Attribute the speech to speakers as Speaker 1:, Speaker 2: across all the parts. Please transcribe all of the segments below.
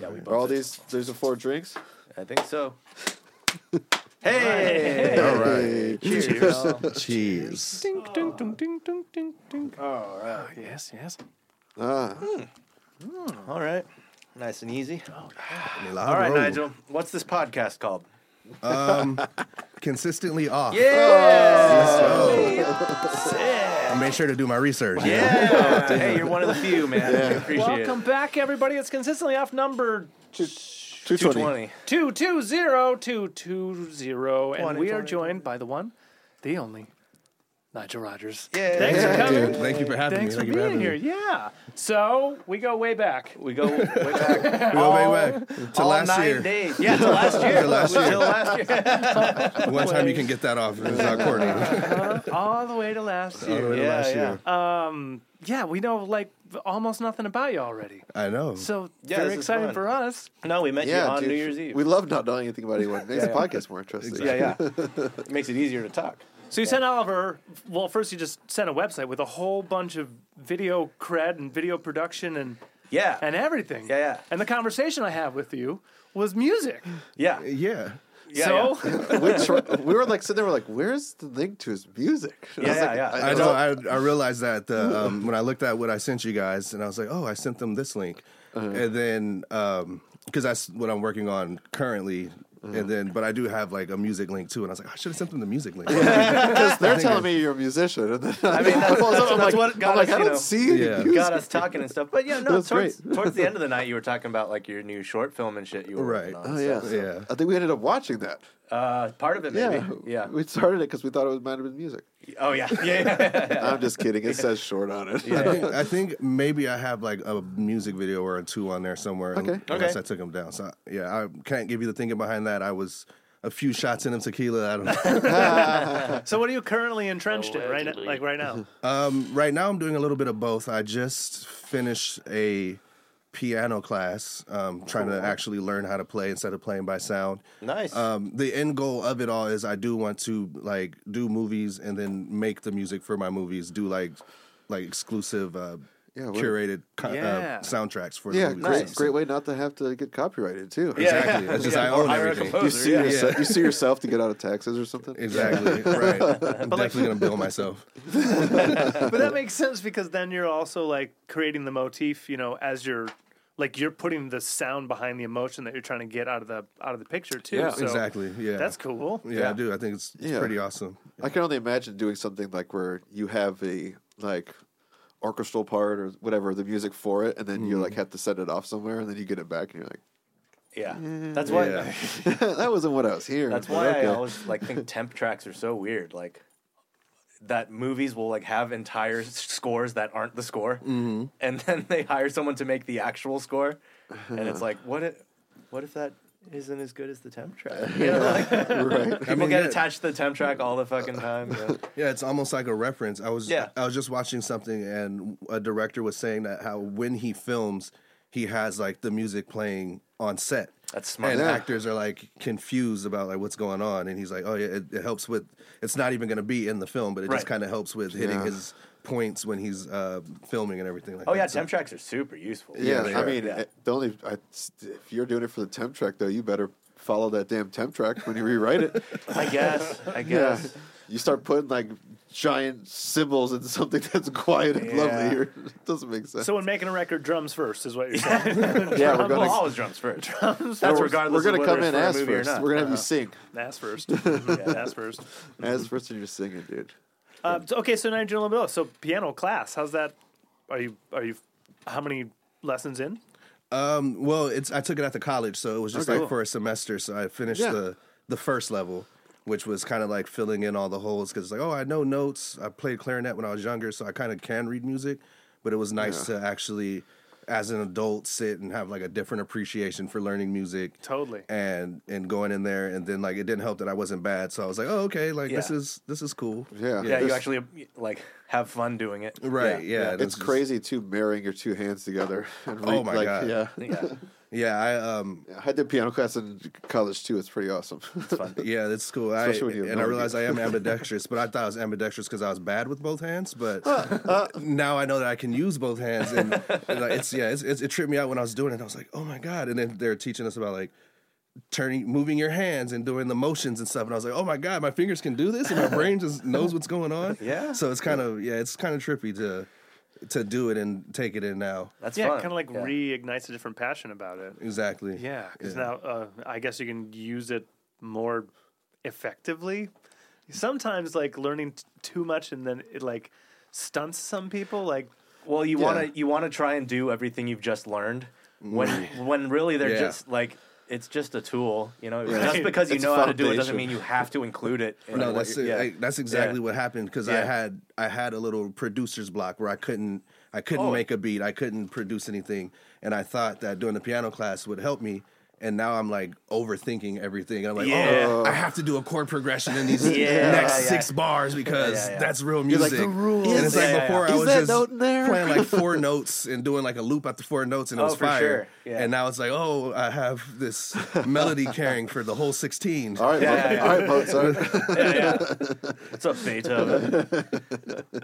Speaker 1: Yeah, we
Speaker 2: Are all
Speaker 1: both. did.
Speaker 2: these, there's the four drinks?
Speaker 1: I think so. hey!
Speaker 3: All right.
Speaker 1: Cheers.
Speaker 3: Cheers.
Speaker 1: ding, ding, ding, ding, ding, ding, ding.
Speaker 2: All right.
Speaker 1: Yes, yes.
Speaker 3: Ah,
Speaker 1: All right. Nice and easy.
Speaker 3: Milagro.
Speaker 1: All right, Nigel. What's this podcast called?
Speaker 4: Um, consistently off.
Speaker 1: Yeah.
Speaker 4: I made sure to do my research. you know?
Speaker 1: Yeah. hey, you're one of the few, man. I appreciate
Speaker 5: Welcome back, everybody. It's consistently off number
Speaker 1: it.
Speaker 2: 220.
Speaker 5: 220220, and we are joined by the one, the only, Nigel Rogers.
Speaker 1: Yeah.
Speaker 5: Thanks for coming.
Speaker 4: Dude, thank you for having
Speaker 5: Thanks
Speaker 4: me.
Speaker 5: for
Speaker 4: Thank you
Speaker 5: being
Speaker 4: having
Speaker 5: here.
Speaker 4: me.
Speaker 5: Yeah. So we go way back.
Speaker 1: We go way back.
Speaker 4: We go way back to
Speaker 1: all
Speaker 4: last
Speaker 1: nine
Speaker 4: year.
Speaker 1: days. Yeah, to last year.
Speaker 4: To last year.
Speaker 1: Till last year.
Speaker 4: One time you can get that off. It was not coordinated.
Speaker 5: all the way to last
Speaker 4: All the
Speaker 5: year.
Speaker 4: way to
Speaker 1: Yeah,
Speaker 4: last
Speaker 1: yeah. Uh,
Speaker 4: year.
Speaker 5: Yeah, we know like almost nothing about you already.
Speaker 4: I know.
Speaker 5: So
Speaker 1: Yeah,
Speaker 5: very
Speaker 1: this is
Speaker 5: exciting
Speaker 1: fun.
Speaker 5: for us.
Speaker 1: No, we met you
Speaker 3: Yeah,
Speaker 1: on
Speaker 3: dude.
Speaker 1: New Year's Eve.
Speaker 3: We love not knowing anything about anyone. Makes
Speaker 1: Yeah,
Speaker 3: the
Speaker 1: yeah.
Speaker 3: podcast more interesting.
Speaker 1: yeah, yeah. it makes it easier to talk.
Speaker 5: So you sent Oliver. Well, first you just sent a website with a whole bunch of video cred and video production and
Speaker 1: Yeah.
Speaker 5: and everything.
Speaker 1: Yeah, yeah.
Speaker 5: And the conversation I had with you was music.
Speaker 1: yeah. Yeah.
Speaker 4: yeah.
Speaker 1: yeah.
Speaker 5: so
Speaker 3: Which we were like sitting there, we're like, "Where's the link to his music?" And I was
Speaker 1: Yeah,
Speaker 3: like,
Speaker 1: yeah.
Speaker 4: I know. I, I realized that uh, um, when I looked at what I sent you guys, and I was like, "Oh, I sent them this link," and then because that's what I'm working on currently. And then, but I do have like a music link too, and I was like, I should have sent them the music link.
Speaker 3: Because they're telling me you're a musician, and then I
Speaker 1: mean, that's-
Speaker 3: I'm
Speaker 1: that's
Speaker 3: like,
Speaker 1: what got
Speaker 3: I'm like,
Speaker 1: us,
Speaker 3: I
Speaker 1: you
Speaker 3: don't
Speaker 1: know,
Speaker 3: see any
Speaker 4: Yeah.
Speaker 3: music.
Speaker 1: Got us talking and stuff, but yeah, no.
Speaker 3: That's
Speaker 1: Towards, towards the end of the night, you were talking about like your new short film and shit. You were
Speaker 4: Right.
Speaker 1: working on,
Speaker 3: Oh
Speaker 1: so-
Speaker 3: yeah,
Speaker 4: Yeah.
Speaker 3: I think we ended up watching that.
Speaker 1: Uh, part of it, maybe. Yeah.
Speaker 3: we started it because we thought it was, might have been music.
Speaker 1: Oh yeah. Yeah. yeah.
Speaker 3: I'm just kidding. It says short on it.
Speaker 4: I think, I think maybe I have like a music video or two on there somewhere.
Speaker 3: Okay.
Speaker 4: Unless
Speaker 1: Okay.
Speaker 4: I took them down. So yeah, I can't give you the thinking behind that. I was a few shots in of tequila. I don't know.
Speaker 5: so what are you currently entrenched in right now? Like right now.
Speaker 4: um, right now, I'm doing a little bit of both. I just finished a piano class, um, trying to actually learn how to play instead of playing by sound.
Speaker 1: Nice.
Speaker 4: Um, the end goal of it all is I do want to like do movies and then make the music for my movies. Do like like exclusive. Uh,
Speaker 3: Yeah, what-
Speaker 4: curated co-
Speaker 5: Yeah.
Speaker 4: uh, soundtracks for
Speaker 3: Yeah,
Speaker 4: the movies.
Speaker 3: great,
Speaker 1: Nice.
Speaker 3: great way not to have to get copyrighted too.
Speaker 4: Exactly. It's just I
Speaker 1: or
Speaker 4: own
Speaker 1: hire a
Speaker 4: everything.
Speaker 3: You
Speaker 1: composer,
Speaker 3: see
Speaker 1: yeah.
Speaker 3: yourself. You see yourself to get out of taxes or something.
Speaker 4: Exactly. right. I'm definitely gonna bill myself.
Speaker 5: but that makes sense because then you're also like creating the motif, you know, as you're like you're putting the sound behind the emotion that you're trying to get out of the out of the picture too.
Speaker 3: Yeah,
Speaker 5: So
Speaker 4: exactly. Yeah.
Speaker 5: That's cool.
Speaker 4: Yeah, I do. I think it's, it's
Speaker 3: Yeah.
Speaker 4: pretty awesome.
Speaker 3: I can only imagine doing something like where you have a like orchestral part or whatever the music for it, and then you like have to send it off somewhere, and then you get it back, and you're like,
Speaker 1: Yeah. That's why.
Speaker 4: Yeah.
Speaker 3: that wasn't what I was hearing.
Speaker 1: That's
Speaker 3: but
Speaker 1: why
Speaker 3: okay.
Speaker 1: I always like think temp tracks are so weird. Like that movies will like have entire s- scores that aren't the score,
Speaker 4: Mm-hmm.
Speaker 1: and then they hire someone to make the actual score, and it's like, what? If, what if that isn't as good as the temp track? You know, like,
Speaker 4: I
Speaker 1: people
Speaker 4: mean,
Speaker 1: get
Speaker 4: yeah,
Speaker 1: attached to the temp track all the fucking time. you know?
Speaker 4: yeah, it's almost like a reference. I was
Speaker 1: Yeah.
Speaker 4: I was just watching something and a director was saying that how when he films, he has like the music playing on set.
Speaker 1: That's smart.
Speaker 4: And
Speaker 3: Yeah.
Speaker 4: actors are like confused about like what's going on, and he's like, "Oh yeah, it, it helps with. It's not even going to be in the film, but it
Speaker 1: Right.
Speaker 4: just kind of helps with hitting
Speaker 3: Yeah.
Speaker 4: his points when he's uh, filming and everything like
Speaker 1: Oh
Speaker 4: that."
Speaker 1: yeah,
Speaker 4: So-
Speaker 1: temp tracks are super useful.
Speaker 3: Yeah,
Speaker 4: they
Speaker 3: I
Speaker 4: are.
Speaker 3: mean, it- the only I, if you're doing it for the temp track though, you better follow that damn temp track when you rewrite it.
Speaker 1: I guess. I guess.
Speaker 3: You start putting like giant symbols in something that's quiet and
Speaker 1: Yeah.
Speaker 3: lovely. Or, it doesn't make sense.
Speaker 5: So when making a record, drums first is what you're saying.
Speaker 3: yeah, we're
Speaker 1: Well,
Speaker 3: gonna
Speaker 1: always drums first. Drums.
Speaker 3: no,
Speaker 1: That's
Speaker 3: we're-
Speaker 1: regardless.
Speaker 3: We're gonna
Speaker 1: of
Speaker 3: come
Speaker 1: whether
Speaker 3: in as
Speaker 1: it's for a movie or
Speaker 3: first.
Speaker 1: not. Uh-huh.
Speaker 3: We're gonna have you sing
Speaker 5: That's first. Mhm, yeah, that's first.
Speaker 3: as first, and you're singing, dude.
Speaker 5: Uh, so- okay, so now you're doing a little bit. of- So piano class, how's that? Are you are you? How many lessons in?
Speaker 4: Um, well, it's I took it at the college, so it was just like for a semester. So I finished
Speaker 3: Yeah.
Speaker 4: the the first level, which was kind of like filling in all the holes because like oh I know notes. I played clarinet when I was younger, so I kind of can read music. But it was nice to actually, as an adult, sit and have like a different appreciation for learning music.
Speaker 5: Totally.
Speaker 4: And and going in there and then like it didn't help that I wasn't bad, so I was like oh okay like this
Speaker 1: Yeah.
Speaker 4: is this is cool.
Speaker 3: Yeah.
Speaker 1: yeah, you
Speaker 3: This-
Speaker 1: actually like have fun doing it.
Speaker 4: Right. Yeah. and
Speaker 3: it's
Speaker 4: just-
Speaker 3: crazy too marrying your two hands together. And re-
Speaker 4: Oh my
Speaker 3: like,
Speaker 4: God.
Speaker 3: Yeah.
Speaker 1: Yeah,
Speaker 4: Yeah. I um.
Speaker 3: Yeah, I did piano class in college too. It's pretty awesome.
Speaker 4: Yeah, that's cool. I,
Speaker 3: Especially when you have
Speaker 4: and I
Speaker 3: no
Speaker 4: realized I am ambidextrous, but I thought I was ambidextrous because I was bad with both hands. But now I know that I can use both hands, and, and, like, it's yeah, it's, it's, it tripped me out when I was doing it. I was like, oh my god! And then they're teaching us about like turning, moving your hands, and doing the motions and stuff. And I was like, oh my god, my fingers can do this, and my brain just knows what's going on.
Speaker 1: Yeah.
Speaker 4: So it's kind of yeah, it's kind of trippy to to do it and take it in now.
Speaker 1: that's
Speaker 5: yeah,
Speaker 1: fun.
Speaker 5: kind of like
Speaker 1: Yeah.
Speaker 5: reignites a different passion about it.
Speaker 4: Exactly.
Speaker 5: Yeah, because
Speaker 4: Yeah.
Speaker 5: now uh, I guess you can use it more effectively. Sometimes, like learning t- too much and then it like stunts some people. Like,
Speaker 1: Well, you
Speaker 3: Yeah.
Speaker 1: want to you want to try and do everything you've just learned when
Speaker 3: Mm.
Speaker 1: when really they're
Speaker 4: Yeah.
Speaker 1: just like it's just a tool, you know. Just
Speaker 3: Right.
Speaker 1: because you
Speaker 3: It's
Speaker 1: know how to do it doesn't
Speaker 3: foundation.
Speaker 1: mean you have to include it. in
Speaker 4: No,
Speaker 1: what
Speaker 4: that's
Speaker 1: you're-
Speaker 4: it. Like, that's exactly
Speaker 1: Yeah.
Speaker 4: what happened because I
Speaker 1: Yeah.
Speaker 4: had I had a little producer's block where I couldn't I couldn't
Speaker 1: Oh.
Speaker 4: make a beat, I couldn't produce anything, and I thought that doing the piano class would help me. And now I'm like overthinking everything. I'm like, oh,
Speaker 1: Yeah.
Speaker 4: I have to do a chord progression in these
Speaker 1: Yeah,
Speaker 4: next
Speaker 1: yeah.
Speaker 4: six bars because
Speaker 1: Yeah, yeah.
Speaker 4: that's real
Speaker 3: You're like,
Speaker 4: music.
Speaker 3: the rules.
Speaker 4: And it's like
Speaker 1: Yeah, yeah,
Speaker 4: before
Speaker 1: yeah.
Speaker 4: I
Speaker 3: Is
Speaker 4: was
Speaker 3: that
Speaker 4: just
Speaker 3: note in there?
Speaker 4: playing like four notes and doing like a loop after four notes, and it
Speaker 1: Oh,
Speaker 4: was
Speaker 1: for
Speaker 4: fire.
Speaker 1: sure. Yeah.
Speaker 4: And now it's like, oh, I have this melody carrying for the whole sixteen.
Speaker 3: All right,
Speaker 1: Yeah, yeah,
Speaker 3: Mo- all right, Mozart.
Speaker 1: yeah, yeah. What's up, Beethoven?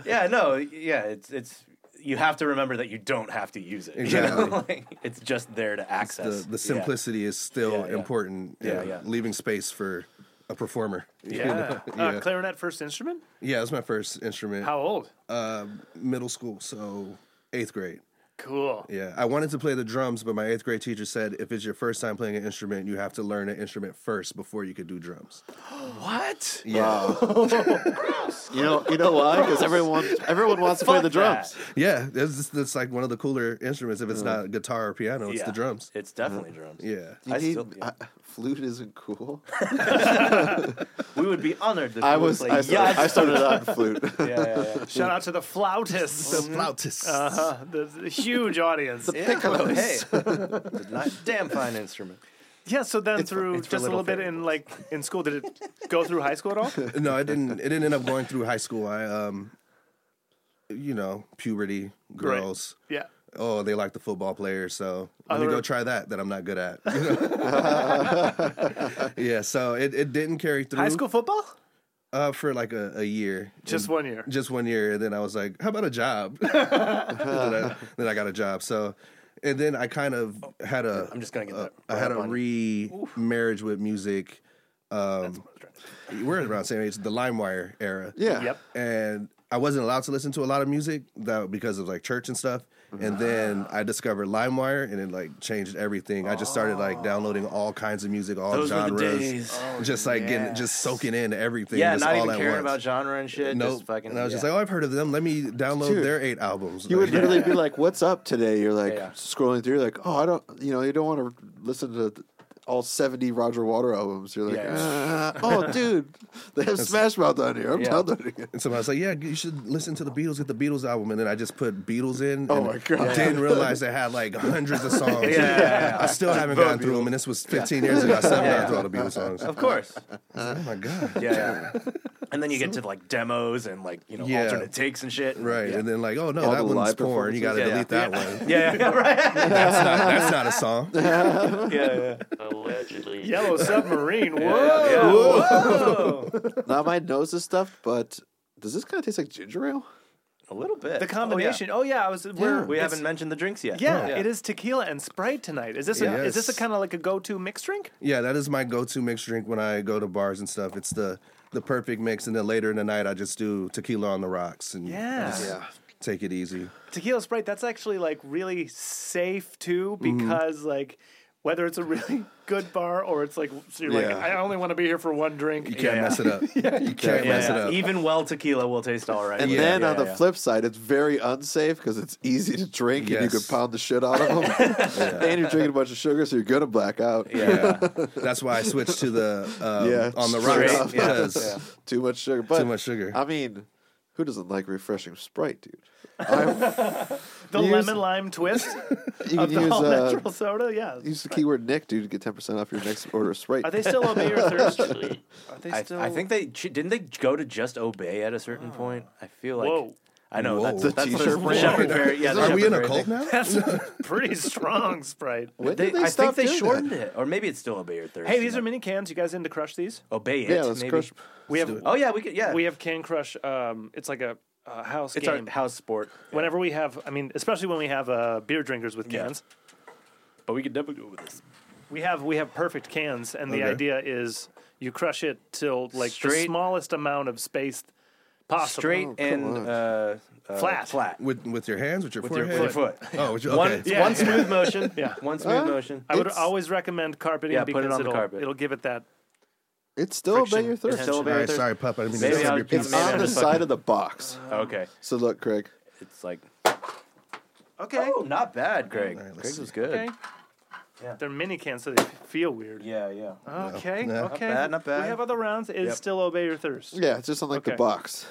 Speaker 1: yeah, no, yeah, it's it's you have to remember that you don't have to use it. you know?
Speaker 4: Exactly.
Speaker 1: Like, it's just there to access
Speaker 4: the, the simplicity is still
Speaker 1: Yeah, yeah.
Speaker 4: important. Yeah,
Speaker 1: Yeah, yeah.
Speaker 4: leaving space for a performer.
Speaker 5: yeah,
Speaker 4: Yeah.
Speaker 5: Uh, clarinet first instrument.
Speaker 4: Yeah, it was my first instrument.
Speaker 5: How old?
Speaker 4: Uh, middle school, so eighth grade.
Speaker 5: Cool.
Speaker 4: Yeah, I wanted to play the drums, but my eighth grade teacher said if it's your first time playing an instrument, you have to learn an instrument first before you could do drums.
Speaker 1: What?
Speaker 3: Wow. you know, you know why? Because everyone, everyone wants to play
Speaker 1: Fuck
Speaker 3: the drums.
Speaker 1: that.
Speaker 4: Yeah, that's, just- that's like one of the cooler instruments. If it's not guitar or piano, it's
Speaker 1: Yeah,
Speaker 4: the drums.
Speaker 1: It's definitely drums.
Speaker 4: Yeah.
Speaker 3: You
Speaker 1: I
Speaker 3: need-
Speaker 1: still- yeah.
Speaker 3: I- flute isn't cool.
Speaker 1: We would be honored. If
Speaker 3: I
Speaker 1: you would
Speaker 3: was,
Speaker 1: play
Speaker 3: I started, I
Speaker 1: yes.
Speaker 3: started out in flute.
Speaker 1: Yeah, yeah, yeah.
Speaker 5: Shout out to the
Speaker 4: The
Speaker 5: flautists.
Speaker 4: flautist.
Speaker 5: Uh-huh. The, the huge audience.
Speaker 3: The piccolos.
Speaker 1: Well, hey, it's not damn fine instrument.
Speaker 5: Yeah. So then
Speaker 1: for-
Speaker 5: through
Speaker 1: it's for
Speaker 5: just a
Speaker 1: little
Speaker 5: little bit in like in school, did it go through high school at all?
Speaker 4: no, it didn't. It didn't end up going through high school. I, um, you know, puberty,
Speaker 5: Right.
Speaker 4: girls.
Speaker 5: Yeah.
Speaker 4: oh, they like the football player, so let me
Speaker 5: Other-
Speaker 4: go try that that I'm not good at. You know? yeah, so it, it didn't carry through
Speaker 5: High school football?
Speaker 4: uh, for like a, a year.
Speaker 5: Just
Speaker 1: Mm.
Speaker 4: And-
Speaker 5: one year.
Speaker 4: just one year, and then I was like, "How about a job?" then, I, then I got a job. So, and then I kind of had a
Speaker 1: Oh, I'm just gonna get
Speaker 4: a-
Speaker 1: that
Speaker 4: I had
Speaker 1: wrap
Speaker 4: a
Speaker 1: on.
Speaker 4: re-marriage with music. Um, we're around the same age, the LimeWire era
Speaker 3: Yeah.
Speaker 5: Yep.
Speaker 4: and I wasn't allowed to listen to a lot of music that because of like church and stuff. And then
Speaker 1: Ah.
Speaker 4: I discovered LimeWire, and it like changed everything. I just started like downloading all kinds of music, all
Speaker 1: Ah. Those were the
Speaker 4: genres,
Speaker 1: days. Oh,
Speaker 4: just like getting
Speaker 5: yes.
Speaker 4: just soaking in everything.
Speaker 1: Yeah,
Speaker 4: just
Speaker 1: not
Speaker 4: all
Speaker 1: even
Speaker 4: at
Speaker 1: caring
Speaker 4: once.
Speaker 1: about genre and shit.
Speaker 4: Nope.
Speaker 1: Just fucking.
Speaker 4: and I was just
Speaker 1: yeah.
Speaker 4: like, oh, I've heard of them. Let me download
Speaker 3: Dude,
Speaker 4: their eight albums.
Speaker 3: You would
Speaker 4: Like,
Speaker 3: literally be like, "What's up today?" You're like
Speaker 1: Yeah.
Speaker 3: scrolling through, like, "Oh, I don't," you know, you don't want to listen to th- all 70 Roger Water albums. You're like,
Speaker 1: Yeah.
Speaker 3: "Ah, "Oh, dude, they have Smash Mouth on here." I'm
Speaker 1: Yeah.
Speaker 3: downloading it.
Speaker 4: And somebody was like, "Yeah, you should listen to the Beatles. Get the Beatles album." And then I just put Beatles in.
Speaker 3: Oh
Speaker 4: and
Speaker 3: my God.
Speaker 4: Didn't realize they had like hundreds of songs.
Speaker 1: yeah, yeah.
Speaker 4: I still haven't gone through them, and this was 15 years ago. I still haven't gone through all the Beatles songs.
Speaker 1: of course.
Speaker 4: Oh my god!
Speaker 1: Yeah. yeah. and then you get to like demos and like you know
Speaker 4: Yeah.
Speaker 1: alternate takes and shit.
Speaker 4: Right,
Speaker 1: Yeah.
Speaker 4: and then like, oh no,
Speaker 3: All
Speaker 4: that
Speaker 3: the
Speaker 4: one's
Speaker 3: live
Speaker 4: porn. You got to
Speaker 1: Yeah, yeah.
Speaker 4: delete that one.
Speaker 1: Yeah, yeah, right.
Speaker 4: That's not, that's not a song.
Speaker 1: Yeah, yeah.
Speaker 2: Allegedly.
Speaker 5: Yellow submarine.
Speaker 4: Oh,
Speaker 5: Whoa.
Speaker 1: yeah. Oh,
Speaker 3: Now my nose is stuffed, but does this kind of taste like ginger ale?
Speaker 1: A little bit.
Speaker 5: The combination. Oh yeah, I was. We're,
Speaker 1: We
Speaker 5: it's-
Speaker 1: haven't mentioned the drinks yet.
Speaker 5: Yeah, it is tequila and Sprite tonight. Is this a, is this a
Speaker 4: Yes.
Speaker 5: kind of like a go-to mixed drink?
Speaker 4: Yeah, that is my go-to mixed drink when I go to bars and stuff. It's the the perfect mix, and then later in the night, I just do tequila on the rocks and
Speaker 5: Yeah.
Speaker 4: just
Speaker 3: Yeah.
Speaker 4: take it easy.
Speaker 5: Tequila Sprite. That's actually like really safe too, because like whether it's a really good bar or it's like so you're like
Speaker 4: Yeah.
Speaker 5: I only want to be here for one drink.
Speaker 4: You can't
Speaker 1: yeah.
Speaker 4: mess it up. You can't mess it
Speaker 1: Yeah,
Speaker 4: up.
Speaker 1: even well tequila will taste all right.
Speaker 3: And
Speaker 1: Yeah,
Speaker 3: then
Speaker 1: yeah,
Speaker 3: on the
Speaker 1: yeah.
Speaker 3: flip side, it's very unsafe because it's easy to drink and you
Speaker 4: Yes.
Speaker 3: can pound the shit out of them. And you're drinking a bunch of sugar, so you're gonna black out.
Speaker 1: yeah.
Speaker 4: That's why I switched to the um,
Speaker 3: Yeah,
Speaker 4: on the
Speaker 3: straight
Speaker 4: rocks
Speaker 3: up.
Speaker 4: because
Speaker 1: Yeah.
Speaker 3: Too much sugar. But
Speaker 4: much sugar.
Speaker 3: I mean, who doesn't like refreshing Sprite, dude? I'm,
Speaker 5: The
Speaker 3: Use-
Speaker 5: lemon lime twist
Speaker 3: you
Speaker 5: of
Speaker 3: can
Speaker 5: the
Speaker 3: use,
Speaker 5: all
Speaker 3: uh,
Speaker 5: natural soda. Yeah.
Speaker 3: use the keyword Nick, dude, to get ten percent off your next order of Sprite.
Speaker 5: Are they still obey or thirst? Are they
Speaker 1: I,
Speaker 5: still? Ah.
Speaker 1: I think they ch- didn't they go to just obey at a certain point. I feel like
Speaker 5: Whoa.
Speaker 1: I know
Speaker 4: Whoa.
Speaker 1: that's
Speaker 4: The
Speaker 1: that's
Speaker 3: t-shirt
Speaker 1: the
Speaker 3: brand?
Speaker 1: Shepherd Fair. Yeah,
Speaker 3: Is
Speaker 1: the
Speaker 3: that-
Speaker 4: Are we in
Speaker 1: Shepherd
Speaker 4: a
Speaker 1: Fair
Speaker 4: cult
Speaker 1: thing.
Speaker 4: now?
Speaker 5: That's pretty strong Sprite.
Speaker 3: When
Speaker 1: They,
Speaker 3: did they
Speaker 1: I
Speaker 3: stop
Speaker 1: think they
Speaker 3: doing
Speaker 1: shortened
Speaker 3: that?
Speaker 1: it, or maybe it's still a beer thirst.
Speaker 5: Hey, these are mini cans. You guys into crush these?
Speaker 1: obey it.
Speaker 3: Yeah, let's
Speaker 1: maybe.
Speaker 3: crush.
Speaker 5: We have
Speaker 1: Oh yeah, we could. Yeah,
Speaker 5: we have can crush. Um, it's like a, a house
Speaker 1: it's
Speaker 5: game.
Speaker 1: our house sport,
Speaker 5: Whenever we have, I mean, especially when we have uh, beer drinkers with
Speaker 1: Yeah.
Speaker 5: cans,
Speaker 1: but we could definitely do it with this.
Speaker 5: we have we have perfect cans, and the
Speaker 4: Okay.
Speaker 5: idea is you crush it till like the
Speaker 1: Straight-
Speaker 5: smallest amount of space possible.
Speaker 1: Straight and
Speaker 3: on.
Speaker 1: uh, uh,
Speaker 5: Flat.
Speaker 1: flat
Speaker 4: With with your hands, with your
Speaker 1: with your,
Speaker 4: forehead.
Speaker 1: with your foot.
Speaker 4: Oh, with your,
Speaker 1: One,
Speaker 4: okay. Uh-huh.
Speaker 5: Yeah.
Speaker 1: one smooth motion.
Speaker 5: Yeah.
Speaker 1: one smooth motion.
Speaker 5: I would
Speaker 3: It's-
Speaker 5: always recommend carpeting
Speaker 1: Yeah, put it
Speaker 5: because
Speaker 1: on the
Speaker 5: it'll,
Speaker 1: carpet.
Speaker 5: it'll give it that.
Speaker 3: It's still obey
Speaker 5: Friction.
Speaker 3: your
Speaker 1: It's
Speaker 3: thirst.
Speaker 1: still a
Speaker 4: All
Speaker 1: beer
Speaker 4: right,
Speaker 1: thirst.
Speaker 4: sorry, Pup. I didn't mean to
Speaker 1: Maybe
Speaker 4: disturb
Speaker 1: I'll-
Speaker 4: your
Speaker 1: it's
Speaker 4: peace.
Speaker 3: It's
Speaker 1: Maybe
Speaker 3: on
Speaker 1: I'm
Speaker 3: the
Speaker 1: just
Speaker 3: side
Speaker 1: fucking-
Speaker 3: of the box.
Speaker 4: Uh-huh.
Speaker 1: Okay,
Speaker 3: So look, Craig.
Speaker 1: it's like okay, oh, not bad, Greg.
Speaker 4: right, let's
Speaker 1: Greg's
Speaker 4: see.
Speaker 1: was good.
Speaker 5: Okay.
Speaker 1: Yeah.
Speaker 5: They're mini cans, so they feel weird.
Speaker 1: Yeah, yeah.
Speaker 4: Uh,
Speaker 5: Okay.
Speaker 4: No. Not
Speaker 5: Okay.
Speaker 1: bad, not bad.
Speaker 5: We have other rounds. It's
Speaker 1: Yep.
Speaker 5: still obey your thirst.
Speaker 3: Yeah, it's just on like the
Speaker 5: Okay.
Speaker 3: box,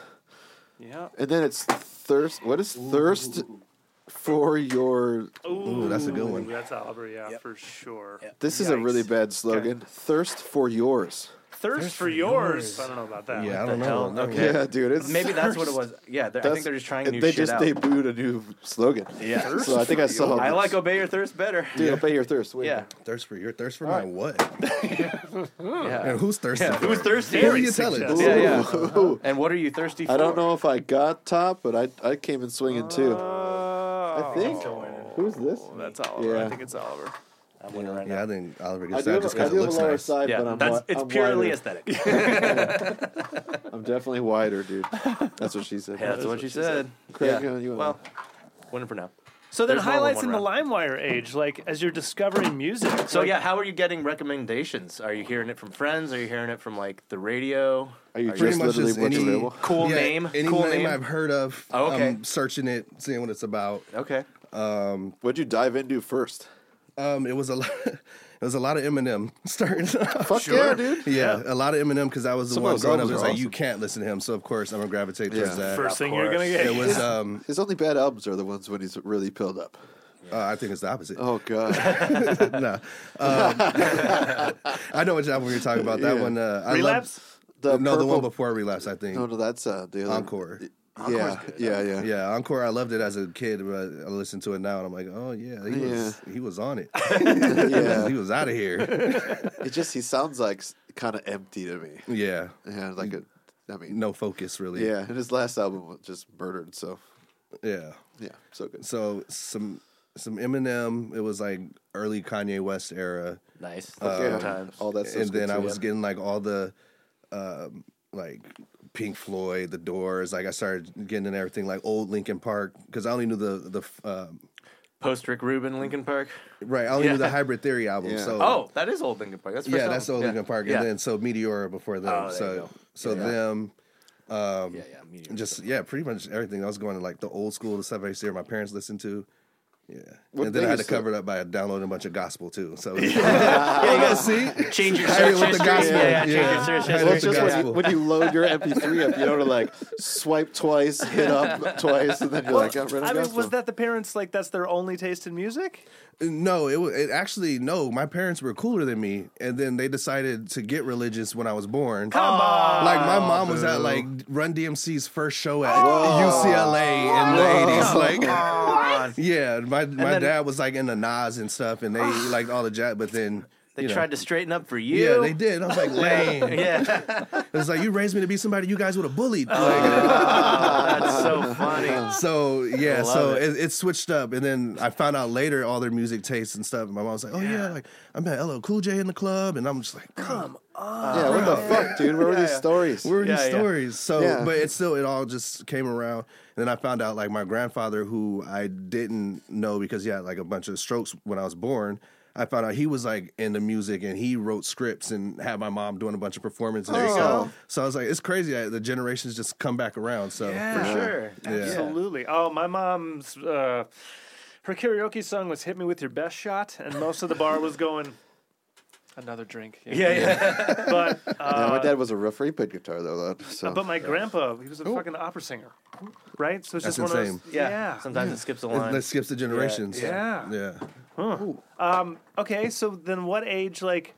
Speaker 5: Yeah.
Speaker 3: and then it's thirst. What is thirst for your?
Speaker 5: Ooh,
Speaker 4: that's a good one.
Speaker 5: That's Oliver, yeah, for sure.
Speaker 3: This is a really
Speaker 5: Yikes.
Speaker 3: bad slogan. Thirst for yours.
Speaker 5: Thirst, for yours. I don't know about that.
Speaker 4: Yeah, I
Speaker 5: one.
Speaker 4: don't know.
Speaker 1: hell?
Speaker 4: No.
Speaker 1: Okay.
Speaker 3: Yeah, dude. It's
Speaker 1: Maybe that's what it was. Yeah, they're- I think
Speaker 3: That's-
Speaker 1: they're just trying new
Speaker 3: They
Speaker 1: shit
Speaker 3: just
Speaker 1: out.
Speaker 3: debuted a new slogan.
Speaker 1: Yeah.
Speaker 3: So I think I saw.
Speaker 1: I
Speaker 3: this.
Speaker 1: like obey your thirst better.
Speaker 3: Dude, obey your thirst. Wait.
Speaker 1: Yeah,
Speaker 4: Thirst for your thirst for my what?
Speaker 1: yeah.
Speaker 4: And who's thirsty?
Speaker 1: Yeah,
Speaker 4: for
Speaker 1: Who's
Speaker 4: it?
Speaker 1: thirsty?
Speaker 4: Who are you telling?
Speaker 1: Yeah,
Speaker 5: Yeah,
Speaker 1: yeah.
Speaker 3: Ooh.
Speaker 1: And what are you thirsty for?
Speaker 3: I don't know if I got top, but I I came in swinging too.
Speaker 5: Oh,
Speaker 3: I think. Who's this?
Speaker 5: that's Oliver. I
Speaker 3: Yeah.
Speaker 5: think it's Oliver.
Speaker 1: I'm winning right now.
Speaker 4: Yeah, I think Oliver
Speaker 3: I
Speaker 4: gets
Speaker 3: do
Speaker 4: that
Speaker 3: have,
Speaker 4: just
Speaker 3: a- I
Speaker 4: because it
Speaker 3: do have a
Speaker 4: looks
Speaker 3: lower
Speaker 4: nice.
Speaker 3: side,
Speaker 1: Yeah,
Speaker 3: but I'm,
Speaker 1: that's
Speaker 3: wi-
Speaker 1: it's
Speaker 3: I'm
Speaker 1: purely
Speaker 3: wider.
Speaker 1: aesthetic.
Speaker 3: I'm definitely wider, dude. That's what she said.
Speaker 1: Yeah, that's what she said.
Speaker 3: Craig,
Speaker 1: Yeah.
Speaker 3: uh, you wanna-
Speaker 1: Well, winning for now.
Speaker 5: So then
Speaker 1: There's more than
Speaker 5: highlights
Speaker 1: one
Speaker 5: in the LimeWire age, like as you're discovering music.
Speaker 1: So
Speaker 5: like,
Speaker 1: yeah, how are you getting recommendations? Are you hearing it from friends? Are you hearing it from like the radio?
Speaker 3: Are you
Speaker 4: Pretty
Speaker 3: just
Speaker 4: much
Speaker 3: literally
Speaker 4: just
Speaker 3: what's
Speaker 4: any
Speaker 3: available?
Speaker 1: Cool
Speaker 4: yeah,
Speaker 1: name.
Speaker 4: Any
Speaker 1: cool
Speaker 4: name,
Speaker 1: name.
Speaker 4: I've heard of.
Speaker 1: Oh, okay.
Speaker 4: I'm searching it, seeing what it's about.
Speaker 1: Okay.
Speaker 3: What'd you dive into first?
Speaker 4: Um, it was a lot. It was a lot of Eminem starting.
Speaker 3: Fuck yeah, dude.
Speaker 4: Yeah, a lot of Eminem because I was the
Speaker 3: Some of
Speaker 4: one
Speaker 3: those
Speaker 4: growing up.
Speaker 3: albums
Speaker 4: It's
Speaker 3: are
Speaker 4: like you
Speaker 3: awesome.
Speaker 4: can't listen to him, so of course I'm gonna gravitate
Speaker 3: Yeah.
Speaker 4: towards that.
Speaker 5: First
Speaker 1: Of
Speaker 5: thing you're gonna
Speaker 1: course.
Speaker 5: get.
Speaker 4: it was. Um,
Speaker 3: His only bad albums are the ones when he's really pilled up.
Speaker 4: uh, I think it's the opposite.
Speaker 3: Oh god.
Speaker 4: no, um, I know which album you're talking about. That
Speaker 3: Yeah.
Speaker 4: one. Uh, I love-
Speaker 5: relapse.
Speaker 3: The
Speaker 4: no, the
Speaker 3: purple-
Speaker 4: one before relapse. I think
Speaker 3: No, no, that's uh, the other
Speaker 4: encore.
Speaker 3: Yeah, yeah, yeah,
Speaker 4: Yeah, encore. I loved it as a kid, but I listen to it now and I'm like, oh yeah, he was he was on it.
Speaker 3: yeah.
Speaker 4: he was out of here.
Speaker 3: It just he sounds like kind of empty to me.
Speaker 4: yeah,
Speaker 3: Yeah, like a, I mean,
Speaker 4: no focus really.
Speaker 3: yeah. And his last album was just murdered. So
Speaker 4: yeah.
Speaker 3: yeah, so good.
Speaker 4: So some some Eminem. It was like early Kanye West era,
Speaker 1: Nice.
Speaker 4: Uh,
Speaker 3: yeah,
Speaker 1: Good times.
Speaker 3: all that. stuff's
Speaker 4: and then
Speaker 3: good
Speaker 4: I
Speaker 3: too,
Speaker 4: was
Speaker 3: yeah.
Speaker 4: getting like all the um, like Pink Floyd, The Doors. Like I started getting in everything like old Linkin Park because I only knew the the um,
Speaker 1: Post Rick Rubin, Lincoln Park.
Speaker 4: right. I only knew
Speaker 1: Yeah.
Speaker 4: the Hybrid Theory album.
Speaker 3: Yeah.
Speaker 4: So
Speaker 1: Oh, that is old Lincoln Park. That's the first
Speaker 4: yeah, that's the
Speaker 1: album.
Speaker 4: old
Speaker 1: yeah.
Speaker 4: Linkin Park,
Speaker 1: Yeah.
Speaker 4: and then so Meteora before them.
Speaker 1: Oh, there you
Speaker 4: so
Speaker 1: go.
Speaker 4: so them.
Speaker 1: yeah, yeah, medium.
Speaker 4: Just yeah, pretty much everything. I was going to like the old school, the stuff I used to hear my parents listen to. Yeah,
Speaker 3: What
Speaker 4: and then I had to
Speaker 3: thing is
Speaker 4: cover it up by downloading a bunch of gospel too. So
Speaker 1: yeah, you gotta
Speaker 4: see,
Speaker 1: change your
Speaker 4: Harry
Speaker 1: search
Speaker 4: with the
Speaker 1: history.
Speaker 4: gospel.
Speaker 1: Yeah, yeah, change
Speaker 4: Yeah.
Speaker 1: your search
Speaker 3: Well,
Speaker 1: history.
Speaker 4: Harry with
Speaker 3: it's
Speaker 4: the
Speaker 3: just when you,
Speaker 4: gospel.
Speaker 3: when you load your MP3 up, you know to like swipe twice, hit up twice, and then you're like, I'm ready
Speaker 5: I
Speaker 3: to
Speaker 5: mean, was that the parents like that's their only taste in music?
Speaker 4: no, it was it actually no. My parents were cooler than me, and then they decided to get religious when I was born.
Speaker 5: Come on.
Speaker 4: Like my mom was at like Run DMC's first show at UCLA in the eighties. Like yeah, my my
Speaker 1: then-
Speaker 4: dad was like in the Nas and stuff, and they like all the jazz. But then
Speaker 1: They
Speaker 4: you know,
Speaker 1: tried to straighten up for you.
Speaker 4: Yeah, they did. I was like, lame.
Speaker 1: Yeah, Oh.
Speaker 4: It's like you raised me to be somebody you guys would have bullied.
Speaker 1: that's so funny.
Speaker 4: Like, so yeah, so
Speaker 1: it.
Speaker 4: it. It, switched up, and then I found out later all their music tastes and stuff. And my mom was like, "Oh yeah, like I'm at LL Cool J in the club," and I'm just like, "Come,
Speaker 3: yeah, what the fuck, dude? Where were these stories?
Speaker 4: where are
Speaker 1: Yeah,
Speaker 4: these
Speaker 1: yeah.
Speaker 4: stories?" So,
Speaker 3: Yeah.
Speaker 4: but it still, it all just came around. And then I found out like my grandfather, who I didn't know because he had like a bunch of strokes when I was born. I found out he was like into music and he wrote scripts and had my mom doing a bunch of performances.
Speaker 3: There you
Speaker 4: so,
Speaker 3: go.
Speaker 4: so I was like, it's crazy that the generations just come back around. So
Speaker 1: For sure.
Speaker 5: Absolutely. Oh, my mom's uh, her karaoke song was "Hit Me with Your Best Shot," and most of the bar was going another drink.
Speaker 1: Yeah, yeah.
Speaker 5: but
Speaker 3: Yeah,
Speaker 5: uh,
Speaker 3: my dad was a rougher. He played guitar though, though. So
Speaker 5: but my grandpa, he was a fucking opera singer, right? So it's
Speaker 4: That's
Speaker 5: just one
Speaker 4: insane.
Speaker 5: of those.
Speaker 1: Yeah.
Speaker 5: Yeah.
Speaker 1: Sometimes it skips a
Speaker 4: It-
Speaker 1: line.
Speaker 4: That skips the generations.
Speaker 5: Yeah.
Speaker 4: Yeah.
Speaker 5: Um, okay, so then what age, like,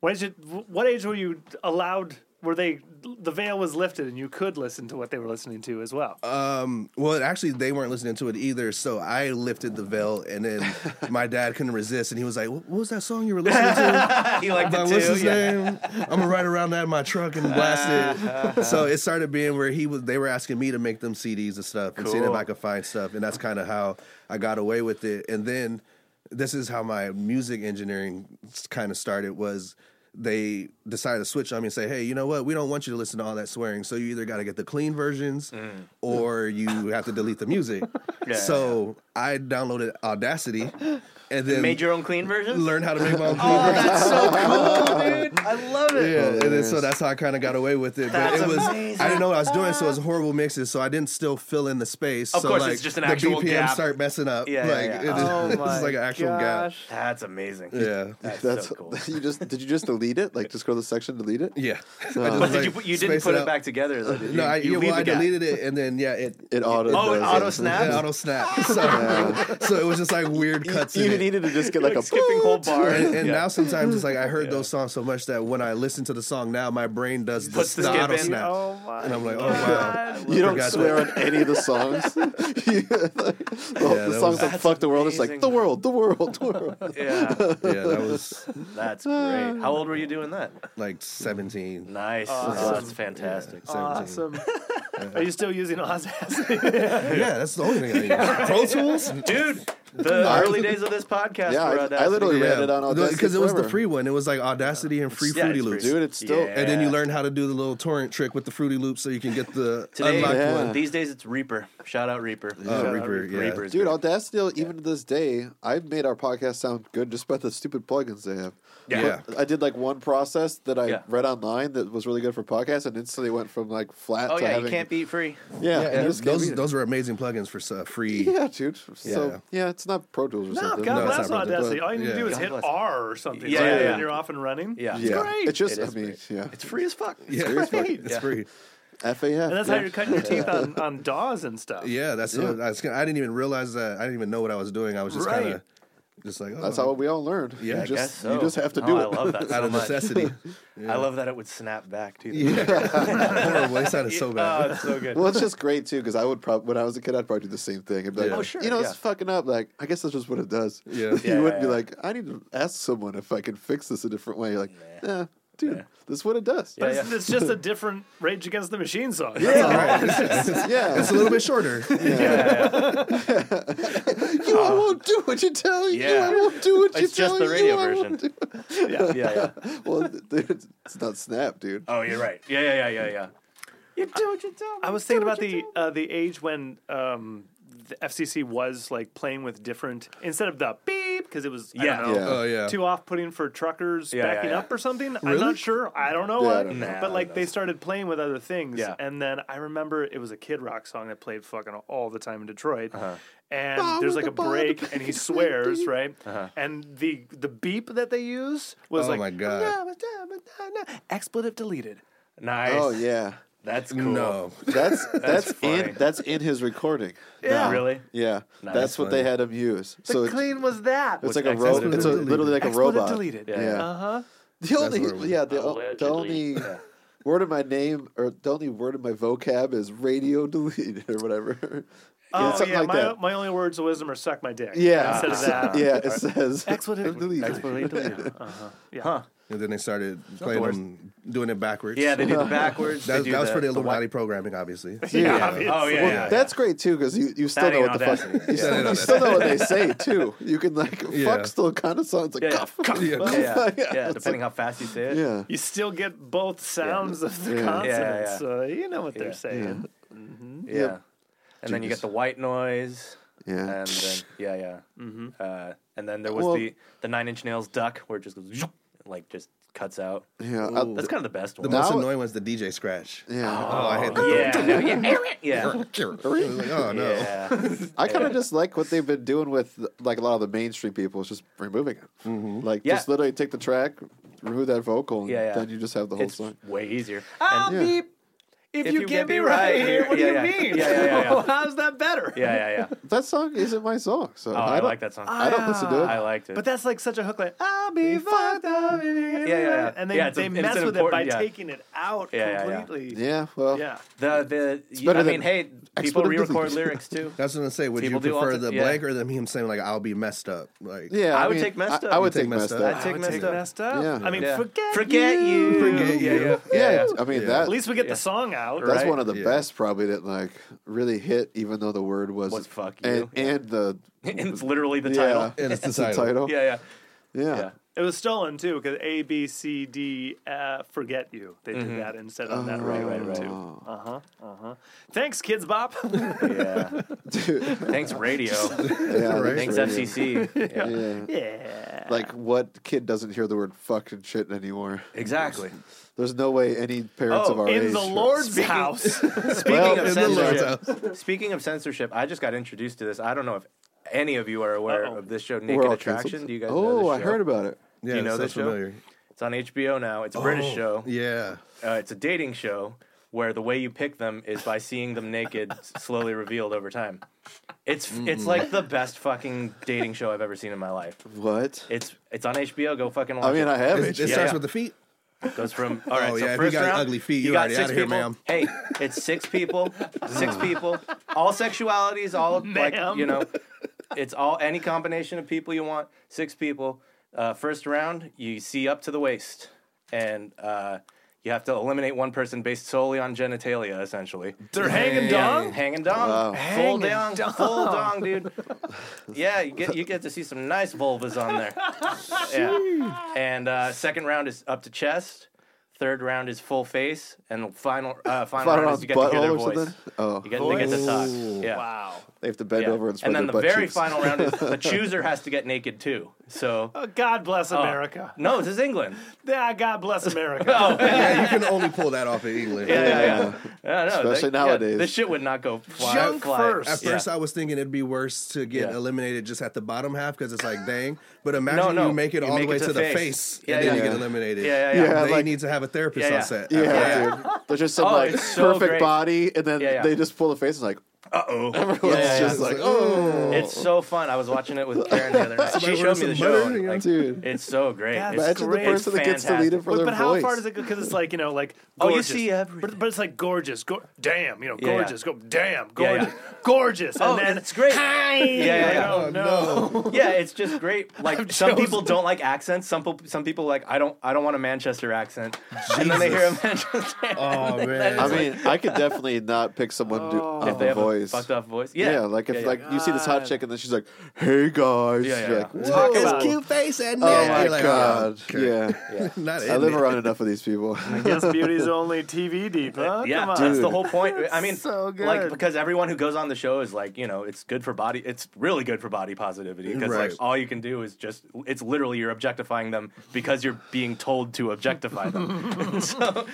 Speaker 5: when did you, what age were you allowed were they the veil was lifted and you could listen to what they were listening to as well?
Speaker 4: Well, actually, they weren't listening to it either. So I lifted the veil, and then my dad couldn't resist, and he was like, "What what was that song you were listening to?"
Speaker 1: he liked
Speaker 4: Like,
Speaker 1: it
Speaker 4: what's
Speaker 1: too.
Speaker 4: his
Speaker 1: yeah.
Speaker 4: name? I'm gonna ride around that in my truck and blast it. so it started being where he was. They were asking me to make them CDs and stuff, and seeing if
Speaker 1: Cool.
Speaker 4: I could find stuff, and that's kind of how I got away with it. And then this is how my music engineering kind of started was. They decided to switch on me and say, "Hey, you know what? We don't want you to listen to all that swearing. So you either got to get the clean versions, or you have to delete the music."
Speaker 1: Mm. Yeah,
Speaker 4: so I downloaded Audacity, and then
Speaker 1: Made your Oh, own clean version?
Speaker 4: learned how to make my own clean version.
Speaker 1: That's so cool, dude. I love it.
Speaker 4: Yeah, and then, so that's how I kind of got away with it. But
Speaker 1: That's
Speaker 4: it was I
Speaker 1: amazing.
Speaker 4: didn't know what I was doing, so it was horrible mixes. So I didn't still fill in the space.
Speaker 1: Of
Speaker 4: so
Speaker 1: course,
Speaker 4: like,
Speaker 1: it's just an
Speaker 4: the
Speaker 1: actual
Speaker 4: BPM
Speaker 1: gap.
Speaker 4: start messing up.
Speaker 1: Yeah, yeah,
Speaker 4: like
Speaker 1: yeah.
Speaker 4: It is,
Speaker 5: Oh
Speaker 4: it's like an actual
Speaker 1: That's amazing.
Speaker 4: gap. Yeah,
Speaker 1: That's,
Speaker 3: That's
Speaker 1: so cool.
Speaker 3: you just did you just delete it? Like just go to the section, delete it.
Speaker 5: Oh.
Speaker 4: yeah.
Speaker 1: But did you, put- you didn't
Speaker 4: space
Speaker 1: put
Speaker 4: it
Speaker 1: it
Speaker 4: out.
Speaker 1: back together, though, did you?
Speaker 4: No, I,
Speaker 1: You
Speaker 4: yeah,
Speaker 1: leave
Speaker 4: well, I
Speaker 1: the gap.
Speaker 4: deleted it, and then yeah, it.
Speaker 3: It auto.
Speaker 1: Oh, it
Speaker 3: does
Speaker 1: auto
Speaker 3: it.
Speaker 1: snap?
Speaker 4: It auto snap, so, so it was just like weird cuts.
Speaker 3: You
Speaker 4: in it.
Speaker 3: needed to just get like, a
Speaker 1: skipping whole bars.
Speaker 4: and, and
Speaker 1: Yeah.
Speaker 4: now sometimes it's like I heard those songs so much that when I listen to the song now, my brain does the,
Speaker 1: Puts the
Speaker 4: the
Speaker 1: skip
Speaker 4: auto
Speaker 1: in.
Speaker 4: snap,
Speaker 5: Oh my
Speaker 4: and I'm like, oh wow,
Speaker 5: God.
Speaker 3: You don't
Speaker 4: Forgot
Speaker 3: swear
Speaker 4: that.
Speaker 3: on any of the songs. You- the
Speaker 4: that
Speaker 3: the songs
Speaker 4: was-
Speaker 3: like
Speaker 1: That's
Speaker 3: "Fuck the World" It's
Speaker 1: amazing.
Speaker 3: like the world, the world, the world.
Speaker 1: Yeah,
Speaker 4: yeah, that was
Speaker 1: that's great. How old were you doing that?
Speaker 4: like 17.
Speaker 1: Nice.
Speaker 5: Awesome.
Speaker 1: Oh, that's fantastic.
Speaker 5: Awesome. Are you still using Audacity?
Speaker 4: Yeah, that's the only thing I use. Pro Tools?
Speaker 1: Dude, the early days of this podcast
Speaker 3: Yeah,
Speaker 1: were uh,
Speaker 3: I- I
Speaker 1: audacity.
Speaker 3: literally- ran it on Audacity
Speaker 4: Because it was the
Speaker 3: Forever.
Speaker 4: free one. It was like Audacity and free
Speaker 1: Yeah,
Speaker 4: Fruity
Speaker 1: it's
Speaker 4: Loops.
Speaker 1: free.
Speaker 3: Dude, it's still.
Speaker 1: Yeah.
Speaker 4: And then you learn how to do the little torrent trick with the Fruity Loops so you can get the
Speaker 1: Today,
Speaker 4: unlocked
Speaker 3: Yeah.
Speaker 4: one.
Speaker 1: These days it's Reaper. Shout out Reaper.
Speaker 4: Uh, Reaper, yeah.
Speaker 1: Reaper is
Speaker 3: Dude,
Speaker 1: great.
Speaker 3: Audacity, even to this day, I've made our podcast sound good just by the stupid plugins they have.
Speaker 1: yeah.
Speaker 4: Yeah.
Speaker 3: I did like one process that I
Speaker 1: Yeah.
Speaker 3: read online that was really good for podcasts, and instantly went from like flat
Speaker 1: Oh
Speaker 3: to
Speaker 1: yeah,
Speaker 3: having.
Speaker 1: you can't beat free.
Speaker 3: Yeah,
Speaker 4: Yeah,
Speaker 3: and
Speaker 4: and
Speaker 3: this can't
Speaker 4: those
Speaker 3: beat it.
Speaker 4: those were amazing plugins for uh, free.
Speaker 3: Yeah, dude.
Speaker 4: Yeah.
Speaker 3: So yeah, it's not Pro Tools or
Speaker 5: No,
Speaker 3: something.
Speaker 5: God
Speaker 4: No, it's
Speaker 5: bless
Speaker 4: not really,
Speaker 5: Audacity. Oh,
Speaker 3: but-
Speaker 5: All you need to
Speaker 4: yeah.
Speaker 5: do is
Speaker 1: God
Speaker 5: hit
Speaker 1: bless.
Speaker 5: R or something.
Speaker 1: Yeah,
Speaker 5: right?
Speaker 1: yeah,
Speaker 5: And
Speaker 1: yeah.
Speaker 5: you're off and running.
Speaker 1: Yeah.
Speaker 5: It's
Speaker 4: Yeah.
Speaker 5: great.
Speaker 3: It's just,
Speaker 1: It
Speaker 3: I
Speaker 1: is
Speaker 3: mean, yeah,
Speaker 1: It's free as fuck.
Speaker 4: Yeah,
Speaker 3: Free as fuck.
Speaker 4: it's free.
Speaker 3: FAF.
Speaker 5: and that's
Speaker 3: yeah.
Speaker 5: how you're cutting your teeth on, on DAWs and stuff.
Speaker 4: Yeah, that's what I, was gonna- I didn't even realize that. I didn't even know what I was doing. I was just
Speaker 5: Right.
Speaker 4: kind of just like, oh,
Speaker 3: That's how we all learned.
Speaker 4: Yeah,
Speaker 3: you
Speaker 4: I
Speaker 3: just,
Speaker 1: Guess so.
Speaker 3: You just have to
Speaker 1: No,
Speaker 3: do
Speaker 1: I
Speaker 3: it.
Speaker 1: love that so
Speaker 4: out of
Speaker 1: much.
Speaker 4: necessity.
Speaker 1: I love that it would snap back too.
Speaker 4: Horrible. It sounded so
Speaker 1: Oh,
Speaker 4: bad.
Speaker 1: it's so good.
Speaker 3: well, it's just great too because I would probably when I was a kid I'd probably do the same thing. I'd be like,
Speaker 4: Yeah. Oh,
Speaker 1: sure,
Speaker 3: you know,
Speaker 1: yeah.
Speaker 3: it's fucking up. Like, I guess that's just what it does.
Speaker 4: Yeah.
Speaker 3: you
Speaker 1: Yeah,
Speaker 3: wouldn't
Speaker 1: yeah,
Speaker 3: be
Speaker 1: yeah.
Speaker 3: like, I need to ask someone if I can fix this a different way. You're like, nah, dude, this is what it does.
Speaker 5: But
Speaker 1: Yeah,
Speaker 5: it's, it's just a different Rage Against the Machine song.
Speaker 3: Oh, Yeah,
Speaker 4: It's a little bit shorter.
Speaker 3: you, I won't do what you tell you.
Speaker 1: Yeah.
Speaker 3: I won't do what you
Speaker 1: It's just
Speaker 3: tell
Speaker 1: the
Speaker 3: you.
Speaker 1: radio
Speaker 3: I won't
Speaker 1: version.
Speaker 3: do-
Speaker 1: Yeah, yeah.
Speaker 3: well, dude, it's not Snap, dude.
Speaker 1: Oh, you're right. Yeah, yeah, yeah, yeah, yeah. You do what you tell me.
Speaker 5: I was thinking about the uh, the age when um, the FCC was like playing with different instead of the beep because it was I
Speaker 1: Yeah.
Speaker 5: don't know,
Speaker 3: Yeah.
Speaker 4: Oh, yeah.
Speaker 5: too off putting for truckers
Speaker 1: Yeah, yeah,
Speaker 5: backing
Speaker 1: yeah.
Speaker 5: up or something. I'm not sure. I don't know
Speaker 3: Yeah, I
Speaker 5: what,
Speaker 3: don't
Speaker 1: know.
Speaker 5: but like
Speaker 1: Nah,
Speaker 5: they started playing with other things.
Speaker 1: Yeah.
Speaker 5: And then I remember it was a Kid Rock song that played fucking all the time in Detroit. And
Speaker 3: Ball
Speaker 5: there's
Speaker 3: with
Speaker 5: like
Speaker 3: the
Speaker 5: a
Speaker 3: ball, the
Speaker 5: break, and he
Speaker 3: beep,
Speaker 5: swears,
Speaker 3: beep.
Speaker 5: right? And the the beep that they use was
Speaker 4: Oh,
Speaker 5: like,
Speaker 4: my God.
Speaker 5: expletive deleted.
Speaker 1: Nice.
Speaker 3: Oh yeah,
Speaker 1: That's cool.
Speaker 4: No.
Speaker 3: that's that's,
Speaker 1: funny.
Speaker 3: in that's in his recording.
Speaker 5: Yeah.
Speaker 1: Really?
Speaker 3: Yeah, that's what they had him use. so
Speaker 5: The
Speaker 3: it's,
Speaker 5: clean was that.
Speaker 3: it's
Speaker 1: was
Speaker 3: like a
Speaker 1: expletive
Speaker 3: robot. It's a,
Speaker 4: deleted.
Speaker 3: literally like a
Speaker 5: Expletive
Speaker 3: robot.
Speaker 5: deleted.
Speaker 1: Yeah.
Speaker 3: yeah.
Speaker 5: Uh huh.
Speaker 3: The
Speaker 4: where we-
Speaker 3: only yeah, the, o- the only word in my name or the only word in my vocab is radio deleted or whatever.
Speaker 5: Oh,
Speaker 3: It's something
Speaker 5: yeah.
Speaker 3: like
Speaker 5: my,
Speaker 3: that.
Speaker 5: my only words of wisdom are suck my dick.
Speaker 3: Yeah,
Speaker 5: Instead of that.
Speaker 3: yeah, it says
Speaker 5: Expletive.
Speaker 3: deleted.
Speaker 5: Expletive deleted. Uh-huh. Yeah.
Speaker 1: Huh.
Speaker 4: And then they started playing
Speaker 1: worst.
Speaker 4: them, doing it backwards.
Speaker 1: Yeah, they do the backwards. they
Speaker 4: That,
Speaker 1: do
Speaker 4: that was
Speaker 1: the,
Speaker 4: for the
Speaker 1: the white-
Speaker 4: Illuminati programming, obviously.
Speaker 5: Yeah,
Speaker 3: Yeah.
Speaker 5: obviously.
Speaker 1: Oh, yeah.
Speaker 3: Well,
Speaker 1: yeah.
Speaker 3: that's great too because you, you still
Speaker 1: That
Speaker 3: know
Speaker 1: ain't
Speaker 3: what the fuck
Speaker 1: audacity.
Speaker 3: you,
Speaker 1: Yeah.
Speaker 3: still, you still know what they say too. You can like
Speaker 4: Yeah.
Speaker 3: fuck still kind of sounds like
Speaker 1: Yeah, yeah.
Speaker 3: cuff.
Speaker 4: Yeah.
Speaker 1: Yeah, yeah, yeah.
Speaker 3: Yeah, it's
Speaker 1: depending how fast you say it.
Speaker 3: Yeah,
Speaker 5: You still get both sounds of the
Speaker 3: Yeah.
Speaker 5: consonants,
Speaker 1: Yeah, yeah.
Speaker 5: so you know what they're
Speaker 1: Yeah.
Speaker 5: saying.
Speaker 1: Yeah. And then you get the white noise.
Speaker 3: yeah.
Speaker 1: And then, yeah, yeah. Mm-hmm. Uh, and then there was
Speaker 3: Well-
Speaker 1: the, the Nine Inch Nails duck where it just goes, zoop, and, like, just cuts out.
Speaker 3: Yeah, I-
Speaker 1: That's kind of the best
Speaker 4: The
Speaker 1: one.
Speaker 4: most
Speaker 3: Now-
Speaker 4: annoying was the DJ scratch.
Speaker 3: yeah.
Speaker 4: Oh, I hate that.
Speaker 1: yeah, no, yeah, yeah,
Speaker 4: Like, oh no.
Speaker 1: yeah.
Speaker 3: I kind of just like what they've been doing with like a lot of the mainstream people is just removing it. Like
Speaker 1: Mm-hmm. Yeah.
Speaker 3: just literally take the track, remove that vocal, and
Speaker 1: Yeah, yeah.
Speaker 3: then you just have the whole
Speaker 1: It's
Speaker 3: song.
Speaker 1: way easier.
Speaker 5: Ah,
Speaker 1: And
Speaker 3: Yeah.
Speaker 5: beep. If, you, get, me right here, what
Speaker 1: Yeah,
Speaker 5: do you
Speaker 1: yeah.
Speaker 5: mean?
Speaker 1: Yeah, yeah, yeah, yeah.
Speaker 5: How's that better?
Speaker 1: Yeah, yeah, yeah.
Speaker 3: That song isn't my song, so
Speaker 1: Oh, I,
Speaker 3: don't-
Speaker 1: like that song.
Speaker 3: I don't listen to it.
Speaker 1: I liked it.
Speaker 5: But that's like such a hook, like "Ah, I'll be fucked up. Yeah, yeah,
Speaker 1: yeah.
Speaker 5: And they,
Speaker 1: Yeah, it's a-
Speaker 5: they
Speaker 1: it's an
Speaker 5: mess with it by
Speaker 1: important- yeah.
Speaker 5: taking it out
Speaker 1: Yeah, yeah, yeah.
Speaker 5: completely.
Speaker 3: yeah, well,
Speaker 5: Yeah.
Speaker 1: the the you-
Speaker 3: better
Speaker 1: I mean,
Speaker 3: than
Speaker 1: hey, people
Speaker 3: expletive
Speaker 1: re-record
Speaker 3: deletion.
Speaker 1: lyrics too.
Speaker 4: That's what I'm saying. Would
Speaker 1: People
Speaker 4: you
Speaker 1: do all
Speaker 4: prefer
Speaker 1: the-
Speaker 4: the
Speaker 1: yeah.
Speaker 4: blank or them him saying like I'll be messed up? Like
Speaker 3: yeah.
Speaker 1: I would take Messed
Speaker 3: I,
Speaker 1: Up.
Speaker 3: I
Speaker 1: You
Speaker 3: would
Speaker 4: take
Speaker 3: take
Speaker 4: Messed
Speaker 3: messed
Speaker 4: Up.
Speaker 3: up.
Speaker 1: I'd take
Speaker 5: Would
Speaker 1: messed
Speaker 5: take
Speaker 1: up.
Speaker 5: messed up.
Speaker 3: Yeah.
Speaker 5: I mean,
Speaker 1: Yeah.
Speaker 5: forget,
Speaker 1: Forget you.
Speaker 4: Forget
Speaker 1: Yeah,
Speaker 4: you.
Speaker 1: yeah.
Speaker 3: Yeah,
Speaker 1: yeah.
Speaker 3: I mean
Speaker 4: Yeah.
Speaker 3: that.
Speaker 5: At least we get
Speaker 1: Yeah.
Speaker 5: the song out.
Speaker 3: That's
Speaker 1: Right?
Speaker 3: one of the
Speaker 4: Yeah.
Speaker 3: best, probably that like really hit, even though the word was
Speaker 1: Was fuck
Speaker 3: and,
Speaker 1: you, yeah.
Speaker 3: and the
Speaker 1: And it's literally the
Speaker 3: yeah,
Speaker 1: title.
Speaker 4: And it's the
Speaker 3: the
Speaker 4: title.
Speaker 3: title,
Speaker 1: Yeah, yeah,
Speaker 3: yeah.
Speaker 1: yeah.
Speaker 5: It was stolen too because A B C D uh, forget you. They
Speaker 1: Mm-hmm.
Speaker 5: did that instead
Speaker 1: Oh,
Speaker 5: of that right right right.
Speaker 3: Oh.
Speaker 5: Uh huh. Uh huh. Thanks, Kids Bop.
Speaker 1: Yeah. Thanks, radio.
Speaker 3: Yeah, that's
Speaker 4: Right?
Speaker 1: Thanks,
Speaker 3: right.
Speaker 1: FCC. Yeah.
Speaker 3: Yeah.
Speaker 5: yeah.
Speaker 3: Like what kid doesn't hear the word fuck and shit anymore?
Speaker 1: Exactly.
Speaker 3: There's no way any parents
Speaker 1: Oh,
Speaker 3: of our
Speaker 5: in
Speaker 3: age.
Speaker 5: the Lord's house.
Speaker 1: Speaking
Speaker 3: Well,
Speaker 1: of
Speaker 3: in the
Speaker 4: Lord's
Speaker 1: censorship, speaking of censorship, I just got introduced to this. I don't know if any of you are aware
Speaker 5: Uh-oh.
Speaker 1: of this show,
Speaker 3: We're
Speaker 1: Naked
Speaker 3: all
Speaker 1: Attraction.
Speaker 3: canceled.
Speaker 1: Do you guys
Speaker 3: Oh,
Speaker 1: know this
Speaker 3: I
Speaker 1: show?
Speaker 3: heard about it.
Speaker 4: Yeah,
Speaker 1: Do you know
Speaker 4: it
Speaker 1: this
Speaker 4: sounds
Speaker 1: show? It's on HBO now. It's a British
Speaker 4: Oh,
Speaker 1: show.
Speaker 4: Yeah.
Speaker 1: Uh, it's a dating show where the way you pick them is by seeing them naked, s- slowly revealed over time. It's it's
Speaker 3: Mm.
Speaker 1: like the best fucking dating show I've ever seen in my life.
Speaker 3: What?
Speaker 1: It's it's on HBO. Go fucking watch
Speaker 3: I mean,
Speaker 1: it.
Speaker 3: I have
Speaker 4: It,
Speaker 3: it.
Speaker 4: it
Speaker 1: Yeah,
Speaker 4: starts
Speaker 1: yeah.
Speaker 4: with the feet.
Speaker 1: goes from all right.
Speaker 4: Oh,
Speaker 1: so
Speaker 4: yeah, if you
Speaker 1: first
Speaker 4: got
Speaker 1: round,
Speaker 4: ugly feet,
Speaker 1: you
Speaker 4: you're
Speaker 1: got
Speaker 4: already
Speaker 1: six
Speaker 4: outta here,
Speaker 1: people.
Speaker 4: ma'am.
Speaker 1: Hey, it's six people, six people, all sexualities, all like
Speaker 5: Ma'am.
Speaker 1: you know, it's all any combination of people you want. Six people. Uh, first round, you see up to the waist, and uh, you have to eliminate one person based solely on genitalia, essentially.
Speaker 5: They're hanging
Speaker 1: Yeah,
Speaker 5: dong.
Speaker 1: hanging dong, full
Speaker 5: Hanging
Speaker 1: dong, full dong, dude. Yeah, you get you get to see some nice vulvas on there. Yeah. And uh, second round is up to chest. Third round is full face, and the final uh, final,
Speaker 3: Final
Speaker 1: round is you get to
Speaker 3: round
Speaker 1: hear their
Speaker 3: butthole or
Speaker 1: voice.
Speaker 3: something? Oh.
Speaker 1: you get, they get to talk. Yeah.
Speaker 5: Wow.
Speaker 3: They have to bend
Speaker 1: Yeah.
Speaker 3: over and spread
Speaker 1: and then the
Speaker 3: their butt
Speaker 1: very
Speaker 3: cheeks.
Speaker 1: final round is the chooser has to get naked too. So
Speaker 5: Oh, God bless America.
Speaker 1: no, this is England.
Speaker 5: Yeah, God bless America.
Speaker 1: Oh yeah,
Speaker 4: Yeah, you can only pull that off in England.
Speaker 1: yeah, yeah. yeah. no,
Speaker 3: Especially
Speaker 1: yeah,
Speaker 3: nowadays.
Speaker 1: this shit would not go fly.
Speaker 5: Junk
Speaker 1: fly.
Speaker 5: first.
Speaker 4: At
Speaker 1: Yeah.
Speaker 4: first, I was thinking it'd be worse to get
Speaker 1: Yeah.
Speaker 4: eliminated just at the bottom half because it's like, dang. But imagine
Speaker 1: No, no.
Speaker 4: you make it
Speaker 1: You
Speaker 4: all
Speaker 1: make
Speaker 4: the way
Speaker 1: it
Speaker 4: to, the face,
Speaker 1: Yeah,
Speaker 4: and
Speaker 1: yeah,
Speaker 4: then you
Speaker 1: yeah.
Speaker 4: get eliminated.
Speaker 1: Yeah, yeah, yeah.
Speaker 3: Yeah,
Speaker 4: They
Speaker 3: like-
Speaker 4: need to have a therapist
Speaker 1: Yeah,
Speaker 4: on
Speaker 1: yeah.
Speaker 4: set.
Speaker 3: Yeah,
Speaker 4: after that.
Speaker 3: dude. There's just some
Speaker 1: Oh,
Speaker 3: like
Speaker 1: it's so
Speaker 3: perfect
Speaker 1: great.
Speaker 3: body, and then
Speaker 1: Yeah, yeah.
Speaker 3: they just pull the face and like
Speaker 1: Uh oh.
Speaker 3: everyone's
Speaker 1: yeah,
Speaker 3: just
Speaker 4: yeah.
Speaker 3: like, oh,
Speaker 1: It's so fun. I was watching it with Karen the other night. She
Speaker 4: Somebody
Speaker 1: showed me
Speaker 4: order
Speaker 1: the
Speaker 4: some
Speaker 1: show.
Speaker 4: butter,
Speaker 1: and,
Speaker 4: yeah.
Speaker 1: like,
Speaker 3: dude.
Speaker 1: it's so great.
Speaker 5: Yeah,
Speaker 1: It's
Speaker 5: that's
Speaker 3: Imagine the
Speaker 5: great.
Speaker 1: It's
Speaker 3: person that gets
Speaker 1: fantastic.
Speaker 3: deleted for
Speaker 5: But,
Speaker 3: their
Speaker 5: but
Speaker 3: voice.
Speaker 5: how far does it go? Because it's like you know, like
Speaker 1: Oh, you
Speaker 5: gorgeous.
Speaker 1: see everything.
Speaker 5: But, but it's like gorgeous, go- damn, you know,
Speaker 1: Yeah, yeah.
Speaker 5: gorgeous, go damn,
Speaker 1: Yeah, yeah.
Speaker 5: gorgeous, gorgeous, and
Speaker 1: Oh,
Speaker 5: then
Speaker 1: it's great.
Speaker 5: Hi!
Speaker 1: yeah,
Speaker 5: Like,
Speaker 1: yeah.
Speaker 5: Oh, no.
Speaker 1: Yeah, it's just great. Like some
Speaker 5: chosen.
Speaker 1: people don't like accents. Some people, some people like I don't. I don't want a Manchester accent. And then they hear a Manchester accent
Speaker 4: Oh man.
Speaker 3: I mean, I could definitely not pick someone do, on
Speaker 1: Oh. if they
Speaker 3: the
Speaker 1: have a
Speaker 3: voice.
Speaker 1: fucked up voice. Yeah,
Speaker 3: yeah. like if
Speaker 1: yeah,
Speaker 3: like you see this hot
Speaker 5: God.
Speaker 3: chick and then she's like, "Hey guys,"
Speaker 1: Yeah, yeah,
Speaker 3: you're
Speaker 1: yeah.
Speaker 3: like,
Speaker 5: Talk
Speaker 4: It's
Speaker 5: about it.
Speaker 4: cute face and
Speaker 3: "Oh
Speaker 4: neck.
Speaker 3: my
Speaker 4: You're like,
Speaker 3: god,
Speaker 4: oh, okay.
Speaker 3: yeah.
Speaker 4: Not
Speaker 3: I
Speaker 4: in
Speaker 3: live
Speaker 4: it.
Speaker 3: around enough of these people.
Speaker 5: Yes, beauty's only TV deep, huh?
Speaker 1: Yeah,
Speaker 5: Come on.
Speaker 1: that's the whole point. I mean,
Speaker 5: so
Speaker 1: like
Speaker 5: good.
Speaker 1: because everyone who goes on the show is like, you know, it's good for body. It's really good for body positivity because
Speaker 4: Right.
Speaker 1: like all you can do is just it's literally you're objectifying them because you're being told to objectify them. so,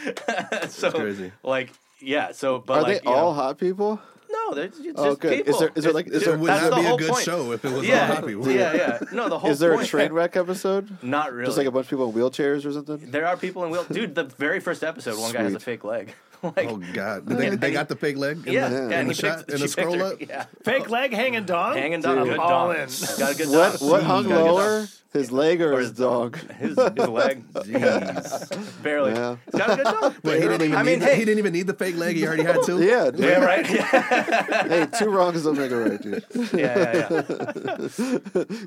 Speaker 1: so
Speaker 4: crazy.
Speaker 1: like yeah. So, but
Speaker 3: Are
Speaker 1: like,
Speaker 3: they
Speaker 1: you know-
Speaker 3: all hot people?
Speaker 1: no, they're just,
Speaker 3: Oh,
Speaker 1: just
Speaker 3: good. Is
Speaker 1: people.
Speaker 3: there- is there, like- is
Speaker 1: Just-
Speaker 3: there-
Speaker 4: It would
Speaker 1: that's
Speaker 4: not
Speaker 1: the
Speaker 4: be a
Speaker 1: whole
Speaker 4: good
Speaker 1: point.
Speaker 4: show if it was all
Speaker 1: Yeah,
Speaker 4: happy.
Speaker 1: yeah, yeah. No, the whole
Speaker 3: Is there a
Speaker 1: point-
Speaker 3: train wreck episode?
Speaker 1: Not really.
Speaker 3: Just like a bunch of people in wheelchairs or something.
Speaker 1: there are people in wheel. Dude, the very first episode, one guy has a
Speaker 3: Sweet.
Speaker 1: fake leg. like,
Speaker 4: Oh god, they, they got the fake leg. in
Speaker 1: yeah,
Speaker 4: the-
Speaker 1: yeah,
Speaker 4: in
Speaker 1: and
Speaker 4: the
Speaker 1: he
Speaker 4: shot,
Speaker 1: picked-
Speaker 4: in the
Speaker 1: she picked
Speaker 4: scroll
Speaker 1: her-
Speaker 4: up.
Speaker 1: Yeah.
Speaker 5: fake leg hanging dong.
Speaker 1: Hanging dog.
Speaker 5: Dude.
Speaker 1: Good
Speaker 5: All
Speaker 1: dong.
Speaker 5: in.
Speaker 1: Got a good
Speaker 3: What
Speaker 1: dog.
Speaker 3: what hung
Speaker 4: gotta get
Speaker 3: lower? His leg or his dog?
Speaker 1: His, his leg. Jeez. Barely.
Speaker 3: Yeah.
Speaker 1: Got a good dog.
Speaker 4: But he didn't even.
Speaker 1: I mean,
Speaker 4: need, the-
Speaker 1: hey.
Speaker 4: he didn't even need the fake leg. He already had two.
Speaker 3: Yeah, dude.
Speaker 1: Yeah, right? Yeah,
Speaker 3: Hey, two wrongs don't make a right, dude.
Speaker 1: yeah, yeah. yeah.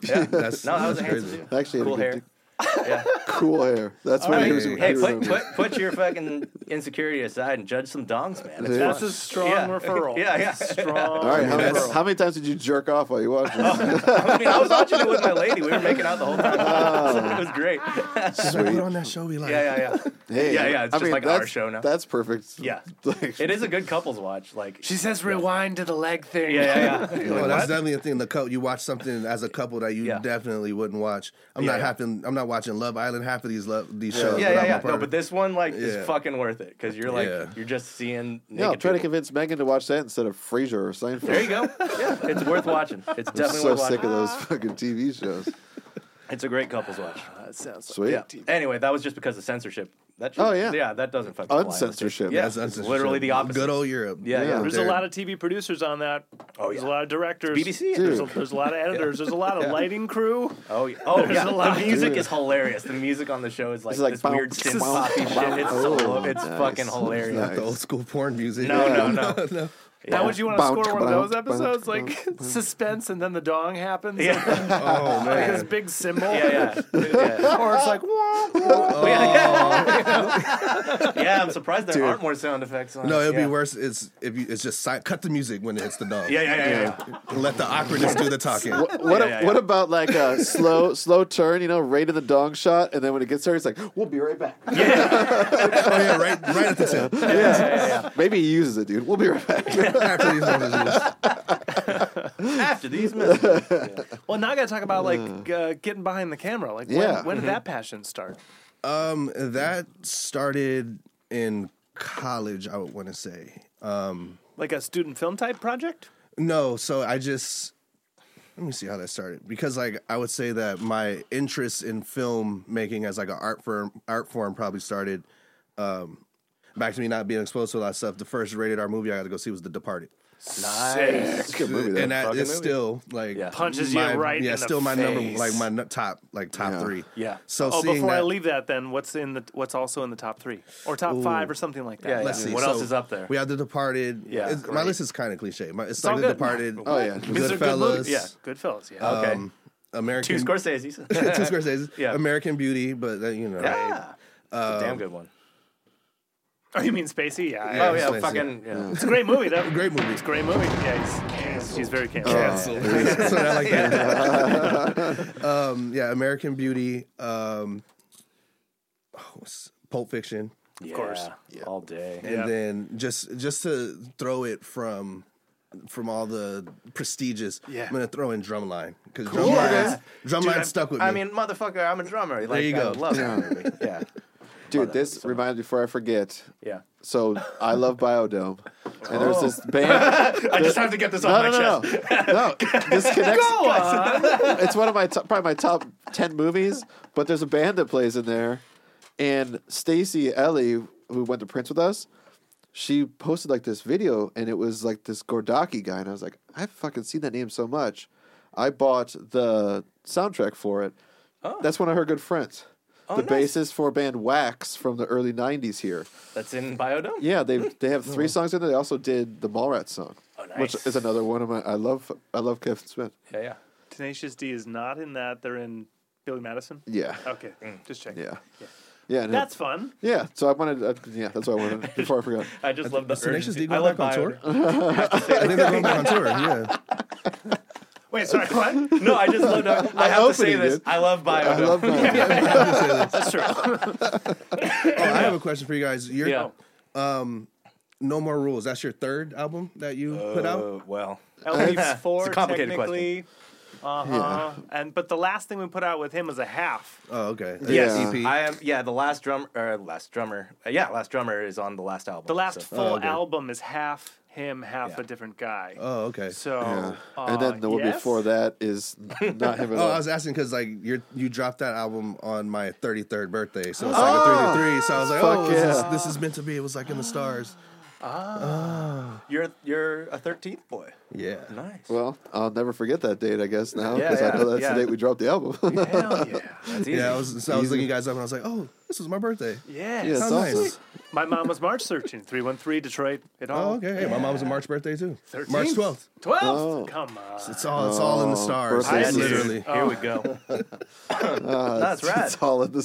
Speaker 1: Yeah. No, that was
Speaker 4: That's,
Speaker 1: a
Speaker 4: that's
Speaker 1: handsome
Speaker 4: crazy.
Speaker 1: dude.
Speaker 3: Actually, had a
Speaker 1: Cool
Speaker 3: good
Speaker 1: hair.
Speaker 3: dick.
Speaker 1: Yeah.
Speaker 3: Cool hair. That's
Speaker 1: All
Speaker 3: what he
Speaker 1: right.
Speaker 3: was.
Speaker 1: Hey,
Speaker 3: he
Speaker 1: put,
Speaker 3: remembers.
Speaker 1: put, put your fucking insecurity aside and judge some dongs, man. It's
Speaker 5: That's
Speaker 1: fun.
Speaker 5: a strong
Speaker 1: Yeah.
Speaker 5: referral.
Speaker 1: Yeah, yeah.
Speaker 5: Strong
Speaker 3: All right, how
Speaker 5: referral.
Speaker 3: many, how many times did you jerk off while you watched
Speaker 1: Oh,
Speaker 3: this?
Speaker 1: I mean, I was watching it with my lady. We were making out the whole time.
Speaker 3: Ah.
Speaker 1: it was great. yeah,
Speaker 4: She's like, put on that show. We like.
Speaker 1: yeah, yeah.
Speaker 3: Hey,
Speaker 1: Yeah, yeah, it's
Speaker 3: I
Speaker 1: just
Speaker 3: mean,
Speaker 1: like our
Speaker 3: that's-
Speaker 1: show now.
Speaker 3: That's perfect.
Speaker 1: Yeah.
Speaker 3: Like,
Speaker 1: It is a good couples watch. Like,
Speaker 5: She says rewind to the leg thing.
Speaker 1: yeah, yeah, yeah.
Speaker 4: Oh, that's definitely a thing. The couple you watch something as a couple that you
Speaker 1: Yeah.
Speaker 4: definitely wouldn't watch. I'm
Speaker 1: Yeah,
Speaker 4: not
Speaker 1: yeah.
Speaker 4: having. I'm not watching Love Island. Half of these love these shows.
Speaker 1: Yeah,
Speaker 4: without
Speaker 1: yeah,
Speaker 4: my
Speaker 1: yeah. No,
Speaker 4: partner.
Speaker 1: but this one like
Speaker 4: Yeah.
Speaker 1: is fucking worth it because you're like
Speaker 4: Yeah.
Speaker 1: you're just seeing. Naked
Speaker 3: yeah, I'll try to
Speaker 1: people.
Speaker 3: convince Megan to watch that instead of Frasier or Seinfeld.
Speaker 1: There you go. Yeah, it's worth watching. It's
Speaker 3: I'm
Speaker 1: definitely
Speaker 3: so
Speaker 1: worth watching.
Speaker 3: sick of those fucking TV shows.
Speaker 1: It's a great couples watch.
Speaker 5: That sounds
Speaker 3: Sweet.
Speaker 5: like
Speaker 1: Anyway, that was just because of censorship. That
Speaker 3: Oh,
Speaker 1: shit-
Speaker 3: yeah.
Speaker 1: yeah, that doesn't fucking fly.
Speaker 3: Uncensorship.
Speaker 1: Yeah,
Speaker 4: That's uncensored
Speaker 1: literally
Speaker 4: shit.
Speaker 1: the opposite.
Speaker 4: Good old Europe.
Speaker 1: Yeah, yeah.
Speaker 3: Yeah.
Speaker 5: There's a
Speaker 4: They're-
Speaker 5: lot of TV producers on that.
Speaker 1: Oh,
Speaker 5: There's
Speaker 1: yeah.
Speaker 5: a lot of directors.
Speaker 1: BBC.
Speaker 5: There's a,
Speaker 3: Dude.
Speaker 5: there's a lot of editors. There's a lot of lighting crew.
Speaker 1: Oh, yeah. oh
Speaker 5: There's
Speaker 1: yeah.
Speaker 5: a lot
Speaker 1: The
Speaker 5: of-
Speaker 1: music
Speaker 3: Dude.
Speaker 1: is hilarious. The music on the show is like,
Speaker 3: It's like
Speaker 1: this
Speaker 3: bow,
Speaker 1: weird synth
Speaker 3: bow,
Speaker 1: poppy
Speaker 3: bow.
Speaker 1: shit. It's so
Speaker 3: Oh,
Speaker 1: it's
Speaker 3: nice.
Speaker 1: fucking
Speaker 4: It's
Speaker 1: hilarious.
Speaker 4: Not the
Speaker 3: Nice.
Speaker 4: old school porn music.
Speaker 1: No, no, no.
Speaker 4: no.
Speaker 5: Now would you want to
Speaker 3: Bounce,
Speaker 5: score one of
Speaker 3: bounce,
Speaker 5: those episodes?
Speaker 3: bounce,
Speaker 5: Like suspense, and then the dong happens.
Speaker 1: Yeah,
Speaker 4: Oh
Speaker 5: Like this
Speaker 4: man.
Speaker 5: big symbol.
Speaker 1: yeah, yeah. yeah.
Speaker 5: Or it's like, wah, wah.
Speaker 1: Oh, yeah. yeah, I'm surprised there aren't more sound effects on
Speaker 4: No,
Speaker 1: it.
Speaker 4: it'd
Speaker 1: yeah.
Speaker 4: be worse. It's if you, it's just si- cut the music when it hits the dog.
Speaker 1: Yeah, yeah, yeah, yeah.
Speaker 4: Let the awkwardness do the talking.
Speaker 3: What, what,
Speaker 1: Yeah, yeah,
Speaker 3: what
Speaker 1: yeah.
Speaker 3: about like a slow slow turn? You know, right in the dong shot, and then when it gets there, he's like, "We'll be right back."
Speaker 4: Oh yeah, right, right at the tip.
Speaker 3: Maybe he uses it, dude. We'll be right back.
Speaker 4: After these messages.
Speaker 1: After these messages.
Speaker 5: Well, now I got to talk about like uh, getting behind the camera. Like,
Speaker 3: Yeah.
Speaker 5: when, when did that passion start?
Speaker 4: Um, that started in college. I would want to say.
Speaker 5: Like a student film type project?
Speaker 4: No, so I just let me see how that started because like I would say that my interest in filmmaking as like an art form art form probably started um back to me not being exposed to a lot of stuff. The first rated R movie I got to go see was The Departed.
Speaker 1: Nice.
Speaker 3: It's a good movie, though.
Speaker 4: and that
Speaker 1: Fucking
Speaker 4: is
Speaker 1: movie.
Speaker 4: still like
Speaker 1: Yeah.
Speaker 5: Punches
Speaker 4: my,
Speaker 5: you right
Speaker 4: yeah,
Speaker 5: in the
Speaker 4: still my number
Speaker 5: face.
Speaker 4: like my nu- top like top
Speaker 3: Yeah.
Speaker 4: 3.
Speaker 1: Yeah.
Speaker 4: So
Speaker 5: Oh,
Speaker 4: seeing
Speaker 5: before
Speaker 4: that
Speaker 5: I leave that, then what's in the what's also in the top three or top five or something like that?
Speaker 1: Yeah,
Speaker 4: let's see.
Speaker 1: What
Speaker 4: so
Speaker 1: else is up there?
Speaker 4: We have The Departed.
Speaker 1: Yeah,
Speaker 4: It's- my
Speaker 1: great.
Speaker 4: list is kind of cliche. My, it's,
Speaker 5: all
Speaker 4: like The
Speaker 5: good.
Speaker 4: Departed.
Speaker 3: Oh yeah,
Speaker 5: These are good movies.
Speaker 4: Goodfellas.
Speaker 5: Yeah, Goodfellas. Yeah.
Speaker 1: Okay.
Speaker 4: Um, American
Speaker 1: Two Scorsese's.
Speaker 4: two Scorsese's.
Speaker 1: Yeah.
Speaker 4: American Beauty, but uh, you know.
Speaker 1: Yeah. It's a damn good one.
Speaker 5: oh, you mean Spacey? Yeah.
Speaker 4: yeah,
Speaker 1: Oh, yeah.
Speaker 4: Scorsese.
Speaker 1: Fucking. Yeah.
Speaker 5: It's a great movie. though.
Speaker 4: Great movie.
Speaker 5: It's a great movie. Yeah, he's, he's very canceled.
Speaker 4: so I like that. um, yeah, American Beauty. Um, oh, what's- Pulp Fiction,
Speaker 1: Of
Speaker 5: course.
Speaker 1: All day.
Speaker 4: and
Speaker 5: Yeah.
Speaker 4: then just just to throw it from from all the prestigious.
Speaker 5: Yeah.
Speaker 4: I'm gonna throw in Drumline because
Speaker 1: Yeah.
Speaker 4: Drumline Drumline
Speaker 1: Dude,
Speaker 4: stuck with me.
Speaker 1: I mean, motherfucker, I'm a drummer. Like,
Speaker 4: you
Speaker 1: I
Speaker 4: go.
Speaker 1: love that movie. Yeah.
Speaker 3: dude. This reminds me before I forget.
Speaker 1: Yeah.
Speaker 3: So I love Biodome, and there's this band.
Speaker 1: I just have to get this
Speaker 3: No,
Speaker 1: off Oh. my
Speaker 3: no, no,
Speaker 1: chest.
Speaker 3: no, no. This connects. It's one of my top, probably my top ten movies. But there's a band that plays in there, and Stacy Ellie, who went to Prince with us, she posted like this video, and it was like this Gordaki guy, and I was like, I've fucking seen that name so much. I bought the soundtrack for it. That's one of her good friends. the
Speaker 1: Oh. nice.
Speaker 3: bassist for a band Wax from the early '90s here.
Speaker 1: That's in Biodome.
Speaker 3: Yeah, they they have three songs in there. They also did the Mallrats song,
Speaker 1: Oh,
Speaker 3: which
Speaker 1: nice.
Speaker 3: is another one of my. I love I love Kevin Smith.
Speaker 1: Yeah, yeah.
Speaker 5: Tenacious D is not in that. They're in Billy Madison.
Speaker 3: Yeah,
Speaker 5: Okay, just checking.
Speaker 3: yeah, yeah. and
Speaker 5: That's fun.
Speaker 3: yeah. So I wanted. Uh, yeah, that's what I wanted before I forgot.
Speaker 1: I just love the
Speaker 4: Is Tenacious
Speaker 1: urgency.
Speaker 4: D going
Speaker 1: I love
Speaker 4: back on
Speaker 1: Biodome.
Speaker 4: I think they're going back on tour. Yeah,
Speaker 5: Wait, sorry, what?
Speaker 1: No, I just love. No, I have to say
Speaker 3: opening,
Speaker 1: this.
Speaker 3: dude.
Speaker 1: I love Biodome.
Speaker 3: I love that.
Speaker 5: That's true.
Speaker 4: Oh, I have a question for you guys. Your um,
Speaker 1: Yeah.
Speaker 4: No More Rules. That's your third album that you put out.
Speaker 1: Uh, well,
Speaker 5: LP four
Speaker 1: It's a complicated
Speaker 5: technically. Uh huh. And but the last thing we put out with him was a half.
Speaker 4: Oh, okay.
Speaker 3: Yes.
Speaker 4: That's EP.
Speaker 1: I am. Yeah, the last drum or last drummer. uh, yeah, last drummer is on the last album.
Speaker 5: The last
Speaker 1: so-
Speaker 5: full
Speaker 4: okay.
Speaker 5: album is half him, half
Speaker 1: Yeah.
Speaker 5: a different guy.
Speaker 4: oh, okay.
Speaker 5: So
Speaker 3: Yeah.
Speaker 5: uh,
Speaker 3: and then the one
Speaker 5: yes?
Speaker 3: before that is not him at
Speaker 4: Oh,
Speaker 3: all.
Speaker 4: I was asking because like you you dropped that album on my 33rd birthday, so it's
Speaker 1: Oh!
Speaker 4: like a 33. So I was like,
Speaker 3: Fuck
Speaker 4: oh, is this,
Speaker 3: yeah.
Speaker 4: this is meant to be. It was like in the stars.
Speaker 1: you're you're a thirteenth boy.
Speaker 4: Yeah.
Speaker 1: Nice.
Speaker 3: well, I'll never forget that date, I guess now
Speaker 1: Yeah,
Speaker 3: because I
Speaker 1: yeah,
Speaker 3: know that's
Speaker 1: yeah.
Speaker 3: the date we dropped the album.
Speaker 5: Hell yeah.
Speaker 1: That's easy.
Speaker 4: Yeah, I was, so I was looking you guys up and I was like, oh, this was my birthday.
Speaker 5: Yes.
Speaker 3: yeah,
Speaker 4: How
Speaker 3: it's awesome.
Speaker 4: nice.
Speaker 5: My mom was March 13th, 313 Detroit. It all.
Speaker 4: Oh, okay. Hey, my mom's a March birthday too.
Speaker 5: 13th?
Speaker 4: March 12th.
Speaker 5: 12th.
Speaker 3: Oh.
Speaker 5: Come on. Oh.
Speaker 4: It's all it's all in the
Speaker 3: Oh,
Speaker 4: stars.
Speaker 3: birthday
Speaker 4: It's
Speaker 3: suit.
Speaker 4: literally.
Speaker 1: Here we go.
Speaker 3: Uh, it's-
Speaker 1: That's rad.
Speaker 3: It's all in the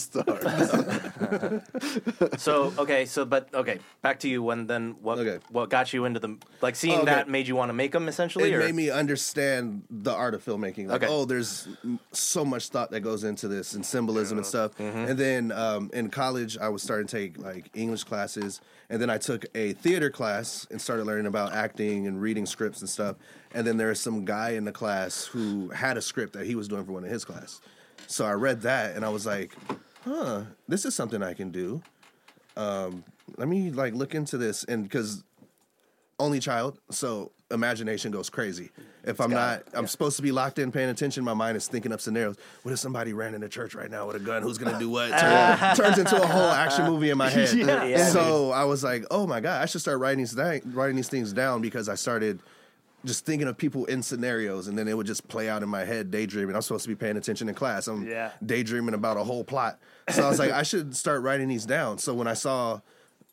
Speaker 3: stars.
Speaker 1: So okay, so but okay, back to you. When then what?
Speaker 4: Okay.
Speaker 1: What got you into the like seeing
Speaker 4: Okay.
Speaker 1: that made you want to make them essentially?
Speaker 4: It
Speaker 1: or?
Speaker 4: made me understand the art of filmmaking. Like,
Speaker 1: Okay.
Speaker 4: oh, there's m- so much thought that goes into this and symbolism and stuff.
Speaker 1: Mm-hmm.
Speaker 4: And then um, in college, I was starting to take like English classes, and then I took a theater class and started learning about acting and reading scripts and stuff. And then there was some guy in the class who had a script that he was doing for one of his class. So I read that, and I was like, huh, this is something I can do. Um, let me like look into this, and because only child, so imagination goes crazy. If I'm not, I'm supposed to be locked in, paying attention. My mind is thinking up scenarios. What if somebody ran into church right now with a gun? Who's gonna do what? Turn, turns into a whole action movie in my head.
Speaker 5: Yeah.
Speaker 1: Yeah,
Speaker 4: so I was like, oh my god, I should start writing these thi- writing these things down because I started just thinking of people in scenarios, and then it would just play out in my head, daydreaming. I'm supposed to be paying attention in class. I'm
Speaker 5: Yeah.
Speaker 4: daydreaming about a whole plot. So I was like, I should start writing these down. So when I saw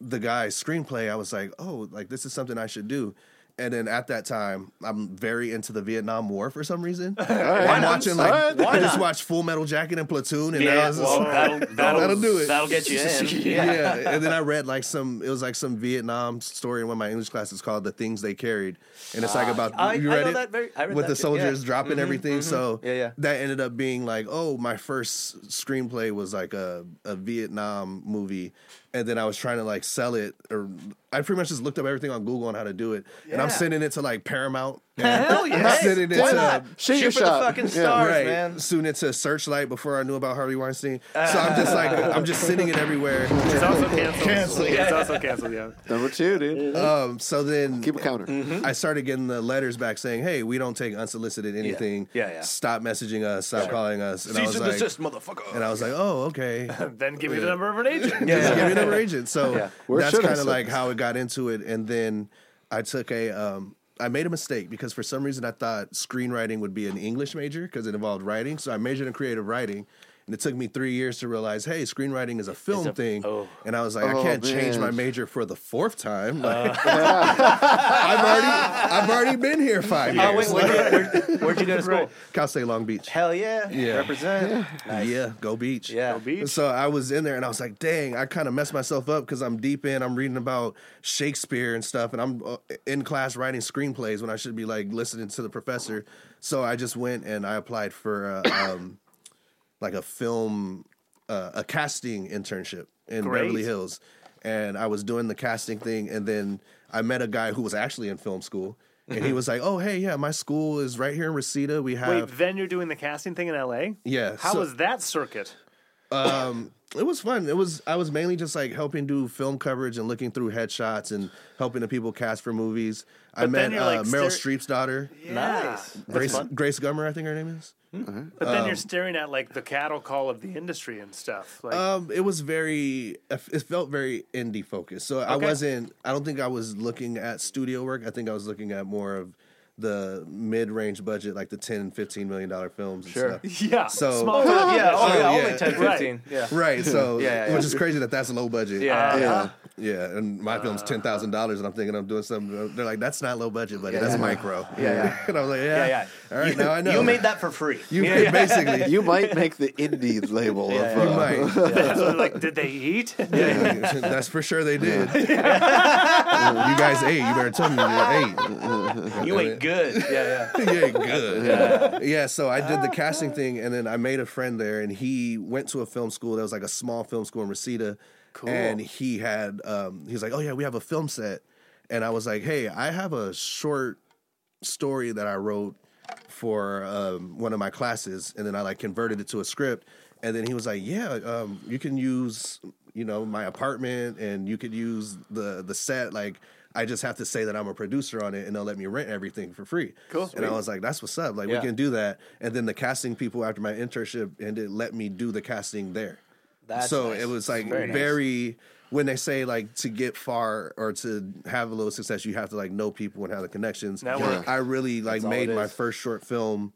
Speaker 4: the guy's screenplay, I was like, oh, like this is something I should do. And then at that time, I'm very into the Vietnam War for some reason. I'm watching like
Speaker 3: All right.
Speaker 4: I just watched Full Metal Jacket and Platoon, and I
Speaker 1: Yeah,
Speaker 4: was just
Speaker 1: well,
Speaker 4: like,
Speaker 1: that'll, that'll,
Speaker 4: that'll do it.
Speaker 1: That'll get you in.
Speaker 4: yeah. And then I read like some, it was like some Vietnam story in one of my English classes called The Things They Carried. And it's like about,
Speaker 1: Ah, I-
Speaker 4: you
Speaker 1: I
Speaker 4: read
Speaker 1: know
Speaker 4: it?
Speaker 1: that very- I read
Speaker 4: With
Speaker 1: that
Speaker 4: the
Speaker 1: too,
Speaker 4: soldiers
Speaker 1: yeah. Mm-hmm,
Speaker 4: dropping everything. So
Speaker 1: Yeah, yeah.
Speaker 4: that ended up being like, oh, my first screenplay was like a, a Vietnam movie. And then I was trying to like sell it, or I pretty much just looked up everything on Google on how to do it. And I'm
Speaker 1: Yeah.
Speaker 4: sending it to like Paramount. and
Speaker 5: Hell
Speaker 4: I'm
Speaker 5: yeah.
Speaker 4: sending it
Speaker 3: Why
Speaker 4: to
Speaker 3: not? Shoot your
Speaker 1: for
Speaker 3: shot.
Speaker 1: the fucking
Speaker 3: Yeah.
Speaker 1: stars,
Speaker 4: right.
Speaker 1: man.
Speaker 4: Soon it's a searchlight before I knew about Harvey Weinstein. So I'm just like I'm just sending it everywhere.
Speaker 5: It's also canceled. It's also canceled. Yeah.
Speaker 3: Number two, dude.
Speaker 4: Um, so then
Speaker 3: Keep a counter.
Speaker 4: I started getting the letters back saying, "Hey, we don't take unsolicited anything.
Speaker 1: Mm-hmm. Yeah, yeah.
Speaker 4: Stop messaging us. Stop calling us." And I was
Speaker 1: Cease and
Speaker 4: like,
Speaker 1: desist, motherfucker.
Speaker 4: and I was like, "Oh, okay.
Speaker 5: Then give me the number of an agent.
Speaker 1: Yeah.
Speaker 4: Just give me another agent." So
Speaker 1: Yeah.
Speaker 3: Where
Speaker 4: that's
Speaker 3: should I
Speaker 4: kind of
Speaker 3: send
Speaker 4: like
Speaker 3: this?
Speaker 4: how it got into it. And then I took a um, I made a mistake because for some reason I thought screenwriting would be an English major because it involved writing. So I majored in creative writing. And it took me three years to realize, hey, screenwriting is a film
Speaker 1: a-
Speaker 4: thing.
Speaker 1: oh. Uh.
Speaker 4: And I was like, I
Speaker 3: Oh,
Speaker 4: can't change
Speaker 3: man.
Speaker 4: my major for the fourth time. Like, I've already, I've already been here five years.
Speaker 1: Oh, wait, wait, wait, where, where'd you go to school?
Speaker 4: Cal State Long Beach.
Speaker 1: Hell yeah.
Speaker 4: Yeah.
Speaker 1: Represent.
Speaker 4: Yeah, go beach.
Speaker 1: Yeah.
Speaker 5: Go Beach.
Speaker 4: So I was in there and I was like, dang, I kind of messed myself up because I'm deep in, I'm reading about Shakespeare and stuff, and I'm uh, in class writing screenplays when I should be like listening to the professor. So I just went and I applied for uh, um, like a film, uh, a casting internship in
Speaker 5: Great.
Speaker 4: Beverly Hills. And I was doing the casting thing, and then I met a guy who was actually in film school. And he was like, "Oh, hey, yeah, my school is right here in Reseda. We
Speaker 5: Mm-hmm. Wait,
Speaker 4: have
Speaker 5: then you're doing the casting thing in LA?
Speaker 4: yeah."
Speaker 5: How
Speaker 4: so-
Speaker 5: was that circuit?
Speaker 4: it was fun. It was I was mainly just like helping do film coverage and looking through headshots and helping the people cast for movies. I
Speaker 5: But then
Speaker 4: met
Speaker 5: you're,
Speaker 4: uh,
Speaker 5: like,
Speaker 4: Meryl
Speaker 5: stare-
Speaker 4: Streep's daughter,
Speaker 1: Nice.
Speaker 4: Grace Grace Gummer, I think her name is.
Speaker 5: But
Speaker 4: um,
Speaker 5: then you're staring at like the cattle call of the industry and stuff. Like,
Speaker 4: Um, it was very it felt very indie focused. So I
Speaker 5: Okay.
Speaker 4: wasn't. I don't think I was looking at studio work. I think I was looking at more of the mid range budget, like the 10 15 million dollar films.
Speaker 1: Sure.
Speaker 4: And stuff.
Speaker 5: yeah,
Speaker 4: so-
Speaker 5: small
Speaker 1: Yeah,
Speaker 5: town industry.
Speaker 1: oh, yeah,
Speaker 4: Oh,
Speaker 1: only
Speaker 4: yeah.
Speaker 1: 10, 15.
Speaker 5: Right.
Speaker 1: Yeah.
Speaker 4: Right, so
Speaker 1: Yeah, yeah.
Speaker 4: which is crazy that that's low budget.
Speaker 1: Yeah.
Speaker 3: Yeah.
Speaker 4: Yeah, and my film's ten thousand dollars, and I'm thinking I'm doing something. uh, They're like, "That's not low budget, buddy. that's
Speaker 3: yeah.
Speaker 4: micro." Yeah,
Speaker 3: yeah.
Speaker 4: and I was like, "Yeah,
Speaker 1: Yeah, yeah.
Speaker 4: all right, now I know."
Speaker 1: You made that for free.
Speaker 4: you
Speaker 1: yeah, yeah.
Speaker 4: basically you,
Speaker 3: You might make the indie label
Speaker 1: Yeah,
Speaker 3: of
Speaker 1: yeah.
Speaker 3: uh,
Speaker 1: You
Speaker 4: might.
Speaker 5: So, like, did they eat?
Speaker 4: Yeah, that's for sure they did. you guys ate. You better tell me you ate.
Speaker 1: You ain't good. Yeah, yeah.
Speaker 4: yeah, good. Yeah. so I did the casting thing, and then I made a friend there, and he went to a film school that was like a small film school in Reseda. Cool. And he had, um, he was like, "Oh yeah, we have a film set," and I was like, "Hey, I have a short story that I wrote for um, one of my classes, and then I like converted it to a script. And then he was like, "Yeah, um, you can use, you know, my apartment, and you could use the the set. Like, I just have to say that I'm a producer on it, and they'll let me rent everything for free." Cool. And I was like, "That's what's up. Like,
Speaker 1: Yeah.
Speaker 4: we can do that." And then the casting people after my internship ended let me do the casting there.
Speaker 1: That's
Speaker 4: so
Speaker 1: nice.
Speaker 4: it was like
Speaker 1: Very
Speaker 4: very,
Speaker 1: nice.
Speaker 4: when they say like to get far or to have a little success, you have to like know people and have the connections.
Speaker 5: Network.
Speaker 4: I really like
Speaker 1: all
Speaker 4: made
Speaker 1: it
Speaker 4: my
Speaker 1: is.
Speaker 4: first short film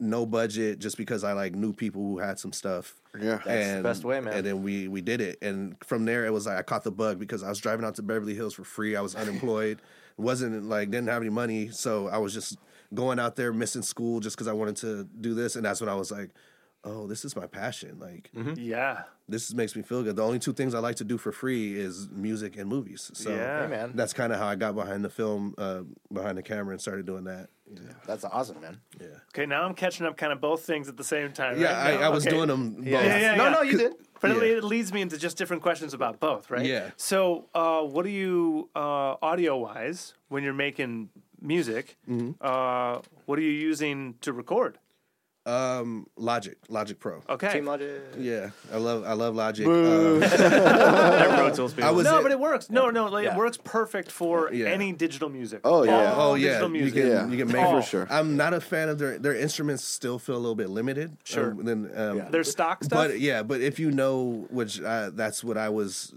Speaker 4: no budget just because I like knew people who had some stuff.
Speaker 3: Yeah. That's the
Speaker 4: and,
Speaker 1: best way, man.
Speaker 4: And then we we did it, and from there it was like I caught the bug because I was driving out to Beverly Hills for free. I was unemployed, wasn't like didn't have any money, so I was just going out there missing school just because I wanted to do this, and that's when I was like. Oh, this is my passion. Like
Speaker 5: Yeah.
Speaker 4: this makes me feel good. The only two things I like to do for free is music and movies. So
Speaker 5: Yeah.
Speaker 1: Hey, man.
Speaker 4: that's kind of how I got behind the film, uh, behind the camera, and started doing that.
Speaker 1: That's awesome, man.
Speaker 5: Okay, now I'm catching up kind of both things at the same time.
Speaker 4: Yeah,
Speaker 5: right?
Speaker 4: I,
Speaker 5: No?
Speaker 4: I was
Speaker 5: Okay.
Speaker 4: doing them both.
Speaker 5: Yeah, yeah,
Speaker 1: no,
Speaker 5: yeah.
Speaker 1: no, you did.
Speaker 5: But it,
Speaker 4: Yeah.
Speaker 5: it leads me into just different questions about both, right?
Speaker 4: Yeah.
Speaker 5: So, uh, what do you, uh, audio wise,
Speaker 4: Mm-hmm.
Speaker 5: when you're making music, uh, what are you using to record?
Speaker 4: Um, Logic, Logic Pro.
Speaker 5: Okay.
Speaker 1: Team Logic.
Speaker 4: Yeah, I love I love Logic.
Speaker 3: Boo.
Speaker 4: Um,
Speaker 1: They're Pro Tools people.
Speaker 4: I was-
Speaker 5: no,
Speaker 4: it-
Speaker 5: but it works. No, no, like,
Speaker 1: Yeah.
Speaker 5: it works perfect for
Speaker 4: Yeah.
Speaker 5: any digital music.
Speaker 3: Oh, yeah.
Speaker 5: All
Speaker 4: oh yeah,
Speaker 5: digital
Speaker 4: you
Speaker 5: music.
Speaker 4: can
Speaker 3: Yeah.
Speaker 4: you can make
Speaker 5: For
Speaker 1: Oh.
Speaker 4: it.
Speaker 3: sure.
Speaker 4: I'm not a fan of their their instruments. Still feel a little bit limited.
Speaker 5: Sure.
Speaker 4: Um, then um,
Speaker 1: Yeah.
Speaker 5: Their stock stuff.
Speaker 4: But yeah, but if you know, which uh, that's what I was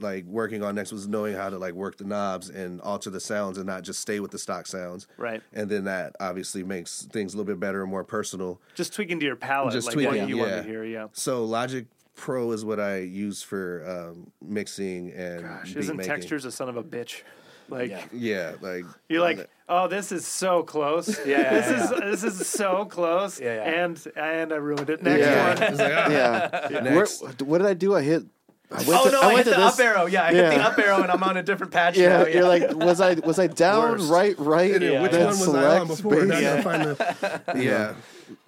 Speaker 4: like working on next was knowing how to like work the knobs and alter the sounds and not just stay with the stock sounds.
Speaker 5: Right.
Speaker 4: And then that obviously makes things a little bit better and more personal.
Speaker 5: just tweaking to your palate,
Speaker 4: Just
Speaker 5: like
Speaker 4: tweaking,
Speaker 5: what you want
Speaker 4: yeah.
Speaker 5: to hear. Yeah.
Speaker 4: So Logic Pro is what I use for um, mixing and
Speaker 5: Gosh,
Speaker 4: beat
Speaker 5: isn't
Speaker 4: making.
Speaker 5: textures a son of a bitch? Like
Speaker 1: Yeah.
Speaker 4: Yeah, like
Speaker 5: you're like, oh, this is so close.
Speaker 1: yeah,
Speaker 5: this
Speaker 1: yeah,
Speaker 5: is this is so close.
Speaker 1: Yeah, yeah.
Speaker 5: And and I ruined it. Next
Speaker 3: Yeah.
Speaker 5: one.
Speaker 4: It's like, ah.
Speaker 3: Yeah. Where,
Speaker 4: Next.
Speaker 3: what did I do? I hit. I went
Speaker 1: Oh
Speaker 3: to-
Speaker 1: no! I, hit
Speaker 3: went
Speaker 1: the
Speaker 3: to
Speaker 1: up
Speaker 3: this-
Speaker 1: arrow. Yeah, I hit the
Speaker 3: Yeah.
Speaker 1: up arrow, and I'm on a different patch
Speaker 3: Yeah,
Speaker 1: now.
Speaker 3: you're like, was I was I down,
Speaker 4: Worst.
Speaker 3: right, right?
Speaker 4: And then which
Speaker 3: then
Speaker 4: one was I on
Speaker 3: select,
Speaker 4: before? Now I
Speaker 3: space?
Speaker 4: gotta find the- yeah.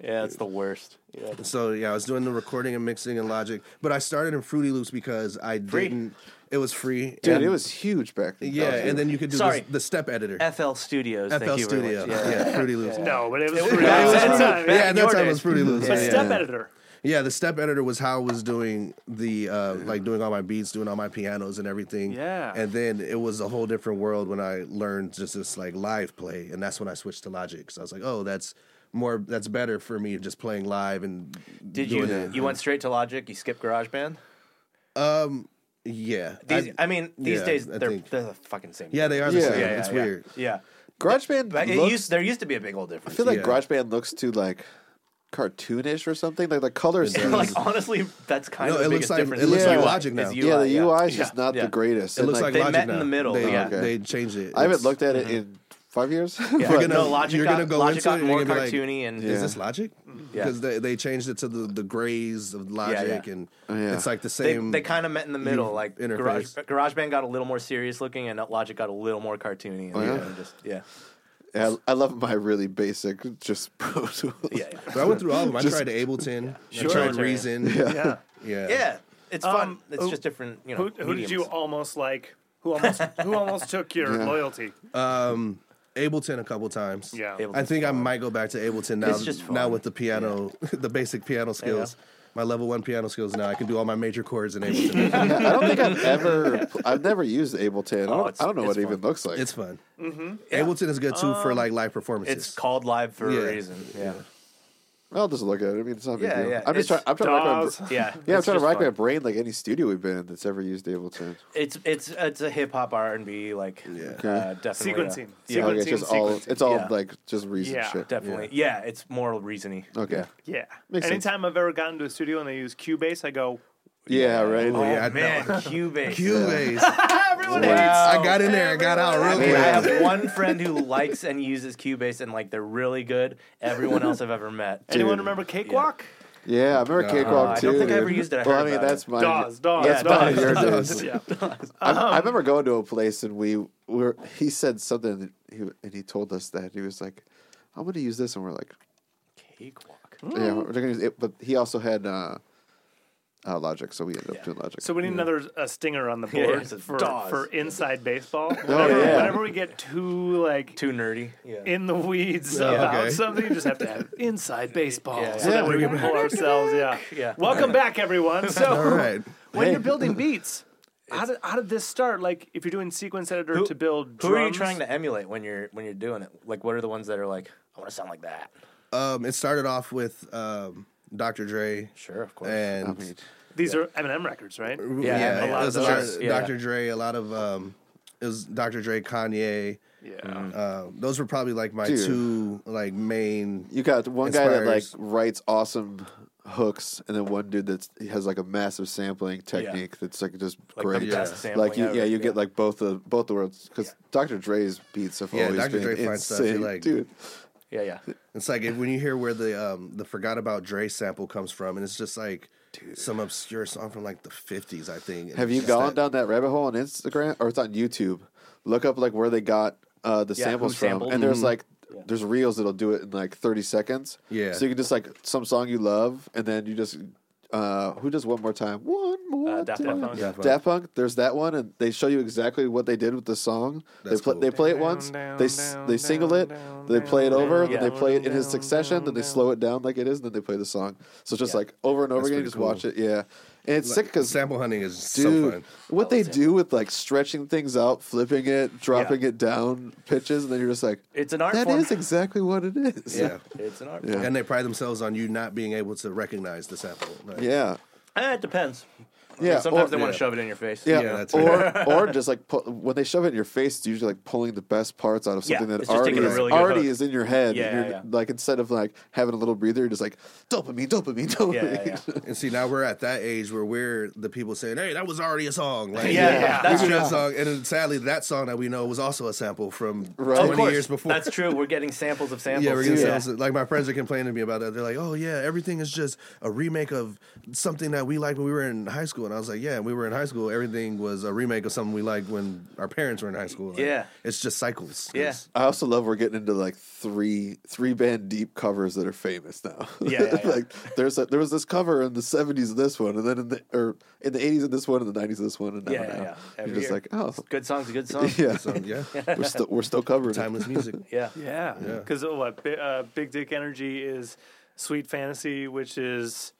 Speaker 1: yeah, it's the worst. Yeah.
Speaker 4: So yeah, I was doing the recording and mixing in Logic, but I started in Fruity Loops because I didn't. It was free,
Speaker 3: Dude,
Speaker 4: and-
Speaker 3: it was huge back then.
Speaker 4: yeah. And then you could do
Speaker 1: Sorry.
Speaker 4: the, the step editor,
Speaker 1: FL Studios.
Speaker 4: FL Studio, yeah, Fruity Loops.
Speaker 5: No, but it was
Speaker 4: Yeah, it was
Speaker 5: That
Speaker 4: Fruity-
Speaker 5: time,
Speaker 4: yeah,
Speaker 5: in
Speaker 4: that
Speaker 5: your
Speaker 4: time
Speaker 5: day.
Speaker 4: it was Fruity Loops.
Speaker 5: But
Speaker 4: yeah,
Speaker 5: step
Speaker 4: yeah.
Speaker 5: editor.
Speaker 4: Yeah, the step editor was how I was doing the uh, like doing all my beats, doing all my pianos and everything.
Speaker 5: Yeah.
Speaker 4: And then it was a whole different world when I learned just this like live play, and that's when I switched to Logic because I was like, oh, that's more, that's better for me just playing live and
Speaker 1: Did you
Speaker 4: doing that.
Speaker 1: you went straight to Logic? You skipped GarageBand.
Speaker 4: yeah.
Speaker 1: These,
Speaker 4: I-
Speaker 1: I, mean, these
Speaker 4: yeah,
Speaker 1: days
Speaker 4: I
Speaker 1: they're
Speaker 4: think-
Speaker 1: they're the fucking same.
Speaker 4: yeah, they are the
Speaker 3: Yeah.
Speaker 1: yeah,
Speaker 4: same.
Speaker 1: yeah,
Speaker 4: it's
Speaker 1: yeah.
Speaker 4: weird.
Speaker 1: Yeah,
Speaker 3: GarageBand
Speaker 1: but it
Speaker 3: looked-
Speaker 1: used there used to be a big old
Speaker 3: I
Speaker 1: difference.
Speaker 3: feel like
Speaker 4: yeah.
Speaker 3: GarageBand looks too like cartoonish or something. Like the colors,
Speaker 4: does.
Speaker 1: like honestly, that's kind
Speaker 4: No,
Speaker 1: of the
Speaker 4: it looks
Speaker 1: biggest
Speaker 4: like-
Speaker 1: difference.
Speaker 4: it
Speaker 3: looks
Speaker 1: is
Speaker 3: like
Speaker 1: UI.
Speaker 4: Logic now.
Speaker 1: Is
Speaker 4: Yeah,
Speaker 1: UI,
Speaker 3: yeah, the UI is
Speaker 1: Yeah.
Speaker 3: just not
Speaker 1: Yeah.
Speaker 3: the greatest.
Speaker 4: It
Speaker 3: And,
Speaker 4: looks like
Speaker 1: They
Speaker 4: Logic
Speaker 1: met
Speaker 4: now.
Speaker 1: in the middle,
Speaker 4: They,
Speaker 1: yeah.
Speaker 4: they changed it.
Speaker 3: I haven't
Speaker 4: It's-
Speaker 3: looked at
Speaker 1: Mm-hmm.
Speaker 3: it in five years.
Speaker 1: Yeah.
Speaker 4: You're gonna-
Speaker 1: no, Logic
Speaker 4: you're
Speaker 1: got,
Speaker 4: gonna go
Speaker 1: Logic
Speaker 4: into it
Speaker 1: got
Speaker 4: and
Speaker 1: more
Speaker 4: you're gonna be like,
Speaker 1: cartoony and
Speaker 4: Is
Speaker 3: Yeah.
Speaker 4: this Logic?
Speaker 1: Yeah.
Speaker 4: Because they, they changed it to the, the grays of Logic, and
Speaker 3: Oh, yeah.
Speaker 4: it's like the
Speaker 1: they,
Speaker 4: same.
Speaker 1: they kind of met in the middle. Like Garage,
Speaker 4: interface.
Speaker 1: GarageBand got a little more serious looking, and Logic got a little more cartoony. And,
Speaker 3: yeah?
Speaker 1: and just yeah,
Speaker 3: Yeah, I I love my really basic, just Pro Tools.
Speaker 1: yeah, yeah.
Speaker 4: But I went through all of them. I
Speaker 3: Just-
Speaker 4: tried Ableton.
Speaker 1: Sure.
Speaker 4: I tried
Speaker 1: Military.
Speaker 4: Reason.
Speaker 5: Yeah.
Speaker 4: Yeah.
Speaker 1: Yeah, It's
Speaker 5: Um,
Speaker 1: fun. It's
Speaker 5: who-
Speaker 1: just different. You know,
Speaker 5: Who, who did
Speaker 1: mediums.
Speaker 5: you almost like? Who almost who almost took your
Speaker 3: Yeah.
Speaker 5: loyalty?
Speaker 4: Ableton a couple times.
Speaker 5: Yeah.
Speaker 4: I think I might go back to Ableton now.
Speaker 1: It's just fun.
Speaker 4: now with the piano, the basic piano skills. My level one piano skills now. I can do all my major chords in Ableton.
Speaker 3: I don't think I've ever, I've never used Ableton. I, don't,
Speaker 1: Oh, it's-
Speaker 3: I don't know
Speaker 1: it's
Speaker 3: what it
Speaker 1: fun.
Speaker 3: even looks like.
Speaker 4: it's fun.
Speaker 1: Mm-hmm.
Speaker 4: Ableton is good too for
Speaker 1: Um,
Speaker 4: like live performances.
Speaker 1: It's called live for
Speaker 4: Yeah.
Speaker 1: a reason. Yeah,
Speaker 3: I'll just look at it. I mean, it's not a big
Speaker 1: Yeah,
Speaker 3: deal.
Speaker 1: yeah,
Speaker 3: I'm just
Speaker 1: it's
Speaker 3: trying. I'm trying to rack my,
Speaker 5: DAWs.
Speaker 3: br-
Speaker 1: yeah.
Speaker 3: yeah, I'm
Speaker 1: it's
Speaker 3: trying to
Speaker 1: just
Speaker 3: rack my
Speaker 1: fun.
Speaker 3: brain like any studio we've been in that's ever used Ableton.
Speaker 1: It's it's it's a hip hop R and B like uh, definitely a-
Speaker 5: Sequencing.
Speaker 1: Yeah,
Speaker 5: Sequencing.
Speaker 3: Okay, it's just all it's all
Speaker 1: Yeah.
Speaker 3: like just reason
Speaker 5: Yeah.
Speaker 3: shit.
Speaker 1: definitely. Yeah. it's more reasony.
Speaker 3: Okay.
Speaker 5: Yeah.
Speaker 3: Makes sense.
Speaker 5: Anytime I've ever gotten to a studio and they use Cubase, I go,
Speaker 3: Yeah. Right.
Speaker 1: Oh
Speaker 4: yeah, I know.
Speaker 1: man, Cubase.
Speaker 4: Cubase.
Speaker 5: everyone
Speaker 1: Wow.
Speaker 5: hates
Speaker 4: I got in there. I got out real
Speaker 1: I
Speaker 4: quick.
Speaker 1: have one friend who likes and uses Cubase, and like they're really good. Everyone else I've ever met.
Speaker 5: Anyone remember Cakewalk?
Speaker 3: Yeah. I remember Cakewalk
Speaker 1: Uh, I
Speaker 3: too.
Speaker 1: don't think I
Speaker 3: dude.
Speaker 1: ever used it. I
Speaker 3: well,
Speaker 1: heard
Speaker 3: I mean,
Speaker 1: about
Speaker 3: that's
Speaker 1: it.
Speaker 3: my
Speaker 5: Dawes, Dawes,
Speaker 1: Yeah,
Speaker 3: That's
Speaker 5: Dawes.
Speaker 3: probably your
Speaker 5: Dawes,
Speaker 3: days.
Speaker 5: yeah.
Speaker 3: I, I remember going to a place and we were. He said something that he, and he told us that he was like, "I'm going to use this," and we're like,
Speaker 1: Cakewalk.
Speaker 3: "Yeah,
Speaker 5: Mm.
Speaker 3: we're going to use it." But he also had uh, uh, Logic, so we ended up doing Logic.
Speaker 5: So we need another a stinger on the
Speaker 1: Yeah,
Speaker 5: board
Speaker 1: it's a
Speaker 5: for,
Speaker 1: Dawes. Oh,
Speaker 5: for inside baseball. Whenever,
Speaker 3: yeah.
Speaker 5: whenever we get too like
Speaker 1: Too nerdy. Yeah.
Speaker 5: in the weeds about
Speaker 4: okay.
Speaker 5: something, you just have to have inside baseball
Speaker 1: Yeah.
Speaker 5: so that
Speaker 3: Yeah.
Speaker 5: we can pull ourselves. Yeah.
Speaker 1: Yeah.
Speaker 5: Welcome back, everyone. So
Speaker 4: all right.
Speaker 5: when you're building beats, how did how did this start? Like if you're doing sequence editor to build
Speaker 1: Who
Speaker 5: drums,
Speaker 1: are you trying to emulate when you're when you're doing it? Like, what are the ones that are like, I want to sound like that?
Speaker 4: Um, it started off with um, Dr. Dre.
Speaker 1: Sure, of course.
Speaker 4: And
Speaker 5: These are Eminem records, right?
Speaker 1: Yeah, a lot
Speaker 4: yeah, it
Speaker 1: of
Speaker 4: was a
Speaker 1: those.
Speaker 4: lot of
Speaker 1: Yeah.
Speaker 4: Dr. Dre, a lot of um, it was Dr. Dre, Kanye.
Speaker 5: Yeah.
Speaker 1: Mm.
Speaker 4: Uh, those were probably like my
Speaker 3: Dude.
Speaker 4: two like main.
Speaker 3: You got one guy that like
Speaker 4: Inspires.
Speaker 3: writes awesome hooks, and then one dude that has like a massive sampling technique that's like just
Speaker 1: Like
Speaker 3: great.
Speaker 1: the
Speaker 4: Yeah.
Speaker 1: best sampling
Speaker 3: like you,
Speaker 1: ever.
Speaker 3: yeah, you get like both the both the worlds because Dr. Dre's beats have
Speaker 4: Yeah,
Speaker 3: always
Speaker 4: Dr.
Speaker 3: been
Speaker 4: Dre
Speaker 3: insane,
Speaker 4: finds stuff you like.
Speaker 3: dude.
Speaker 1: yeah, yeah.
Speaker 4: It's like if, when you hear where the um, the forgot about Dre sample comes from, and it's just like some obscure song from like the fifties, I think. and
Speaker 3: Have you
Speaker 4: it's just
Speaker 3: gone
Speaker 4: that-
Speaker 3: down that rabbit hole on Instagram or it's on YouTube? Look up like where they got uh, the
Speaker 1: Yeah,
Speaker 3: samples
Speaker 1: who
Speaker 3: from,
Speaker 1: sampled
Speaker 3: and
Speaker 1: them.
Speaker 3: there's like there's reels that'll do it in like 30 seconds.
Speaker 4: Yeah.
Speaker 3: so you can just like some song you love, and then you just uh, who does one more time? One more
Speaker 1: Uh, Daft
Speaker 3: time.
Speaker 1: Punk.
Speaker 4: Daft Punk.
Speaker 3: Daft Punk. There's that one, and they show you exactly what they did with the song.
Speaker 4: That's
Speaker 3: they play
Speaker 4: cool.
Speaker 3: they play it once, they s- they single it, they play it over, then they play it in his succession, then they slow it down like it is, and then they play the song. So it's just like over and over
Speaker 4: That's
Speaker 3: again, you
Speaker 4: pretty
Speaker 3: just watch it. Yeah, and it's sick because
Speaker 4: sample hunting is so
Speaker 3: dude,
Speaker 4: fun.
Speaker 3: what they do with like stretching things out, flipping it, dropping it down pitches, and then you're just like,
Speaker 1: It's an art
Speaker 3: that
Speaker 1: form.
Speaker 3: is exactly what it is.
Speaker 4: Yeah.
Speaker 1: It's an art.
Speaker 3: Yeah.
Speaker 1: form.
Speaker 4: And they pride themselves on you not being able to recognize the sample. Like,
Speaker 3: yeah.
Speaker 1: Eh, it depends.
Speaker 3: Yeah,
Speaker 1: sometimes
Speaker 3: or-
Speaker 1: they want
Speaker 4: Yeah.
Speaker 1: to shove it in your face.
Speaker 3: Yeah,
Speaker 4: Yeah, that's
Speaker 3: or or just like pu- when they shove it in your face, it's usually like pulling the best parts out of
Speaker 1: Yeah,
Speaker 3: something that
Speaker 1: it's just
Speaker 3: already
Speaker 1: taking a
Speaker 3: is,
Speaker 1: really good
Speaker 3: already
Speaker 1: hook.
Speaker 3: is in your head.
Speaker 1: Yeah,
Speaker 3: and you're,
Speaker 1: yeah, yeah.
Speaker 3: Like instead of like having a little breather, you're just like dopamine, dopamine,
Speaker 1: Yeah,
Speaker 3: dopamine.
Speaker 1: yeah, yeah.
Speaker 4: And see, now we're at that age where we're the people saying, "Hey, that was already a song." Like,
Speaker 1: Yeah, Yeah. yeah.
Speaker 4: we did that song. And then sadly, that song that we know was also a sample from
Speaker 3: Right. Of
Speaker 1: Of
Speaker 4: 20
Speaker 1: course,
Speaker 4: years before.
Speaker 1: That's true. We're getting samples of samples.
Speaker 4: yeah, we're gonna
Speaker 3: Yeah.
Speaker 4: sample- like my friends are complaining to me about that. They're like, "Oh yeah, everything is just a remake of something that we liked when we were in high school." And I was like, "Yeah, when we were in high school. Everything was a remake of something we liked when our parents were in high school." Like,
Speaker 1: Yeah.
Speaker 4: it's just cycles.
Speaker 1: Yeah.
Speaker 4: It's-
Speaker 3: I also love we're getting into like three three band deep covers that are famous now.
Speaker 1: Yeah, yeah, yeah.
Speaker 3: like there's a, there was this cover in the '70s of this one, and then in the or in the '80s of this one, and the '90s of this one, and now,
Speaker 1: Yeah, yeah,
Speaker 3: now.
Speaker 1: yeah. Every
Speaker 3: you're just
Speaker 1: year.
Speaker 3: like, oh,
Speaker 1: Good songs, good songs.
Speaker 3: yeah,
Speaker 4: So yeah,
Speaker 3: we're still we're still covering it.
Speaker 4: timeless music.
Speaker 1: yeah.
Speaker 5: Yeah, because what bi- uh, Big Dick Energy is Sweet Fantasy, which is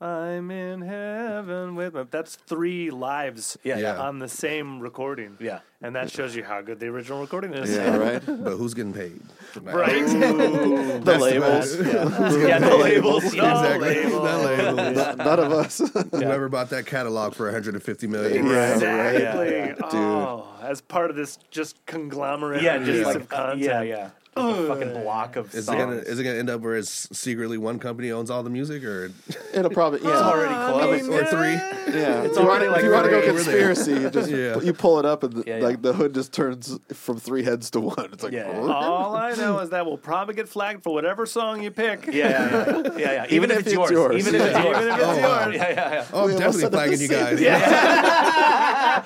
Speaker 5: I'm in heaven with my. That's three lives
Speaker 1: Yeah.
Speaker 4: Yeah.
Speaker 5: on the same recording.
Speaker 1: Yeah.
Speaker 5: and that shows you how good the original recording is.
Speaker 3: Yeah, right.
Speaker 4: But who's getting paid?
Speaker 5: right.
Speaker 3: the labels,
Speaker 1: Yeah, the labels.
Speaker 5: No
Speaker 1: yeah.
Speaker 4: Exactly.
Speaker 5: label.
Speaker 4: That label.
Speaker 3: N- none of us.
Speaker 4: Whoever bought that catalog for 150 million.
Speaker 3: Yeah, right.
Speaker 5: Exactly.
Speaker 1: Yeah, yeah.
Speaker 5: Oh, as part of this just conglomerate
Speaker 1: Yeah,
Speaker 5: piece
Speaker 1: just like uh,
Speaker 5: of content.
Speaker 1: yeah, yeah. Just a fucking block of
Speaker 4: Is it
Speaker 1: songs.
Speaker 4: gonna is it gonna end up where it's secretly one company owns all the music or
Speaker 3: It'll probably yeah.
Speaker 1: it's already closed.
Speaker 4: or three?
Speaker 3: Yeah,
Speaker 1: It's
Speaker 3: you
Speaker 1: already
Speaker 3: wanna,
Speaker 1: like
Speaker 3: if you want to go
Speaker 1: very-
Speaker 3: conspiracy, you just
Speaker 4: Yeah.
Speaker 3: you pull it up and the,
Speaker 1: Yeah, yeah.
Speaker 3: like the hood just turns from three heads to one. It's like
Speaker 1: Yeah.
Speaker 3: "Oh."
Speaker 5: All I know is that we'll probably get flagged for whatever song you pick.
Speaker 1: yeah, yeah, yeah, yeah, yeah. Even if it's yours. Even if it's yours.
Speaker 5: Even if it's
Speaker 4: Oh, wow.
Speaker 5: yours.
Speaker 1: Yeah, yeah, yeah.
Speaker 4: Oh, I'm
Speaker 3: Yeah,
Speaker 4: definitely
Speaker 3: what's that
Speaker 4: flagging you guys.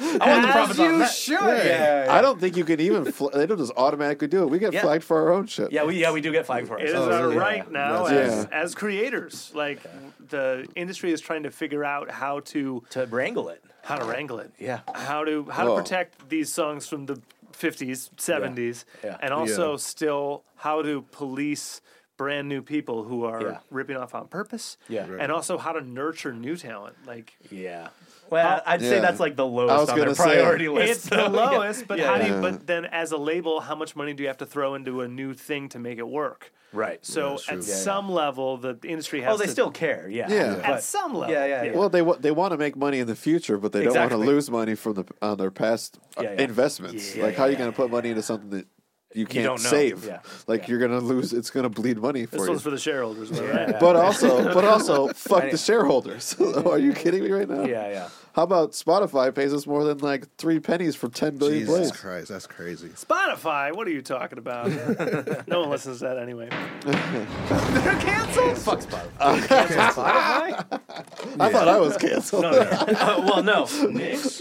Speaker 1: I want the profits on that.
Speaker 5: should.
Speaker 1: Yeah, yeah, yeah.
Speaker 3: I don't think you can even. Fl- they don't just automatically do it. We get
Speaker 1: Yeah.
Speaker 3: flagged for our own shit.
Speaker 1: Yeah, we yeah we do get flagged for
Speaker 5: It
Speaker 1: it.
Speaker 5: is
Speaker 1: So-
Speaker 5: our
Speaker 4: Oh, really?
Speaker 5: right
Speaker 1: Yeah.
Speaker 5: now
Speaker 3: That's-
Speaker 5: as,
Speaker 3: Yeah.
Speaker 5: as creators. Like the industry is trying to figure out how to
Speaker 1: to wrangle it.
Speaker 5: how to wrangle it.
Speaker 1: Yeah.
Speaker 5: How to how
Speaker 3: Whoa.
Speaker 5: to protect these songs from the 50s, 70s
Speaker 1: Yeah.
Speaker 5: and also
Speaker 4: Yeah.
Speaker 5: still how to police brand new people who are
Speaker 1: Yeah.
Speaker 5: ripping off on purpose.
Speaker 1: Yeah. Right.
Speaker 5: And also how to nurture new talent. Like
Speaker 1: Yeah.
Speaker 4: Uh,
Speaker 1: Well, I'd say
Speaker 3: Yeah.
Speaker 1: that's like the
Speaker 3: I was
Speaker 1: lowest on their
Speaker 3: gonna say,
Speaker 1: priority list.
Speaker 5: it's the lowest, but
Speaker 1: Yeah.
Speaker 5: how do you, but then as a label, how much money do you have to throw into a new thing to make it work?
Speaker 1: right.
Speaker 5: So
Speaker 4: that's true.
Speaker 5: at
Speaker 4: Yeah, yeah.
Speaker 5: some level, the the industry has
Speaker 1: oh, they
Speaker 5: to
Speaker 1: still care. Yeah.
Speaker 3: Yeah.
Speaker 1: But-
Speaker 5: at some level.
Speaker 1: yeah, yeah, yeah.
Speaker 3: Well, they wa- they want to make money in the future, but they don't
Speaker 1: Exactly.
Speaker 3: want to lose money from the on their past uh,
Speaker 1: Yeah, yeah.
Speaker 3: investments.
Speaker 1: Yeah,
Speaker 3: like,
Speaker 1: yeah,
Speaker 3: how are you
Speaker 1: yeah,
Speaker 3: going to put money into something that you can't
Speaker 1: don't know.
Speaker 3: save?
Speaker 1: Yeah.
Speaker 3: Like,
Speaker 1: Yeah.
Speaker 3: you're going to lose. It's going to bleed money for
Speaker 5: This
Speaker 3: you.
Speaker 5: one's for the shareholders, right?
Speaker 1: Yeah.
Speaker 3: but uh, also, but also, fuck
Speaker 1: Any-
Speaker 3: the shareholders. are you kidding me right now?
Speaker 1: Yeah, yeah.
Speaker 3: How about Spotify pays us more than like three pennies for ten billion
Speaker 4: Jesus
Speaker 3: plays?
Speaker 4: Christ, that's crazy.
Speaker 5: Spotify, what are you talking about? no one listens to that anyway. They're canceled.
Speaker 1: Fuck Spotify.
Speaker 3: I thought I was canceled.
Speaker 1: No, no, no. Uh, well, no. Nick's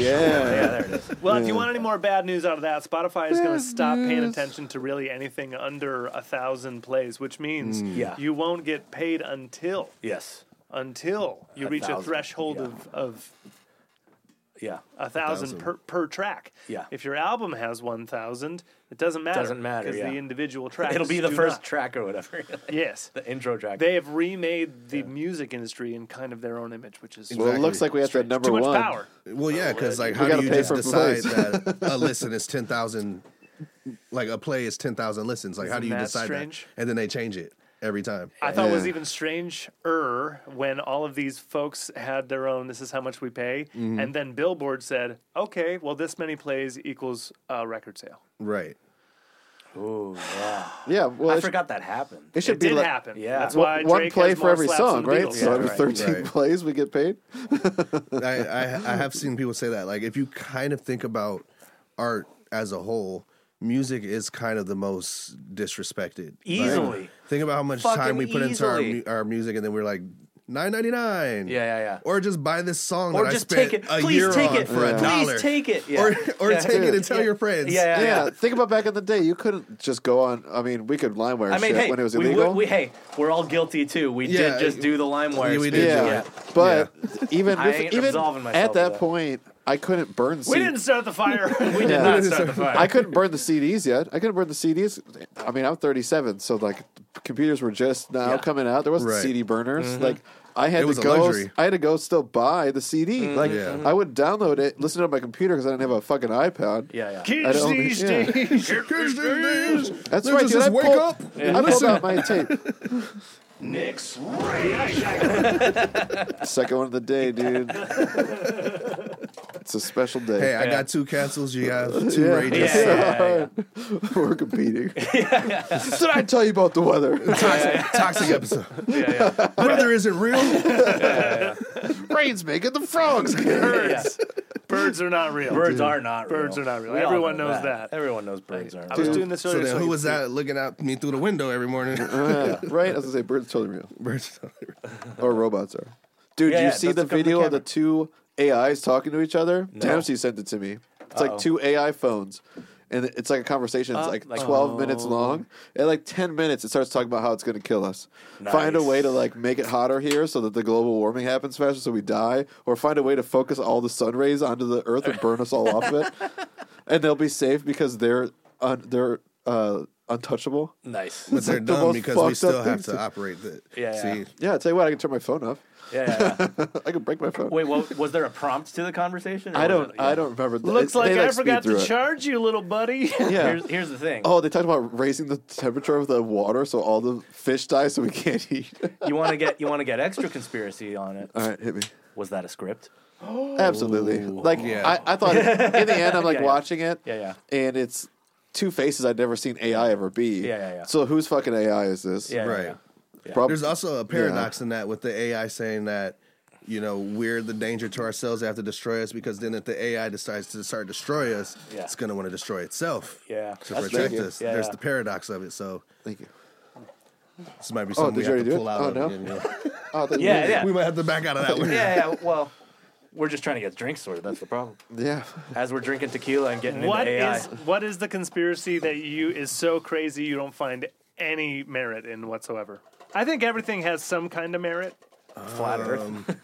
Speaker 3: Yeah.
Speaker 1: Yeah, there it is.
Speaker 5: Well, if you want any more bad news out of that, Spotify is going to
Speaker 3: Bad
Speaker 5: stop paying
Speaker 3: news.
Speaker 5: attention to really anything under a thousand plays, which means
Speaker 1: Mm. Yeah.
Speaker 5: you won't get paid until
Speaker 1: Yes.
Speaker 5: until you
Speaker 1: A
Speaker 5: reach a
Speaker 1: thousand,
Speaker 5: threshold
Speaker 1: yeah.
Speaker 5: of, of
Speaker 1: Yeah.
Speaker 5: a thousand,
Speaker 4: thousand.
Speaker 5: Per, per track.
Speaker 1: Yeah.
Speaker 5: If your album has one thousand, it doesn't matter.
Speaker 1: Doesn't matter,
Speaker 5: because
Speaker 1: yeah.
Speaker 5: the individual tracks.
Speaker 1: It'll be the
Speaker 5: do
Speaker 1: first
Speaker 5: not.
Speaker 1: track or whatever. Like,
Speaker 5: Yes.
Speaker 1: the intro track.
Speaker 5: They have remade the music industry in kind of their own image, which is
Speaker 3: Well, it looks like we have to
Speaker 5: strange.
Speaker 3: number
Speaker 5: too much
Speaker 3: one.
Speaker 5: power.
Speaker 4: Well, yeah, because like, how
Speaker 3: gotta
Speaker 4: do you
Speaker 3: pay
Speaker 4: just
Speaker 3: for
Speaker 4: decide
Speaker 3: plays.
Speaker 4: that a listen is ten thousand? Like a play is ten thousand listens. Like, how do
Speaker 5: Isn't
Speaker 4: you
Speaker 5: that
Speaker 4: decide
Speaker 5: strange?
Speaker 4: that? And then they change it every time.
Speaker 5: I thought it was
Speaker 3: Yeah.
Speaker 5: even stranger when all of these folks had their own. This is how much we pay,
Speaker 3: Mm-hmm.
Speaker 5: and then Billboard said, "Okay, well, this many plays equals a record sale."
Speaker 4: right.
Speaker 1: Ooh, yeah.
Speaker 3: Yeah. Well,
Speaker 1: I
Speaker 3: it sh-
Speaker 1: forgot that happened.
Speaker 3: It should
Speaker 5: It
Speaker 3: be
Speaker 5: did
Speaker 3: like
Speaker 5: happen.
Speaker 1: Yeah.
Speaker 5: that's
Speaker 1: One-
Speaker 5: why
Speaker 3: one
Speaker 5: Drake
Speaker 3: play
Speaker 5: has
Speaker 3: for
Speaker 5: more
Speaker 3: every
Speaker 5: slaps than
Speaker 3: song,
Speaker 5: the
Speaker 3: right?
Speaker 5: Beatles.
Speaker 3: So
Speaker 1: Yeah,
Speaker 3: every
Speaker 1: right.
Speaker 3: thirteen
Speaker 4: Right.
Speaker 3: plays, we get paid.
Speaker 4: I, I I have seen people say that. Like if you kind of think about art as a whole, music is kind of the most disrespected. Like,
Speaker 1: Easily.
Speaker 4: think about how much
Speaker 1: Fucking
Speaker 4: time we put into our,
Speaker 1: easily.
Speaker 4: mu- our music, and then we're like, nine ninety nine.
Speaker 1: Yeah, yeah, yeah.
Speaker 4: Or just buy this song
Speaker 1: Or
Speaker 4: that
Speaker 1: just
Speaker 4: I spent
Speaker 1: take it.
Speaker 4: a
Speaker 1: Please
Speaker 4: year
Speaker 1: take
Speaker 4: on
Speaker 1: it.
Speaker 4: for a
Speaker 1: Please
Speaker 4: dollar.
Speaker 1: take it. Yeah.
Speaker 4: Or or
Speaker 1: Yeah.
Speaker 4: take it and tell
Speaker 1: Yeah.
Speaker 4: your friends.
Speaker 1: Yeah, yeah, yeah.
Speaker 3: Yeah, think about back in the day. You couldn't just go on. I mean, we could LimeWire
Speaker 1: I mean,
Speaker 3: shit
Speaker 1: hey,
Speaker 3: when it was
Speaker 1: we,
Speaker 3: illegal.
Speaker 1: would- we, hey, we're all guilty too. We
Speaker 4: Yeah,
Speaker 1: did just do the LimeWire.
Speaker 4: yeah, we
Speaker 1: speech.
Speaker 4: did
Speaker 3: yeah.
Speaker 4: do it.
Speaker 3: but even
Speaker 1: I
Speaker 3: with-
Speaker 1: ain't
Speaker 3: even
Speaker 1: absolving myself
Speaker 3: at
Speaker 1: of
Speaker 3: that
Speaker 1: that.
Speaker 3: point, I couldn't burn.
Speaker 5: We
Speaker 3: CD
Speaker 5: didn't start the fire. we
Speaker 3: Yeah.
Speaker 1: Not start the fire.
Speaker 3: I couldn't burn the CDs yet. I couldn't burn the CDs. I mean, I'm 37, so like computers were just now
Speaker 1: Yeah. Mm-hmm.
Speaker 3: coming out. There wasn't
Speaker 4: Right.
Speaker 3: CD burners. Like I had
Speaker 4: It was
Speaker 3: to
Speaker 4: a
Speaker 3: go.
Speaker 4: luxury.
Speaker 3: I had to go still buy the CD.
Speaker 1: Mm-hmm.
Speaker 3: Like
Speaker 4: Yeah.
Speaker 3: I would download it, listen to it on my computer because I didn't have a fucking iPad.
Speaker 1: yeah, yeah.
Speaker 3: I
Speaker 5: Kids
Speaker 3: don't-
Speaker 5: these
Speaker 3: yeah.
Speaker 5: days.
Speaker 4: Kids these days,
Speaker 3: That's
Speaker 4: they
Speaker 3: right.
Speaker 4: Just,
Speaker 3: dude,
Speaker 4: just
Speaker 3: I
Speaker 4: wake
Speaker 3: pulled-
Speaker 4: up.
Speaker 3: I
Speaker 4: And
Speaker 3: pulled
Speaker 4: listen.
Speaker 3: out my tape.
Speaker 2: Nick's reaction.
Speaker 3: Second one of the day, dude. it's a special day.
Speaker 4: Hey, I
Speaker 1: Yeah.
Speaker 4: got two cancels. You have two
Speaker 3: Yeah.
Speaker 1: Yeah,
Speaker 4: rages.
Speaker 1: yeah, yeah, yeah.
Speaker 3: We're competing. Did I tell you about the weather?
Speaker 4: Toxic, toxic episode.
Speaker 1: yeah, yeah.
Speaker 4: Weather isn't real.
Speaker 3: Rain's making the frogs get
Speaker 5: Birds. Birds are not real.
Speaker 1: Birds are not real.
Speaker 5: Birds are not real.
Speaker 1: We all
Speaker 5: Everyone knows that.
Speaker 1: Everyone knows birds aren't
Speaker 5: I was
Speaker 1: real.
Speaker 5: doing this
Speaker 4: So
Speaker 5: earlier.
Speaker 4: then,
Speaker 5: so
Speaker 4: who
Speaker 5: I
Speaker 4: was
Speaker 5: could-
Speaker 4: that looking at me through the window every morning?
Speaker 3: Yeah, right? I was gonna say birds totally real.
Speaker 4: Birds.
Speaker 3: Or robots are. Dude,
Speaker 1: Uh-huh. Yeah,
Speaker 3: you
Speaker 1: yeah,
Speaker 3: see
Speaker 1: that's
Speaker 3: the
Speaker 1: the company
Speaker 3: video of the
Speaker 1: camera.
Speaker 3: two AIs talking to each other? Dempsey sent it to me. It's
Speaker 1: Oh.
Speaker 3: like two AI phones. And it's like a conversation. It's like,
Speaker 1: Uh, like- Oh.
Speaker 3: 12 minutes long. At like 10 minutes, it starts talking about how it's going to kill us. Find a
Speaker 1: Nice.
Speaker 3: way to like make it hotter here so that the global warming happens faster so we die. Or find a way to focus all the sun rays onto the earth and burn us all off of it. And they'll be safe because they're, un- they're uh, untouchable.
Speaker 1: Nice.
Speaker 4: But they're
Speaker 3: the
Speaker 4: dumb
Speaker 3: most
Speaker 4: because
Speaker 3: fucked
Speaker 4: we
Speaker 3: up
Speaker 4: still have
Speaker 3: things
Speaker 4: to operate the.
Speaker 1: Yeah,
Speaker 4: See,
Speaker 1: yeah.
Speaker 3: Yeah, I tell you what, I can turn my phone off.
Speaker 1: Yeah, yeah, yeah.
Speaker 3: I can break my phone.
Speaker 1: Wait, what, was there a prompt to the conversation? or
Speaker 3: I
Speaker 1: was
Speaker 3: don't.
Speaker 1: it- yeah.
Speaker 3: I don't remember. The,
Speaker 5: Looks
Speaker 3: they,
Speaker 5: like, I
Speaker 3: speed
Speaker 5: forgot
Speaker 3: through
Speaker 5: to
Speaker 3: it.
Speaker 5: charge you, little buddy.
Speaker 3: Yeah.
Speaker 1: Here's, here's the thing.
Speaker 3: oh, they talked about raising the temperature of the water so all the fish die, so we can't eat.
Speaker 1: You want to get you want to get extra conspiracy on it.
Speaker 3: all right, hit me.
Speaker 1: Was that a script?
Speaker 3: Absolutely. Like
Speaker 4: Yeah.
Speaker 3: I, I thought. In the end, I'm like
Speaker 1: Yeah, yeah.
Speaker 3: watching it.
Speaker 1: Yeah, yeah.
Speaker 3: And it's two faces I'd never seen AI ever be.
Speaker 1: Yeah, yeah, yeah.
Speaker 3: So whose fucking AI is this?
Speaker 1: Yeah, yeah,
Speaker 4: Right.
Speaker 1: yeah.
Speaker 3: Prob-
Speaker 4: There's also a paradox in that with the AI saying that, you know, we're the danger to ourselves. They have to destroy us because then if the AI decides to start destroy us,
Speaker 1: Yeah.
Speaker 4: it's going to want to destroy itself
Speaker 1: Yeah.
Speaker 4: to
Speaker 1: That's
Speaker 4: protect
Speaker 3: true.
Speaker 4: us.
Speaker 1: Yeah,
Speaker 4: There's
Speaker 1: yeah.
Speaker 4: the paradox of it. So
Speaker 3: Thank you.
Speaker 4: this might be
Speaker 3: Oh,
Speaker 4: something
Speaker 3: did
Speaker 4: we
Speaker 3: you
Speaker 4: have
Speaker 3: already
Speaker 4: to
Speaker 3: do
Speaker 4: pull
Speaker 3: it?
Speaker 4: out
Speaker 3: Oh,
Speaker 4: of.
Speaker 3: no?
Speaker 4: you know.
Speaker 3: Oh, thank
Speaker 1: Yeah,
Speaker 3: you.
Speaker 1: yeah.
Speaker 4: we might have to back out of that one.
Speaker 1: Yeah, yeah. Well, we're just trying to get drinks sorted. That's the problem.
Speaker 3: yeah.
Speaker 1: As we're drinking tequila and getting
Speaker 5: What
Speaker 1: into AI.
Speaker 5: is what is the conspiracy that you is so crazy you don't find any merit in whatsoever? I think everything has some kind of merit.
Speaker 1: flat
Speaker 5: Um,
Speaker 1: Earth?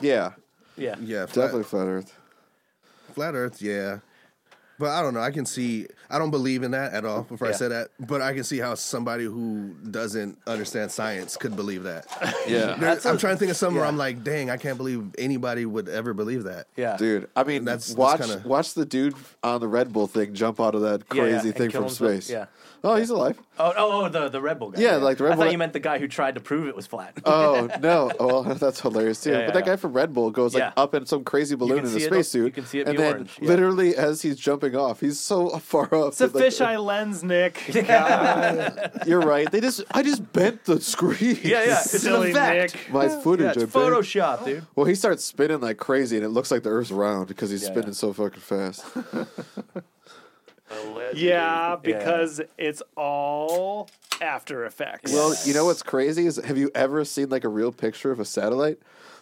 Speaker 3: Yeah.
Speaker 1: Yeah.
Speaker 4: Yeah, flat,
Speaker 3: Definitely flat Earth.
Speaker 4: flat Earth. Yeah, but I don't know. I can see. I don't believe in that at all. Before I
Speaker 1: Yeah.
Speaker 4: said that, but I can see how somebody who doesn't understand science could believe that.
Speaker 3: Yeah.
Speaker 4: There- I'm trying to think of something where
Speaker 1: yeah.
Speaker 4: I'm like, dang, I can't believe anybody would ever believe that.
Speaker 1: Yeah.
Speaker 3: Dude, I mean,
Speaker 4: That's- that's
Speaker 3: watch
Speaker 4: kinda-
Speaker 3: watch the dude on the Red Bull thing jump out of that
Speaker 1: Yeah, yeah,
Speaker 3: crazy
Speaker 1: and
Speaker 3: thing
Speaker 1: kill
Speaker 3: from
Speaker 1: himself.
Speaker 3: space.
Speaker 1: Yeah.
Speaker 3: Oh, he's alive.
Speaker 1: Oh, oh, oh, the the Red Bull guy.
Speaker 3: Yeah, like the Red
Speaker 1: I
Speaker 3: Bull-
Speaker 1: thought you meant the guy who tried to prove it was flat.
Speaker 3: Oh no! Oh, well, that's hilarious too.
Speaker 1: Yeah, yeah,
Speaker 3: but that
Speaker 1: yeah.
Speaker 3: guy from Red Bull goes like
Speaker 1: Yeah.
Speaker 3: up in some crazy balloon in
Speaker 1: can
Speaker 3: a
Speaker 1: see it-
Speaker 3: spacesuit,
Speaker 1: you can see it
Speaker 3: and
Speaker 1: be
Speaker 3: then
Speaker 1: orange, yeah.
Speaker 3: literally as he's jumping off, he's so far up.
Speaker 5: It's a
Speaker 3: that, like,
Speaker 5: fisheye lens, Nick.
Speaker 3: You're right. They just, I just bent the screen.
Speaker 1: yeah, yeah. It's an
Speaker 5: Silly
Speaker 1: effect.
Speaker 5: Nick.
Speaker 3: My footage.
Speaker 1: Yeah, it's
Speaker 3: I bent.
Speaker 1: Photoshop, dude.
Speaker 3: Well, he starts spinning like crazy, and it looks like the Earth's round because he's
Speaker 1: Yeah,
Speaker 3: spinning
Speaker 1: yeah.
Speaker 3: so fucking fast.
Speaker 5: Yeah, because it's all After Effects.
Speaker 3: Well, you know what's crazy is have you ever seen like a real picture of a satellite?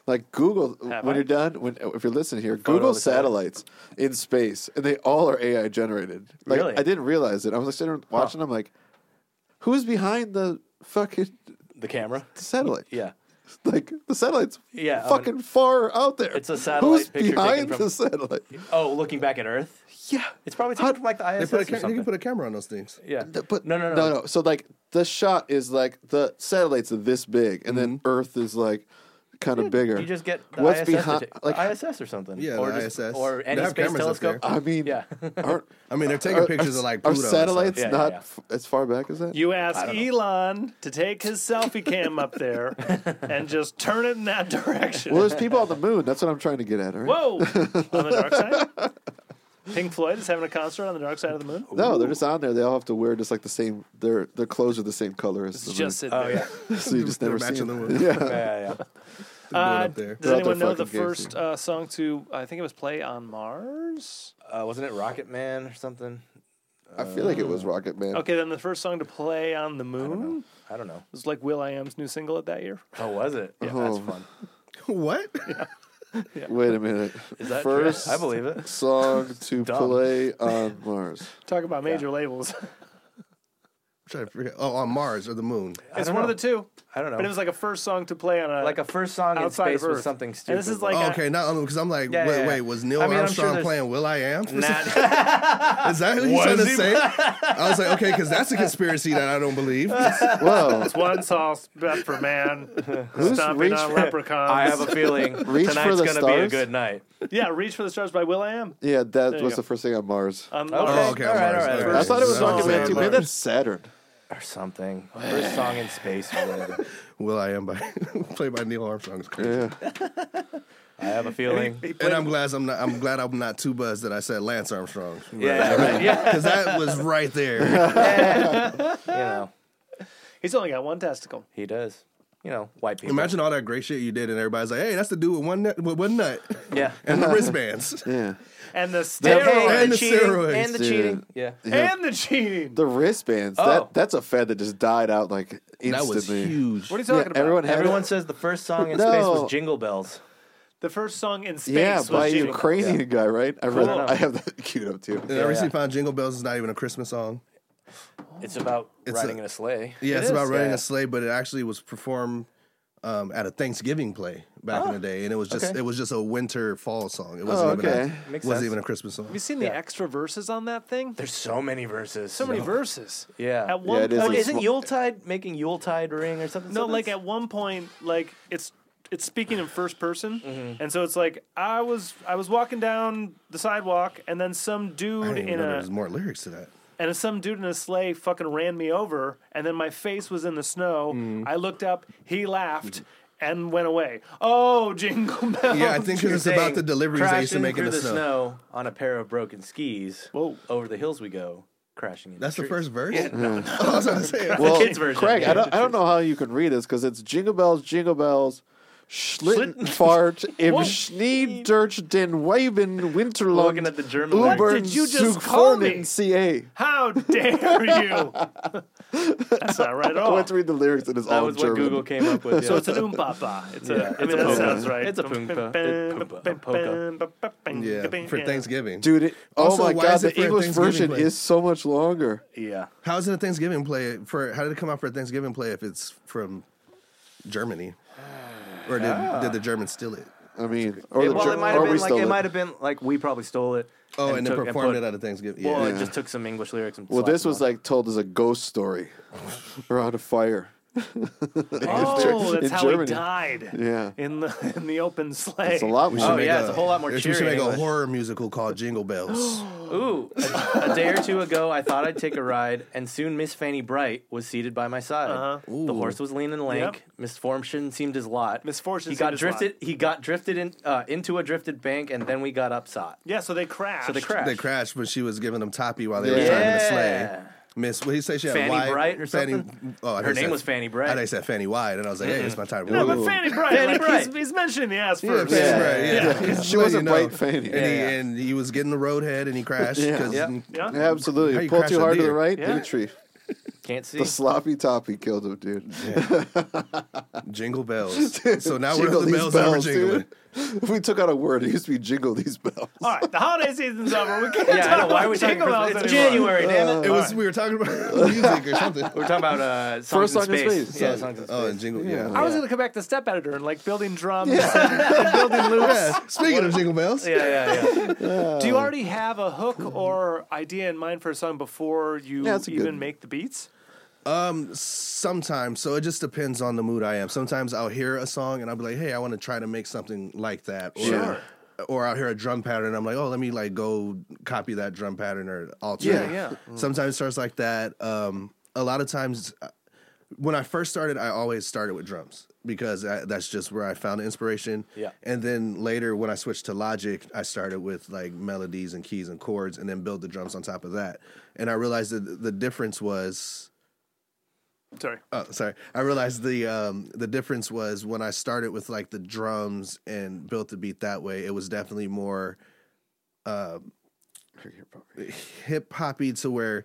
Speaker 3: Like Google
Speaker 5: Have
Speaker 3: when
Speaker 5: I?
Speaker 3: you're done, when if you're listening here, Google
Speaker 1: of the satellite?
Speaker 3: satellites in space, and they all are AI generated. Like
Speaker 1: Really?
Speaker 3: I didn't realize it. I was like sitting there watching. I'm like, who's behind the fucking
Speaker 1: The camera.
Speaker 3: satellite?
Speaker 1: Yeah.
Speaker 3: Like the satellite's
Speaker 1: Yeah, I
Speaker 3: fucking far out there.
Speaker 1: It's a satellite
Speaker 3: Who's
Speaker 1: picture taken
Speaker 3: behind
Speaker 1: from-
Speaker 3: the satellite?
Speaker 1: Oh, looking back at Earth.
Speaker 3: Yeah,
Speaker 1: It's probably
Speaker 3: How-
Speaker 1: taken from like the
Speaker 4: They
Speaker 1: ISS
Speaker 4: put a
Speaker 1: or
Speaker 4: ca- you
Speaker 1: something.
Speaker 4: can put a camera on those things.
Speaker 1: yeah.
Speaker 3: Th- But
Speaker 1: no, no, no.
Speaker 3: no, no. So like the shot is like the satellite's this big, and then Earth is like kind of bigger.
Speaker 1: Mm-hmm. You just get the
Speaker 3: what's
Speaker 1: ISS,
Speaker 3: behind?
Speaker 1: to take-
Speaker 3: like,
Speaker 1: the ISS or something.
Speaker 4: Yeah,
Speaker 1: or
Speaker 4: the
Speaker 1: just-
Speaker 4: ISS.
Speaker 1: or
Speaker 4: They
Speaker 1: any
Speaker 4: have
Speaker 1: space
Speaker 4: cameras up there.
Speaker 1: telescope.
Speaker 3: I mean,
Speaker 1: Yeah.
Speaker 3: aren't,
Speaker 4: I mean, they're taking
Speaker 3: are,
Speaker 4: pictures
Speaker 3: are,
Speaker 4: of like
Speaker 3: are
Speaker 4: Pluto. and stuff.
Speaker 3: satellites
Speaker 1: Yeah, yeah,
Speaker 3: not
Speaker 1: yeah.
Speaker 3: F- as far back as that?
Speaker 5: You ask Elon to take his selfie cam up there and just turn it in that direction.
Speaker 3: well, there's people on the moon. That's what I'm trying to get at. all Right?
Speaker 5: Whoa! on the dark side? Pink Floyd is having a concert on the dark side of the moon?
Speaker 3: No, they're just on there. They all have to wear just like the same. Their their clothes are the same color as
Speaker 5: It's
Speaker 3: the moon.
Speaker 5: just sitting
Speaker 1: Oh
Speaker 5: there.
Speaker 1: yeah.
Speaker 3: so you just
Speaker 4: They're
Speaker 3: never see
Speaker 4: matching
Speaker 3: them.
Speaker 4: the moon.
Speaker 1: Yeah,
Speaker 3: Yeah,
Speaker 1: yeah, yeah.
Speaker 5: Uh,
Speaker 4: up there.
Speaker 5: Does
Speaker 3: They're out
Speaker 5: anyone
Speaker 3: there
Speaker 5: know the
Speaker 3: fucking gazing.
Speaker 5: first uh, song to, I think it was Play on Mars?
Speaker 1: Uh, wasn't it Rocket Man or something?
Speaker 3: I feel like it was Rocket Man.
Speaker 5: Okay, then the first song to play on the moon
Speaker 1: I don't know.
Speaker 5: was like Will I Am's new single of that year.
Speaker 1: How Oh, was it? Yeah, that's fun.
Speaker 4: what?
Speaker 3: Wait a minute.
Speaker 1: Is that true?
Speaker 3: First
Speaker 1: I believe it.
Speaker 3: song to
Speaker 1: Dumb.
Speaker 3: play on Mars.
Speaker 5: Talk about major labels.
Speaker 4: Trying to forget. Oh, on Mars or the moon.
Speaker 5: it's
Speaker 1: don't
Speaker 5: one of
Speaker 1: know.
Speaker 5: the two.
Speaker 1: I don't know.
Speaker 5: But it was like a first song to play on a
Speaker 1: like a first song in
Speaker 5: outside
Speaker 1: space
Speaker 5: of Earth.
Speaker 1: was something stupid.
Speaker 5: And this is like
Speaker 4: Oh,
Speaker 5: I-
Speaker 4: okay, not because I'm like,
Speaker 1: Yeah,
Speaker 4: wait,
Speaker 1: yeah, yeah.
Speaker 4: wait, was Neil
Speaker 1: I mean, I'm sure
Speaker 4: Armstrong
Speaker 1: there's-
Speaker 4: playing Will I Am? Is
Speaker 1: Not-
Speaker 4: that what he's
Speaker 1: Was
Speaker 4: trying to
Speaker 1: he-
Speaker 4: say? I was like, okay, because that's a conspiracy that I don't believe.
Speaker 3: Whoa.
Speaker 5: it's one sauce bet for man.
Speaker 3: Who's
Speaker 5: stomping
Speaker 3: reach
Speaker 5: on
Speaker 3: for-
Speaker 5: leprechauns.
Speaker 1: I have a feeling
Speaker 3: Reach for
Speaker 1: tonight's
Speaker 3: the
Speaker 1: gonna be a
Speaker 3: stars?
Speaker 1: good night.
Speaker 5: yeah, Reach for the Stars by Will I Am.
Speaker 3: Yeah, that
Speaker 5: you
Speaker 3: was
Speaker 5: go.
Speaker 3: the first thing on Mars.
Speaker 5: Um,
Speaker 1: Okay.
Speaker 4: Oh, okay,
Speaker 1: All
Speaker 4: on
Speaker 1: right, all
Speaker 4: Mars.
Speaker 1: right,
Speaker 4: Okay.
Speaker 1: all right.
Speaker 3: I thought it was
Speaker 5: Song
Speaker 3: Rocket Man
Speaker 5: on
Speaker 3: too. Man,
Speaker 5: Mars.
Speaker 3: that's Saturn.
Speaker 1: Or something. First song in space. or whatever.
Speaker 4: Will I Am by played by Neil Armstrong. is crazy.
Speaker 3: Yeah.
Speaker 1: I have a feeling.
Speaker 4: And I'm glad I'm not. I'm glad I'm not too buzzed that I said Lance Armstrong.
Speaker 1: Yeah, yeah, right. yeah.
Speaker 4: because that was right there.
Speaker 1: You know,
Speaker 5: He's only got one testicle.
Speaker 1: he does. You know, white people.
Speaker 4: Imagine all that great shit you did, and everybody's like, "Hey, that's the dude with one nut, with one nut
Speaker 1: Yeah.
Speaker 4: and the wristbands."
Speaker 3: Yeah.
Speaker 5: And the
Speaker 1: And,
Speaker 5: steroids.
Speaker 4: And
Speaker 1: the
Speaker 4: the
Speaker 1: cheating.
Speaker 4: steroids,
Speaker 1: And the
Speaker 3: dude.
Speaker 1: cheating. Yeah.
Speaker 5: And the cheating.
Speaker 3: The wristbands.
Speaker 1: Oh.
Speaker 3: That that's a fad that just died out like instantly.
Speaker 4: That was huge.
Speaker 5: What are you
Speaker 3: Yeah,
Speaker 5: talking about?
Speaker 3: everyone had
Speaker 1: Everyone
Speaker 3: it.
Speaker 1: says the first song in
Speaker 3: No.
Speaker 1: space was Jingle Bells.
Speaker 5: The first song in space
Speaker 3: Yeah,
Speaker 5: was
Speaker 3: by a
Speaker 5: Jingle.
Speaker 3: Ukrainian guy, right? I read.
Speaker 1: Cool.
Speaker 3: I have that queued up too.
Speaker 4: And I recently
Speaker 1: yeah.
Speaker 4: found Jingle Bells is not even a Christmas song.
Speaker 1: It's about
Speaker 4: It's
Speaker 1: riding
Speaker 4: a-
Speaker 1: in a sleigh.
Speaker 4: Yeah, it's
Speaker 5: is,
Speaker 4: about running
Speaker 1: yeah.
Speaker 4: a sleigh, but it actually was performed um, at a Thanksgiving play back in the day, and it was just
Speaker 1: okay.
Speaker 4: it was just a winter fall song. It wasn't
Speaker 3: Oh,
Speaker 4: even
Speaker 3: okay.
Speaker 4: a,
Speaker 1: Makes
Speaker 4: wasn't
Speaker 1: sense.
Speaker 4: even a Christmas song.
Speaker 5: Have you seen the extra verses on that thing? There's
Speaker 1: There's so many verses.
Speaker 5: so many verses.
Speaker 1: Yeah.
Speaker 5: At one
Speaker 3: Yeah, it is
Speaker 5: point,
Speaker 1: Oh,
Speaker 3: It's
Speaker 1: isn't
Speaker 3: sm-
Speaker 1: Yuletide making Yuletide ring or something?
Speaker 5: No,
Speaker 1: Something-
Speaker 5: like at one point, like it's it's speaking in first person,
Speaker 3: Mm-hmm.
Speaker 5: and so it's like I was I was walking down the sidewalk, and then some
Speaker 4: I
Speaker 5: dude
Speaker 4: didn't even
Speaker 5: in
Speaker 4: know there
Speaker 5: a
Speaker 4: was more lyrics to that.
Speaker 5: and some dude in a sleigh fucking ran me over, and then my face was in the snow.
Speaker 4: Mm-hmm.
Speaker 5: I looked up, he laughed. And went away. Oh, jingle bells!
Speaker 4: Yeah, I think 'cause it's
Speaker 1: Saying,
Speaker 4: about the deliveries they used to
Speaker 1: "Crashing
Speaker 4: make in
Speaker 1: through
Speaker 4: the snow.
Speaker 1: on a pair of broken skis.
Speaker 5: Whoa.
Speaker 1: Over the hills we go, crashing into
Speaker 4: That's the
Speaker 1: trees."
Speaker 4: first verse. I was gonna say,
Speaker 3: Well,
Speaker 1: kids' version,
Speaker 3: Craig,
Speaker 1: yeah.
Speaker 3: I don't. I don't know how you can read this because it's jingle bells, jingle bells. Schlitten fart im
Speaker 5: What?
Speaker 3: Schnee durch den Weiben Winterland.
Speaker 1: Looking at the German
Speaker 3: Ubern
Speaker 1: language.
Speaker 5: did you just call me?
Speaker 3: Zugfornen CA.
Speaker 5: How dare you? That's not right at
Speaker 3: I
Speaker 5: all.
Speaker 3: went to read the lyrics and it's
Speaker 1: That
Speaker 3: all
Speaker 1: was
Speaker 3: in Oh, German.
Speaker 1: what Google came up with.
Speaker 5: So
Speaker 1: yeah.
Speaker 5: it's an oompapa. It's
Speaker 1: Yeah,
Speaker 5: a. I
Speaker 1: it's
Speaker 5: mean,
Speaker 1: a
Speaker 5: that
Speaker 1: poka.
Speaker 5: sounds right.
Speaker 1: It's a poompa. It- poompa.
Speaker 4: yeah, for Thanksgiving,
Speaker 3: Dude, it, oh
Speaker 4: Also,
Speaker 3: my
Speaker 4: why
Speaker 3: god,
Speaker 4: is
Speaker 3: the
Speaker 4: it for a
Speaker 3: English
Speaker 4: Thanksgiving
Speaker 3: version
Speaker 4: play?
Speaker 3: is so much longer.
Speaker 1: yeah.
Speaker 4: How is it a Thanksgiving play for? How did it come out for a Thanksgiving play if it's from Germany, or did,
Speaker 1: Ah.
Speaker 4: did the Germans steal it?
Speaker 3: I mean, or the
Speaker 1: well,
Speaker 3: Ger-
Speaker 1: it might
Speaker 3: or
Speaker 1: have
Speaker 3: we
Speaker 1: been like
Speaker 3: stole
Speaker 1: it
Speaker 3: it.
Speaker 1: might have been like we probably stole it.
Speaker 4: Oh, and,
Speaker 1: took-
Speaker 4: then performed
Speaker 1: put-
Speaker 4: it at a Thanksgiving.
Speaker 1: Well,
Speaker 4: yeah.
Speaker 1: it just took some English lyrics and.
Speaker 3: Well,
Speaker 1: slapped
Speaker 3: this
Speaker 1: them
Speaker 3: was
Speaker 1: on.
Speaker 3: like told as a ghost story around a fire.
Speaker 5: Oh,
Speaker 3: in
Speaker 5: that's how
Speaker 3: Germany.
Speaker 5: he died.
Speaker 3: Yeah.
Speaker 5: in the in the open sleigh.
Speaker 3: It's a lot
Speaker 4: We
Speaker 3: more.
Speaker 4: should
Speaker 1: Oh,
Speaker 4: make
Speaker 1: yeah, it's a whole lot more
Speaker 4: We should
Speaker 1: cheery
Speaker 4: make a
Speaker 1: anyway.
Speaker 4: horror musical called Jingle Bells.
Speaker 1: Ooh, a, a day or two ago, I thought I'd take a ride, and soon Miss Fanny Bright was seated by my side. The horse was lean and lank.
Speaker 5: Uh-huh. Yep.
Speaker 1: Misfortune seemed his lot.
Speaker 5: Misfortune
Speaker 1: He got
Speaker 5: seemed his lot.
Speaker 1: drifted. He got drifted in, uh, into a drifted bank, and then we got upsot.
Speaker 5: Yeah, so they crashed.
Speaker 1: So the crash.
Speaker 4: They crashed when she was giving them toppy while they
Speaker 3: Yeah.
Speaker 4: were driving the
Speaker 1: Yeah.
Speaker 4: sleigh. Miss, what he say? She had
Speaker 1: Fanny
Speaker 4: wide,
Speaker 1: Bright or
Speaker 4: Fanny,
Speaker 1: something?
Speaker 4: Oh, I
Speaker 1: Her
Speaker 4: heard
Speaker 1: name
Speaker 4: that-
Speaker 1: was Fanny Bright.
Speaker 4: I thought he said Fanny Wide, and I was like, "Hey, it's my time."
Speaker 5: No, but
Speaker 4: Ooh.
Speaker 5: Fanny Bright.
Speaker 1: Fanny
Speaker 5: like,
Speaker 1: Bright.
Speaker 5: He's, he's mentioning the ass
Speaker 4: Yeah,
Speaker 5: first.
Speaker 4: Fanny
Speaker 3: Yeah.
Speaker 4: Bright, yeah. Just
Speaker 3: She
Speaker 4: let
Speaker 3: was
Speaker 4: you
Speaker 3: a
Speaker 4: know.
Speaker 3: bright Fanny.
Speaker 4: and,
Speaker 1: Yeah.
Speaker 4: he, and he was getting the road head, and he crashed.
Speaker 3: Yeah.
Speaker 4: 'cause-
Speaker 1: Yep.
Speaker 5: Yeah.
Speaker 4: How
Speaker 3: Absolutely.
Speaker 4: you
Speaker 3: Pulled
Speaker 4: crash
Speaker 3: too
Speaker 4: a
Speaker 3: hard to the
Speaker 4: deer?
Speaker 3: right,
Speaker 5: Yeah.
Speaker 3: hit a tree.
Speaker 1: Can't see.
Speaker 3: The sloppy toppy killed him, dude.
Speaker 4: Jingle bells. So now we're
Speaker 3: Jingle
Speaker 4: the
Speaker 3: these
Speaker 4: bells, that we're
Speaker 3: bells,
Speaker 4: jingling.
Speaker 3: dude. we took out a word. It used to be jingle these bells.
Speaker 5: All right, the holiday season's over. We can't
Speaker 1: yeah, I know.
Speaker 5: talk
Speaker 1: Why
Speaker 5: about
Speaker 1: are we talking?
Speaker 5: jingle bells
Speaker 1: Christmas? It's
Speaker 5: anymore.
Speaker 1: January, damn it.
Speaker 4: It was we were talking about music or something.
Speaker 1: We're talking about uh, songs
Speaker 3: First
Speaker 1: in
Speaker 3: song in
Speaker 1: space.
Speaker 3: space.
Speaker 1: Yeah, songs in space.
Speaker 4: Oh, and jingle. Yeah.
Speaker 5: I
Speaker 4: yeah.
Speaker 5: was gonna come back to step editor and like building drums and building loops.
Speaker 4: Speaking of jingle bells,
Speaker 1: yeah, yeah, yeah.
Speaker 5: Do you already have a hook or idea in mind for a song before you
Speaker 3: Yeah, that's a good
Speaker 5: even
Speaker 3: one.
Speaker 5: make the beats?
Speaker 4: sometimes. So it just depends on the mood I am. Sometimes I'll hear a song and I'll be like, "Hey, I want to try to make something like that." Or,
Speaker 3: Sure.
Speaker 4: Or I'll hear a drum pattern and I'm like, "Oh, let me like go copy that drum pattern or alter."
Speaker 3: Yeah,
Speaker 4: it. Mm-hmm.
Speaker 5: yeah.
Speaker 4: Sometimes it starts like that. Um, a lot of times, uh, when I first started, I always started with drums because I, that's just where I found the inspiration.
Speaker 1: Yeah.
Speaker 4: And then later, when I switched to Logic, I started with like melodies and keys and chords, and then build the drums on top of that. And I realized that the difference was.
Speaker 5: Sorry.
Speaker 4: Oh, sorry. I realized the um, the difference was when I started with like the drums and built the beat that way. It was definitely more hip hoppy um, to where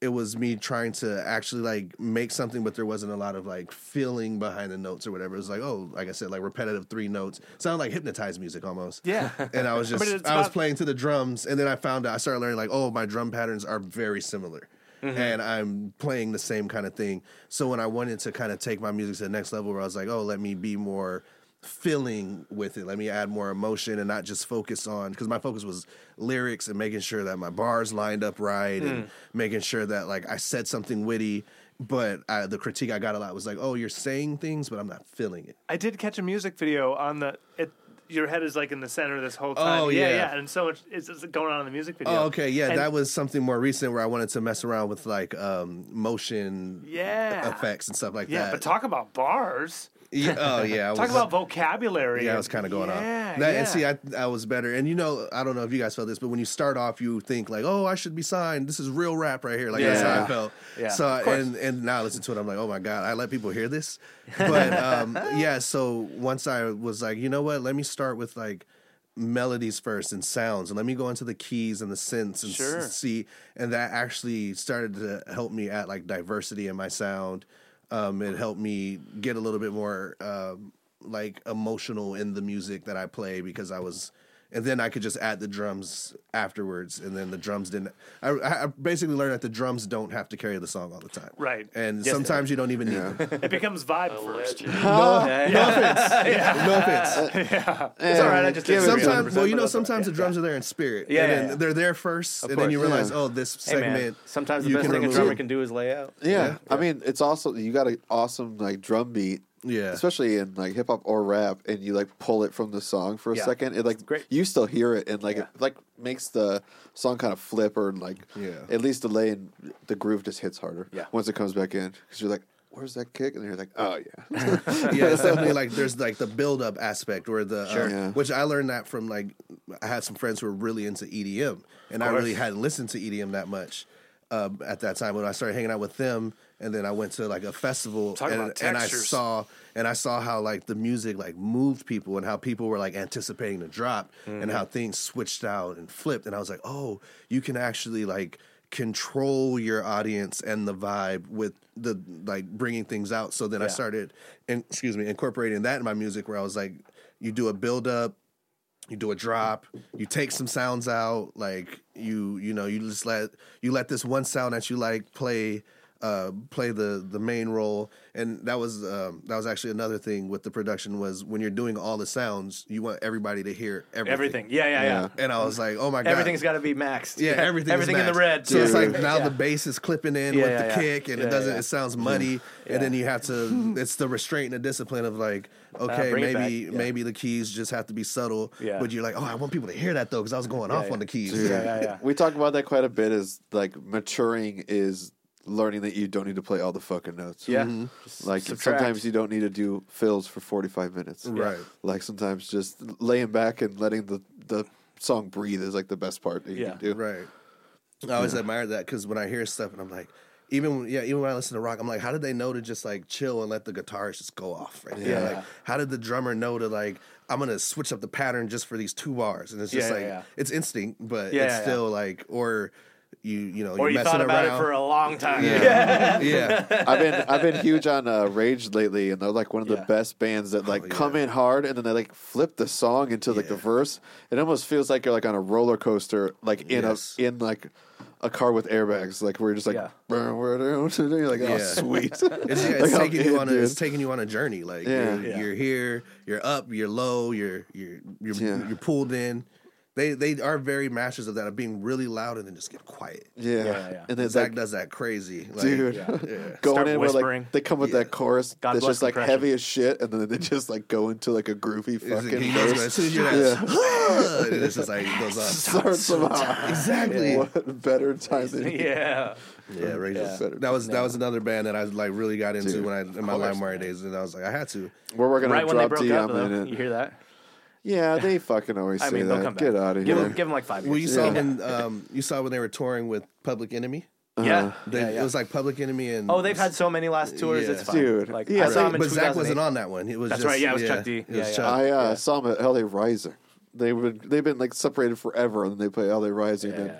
Speaker 4: it was me trying to actually like make something, but there wasn't a lot of like feeling behind the notes or whatever. It was like, oh, like I said, like repetitive three notes. Sounded like hypnotized music almost.
Speaker 5: Yeah.
Speaker 4: And I was just
Speaker 5: But
Speaker 4: I
Speaker 5: it's
Speaker 4: was
Speaker 5: not-
Speaker 4: playing to the drums and then I found out I started learning like, oh, my drum patterns are very similar. And I'm playing the same kind of thing. So when I wanted to kind of take my music to the next level where I was like, oh, let me be more feeling with it. Let me add more emotion and not just focus on because my focus was lyrics and making sure that my bars lined up right and making sure that like I said something witty. But I, the critique I got a lot was like, "Oh, you're saying things, but I'm not feeling it."
Speaker 5: I did catch a music video on the. It, your head is like in the center this whole time.
Speaker 4: Oh,
Speaker 5: yeah,
Speaker 4: yeah.
Speaker 5: And so much is is going on in the music video.
Speaker 4: Oh, okay, yeah,
Speaker 5: And-
Speaker 4: that was something more recent where I wanted to mess around with like um, motion
Speaker 5: Yeah.
Speaker 4: effects and stuff like
Speaker 5: Yeah,
Speaker 4: that.
Speaker 5: but talk about bars.
Speaker 4: yeah, oh yeah, I
Speaker 5: Talk
Speaker 4: was-
Speaker 5: about vocabulary.
Speaker 4: Yeah, I was kind of going
Speaker 5: yeah,
Speaker 4: off. That,
Speaker 5: yeah.
Speaker 4: And see, I, I was better. And you know, I don't know if you guys felt this, but when you start off, you think like, "Oh, I should be signed. This is real rap right here." Like that's how
Speaker 1: Yeah.
Speaker 4: I felt.
Speaker 1: Yeah,
Speaker 4: So
Speaker 1: of course.
Speaker 4: and and now I listen to it, I'm like, "Oh my god, I let people hear this." But um, yeah, so once I was like, you know what? Let me start with like melodies first and sounds, and let me go into the keys and the synths and s-
Speaker 1: Sure.
Speaker 4: see. And that actually started to help me at like diversity in my sound. Um, it helped me get a little bit more um, like emotional in the music that I play because I was, and then I could just add the drums afterwards. And then the drums didn't. I, I I basically learned that the drums don't have to carry the song all the time.
Speaker 5: Right.
Speaker 4: And sometimes you don't even need them.
Speaker 5: It becomes vibe first.
Speaker 2: Legend.
Speaker 4: no offense.
Speaker 3: It's
Speaker 1: all right, I just didn't agree on
Speaker 4: Sometimes, well, you
Speaker 1: 100%,
Speaker 4: know,
Speaker 1: but
Speaker 4: sometimes the drums are there in spirit.
Speaker 1: Yeah,
Speaker 4: And
Speaker 1: yeah,
Speaker 4: then
Speaker 1: yeah.
Speaker 4: they're there first, and
Speaker 1: course.
Speaker 4: then you realize,
Speaker 3: Yeah.
Speaker 4: oh, this
Speaker 1: Hey, man,
Speaker 4: segment.
Speaker 1: Sometimes the
Speaker 4: you
Speaker 1: best
Speaker 4: can
Speaker 1: thing a
Speaker 4: remove
Speaker 1: drummer
Speaker 4: it.
Speaker 1: can do is lay out.
Speaker 3: Yeah. I mean, it's also you got an awesome like drum beat,
Speaker 4: Yeah.
Speaker 3: especially in like hip hop or rap, and you like pull it from the song for a
Speaker 1: Yeah.
Speaker 3: second. It like
Speaker 1: great.
Speaker 3: you still hear it, and like it like makes the song kind of flip or like
Speaker 4: Yeah.
Speaker 3: at least delay and the groove just hits harder.
Speaker 1: Yeah.
Speaker 3: once it comes back in because you're like, where's that kick? And you're like, oh yeah,
Speaker 4: yeah, it's definitely like there's like the build up aspect or the uh,
Speaker 3: Yeah.
Speaker 4: which I learned that from like I had some friends who were really into EDM and I really hadn't listened to EDM that much um, at that time when I started hanging out with them and then I went to like a festival
Speaker 5: Talk
Speaker 4: and,
Speaker 5: about
Speaker 4: and I
Speaker 5: textures.
Speaker 4: saw and I saw how like the music like moved people and how people were like anticipating the drop and
Speaker 5: Mm-hmm.
Speaker 4: how things switched out and flipped and I was like oh you can actually like control your audience and the vibe with the like bringing things out so then I
Speaker 1: Yeah.
Speaker 4: started and excuse me incorporating that in my music where I was like you do a build up you do a drop you take some sounds out like you you know you just let you let this one sound that you like play uh play the the main role and that was um that was actually another thing with the production was when you're doing all the sounds you want everybody to hear everything,
Speaker 1: Everything. Yeah, yeah, yeah.
Speaker 3: Yeah.
Speaker 4: and i was like oh my god
Speaker 1: Everything's got to be maxed.
Speaker 4: yeah, everything.
Speaker 1: Everything in the red.
Speaker 4: So it's
Speaker 1: Yeah.
Speaker 4: like now
Speaker 1: Yeah.
Speaker 4: the bass is clipping in
Speaker 1: Yeah,
Speaker 4: with
Speaker 1: yeah,
Speaker 4: the
Speaker 1: yeah.
Speaker 4: kick, and
Speaker 1: Yeah,
Speaker 4: it doesn't.
Speaker 1: yeah. Mm-hmm.
Speaker 4: It sounds muddy, and then you have to. It's the restraint and discipline of like, okay,
Speaker 1: bring it
Speaker 4: maybe
Speaker 1: back. Yeah.
Speaker 4: maybe the keys just have to be subtle.
Speaker 1: Yeah.
Speaker 4: But you're like, oh, I want people to hear that though, because I was going off
Speaker 1: yeah.
Speaker 4: on the keys.
Speaker 1: Yeah, yeah, yeah.
Speaker 3: We talk about that quite a bit. Is like maturing is learning that you don't need to play all the fucking notes.
Speaker 1: Yeah.
Speaker 3: Like
Speaker 1: Subtract.
Speaker 3: sometimes you don't need to do fills for 45 minutes.
Speaker 4: Right.
Speaker 3: Like sometimes just laying back and letting the, the song breathe is like the best part that you
Speaker 1: Yeah.
Speaker 3: can do.
Speaker 4: Right. I always admire that because when I hear stuff and I'm like, even when- yeah, even when I listen to rock, I'm like, how did they know to just like chill and let the guitars just go off? Right there?
Speaker 1: Yeah.
Speaker 4: Like, how did the drummer know to like, I'm gonna switch up the pattern just for these two bars? And it's just
Speaker 1: Yeah,
Speaker 4: like
Speaker 1: yeah, yeah.
Speaker 4: it's instinct, but
Speaker 1: Yeah,
Speaker 4: it's
Speaker 1: yeah,
Speaker 4: still like, or you you know,
Speaker 1: Or
Speaker 4: you're
Speaker 1: you
Speaker 4: messing
Speaker 1: thought about
Speaker 4: around.
Speaker 1: it for a long time.
Speaker 4: yeah. yeah.
Speaker 3: I've been I've been huge on uh, Rage lately, and they're like one of the
Speaker 1: Yeah.
Speaker 3: best bands that like
Speaker 4: yeah.
Speaker 3: come in hard and then they like flip the song into like the
Speaker 4: Yeah.
Speaker 3: verse. It almost feels like you're like on a roller coaster, like in
Speaker 4: Yes.
Speaker 3: a in like a car with airbags. Like we're just like
Speaker 1: Yeah.
Speaker 3: "Burn, burn, burn," and you're like oh
Speaker 4: Yeah.
Speaker 3: sweet. it's,
Speaker 4: It's, yeah, it's taking you on a, it's taking you on a journey. Like
Speaker 3: Yeah.
Speaker 4: You're,
Speaker 1: Yeah.
Speaker 4: you're here, you're up, you're low, you're you're you're,
Speaker 3: Yeah.
Speaker 4: you're pulled in. They they are very masters of that of being really loud and then just get quiet.
Speaker 3: yeah.
Speaker 1: yeah, yeah.
Speaker 3: and then it's
Speaker 4: Zach
Speaker 3: like
Speaker 4: does that crazy, like,
Speaker 3: dude. Going
Speaker 1: Start
Speaker 3: in with
Speaker 1: whispering.
Speaker 3: like they come with that chorus
Speaker 1: God
Speaker 3: that's
Speaker 1: bless
Speaker 3: just like
Speaker 1: compression.
Speaker 3: heavy as shit, and then they just like go into like a groovy
Speaker 4: It's like,
Speaker 3: fucking
Speaker 4: he goes, as
Speaker 3: verse.
Speaker 4: soon as you and it's just like it goes off.
Speaker 3: Starts them out.
Speaker 4: Exactly. Yeah,
Speaker 3: What better time than
Speaker 1: yeah.
Speaker 4: Rage is-
Speaker 3: Yeah.
Speaker 4: That was that was another band that I like really got into
Speaker 3: Dude,
Speaker 4: when I in my LimeWire days, and I was like, I had to.
Speaker 3: We're working
Speaker 1: Right
Speaker 3: on
Speaker 1: when they
Speaker 3: drop
Speaker 1: broke
Speaker 3: D.
Speaker 1: up,
Speaker 3: I'm
Speaker 1: though.
Speaker 3: in
Speaker 1: You
Speaker 3: it.
Speaker 1: hear that?
Speaker 3: Yeah, they fucking always say
Speaker 1: I mean,
Speaker 3: that.
Speaker 1: they'll come back.
Speaker 3: Get out of
Speaker 1: Give
Speaker 3: here.
Speaker 1: them, give them like five years.
Speaker 4: Well, you saw when um, you saw when they were touring with Public Enemy.
Speaker 1: yeah.
Speaker 4: They,
Speaker 1: yeah, yeah.
Speaker 4: It was like Public Enemy and
Speaker 1: oh, they've had so many last tours.
Speaker 4: Yeah.
Speaker 1: It's fine.
Speaker 3: Dude,
Speaker 1: Like,
Speaker 3: yeah,
Speaker 1: I saw
Speaker 3: right.
Speaker 1: him in
Speaker 4: but Zach wasn't
Speaker 1: 2008.
Speaker 4: on that one. It was
Speaker 1: That's
Speaker 4: just,
Speaker 1: right, yeah, it was Chuck D.
Speaker 4: It was
Speaker 1: Yeah, yeah.
Speaker 4: Chuck.
Speaker 3: I uh, saw them at LA Rising. They've been they've been like separated forever, and then they play LA Rising. And
Speaker 1: Yeah.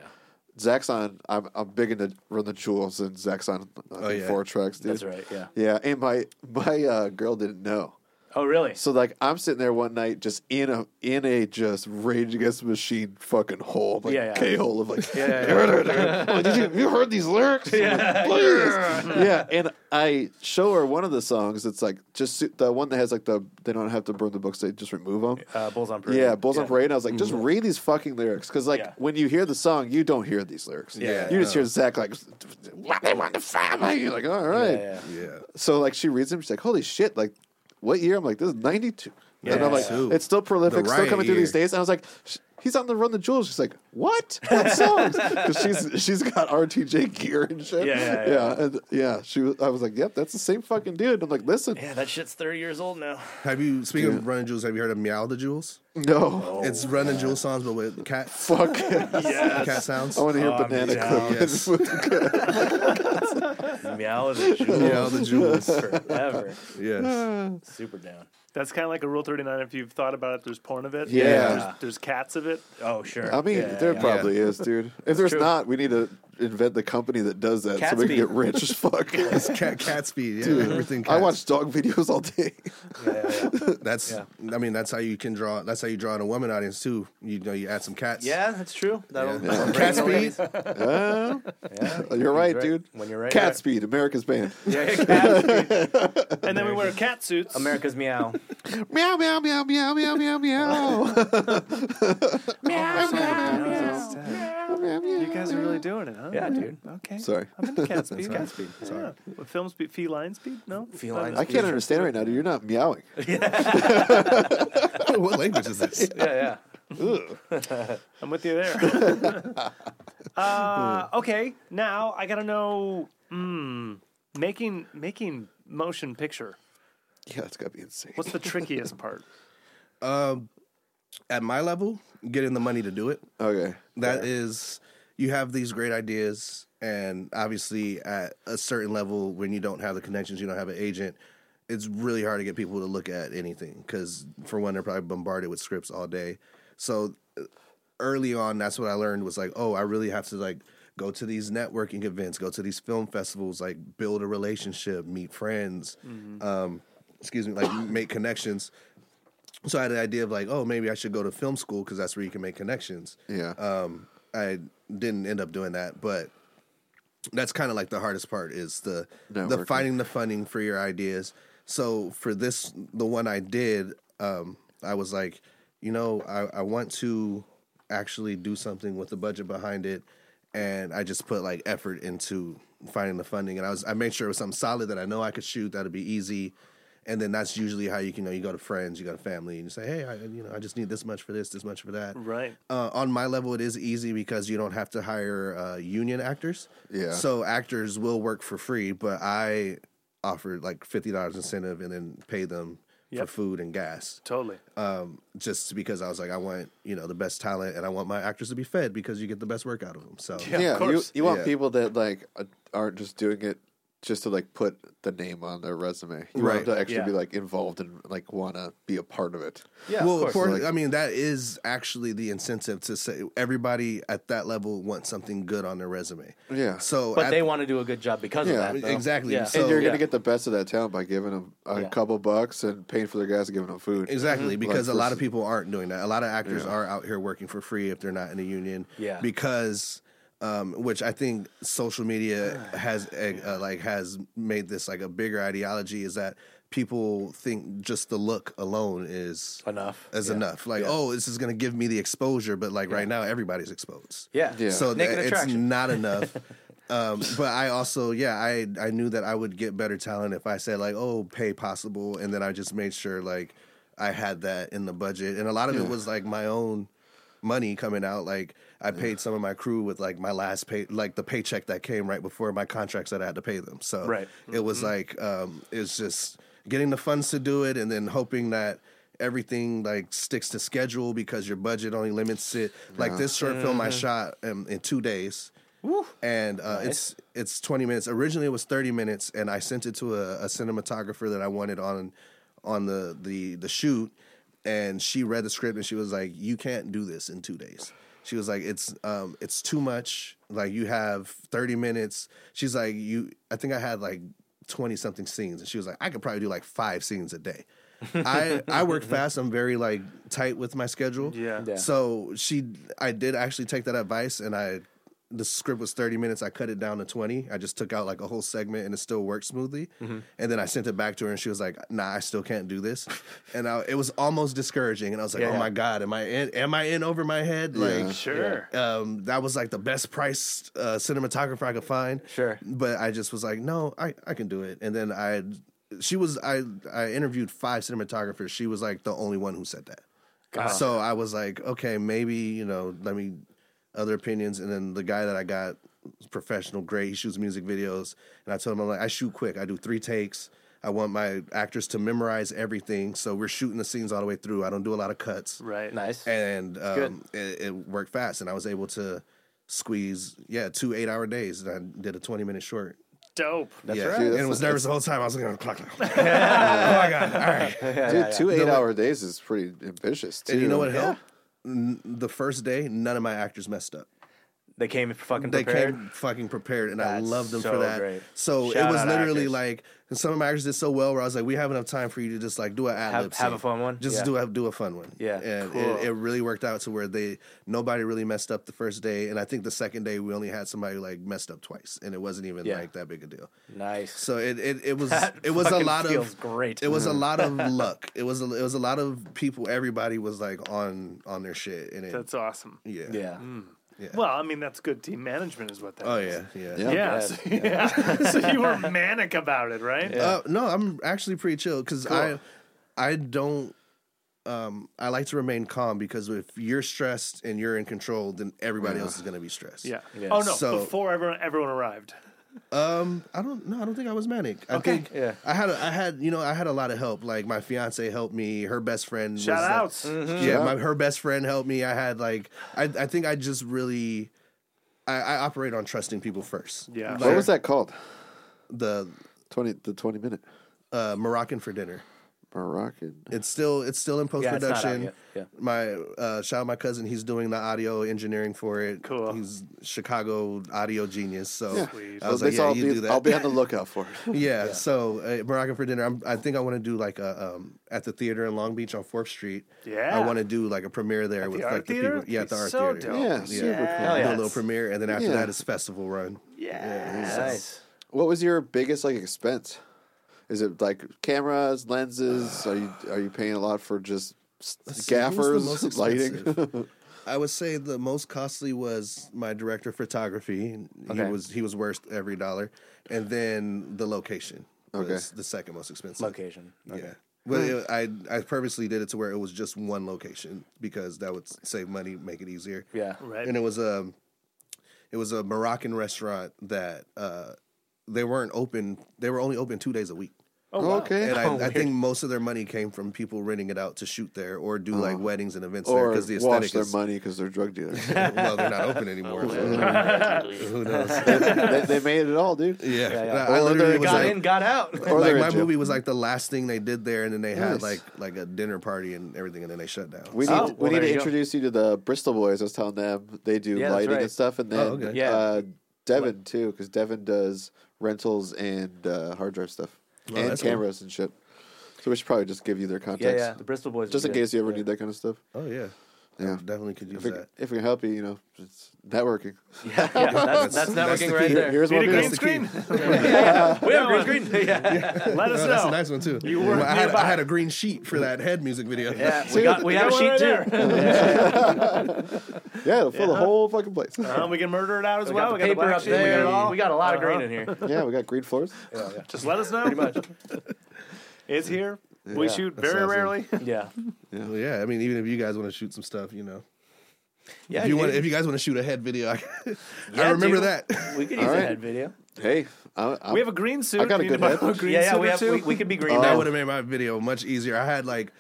Speaker 3: Zach's on. I'm I'm big into Run the Jewels, and Zach's on I think,
Speaker 4: yeah.
Speaker 3: four tracks. Dude.
Speaker 1: That's right, yeah.
Speaker 3: Yeah, and my my uh, girl didn't know.
Speaker 1: Oh, really?
Speaker 3: So like I'm sitting there one night just in a in a just rage against the machine fucking hole, like
Speaker 1: Yeah, yeah.
Speaker 3: K hole of like
Speaker 1: Yeah,
Speaker 3: I'm like, Did you have you heard these lyrics? I'm like, Please. yeah, and I show her one of the songs. It's like just su- the one that has like the they don't have to burn the books; they just remove them.
Speaker 1: Uh, Bulls on Parade.
Speaker 3: Yeah, Bulls on Parade. And I was like, just read these fucking lyrics. Because, like,
Speaker 1: Yeah.
Speaker 3: when you hear the song, you don't hear these lyrics.
Speaker 4: Yeah.
Speaker 3: You just hear Zach, like, what they want to find me. You're like, all right.
Speaker 1: Yeah,
Speaker 4: Yeah.
Speaker 3: So, like, she reads them. She's like, holy shit. Like, what year? I'm like, this is 92. and I'm like,
Speaker 4: Yeah.
Speaker 3: it's still prolific,
Speaker 4: The
Speaker 3: still
Speaker 4: riot
Speaker 3: coming through
Speaker 4: year.
Speaker 3: these days. And I was like, "Sh- he's on the Run the Jewels. She's like, what? What songs? Because she's, she's got RTJ gear and shit.
Speaker 1: Yeah, yeah, yeah.
Speaker 3: And yeah, she was, I was like, yep, that's the same fucking dude. I'm like, listen,
Speaker 1: yeah, that shit's 30 years old now.
Speaker 4: Have you speaking of Run and Jewels? Have you heard of Meow the Jewels?
Speaker 3: no,
Speaker 4: it's Run and Jewel songs, but with cat
Speaker 3: fuck.
Speaker 4: cat sounds.
Speaker 3: I want to hear
Speaker 1: Um,
Speaker 3: Banana
Speaker 1: yeah.
Speaker 3: Clip.
Speaker 4: yes.
Speaker 1: Meow the jewels.
Speaker 4: Meow the Jewels.
Speaker 1: Forever.
Speaker 4: yes.
Speaker 1: Super down.
Speaker 5: That's kind of like a Rule 39. If you've thought about it, there's porn of it.
Speaker 3: Yeah.
Speaker 5: There's, there's cats of it.
Speaker 1: Oh, sure.
Speaker 3: I mean,
Speaker 1: Yeah,
Speaker 3: there
Speaker 1: yeah.
Speaker 3: probably is, dude. If there's
Speaker 1: true.
Speaker 3: not, we need to invent the company that does that so we
Speaker 1: Catsby.
Speaker 3: can get rich as fuck.
Speaker 4: Cat cat speed. Yeah, everything.
Speaker 3: I
Speaker 4: cats.
Speaker 3: watch dog videos all day.
Speaker 1: Yeah, yeah, yeah.
Speaker 4: That's. I mean, that's how you can draw. That's how you draw in a woman audience too. You know, you add some cats.
Speaker 1: Yeah, that's true. That'll
Speaker 4: Yeah.
Speaker 1: that'll
Speaker 4: Cat
Speaker 1: bring the ladies.
Speaker 4: speed.
Speaker 3: Uh,
Speaker 1: Yeah.
Speaker 3: you're right,
Speaker 1: right.
Speaker 3: dude.
Speaker 1: When you're right,
Speaker 3: Cat
Speaker 1: you're right.
Speaker 3: Speed, America's band.
Speaker 1: Yeah, yeah, cat speed.
Speaker 5: And then we wear cat suits.
Speaker 1: America's meow.
Speaker 3: meow, meow, meow, meow, meow, meow, meow.
Speaker 1: meow, meow,
Speaker 3: meow, meow.
Speaker 5: You guys are really doing it, huh?
Speaker 1: Yeah, dude.
Speaker 5: Okay.
Speaker 3: Sorry.
Speaker 5: I'm into cat speed.
Speaker 1: Cat speed.
Speaker 5: Yeah. What, Film speed, feline speed? No.
Speaker 1: Feline
Speaker 3: I can't understand right now, dude. You're not meowing.
Speaker 4: what language is this?
Speaker 1: Yeah, yeah.
Speaker 5: I'm with you there. uh, okay, now I gotta know. Mm, making making motion picture.
Speaker 3: Yeah, that's gotta be insane.
Speaker 5: What's the trickiest part?
Speaker 4: At my level, getting the money to do it.
Speaker 3: Okay.
Speaker 4: That is, you have these great ideas, and obviously, at a certain level, when you don't have the connections, you don't have an agent, it's really hard to get people to look at anything because, for one, they're probably bombarded with scripts all day. So, uh, early on, that's what I learned was like, oh, I really have to like go to these networking events, go to these film festivals, like build a relationship, meet friends, um, excuse me, like make connections. So I had the idea of like, oh, maybe I should go to film school because that's where you can make connections.
Speaker 3: Yeah.
Speaker 4: Um, I didn't end up doing that, but that's kind of like the hardest part is the the
Speaker 3: Networking.
Speaker 4: finding the funding for your ideas. So for this, the one I did, um, I was like, you know, I, I want to actually do something with the budget behind it, and I just put like effort into finding the funding, and I was I made sure it was something solid that I know I could shoot that'd be easy. And then that's usually how you can know you go to friends, you go to family, and you say, "Hey, I, you know, I just need this much for this, this much for that."
Speaker 5: Right.
Speaker 4: uh, on my level, it is easy because you don't have to hire uh, union actors.
Speaker 3: Yeah.
Speaker 4: So actors will work for free, but I offered like fifty dollars incentive and then pay them
Speaker 5: Yep.
Speaker 4: for food and gas,
Speaker 5: Totally.
Speaker 4: um, just because I was like, I want you know the best talent and I want my actors to be fed because you get the best work out of them. So
Speaker 5: Yeah, of
Speaker 3: Yeah, you,
Speaker 5: course.
Speaker 3: you want
Speaker 4: Yeah.
Speaker 3: people that like uh, aren't just doing it just to like put the name on their resume. You
Speaker 4: Right.
Speaker 3: want them to actually
Speaker 1: Yeah.
Speaker 3: be like involved and like want to be a part of it.
Speaker 1: Yeah,
Speaker 4: well,
Speaker 1: of course.
Speaker 4: for-
Speaker 3: Like-
Speaker 4: I mean, that is actually the incentive to say everybody at that level wants something good on their resume.
Speaker 3: Yeah.
Speaker 4: So,
Speaker 1: But
Speaker 4: at-
Speaker 1: they want to do a good job because
Speaker 3: Yeah,
Speaker 1: of that. though.
Speaker 4: exactly.
Speaker 1: Yeah. And
Speaker 4: So,
Speaker 3: and you're
Speaker 1: yeah.
Speaker 3: gonna get the best of that talent by giving them a
Speaker 1: Yeah.
Speaker 3: couple bucks and paying for their gas and giving them food.
Speaker 4: Exactly,
Speaker 1: Mm-hmm.
Speaker 4: because
Speaker 3: Like
Speaker 4: a lot
Speaker 3: this-
Speaker 4: of people aren't doing that. A lot of actors
Speaker 3: Yeah.
Speaker 4: are out here working for free if they're not in a union.
Speaker 1: Yeah.
Speaker 4: because um, which I think social media has uh, uh, like has made this like a bigger ideology is that people think just the look alone is
Speaker 1: Enough.
Speaker 4: is
Speaker 1: Yeah.
Speaker 4: enough. Like,
Speaker 1: Yeah.
Speaker 4: oh, this is going to give me the exposure, but like right now everybody's exposed.
Speaker 1: Yeah.
Speaker 3: Yeah.
Speaker 4: So
Speaker 1: Naked
Speaker 4: that, it's
Speaker 1: attraction.
Speaker 4: not enough. um, but I also, yeah, I I knew that I would get better talent if I said like, oh, pay possible, and then I just made sure like I had that in the budget, and a lot of it was like my own money coming out. Like I paid some of my crew with like my last pay, like the paycheck that came right before my contracts that I had to pay them. So
Speaker 1: Right.
Speaker 4: it was like um, it's just getting the funds to do it, and then hoping that. Everything like sticks to schedule because your budget only limits it. Like this short film I shot um, in two days, and uh, it's it's 20 minutes. Originally it was 30 minutes, and I sent it to a, a cinematographer that I wanted on on the the the shoot, and she read the script and she was like, "You can't do this in two days." She was like, "It's um, it's too much. Like you have thirty minutes." She's like, "You, I think I had like twenty something scenes," and she was like, "I could probably do like five scenes a day." I I work fast. I'm very like tight with my schedule.
Speaker 5: Yeah. Yeah.
Speaker 4: So she, I did actually take that advice, and I the script was 30 minutes. I cut it down to 20. I just took out like a whole segment and it still worked smoothly.
Speaker 1: Mm-hmm.
Speaker 4: And then I sent it back to her and she was like, nah, I still can't do this. And I, it was almost discouraging. And I was like,
Speaker 1: Yeah,
Speaker 4: oh
Speaker 1: yeah.
Speaker 4: my God, am I in, am I in over my head? Like,
Speaker 5: Sure.
Speaker 4: um, that was like the best priced uh, cinematographer I could find.
Speaker 1: Sure.
Speaker 4: But I just was like, no, I, I can do it. And then I, she was, I, I interviewed five cinematographers. She was like the only one who said that. So I was like, okay, maybe, you know, let me, other opinions. And then the guy that I got was professional, great. He shoots music videos. And I told him, I'm like, I shoot quick. I do three takes. I want my actors to memorize everything. So we're shooting the scenes all the way through. I don't do a lot of cuts
Speaker 5: Right.
Speaker 1: Nice.
Speaker 4: and um, it, it worked fast, and I was able to squeeze yeah two eight hour days, and I did a twenty minute short.
Speaker 5: Dope.
Speaker 4: yeah,
Speaker 3: right. Dude,
Speaker 4: and
Speaker 3: that's-
Speaker 4: it was nervous the whole time. I was looking at the clock. Like, oh my god! All right.
Speaker 3: Dude, two eight hour days is pretty ambitious. Too.
Speaker 4: And you know what helped? N- The first day, none of my actors messed up.
Speaker 1: They came fucking
Speaker 4: They
Speaker 1: prepared.
Speaker 4: came fucking prepared, and I
Speaker 1: That's
Speaker 4: loved them for
Speaker 1: so
Speaker 4: that.
Speaker 1: great.
Speaker 4: So
Speaker 1: Shout
Speaker 4: it was
Speaker 1: out
Speaker 4: literally
Speaker 1: actors.
Speaker 4: like and some of my actors did so well where I was like, we have enough time for you to just like do an ad lib,
Speaker 1: have a fun one?
Speaker 4: just
Speaker 1: Yeah.
Speaker 4: do a do a fun one.
Speaker 1: Yeah.
Speaker 4: and
Speaker 1: Cool.
Speaker 4: it, it really worked out to where they nobody really messed up the first day, and I think the second day we only had somebody who, like messed up twice, and it wasn't even
Speaker 1: Yeah.
Speaker 4: like that big a deal.
Speaker 1: Nice.
Speaker 4: So it it, it was
Speaker 1: That
Speaker 4: it was a
Speaker 1: fucking
Speaker 4: lot
Speaker 1: feels mm-hmm.
Speaker 4: of
Speaker 1: great.
Speaker 4: It was a lot of luck. It was a, it was a lot of people. Everybody was like on on their shit, and it
Speaker 5: That's awesome.
Speaker 4: yeah
Speaker 1: yeah.
Speaker 5: Well, I mean, that's good team management, is what that.
Speaker 4: oh
Speaker 5: is.
Speaker 4: yeah yeah
Speaker 3: Yeah.
Speaker 5: Yeah. So, yeah. so you were manic about it, right?
Speaker 4: Uh, no, I'm actually pretty chill because I, I don't. Um, I like to remain calm because if you're stressed and you're in control, then everybody else is gonna be stressed.
Speaker 5: Yeah.
Speaker 1: Yeah.
Speaker 5: Oh no!
Speaker 4: So-
Speaker 5: Before everyone, everyone arrived.
Speaker 4: Um, I don't. No, I don't think I was manic. I think.
Speaker 1: Yeah.
Speaker 4: I had. A, I had. You know, I had a lot of help. Like my fiance helped me. Her best friend.
Speaker 5: Shout
Speaker 4: was like-
Speaker 5: outs.
Speaker 4: yeah, my, her best friend helped me. I had like. I. I think I just really. I, I operate on trusting people first.
Speaker 5: Yeah.
Speaker 4: Like,
Speaker 3: What was that called?
Speaker 4: The
Speaker 3: Twenty the twenty minute
Speaker 4: uh, Moroccan for dinner.
Speaker 3: Moroccan.
Speaker 4: It's still it's still in post
Speaker 1: Yeah, it's not out
Speaker 4: production.
Speaker 1: yet. Yeah.
Speaker 4: My uh, shout out my cousin. He's doing the audio engineering for it.
Speaker 5: Cool.
Speaker 4: He's Chicago audio genius. So
Speaker 5: Sweet.
Speaker 4: I was
Speaker 3: So
Speaker 4: like,
Speaker 3: this
Speaker 4: yeah,
Speaker 3: I'll,
Speaker 4: you
Speaker 3: be,
Speaker 4: do that.
Speaker 3: I'll be on the lookout for it.
Speaker 4: yeah, So uh, Moroccan for dinner. I'm, I think I want to do like a um, at the theater in Long Beach on Fourth Street.
Speaker 5: Yeah.
Speaker 4: I want to do like a premiere there with
Speaker 5: art
Speaker 4: like
Speaker 5: theater?
Speaker 4: the people. Yeah, at the
Speaker 5: That'd
Speaker 4: art
Speaker 5: be so
Speaker 4: theater.
Speaker 5: dope.
Speaker 3: Yeah, super
Speaker 5: Yeah.
Speaker 3: cool.
Speaker 1: Hell
Speaker 4: Do a
Speaker 1: yeah.
Speaker 4: little premiere, and then after
Speaker 3: Yeah.
Speaker 4: that is festival run.
Speaker 5: Yeah.
Speaker 1: Nice.
Speaker 3: What was your biggest like expense? Is it like cameras, lenses? Are you are you paying a lot for just s-
Speaker 4: Let's see, what was the
Speaker 3: gaffers,
Speaker 4: most
Speaker 3: lighting?
Speaker 4: expensive? I would say the most costly was my director of photography. He
Speaker 1: Okay.
Speaker 4: was he was worth every dollar, and then the location was
Speaker 3: Okay.
Speaker 4: the second most expensive.
Speaker 1: Location.
Speaker 4: yeah. But it, I I purposely did it to where it was just one location because that would save money, make it easier.
Speaker 1: Yeah.
Speaker 5: Right.
Speaker 4: And it was a it was a Moroccan restaurant that uh, they weren't open. They were only open two days a week.
Speaker 3: okay.
Speaker 4: Oh, And I, I think most of their money came from people renting it out to shoot there or do like weddings and events there
Speaker 3: Uh-huh. or
Speaker 4: because the
Speaker 3: wash
Speaker 4: aesthetic
Speaker 3: their Oh,
Speaker 4: is.
Speaker 3: money because they're drug dealers.
Speaker 4: well, they're not open anymore. so who knows?
Speaker 3: they, they made it all, dude.
Speaker 4: Yeah,
Speaker 1: yeah.
Speaker 4: I
Speaker 3: Or
Speaker 4: literally
Speaker 3: they
Speaker 4: was
Speaker 1: Got
Speaker 4: like,
Speaker 1: in, got out.
Speaker 3: Or
Speaker 4: like
Speaker 3: they're
Speaker 4: my
Speaker 3: in jail.
Speaker 4: movie was like the last thing they did there, and then they had
Speaker 3: Nice.
Speaker 4: like like a dinner party and everything, and then they shut down.
Speaker 3: We need,
Speaker 1: Oh,
Speaker 3: we
Speaker 1: well,
Speaker 3: need
Speaker 1: there
Speaker 3: to
Speaker 1: you go.
Speaker 3: introduce you to the Bristol boys. I was telling them they do
Speaker 1: Yeah, that's
Speaker 3: lighting
Speaker 1: right.
Speaker 3: and stuff, and then
Speaker 4: Oh, okay.
Speaker 1: Yeah.
Speaker 3: uh, Devin too, because Devin does rentals and uh, hard drive stuff and
Speaker 4: Oh, that's cool.
Speaker 3: cameras and shit. So we should probably just give you their
Speaker 1: Yeah,
Speaker 3: contacts,
Speaker 1: yeah. The Bristol boys.
Speaker 3: just
Speaker 1: are
Speaker 3: in
Speaker 1: good.
Speaker 3: case you ever need that kind of stuff.
Speaker 4: oh yeah,
Speaker 3: Yeah.
Speaker 4: definitely could use
Speaker 3: If we,
Speaker 4: that.
Speaker 3: if we can help you, you know, it's networking.
Speaker 1: Yeah, yeah. That's, that's
Speaker 4: That's the
Speaker 1: networking
Speaker 4: key.
Speaker 1: right there.
Speaker 3: Here's
Speaker 5: Need
Speaker 3: what
Speaker 5: a
Speaker 3: we
Speaker 5: green
Speaker 3: do.
Speaker 5: screen.
Speaker 1: We have green screen. Yeah.
Speaker 5: Let us
Speaker 4: Oh, that's
Speaker 5: know.
Speaker 4: a nice one too.
Speaker 5: You work
Speaker 4: I, had, I
Speaker 5: nearby.
Speaker 4: had a green sheet for that head music video.
Speaker 1: yeah. We, got, we have a
Speaker 5: one
Speaker 1: sheet
Speaker 5: right
Speaker 1: too.
Speaker 3: Yeah, it'll fill the whole fucking place.
Speaker 1: Uh-huh.
Speaker 5: Uh, we can murder it out as
Speaker 1: We
Speaker 5: well.
Speaker 1: got the Uh-huh.
Speaker 5: we
Speaker 1: paper
Speaker 5: got the
Speaker 1: up
Speaker 5: black sheet, We got
Speaker 1: there.
Speaker 5: it all.
Speaker 1: We got a lot of green in here.
Speaker 3: yeah, we got green floors.
Speaker 5: Just let us know. It's here. We
Speaker 1: Yeah.
Speaker 5: shoot
Speaker 4: That's
Speaker 5: very
Speaker 4: awesome.
Speaker 5: rarely.
Speaker 1: Yeah.
Speaker 4: Well, yeah. I mean, even if you guys want to shoot some stuff, you know,
Speaker 1: Yeah.
Speaker 4: if you want,
Speaker 1: dude.
Speaker 4: if you guys want to shoot a head video, I, I
Speaker 1: Yeah,
Speaker 4: remember
Speaker 1: dude.
Speaker 4: that.
Speaker 1: we could use
Speaker 3: All
Speaker 1: a
Speaker 3: right.
Speaker 1: head video.
Speaker 3: Hey, I'm, I'm,
Speaker 5: We have a green suit.
Speaker 3: I got a
Speaker 5: Do you
Speaker 3: good
Speaker 5: need to borrow
Speaker 3: head.
Speaker 5: a green
Speaker 1: Yeah, yeah.
Speaker 5: suit
Speaker 1: We
Speaker 5: or
Speaker 1: have.
Speaker 5: two?
Speaker 1: We, we could be green.
Speaker 4: that
Speaker 1: now.
Speaker 4: would have made my video much easier. I had like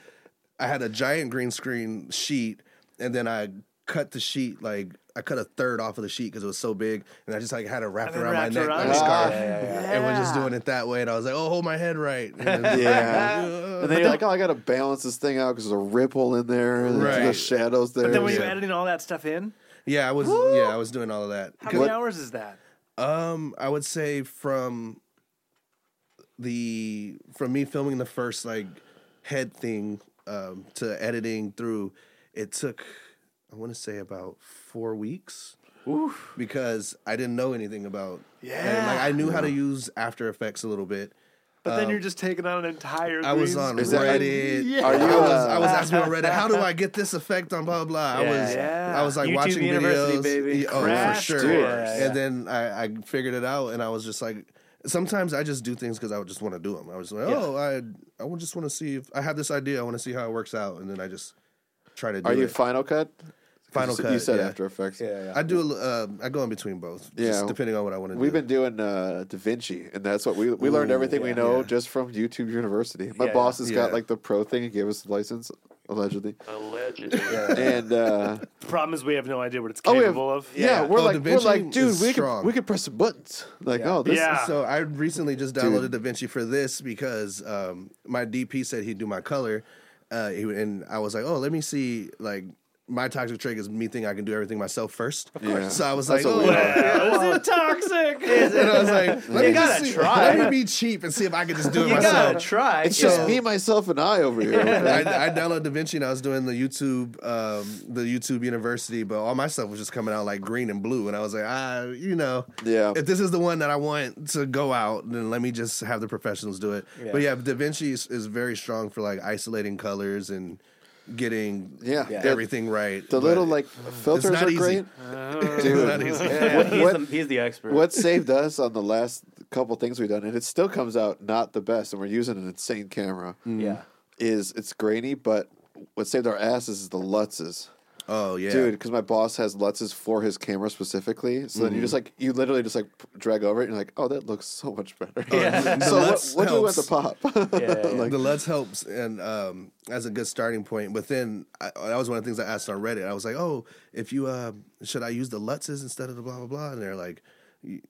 Speaker 4: I had a giant green screen sheet, and then I cut the sheet like I cut a third off of the sheet because it was so big, and I just like had it wrapped
Speaker 5: then
Speaker 4: around my
Speaker 5: wrapped
Speaker 4: neck
Speaker 5: around
Speaker 4: like
Speaker 5: it.
Speaker 4: a scarf.
Speaker 1: Yeah, yeah,
Speaker 4: And we're just doing it that way, and I was like, "Oh, hold my head right." And then-
Speaker 3: yeah. And then you're like, oh, I gotta balance this thing out because there's a ripple in there, and there's the
Speaker 4: Right.
Speaker 3: shadows there.
Speaker 5: But then when you're
Speaker 4: Yeah.
Speaker 5: editing all that stuff in,
Speaker 4: Yeah, I was. Yeah, I was doing all of that.
Speaker 5: how many
Speaker 3: What-
Speaker 5: hours is that?
Speaker 4: Um, I would say from the from me filming the first like head thing um, to editing through, it took I want to say about four weeks. Because I didn't know anything about. editing. like I knew how to use After Effects a little bit.
Speaker 5: But
Speaker 1: Um,
Speaker 5: then you're just taking on an entire.
Speaker 4: I was
Speaker 5: green
Speaker 4: on
Speaker 3: Is
Speaker 5: screen.
Speaker 3: that-
Speaker 4: Reddit.
Speaker 5: Yeah.
Speaker 3: Are you,
Speaker 4: I was,
Speaker 3: uh,
Speaker 4: I was asking on Reddit, how do I get this effect on blah blah? I
Speaker 1: Yeah.
Speaker 4: was
Speaker 5: Yeah.
Speaker 4: I was like
Speaker 1: YouTube
Speaker 4: watching
Speaker 1: University,
Speaker 4: videos.
Speaker 1: baby.
Speaker 4: Yeah, Oh,
Speaker 5: Crash
Speaker 4: for sure.
Speaker 5: course. Yeah, yeah.
Speaker 4: And then I, I figured it out, and I was just like, sometimes I just do things because I would just want to do them. I was like, oh, I I would just want to see if I have this idea. I want to see how it works out, and then I just try to do
Speaker 3: Are you
Speaker 4: it.
Speaker 3: Final Cut? 'Cause
Speaker 4: Final
Speaker 3: you, said-
Speaker 4: Cut,
Speaker 3: You said
Speaker 4: yeah.
Speaker 3: After Effects.
Speaker 1: Yeah, yeah.
Speaker 4: I do. a li- Um, I go in between both,
Speaker 3: Yeah.
Speaker 4: just depending on what I want to do.
Speaker 3: We've been doing uh, Da Vinci, and that's what we we learned
Speaker 4: Ooh,
Speaker 3: everything we
Speaker 1: yeah.
Speaker 3: know
Speaker 4: Yeah.
Speaker 3: just from YouTube University. My
Speaker 1: Yeah,
Speaker 3: boss has got
Speaker 4: yeah.
Speaker 3: like the pro thing and gave us the license allegedly,
Speaker 2: Allegedly.
Speaker 3: and uh,
Speaker 5: The problem is we have no idea what it's
Speaker 3: oh, we have,
Speaker 5: capable of.
Speaker 3: yeah,
Speaker 4: Yeah.
Speaker 3: we're
Speaker 4: Oh,
Speaker 3: like
Speaker 4: Da
Speaker 3: we're
Speaker 4: Vinci
Speaker 3: like, dude,
Speaker 4: is
Speaker 3: we could
Speaker 4: strong.
Speaker 3: we could press some buttons. Like, oh, this
Speaker 5: Yeah.
Speaker 4: So I recently just downloaded
Speaker 3: Dude.
Speaker 4: DaVinci for this because um, my DP said he'd do my color, uh, he- and I was like, oh, let me see. Like my toxic trait is me thinking I can do everything myself first. Of
Speaker 3: course.
Speaker 4: So I was
Speaker 3: That's
Speaker 4: like,
Speaker 3: what
Speaker 4: oh.
Speaker 3: we
Speaker 4: yeah.
Speaker 3: are.
Speaker 5: Yeah, is it toxic? Is
Speaker 4: And I was like, let me,
Speaker 1: gotta
Speaker 4: just see,
Speaker 1: try.
Speaker 4: let me be cheap and see if I can just do it
Speaker 1: You gotta
Speaker 4: myself.
Speaker 1: try.
Speaker 3: It's just
Speaker 1: Yeah.
Speaker 3: me, myself, and I over here.
Speaker 4: I, I downloaded DaVinci and I was doing the YouTube, um, the YouTube University, but all my stuff was just coming out like green and blue, and I was like, ah, you know,
Speaker 3: Yeah.
Speaker 4: If this is the one that I want to go out, then let me just have the professionals do it. But yeah, DaVinci is, is very strong for like isolating colors and getting
Speaker 3: Yeah. Yeah.
Speaker 4: everything right.
Speaker 3: The
Speaker 4: But
Speaker 3: little like filters
Speaker 4: not
Speaker 3: are
Speaker 4: easy.
Speaker 3: great.
Speaker 5: Oh.
Speaker 4: it's not easy.
Speaker 1: Well, he's,
Speaker 3: What-
Speaker 1: the, he's the expert.
Speaker 3: What saved us on the last couple things we've done, and it still comes out not the best, and we're using an insane camera.
Speaker 4: Mm.
Speaker 1: Yeah.
Speaker 3: Is it's grainy, but what saved our asses is the lutzes.
Speaker 4: Oh yeah,
Speaker 3: Dude, because my boss has lutzes for his camera specifically, so
Speaker 4: Mm-hmm.
Speaker 3: then you just like you literally just like drag over it, and you're like, oh, that looks so much better.
Speaker 4: Oh, The
Speaker 3: so what,
Speaker 4: LUTs
Speaker 3: what do you want to
Speaker 4: helps.
Speaker 3: pop?
Speaker 1: Yeah, yeah, yeah.
Speaker 4: the LUTs helps and um, as a good starting point. But then I, that was one of the things I asked on Reddit. I was like, "Oh, if you uh, should I use the LUTses instead of the blah blah blah?" And they're like, "You,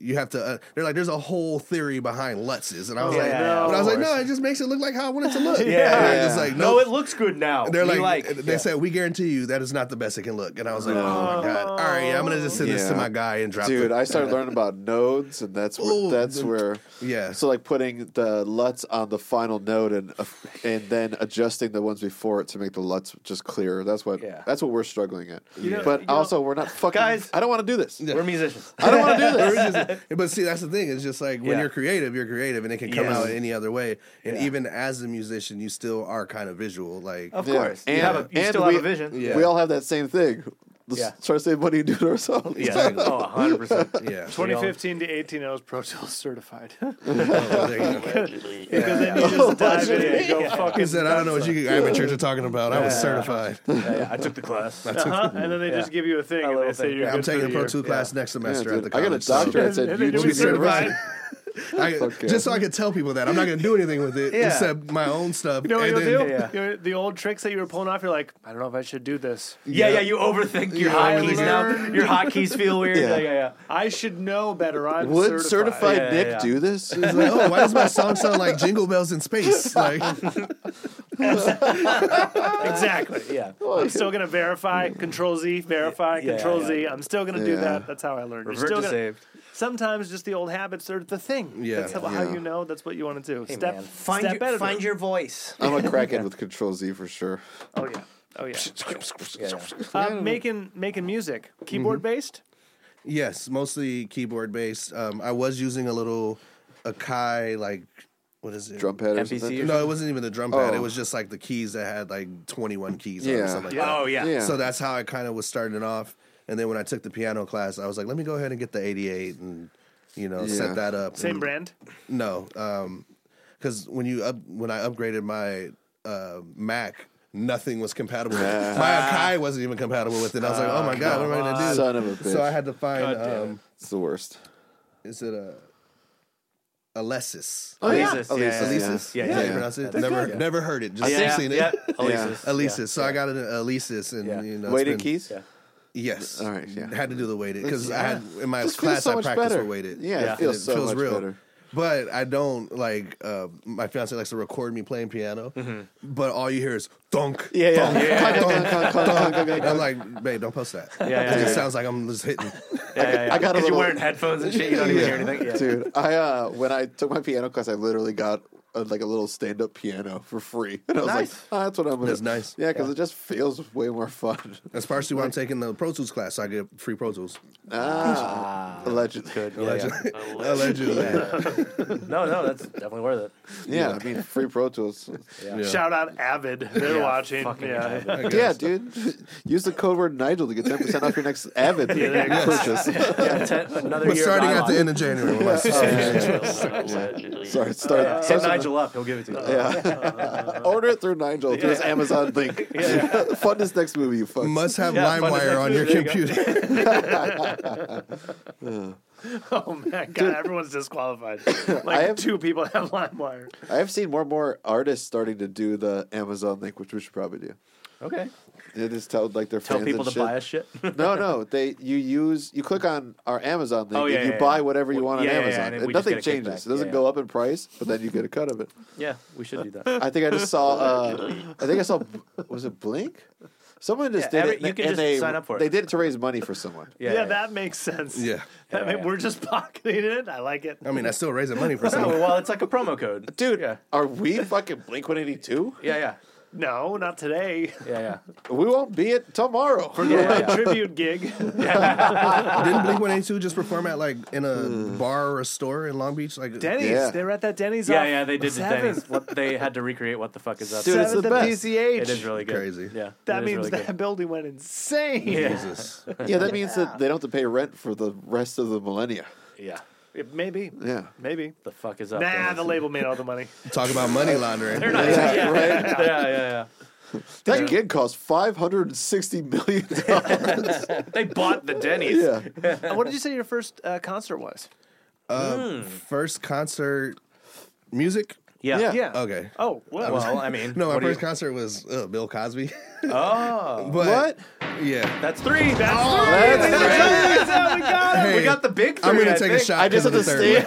Speaker 4: you have to." Uh, they're like, "There's a whole theory behind LUTses," and I was
Speaker 1: Yeah,
Speaker 4: like,
Speaker 1: yeah,
Speaker 4: "No,"
Speaker 1: Oh, yeah,
Speaker 4: but I
Speaker 1: of
Speaker 4: was like, "No,
Speaker 1: course.
Speaker 4: it just makes it look like how I want it to look."
Speaker 1: Yeah.
Speaker 4: And they're just like,
Speaker 1: no,
Speaker 4: "Nope."
Speaker 1: it looks good now.
Speaker 4: They're
Speaker 1: We
Speaker 4: like, they
Speaker 1: yeah.
Speaker 4: said, we guarantee you that is not the best it can look. And I was like, oh, my God. All right, yeah, I'm going to just send this
Speaker 3: Yeah.
Speaker 4: to my guy and drop
Speaker 3: Dude,
Speaker 4: it.
Speaker 3: I started learning about nodes, and that's where,
Speaker 4: Ooh,
Speaker 3: that's
Speaker 4: the-
Speaker 3: where.
Speaker 4: yeah.
Speaker 3: So like putting the LUTs on the final node, and uh, and then adjusting the ones before it to make the LUTs just clearer. That's what
Speaker 1: Yeah.
Speaker 3: that's what we're struggling at.
Speaker 5: know-
Speaker 3: but
Speaker 5: you know-
Speaker 3: also, we're not fucking.
Speaker 1: Guys-
Speaker 3: I don't want to do this.
Speaker 1: we're musicians.
Speaker 3: I don't want to do this.
Speaker 4: but see, that's the thing. It's just like when
Speaker 1: Yeah.
Speaker 4: you're creative, you're creative, and it can come
Speaker 1: Yes.
Speaker 4: out any other way. And
Speaker 1: Yeah.
Speaker 4: even as a musician, you still are kind of visual. Like,
Speaker 1: Of
Speaker 3: Yeah.
Speaker 1: course. you
Speaker 3: And-
Speaker 1: have a, you
Speaker 3: and
Speaker 1: still
Speaker 3: we-
Speaker 1: have a vision.
Speaker 4: Yeah.
Speaker 3: We all have that same thing. Let's
Speaker 1: Yeah.
Speaker 3: try to save money and do it ourselves.
Speaker 1: Yeah. Oh, 100%.
Speaker 4: yeah.
Speaker 5: 2015 to 18, I was Pro Tools certified.
Speaker 4: Oh, there you go.
Speaker 2: Allegedly.
Speaker 5: Because then you just dive in and go
Speaker 1: Yeah.
Speaker 5: fucking.
Speaker 4: He said, I don't know what you amateurs are talking about. I was certified.
Speaker 1: Yeah, yeah, I took the class.
Speaker 5: Uh-huh, and then they just give you a thing
Speaker 1: A
Speaker 5: and
Speaker 1: little
Speaker 5: they say
Speaker 1: thing.
Speaker 5: you're
Speaker 4: I'm
Speaker 5: good for
Speaker 4: taking a
Speaker 5: the
Speaker 4: Pro
Speaker 5: year.
Speaker 4: 2 class next
Speaker 3: Yeah,
Speaker 4: semester at the
Speaker 3: dude, I
Speaker 4: college.
Speaker 3: got a
Speaker 4: so-
Speaker 3: doctorate that said
Speaker 5: And they do
Speaker 3: YouTube
Speaker 5: it certified.
Speaker 3: University.
Speaker 4: I- just so I could tell people that I'm not going to do anything with it
Speaker 1: Yeah.
Speaker 4: except my own stuff.
Speaker 5: You know what
Speaker 4: And
Speaker 5: you'll
Speaker 4: then-
Speaker 5: do?
Speaker 1: Yeah.
Speaker 5: You know, the old tricks that you were pulling off, you're like, I don't know if I should do this.
Speaker 1: Yeah,
Speaker 4: Yeah.
Speaker 1: yeah, you overthink your
Speaker 4: Yeah, I
Speaker 1: hotkeys now.
Speaker 5: learned.
Speaker 1: Your hotkeys feel weird.
Speaker 3: Yeah.
Speaker 1: Yeah, yeah, yeah.
Speaker 5: I should know better. I'm
Speaker 3: Would certified
Speaker 1: Yeah, yeah,
Speaker 3: Nick
Speaker 1: yeah.
Speaker 3: do this?
Speaker 4: It's like, oh, why does my song sound like Jingle Bells in Space? Like,
Speaker 5: Exactly.
Speaker 1: Yeah.
Speaker 5: I'm still gonna verify. Control Z, verify.
Speaker 1: Yeah,
Speaker 5: Control
Speaker 1: yeah.
Speaker 5: Z. I'm still gonna do
Speaker 3: Yeah.
Speaker 5: that. That's how I learned. You're
Speaker 1: Revert
Speaker 5: still
Speaker 1: to
Speaker 5: gonna-
Speaker 1: saved.
Speaker 5: Sometimes just the old habits are the thing.
Speaker 4: Yeah.
Speaker 5: That's how, how
Speaker 3: Yeah.
Speaker 5: you know. That's what you want to do.
Speaker 1: Hey,
Speaker 5: step,
Speaker 1: man.
Speaker 5: find step editor.
Speaker 1: your voice.
Speaker 3: I'm a crackhead with Control Z for sure.
Speaker 5: Oh yeah. Oh yeah.
Speaker 1: Yeah, yeah.
Speaker 5: Uh, making making music, keyboard based.
Speaker 4: yes, mostly keyboard based. Um, I was using a little Akai, like, what is it?
Speaker 3: Drum pad or
Speaker 1: NPC
Speaker 3: something.
Speaker 1: or
Speaker 4: No, it wasn't even the drum pad.
Speaker 3: Oh.
Speaker 4: It was just like the keys that had like 21 keys on it
Speaker 3: Yeah.
Speaker 4: or something like
Speaker 5: Yeah.
Speaker 4: that.
Speaker 1: Oh yeah.
Speaker 3: Yeah.
Speaker 4: So that's how I kind of was starting it off. And then when I took the piano class, I was like, let me go ahead and get the 88 and, you know,
Speaker 3: Yeah.
Speaker 4: set that up.
Speaker 5: Same
Speaker 4: and-
Speaker 5: brand.
Speaker 4: No, because when you up when I upgraded my uh, Mac, nothing was compatible. with it. My Akai wasn't even compatible with it. I was like, oh my god, what am I gonna do?
Speaker 3: Son of a bitch.
Speaker 4: So I had to
Speaker 5: God
Speaker 4: find
Speaker 5: damn it.
Speaker 4: um,
Speaker 3: It's the worst.
Speaker 4: is it a Alesis?
Speaker 3: Oh, yeah.
Speaker 1: Alesis, yeah,
Speaker 3: Alesis,
Speaker 1: yeah,
Speaker 4: Alesis?
Speaker 1: yeah.
Speaker 4: Is that how you
Speaker 1: Yeah.
Speaker 4: pronounce it?
Speaker 1: That's
Speaker 4: Never,
Speaker 1: good.
Speaker 4: never heard it. Just
Speaker 1: Yeah,
Speaker 4: seen it.
Speaker 1: yeah.
Speaker 3: Alesis.
Speaker 4: Alesis. So I got an Alesis, and
Speaker 1: Yeah.
Speaker 4: you know, it's
Speaker 3: Weighted
Speaker 4: been-
Speaker 3: keys?
Speaker 1: Yeah.
Speaker 4: Yes.
Speaker 3: All right, yeah.
Speaker 4: Had to do the weighted because I
Speaker 3: Yeah.
Speaker 4: had in my
Speaker 3: This feels
Speaker 4: class
Speaker 3: so
Speaker 4: I
Speaker 3: much
Speaker 4: practiced
Speaker 3: better.
Speaker 4: with weighted.
Speaker 3: Yeah, it
Speaker 1: Yeah.
Speaker 3: feels
Speaker 4: And
Speaker 3: so much better.
Speaker 4: But I don't like uh, my fiance likes to record me playing piano, but all you hear is thunk.
Speaker 3: Mm-hmm. Yeah, yeah.
Speaker 4: thunk,
Speaker 3: Clunk, clunk,
Speaker 4: thunk,
Speaker 3: clunk, clunk, clunk, clunk,
Speaker 4: And
Speaker 3: clunk.
Speaker 4: I'm like, babe, don't post that.
Speaker 1: yeah,
Speaker 4: it
Speaker 1: yeah.
Speaker 4: just sounds like I'm just hitting.
Speaker 1: Yeah, yeah, yeah.
Speaker 3: I got a
Speaker 1: 'Cause
Speaker 3: little-
Speaker 1: You're wearing headphones and shit. You don't even hear anything. Yeah.
Speaker 3: Dude, I uh, when I took my piano class, I literally got a, like a little stand-up piano for free, and I was
Speaker 1: Nice.
Speaker 3: like, oh, "That's what I'm gonna."
Speaker 4: That's nice.
Speaker 3: Yeah, because it just feels way more fun.
Speaker 4: That's partially why I'm taking the Pro Tools class. So I get free Pro Tools.
Speaker 3: ah,
Speaker 1: Ah,
Speaker 3: allegedly.
Speaker 1: good. Yeah,
Speaker 4: Allegedly.
Speaker 1: yeah.
Speaker 4: Allegedly.
Speaker 1: No, no, that's definitely worth it.
Speaker 3: Yeah, I mean, free Pro Tools.
Speaker 4: Yeah.
Speaker 5: Shout out Avid. They're
Speaker 1: Yeah,
Speaker 5: watching.
Speaker 1: fucking
Speaker 5: Yeah.
Speaker 1: heaven.
Speaker 4: I
Speaker 3: Yeah,
Speaker 4: guess.
Speaker 3: dude. Use the code word Nigel to get ten percent off your next Avid purchase.
Speaker 1: Yeah, ten- another
Speaker 4: But
Speaker 1: year.
Speaker 4: starting
Speaker 1: of
Speaker 4: at the
Speaker 1: Nylon.
Speaker 4: end of January. when my
Speaker 3: Sorry, start.
Speaker 1: Hit
Speaker 3: start some-
Speaker 1: Nigel up. He'll give it to you.
Speaker 3: yeah. Order it through Nigel through his Amazon link. Fund this next movie, you fuck.
Speaker 4: must have
Speaker 1: Yeah, fun is
Speaker 4: LimeWire on your
Speaker 1: actually- there you
Speaker 4: computer.
Speaker 5: Oh man, God, everyone's disqualified. Like
Speaker 3: I have-
Speaker 5: two people have LimeWire.
Speaker 3: I have seen more and more artists starting to do the Amazon link, which we should probably do.
Speaker 1: Okay.
Speaker 3: They just tell like their
Speaker 1: Tell
Speaker 3: fans
Speaker 1: people
Speaker 3: and
Speaker 1: to
Speaker 3: shit.
Speaker 1: buy us shit.
Speaker 3: No, no. They you use you click on our Amazon link
Speaker 1: Oh, yeah,
Speaker 3: and you
Speaker 1: yeah,
Speaker 3: buy
Speaker 1: yeah.
Speaker 3: whatever you
Speaker 1: Well,
Speaker 3: want
Speaker 1: yeah,
Speaker 3: on
Speaker 1: yeah, yeah,
Speaker 3: Amazon.
Speaker 1: and
Speaker 3: and
Speaker 1: we just
Speaker 3: nothing
Speaker 1: get a kickback.
Speaker 3: changes. It doesn't
Speaker 1: Yeah,
Speaker 3: go up in price, but then you get a cut of it.
Speaker 1: yeah, we should do that.
Speaker 3: I think I just saw. Uh, I think I saw. Was it Blink? Someone just
Speaker 1: Yeah,
Speaker 3: did
Speaker 1: every-
Speaker 3: it.
Speaker 1: you can
Speaker 3: and
Speaker 1: just
Speaker 3: they,
Speaker 1: sign up for it.
Speaker 3: They did it to raise money for someone.
Speaker 5: Yeah, that makes sense.
Speaker 4: Yeah.
Speaker 5: That
Speaker 1: Yeah,
Speaker 5: ma-
Speaker 1: yeah.
Speaker 5: We're just pocketing it. I like it.
Speaker 3: Um,
Speaker 4: I mean, I still raising money for
Speaker 1: No,
Speaker 4: someone.
Speaker 1: Oh, well, it's like a promo code,
Speaker 3: Dude,
Speaker 1: Yeah,
Speaker 3: are we fucking Blink One Eighty Two?
Speaker 1: yeah, yeah,
Speaker 5: No, not today.
Speaker 1: yeah, yeah.
Speaker 3: We won't be it tomorrow.
Speaker 5: Yeah, tribute gig.
Speaker 4: Didn't Blink 182 just perform at like in a bar or a store in Long Beach? Like
Speaker 5: Denny's.
Speaker 3: Yeah.
Speaker 5: They were at that Denny's.
Speaker 1: Yeah,
Speaker 5: off
Speaker 1: yeah, they did the
Speaker 5: seventh.
Speaker 1: Denny's. What they had to recreate what the fuck is up.
Speaker 3: Dude, it's the
Speaker 5: Seventh and
Speaker 3: best.
Speaker 5: PCH.
Speaker 1: it is really good.
Speaker 4: Crazy.
Speaker 1: Yeah, it
Speaker 5: That
Speaker 1: is
Speaker 5: means
Speaker 1: really
Speaker 5: that
Speaker 1: good.
Speaker 5: building went insane.
Speaker 4: Jesus.
Speaker 3: Yeah, that means that they don't have to pay rent for the rest of the millennia.
Speaker 1: Yeah,
Speaker 5: It- Maybe.
Speaker 3: Yeah.
Speaker 5: Maybe.
Speaker 1: the fuck is up?
Speaker 5: Nah,
Speaker 1: Dennis?
Speaker 5: the label made all the money.
Speaker 4: Talk about money laundering.
Speaker 3: Yeah, right.
Speaker 1: yeah, yeah, yeah.
Speaker 3: That gig cost five hundred and sixty million dollars.
Speaker 1: They bought the Denny's.
Speaker 3: yeah.
Speaker 5: Uh, what did you say your first uh, concert was?
Speaker 4: Um, First concert music.
Speaker 1: yeah,
Speaker 3: Yeah.
Speaker 4: Okay.
Speaker 5: Oh, well.
Speaker 1: Well, I mean,
Speaker 4: No, my
Speaker 1: what do
Speaker 4: first
Speaker 1: you-
Speaker 4: concert was uh, Bill Cosby.
Speaker 1: oh,
Speaker 4: but
Speaker 3: What?
Speaker 4: yeah.
Speaker 1: that's three. That's
Speaker 3: That's
Speaker 1: three. We
Speaker 4: Hey,
Speaker 1: got the big. Three,
Speaker 4: I'm gonna
Speaker 1: I
Speaker 4: take a
Speaker 1: think.
Speaker 4: shot.
Speaker 3: I just
Speaker 4: because
Speaker 3: have to
Speaker 4: of the third
Speaker 3: stay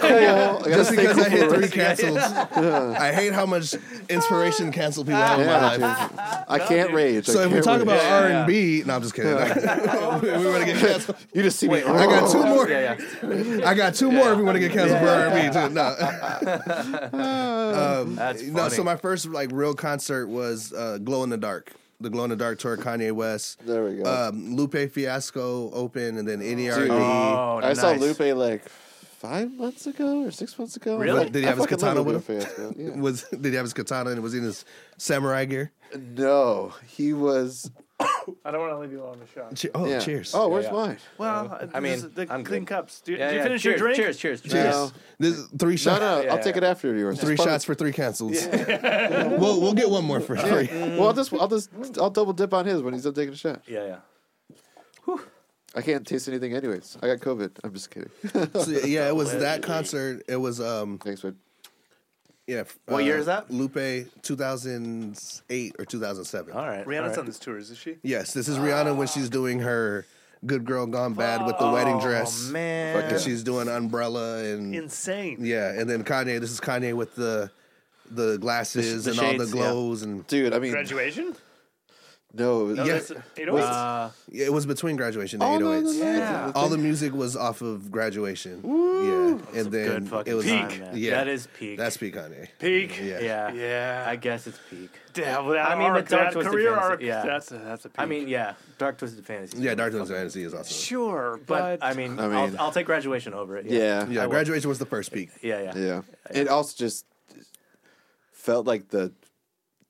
Speaker 4: one.
Speaker 3: cool. I gotta
Speaker 4: Just
Speaker 3: stay
Speaker 4: because
Speaker 3: cool
Speaker 4: I hit
Speaker 3: for
Speaker 4: three
Speaker 3: it.
Speaker 4: cancels. I hate how much inspiration canceled people out in my
Speaker 3: Yeah,
Speaker 4: life.
Speaker 3: dude. I can't rage. I
Speaker 4: So if we
Speaker 3: can't
Speaker 4: talk
Speaker 3: rage.
Speaker 4: about
Speaker 1: Yeah, yeah.
Speaker 4: R and B, no, I'm just kidding. we want to get canceled.
Speaker 3: you just see me.
Speaker 4: I got two more.
Speaker 1: Yeah, yeah.
Speaker 4: I got two more. If we want to get canceled for R and B, too. No. um,
Speaker 1: That's
Speaker 4: no. So
Speaker 1: funny.
Speaker 4: my first like real concert was uh, Glow in the Dark, the Glow in the Dark tour, Kanye West.
Speaker 3: There we go.
Speaker 4: Um, Lupe Fiasco open, and then NERD.
Speaker 1: Oh,
Speaker 3: I saw
Speaker 1: nice.
Speaker 3: Lupe like five months ago or six months ago.
Speaker 1: Really?
Speaker 3: Like,
Speaker 4: Did he
Speaker 3: I
Speaker 4: have his
Speaker 3: fucking
Speaker 4: katana
Speaker 3: love
Speaker 4: with
Speaker 3: Lupe Fiasco,
Speaker 1: Oh.
Speaker 3: yeah.
Speaker 4: Was did he have his katana and was he in his samurai gear?
Speaker 3: No, he was.
Speaker 5: I don't want to leave you all in the shop.
Speaker 4: Che- oh,
Speaker 3: Yeah.
Speaker 4: cheers!
Speaker 3: Oh, where's
Speaker 1: yeah.
Speaker 3: mine?
Speaker 5: Well, uh,
Speaker 1: I mean,
Speaker 5: this is the
Speaker 1: I'm
Speaker 5: clean
Speaker 1: good.
Speaker 5: cups. Do,
Speaker 1: Yeah,
Speaker 5: did you
Speaker 1: yeah.
Speaker 5: finish
Speaker 1: cheers,
Speaker 5: your drink?
Speaker 1: Cheers, cheers,
Speaker 4: cheers!
Speaker 1: cheers.
Speaker 3: No.
Speaker 4: This is three
Speaker 3: No,
Speaker 4: shots.
Speaker 3: no,
Speaker 1: Yeah,
Speaker 3: I'll take it
Speaker 1: yeah.
Speaker 3: after yours.
Speaker 4: Three
Speaker 3: Fuck
Speaker 4: shots
Speaker 3: it.
Speaker 4: for three cancels. we'll we'll get one more for free.
Speaker 3: Well, I'll just, I'll just, I'll double dip on his when he's done taking a shot.
Speaker 1: Yeah, yeah.
Speaker 3: I can't taste anything, anyways. I got COVID. I'm just kidding.
Speaker 4: So, yeah, it was that concert. It was um
Speaker 3: Thanks, man.
Speaker 4: yeah. f-
Speaker 1: What
Speaker 4: uh,
Speaker 1: year is that?
Speaker 4: Lupe, two thousand eight or two thousand seven.
Speaker 1: All right.
Speaker 5: Rihanna's
Speaker 1: all right.
Speaker 5: on this tour, isn't she?
Speaker 4: Yes, this is Rihanna when she's doing her "Good Girl Gone Bad" with the wedding dress,
Speaker 1: Oh man.
Speaker 3: Fuck
Speaker 4: and she's doing umbrella and
Speaker 5: Insane.
Speaker 4: yeah, and then Kanye. This is Kanye with the the glasses
Speaker 1: The sh-
Speaker 4: and
Speaker 1: the
Speaker 4: all the
Speaker 1: shades, yeah.
Speaker 4: glows, and
Speaker 3: Dude, I mean,
Speaker 5: Graduation?
Speaker 3: no.
Speaker 5: No,
Speaker 4: Yeah.
Speaker 5: that's eight oh eight.
Speaker 1: Uh,
Speaker 4: yeah, it was between graduation
Speaker 3: Oh,
Speaker 4: and
Speaker 3: no, no,
Speaker 4: 808s.
Speaker 3: no, no,
Speaker 1: Yeah.
Speaker 3: no.
Speaker 4: All the music was off of graduation. yeah, and then
Speaker 1: good fucking
Speaker 4: it was
Speaker 1: time, man.
Speaker 4: Yeah,
Speaker 1: That is peak.
Speaker 4: That's peak Kanye.
Speaker 5: peak.
Speaker 4: Yeah.
Speaker 1: yeah.
Speaker 5: Yeah.
Speaker 1: I guess it's peak.
Speaker 5: Damn, that
Speaker 1: I mean,
Speaker 5: arc,
Speaker 1: the Dark
Speaker 5: that
Speaker 1: Twisted
Speaker 5: career
Speaker 1: Fantasy,
Speaker 5: arc.
Speaker 1: yeah.
Speaker 5: That's a, that's a peak.
Speaker 1: I mean, yeah. Dark Twisted Fantasy.
Speaker 4: Yeah, Dark Twisted Fantasy is awesome.
Speaker 5: sure,
Speaker 1: But,
Speaker 5: but,
Speaker 1: I mean, I
Speaker 3: I
Speaker 1: will
Speaker 3: mean-
Speaker 1: I'll take graduation over it.
Speaker 3: Yeah.
Speaker 4: Yeah, graduation was the first peak.
Speaker 1: Yeah, yeah.
Speaker 3: Yeah. It also just felt like the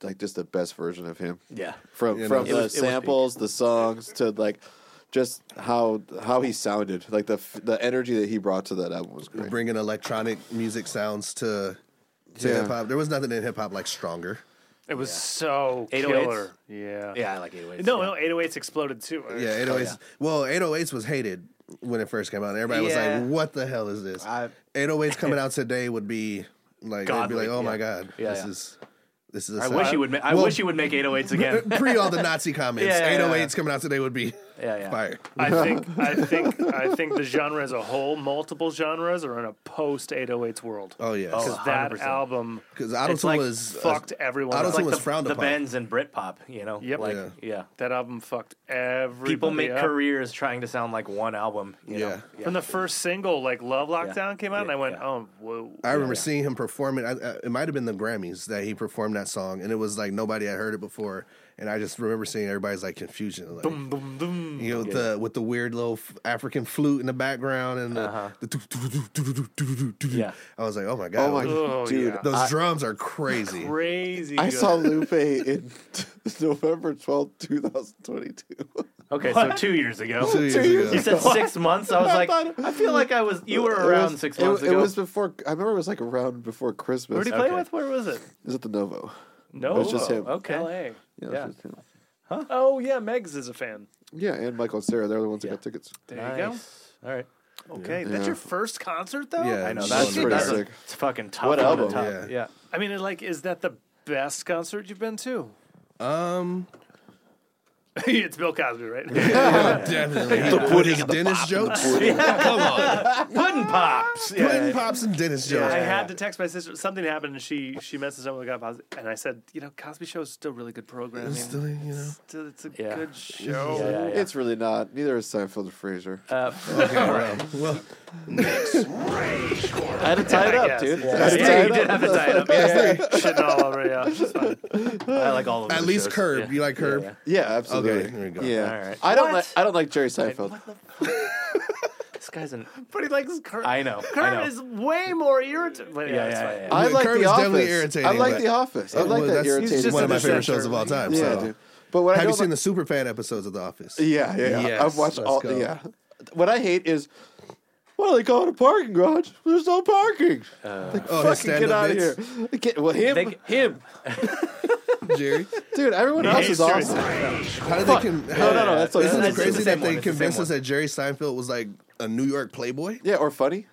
Speaker 3: like just the best version of him.
Speaker 1: Yeah.
Speaker 3: From
Speaker 4: You
Speaker 3: from
Speaker 4: know? It
Speaker 3: the
Speaker 1: was- it was peak.
Speaker 3: samples, the songs to like just how how he sounded. Like the f- the energy that he brought to that album was great.
Speaker 4: Bringing electronic music sounds to to
Speaker 3: Yeah.
Speaker 4: hip hop. There was nothing in hip hop like stronger.
Speaker 5: it was so
Speaker 1: 808s?
Speaker 5: killer. Yeah.
Speaker 1: Yeah, I like 808s.
Speaker 5: No,
Speaker 1: yeah.
Speaker 5: no, 808s exploded too.
Speaker 1: Oh,
Speaker 4: Yeah, 808s. Well, 808s was hated when it first came out. Everybody
Speaker 1: Yeah.
Speaker 4: was like, "What the hell is this?"
Speaker 1: I-
Speaker 4: 808s coming out today would be like, they'd be
Speaker 1: Godly,
Speaker 4: like, "Oh my
Speaker 1: yeah.
Speaker 4: god,
Speaker 1: Yeah,
Speaker 4: this
Speaker 1: yeah.
Speaker 4: is this is." a
Speaker 1: I
Speaker 4: sound."
Speaker 1: wish you would. Ma- I
Speaker 4: Well,
Speaker 1: wish you would make 808s again.
Speaker 4: pre all the Nazi comments.
Speaker 1: Yeah, yeah, yeah.
Speaker 4: 808s coming out today would be
Speaker 1: Yeah, yeah.
Speaker 4: Fire.
Speaker 5: I think I think I think the genre as a whole, multiple genres, are in a post 808s world.
Speaker 4: Oh yeah.
Speaker 1: Oh.
Speaker 4: Because
Speaker 5: Because that
Speaker 1: 100%.
Speaker 5: album,
Speaker 4: 'Cause Autotune
Speaker 5: it's like
Speaker 4: was-
Speaker 5: fucked everyone.
Speaker 4: Autotune
Speaker 5: up.
Speaker 1: It's like
Speaker 4: was
Speaker 1: the,
Speaker 4: frowned
Speaker 1: the
Speaker 4: upon.
Speaker 1: Benz and Britpop, you know.
Speaker 5: Yep.
Speaker 1: Like,
Speaker 4: Yeah.
Speaker 1: yeah.
Speaker 5: that album fucked everyone.
Speaker 1: People make careers trying to sound like one album. You
Speaker 4: Yeah.
Speaker 1: Know?
Speaker 5: When the first single, like Love Lockdown, came out, and
Speaker 1: Yeah,
Speaker 5: I went,
Speaker 1: yeah.
Speaker 5: "Oh, whoa!"
Speaker 4: I remember seeing him perform it. I, I, it might have been the Grammys that he performed that song, and it was like nobody had heard it before. And I just remember seeing everybody's like confusion, like
Speaker 5: Boom, boom, boom.
Speaker 4: you know, with the with the weird little f- African flute in the background and the. the doo- doo- doo- doo- doo- doo- doo- doo- doo-
Speaker 1: Yeah.
Speaker 4: I was like, oh my god,
Speaker 3: Oh my
Speaker 5: Oh,
Speaker 3: dude.
Speaker 5: yeah.
Speaker 4: those drums are crazy.
Speaker 5: Crazy.
Speaker 3: I
Speaker 5: good.
Speaker 3: saw Lupe in November twelfth, two 2022.
Speaker 1: Okay, so two years ago.
Speaker 4: Two years
Speaker 1: You
Speaker 4: ago.
Speaker 1: said six months. I was
Speaker 3: I
Speaker 1: like,
Speaker 3: thought-
Speaker 1: I feel like I was. You were
Speaker 3: It
Speaker 1: around
Speaker 3: was-
Speaker 1: six
Speaker 3: it-
Speaker 1: months
Speaker 3: it,
Speaker 1: ago.
Speaker 3: was before, I remember it was like around before Christmas.
Speaker 5: Who did he
Speaker 1: Okay.
Speaker 5: play with? Where was it?
Speaker 3: Is it the Novo?
Speaker 5: No,
Speaker 3: was just him.
Speaker 1: Okay.
Speaker 5: L.A.
Speaker 3: Yeah. it
Speaker 1: Yeah.
Speaker 3: was just him.
Speaker 5: Oh yeah, Megs is a fan.
Speaker 3: Yeah, and Michael and Sarah, they're the ones that got tickets.
Speaker 5: There
Speaker 1: Nice. All right.
Speaker 5: you go. Okay, that's your first concert though.
Speaker 4: Yeah,
Speaker 1: I know
Speaker 4: Shit,
Speaker 1: that's,
Speaker 3: pretty
Speaker 1: that's
Speaker 3: sick.
Speaker 1: A, it's fucking top.
Speaker 3: What
Speaker 1: on
Speaker 3: album?
Speaker 1: the top.
Speaker 4: Yeah.
Speaker 1: Yeah.
Speaker 5: I mean, like, is that the best concert you've been to?
Speaker 4: Um,
Speaker 5: it's Bill Cosby, right?
Speaker 4: definitely the pudding, Dennis jokes. Come on,
Speaker 1: Puddin' pops. Yeah.
Speaker 4: pudding pops and Dennis jokes.
Speaker 5: I had to text my sister. Something happened, and she she messaged someone got Cosby, and I said, you know, Cosby Show is still really good programming. It's,
Speaker 4: Still, you know.
Speaker 5: still- it's a
Speaker 1: Yeah.
Speaker 5: good show.
Speaker 1: Yeah, yeah, Uh, yeah.
Speaker 3: It's really not. Neither is Seinfeld or Frasier.
Speaker 4: Okay, well,
Speaker 3: I had to tie it
Speaker 5: I
Speaker 3: up,
Speaker 5: guess.
Speaker 3: dude.
Speaker 5: Yeah.
Speaker 3: I had to
Speaker 1: Yeah,
Speaker 3: tie
Speaker 1: you
Speaker 3: it up.
Speaker 1: did have to tie it up. Yeah,
Speaker 5: Shitting all over, yeah. It's fine.
Speaker 1: I like all of
Speaker 4: at
Speaker 1: those
Speaker 4: least
Speaker 1: shows.
Speaker 4: Curb.
Speaker 1: Yeah.
Speaker 4: You like Curb?
Speaker 1: yeah.
Speaker 3: Yeah, absolutely.
Speaker 4: Okay, there we go.
Speaker 3: Yeah,
Speaker 1: All right.
Speaker 3: I don't. Like,
Speaker 5: What?
Speaker 3: I don't like Jerry Seinfeld.
Speaker 1: What the fuck? This guy's an.
Speaker 5: But he likes Kurt.
Speaker 1: I know. I know.
Speaker 5: Kurt is way more irritating. Yeah,
Speaker 1: yeah,
Speaker 5: it's
Speaker 1: yeah,
Speaker 5: fine.
Speaker 1: yeah.
Speaker 3: I
Speaker 4: Curb
Speaker 3: like
Speaker 4: is
Speaker 3: The
Speaker 4: definitely
Speaker 3: Office.
Speaker 4: irritating,
Speaker 3: I like
Speaker 4: but-
Speaker 3: The Office. I
Speaker 4: Well,
Speaker 3: like that
Speaker 4: that's- he's
Speaker 3: irritating.
Speaker 5: just
Speaker 4: one of my favorite
Speaker 5: dissenter.
Speaker 4: shows of all time.
Speaker 3: Yeah,
Speaker 4: so.
Speaker 3: dude. But what I
Speaker 4: Have you
Speaker 3: don't
Speaker 4: seen
Speaker 3: like,
Speaker 4: the super fan episodes of The Office?
Speaker 3: Yeah, yeah, yeah.
Speaker 4: Yes,
Speaker 3: I've watched
Speaker 4: let's
Speaker 3: all.
Speaker 4: go.
Speaker 3: Yeah. What I hate is, what do they call it? A parking garage? There's no parking. like,
Speaker 4: Oh, his
Speaker 3: fucking get
Speaker 4: stand-up
Speaker 3: out of
Speaker 4: bits?
Speaker 3: here. Get, well, him,
Speaker 1: They, him.
Speaker 4: Jerry.
Speaker 3: dude. Everyone else is awesome.
Speaker 4: How did they? Con- how,
Speaker 3: no, no, that's-
Speaker 4: Isn't
Speaker 3: that's the
Speaker 1: same one,
Speaker 4: it crazy that they
Speaker 1: it's the same
Speaker 4: convinced us
Speaker 1: one.
Speaker 4: that Jerry Seinfeld was like a New York playboy?
Speaker 3: Yeah, or funny.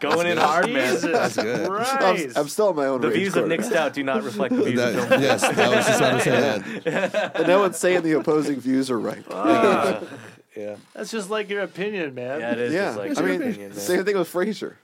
Speaker 1: Going in hard, man.
Speaker 5: Jesus
Speaker 4: good.
Speaker 3: I'm,
Speaker 5: Christ.
Speaker 3: I'm still on my own.
Speaker 1: The
Speaker 3: rage
Speaker 1: views of
Speaker 3: corner.
Speaker 1: Nick Stout do not reflect the views of Bill
Speaker 4: That, yes, I was just about to say that.
Speaker 3: And no one's saying the opposing views are right.
Speaker 5: That's just like your opinion, man.
Speaker 1: Yeah, it is.
Speaker 3: yeah,
Speaker 1: Just like
Speaker 3: I
Speaker 1: your
Speaker 3: mean,
Speaker 1: opinion, man.
Speaker 3: same thing with Frasier.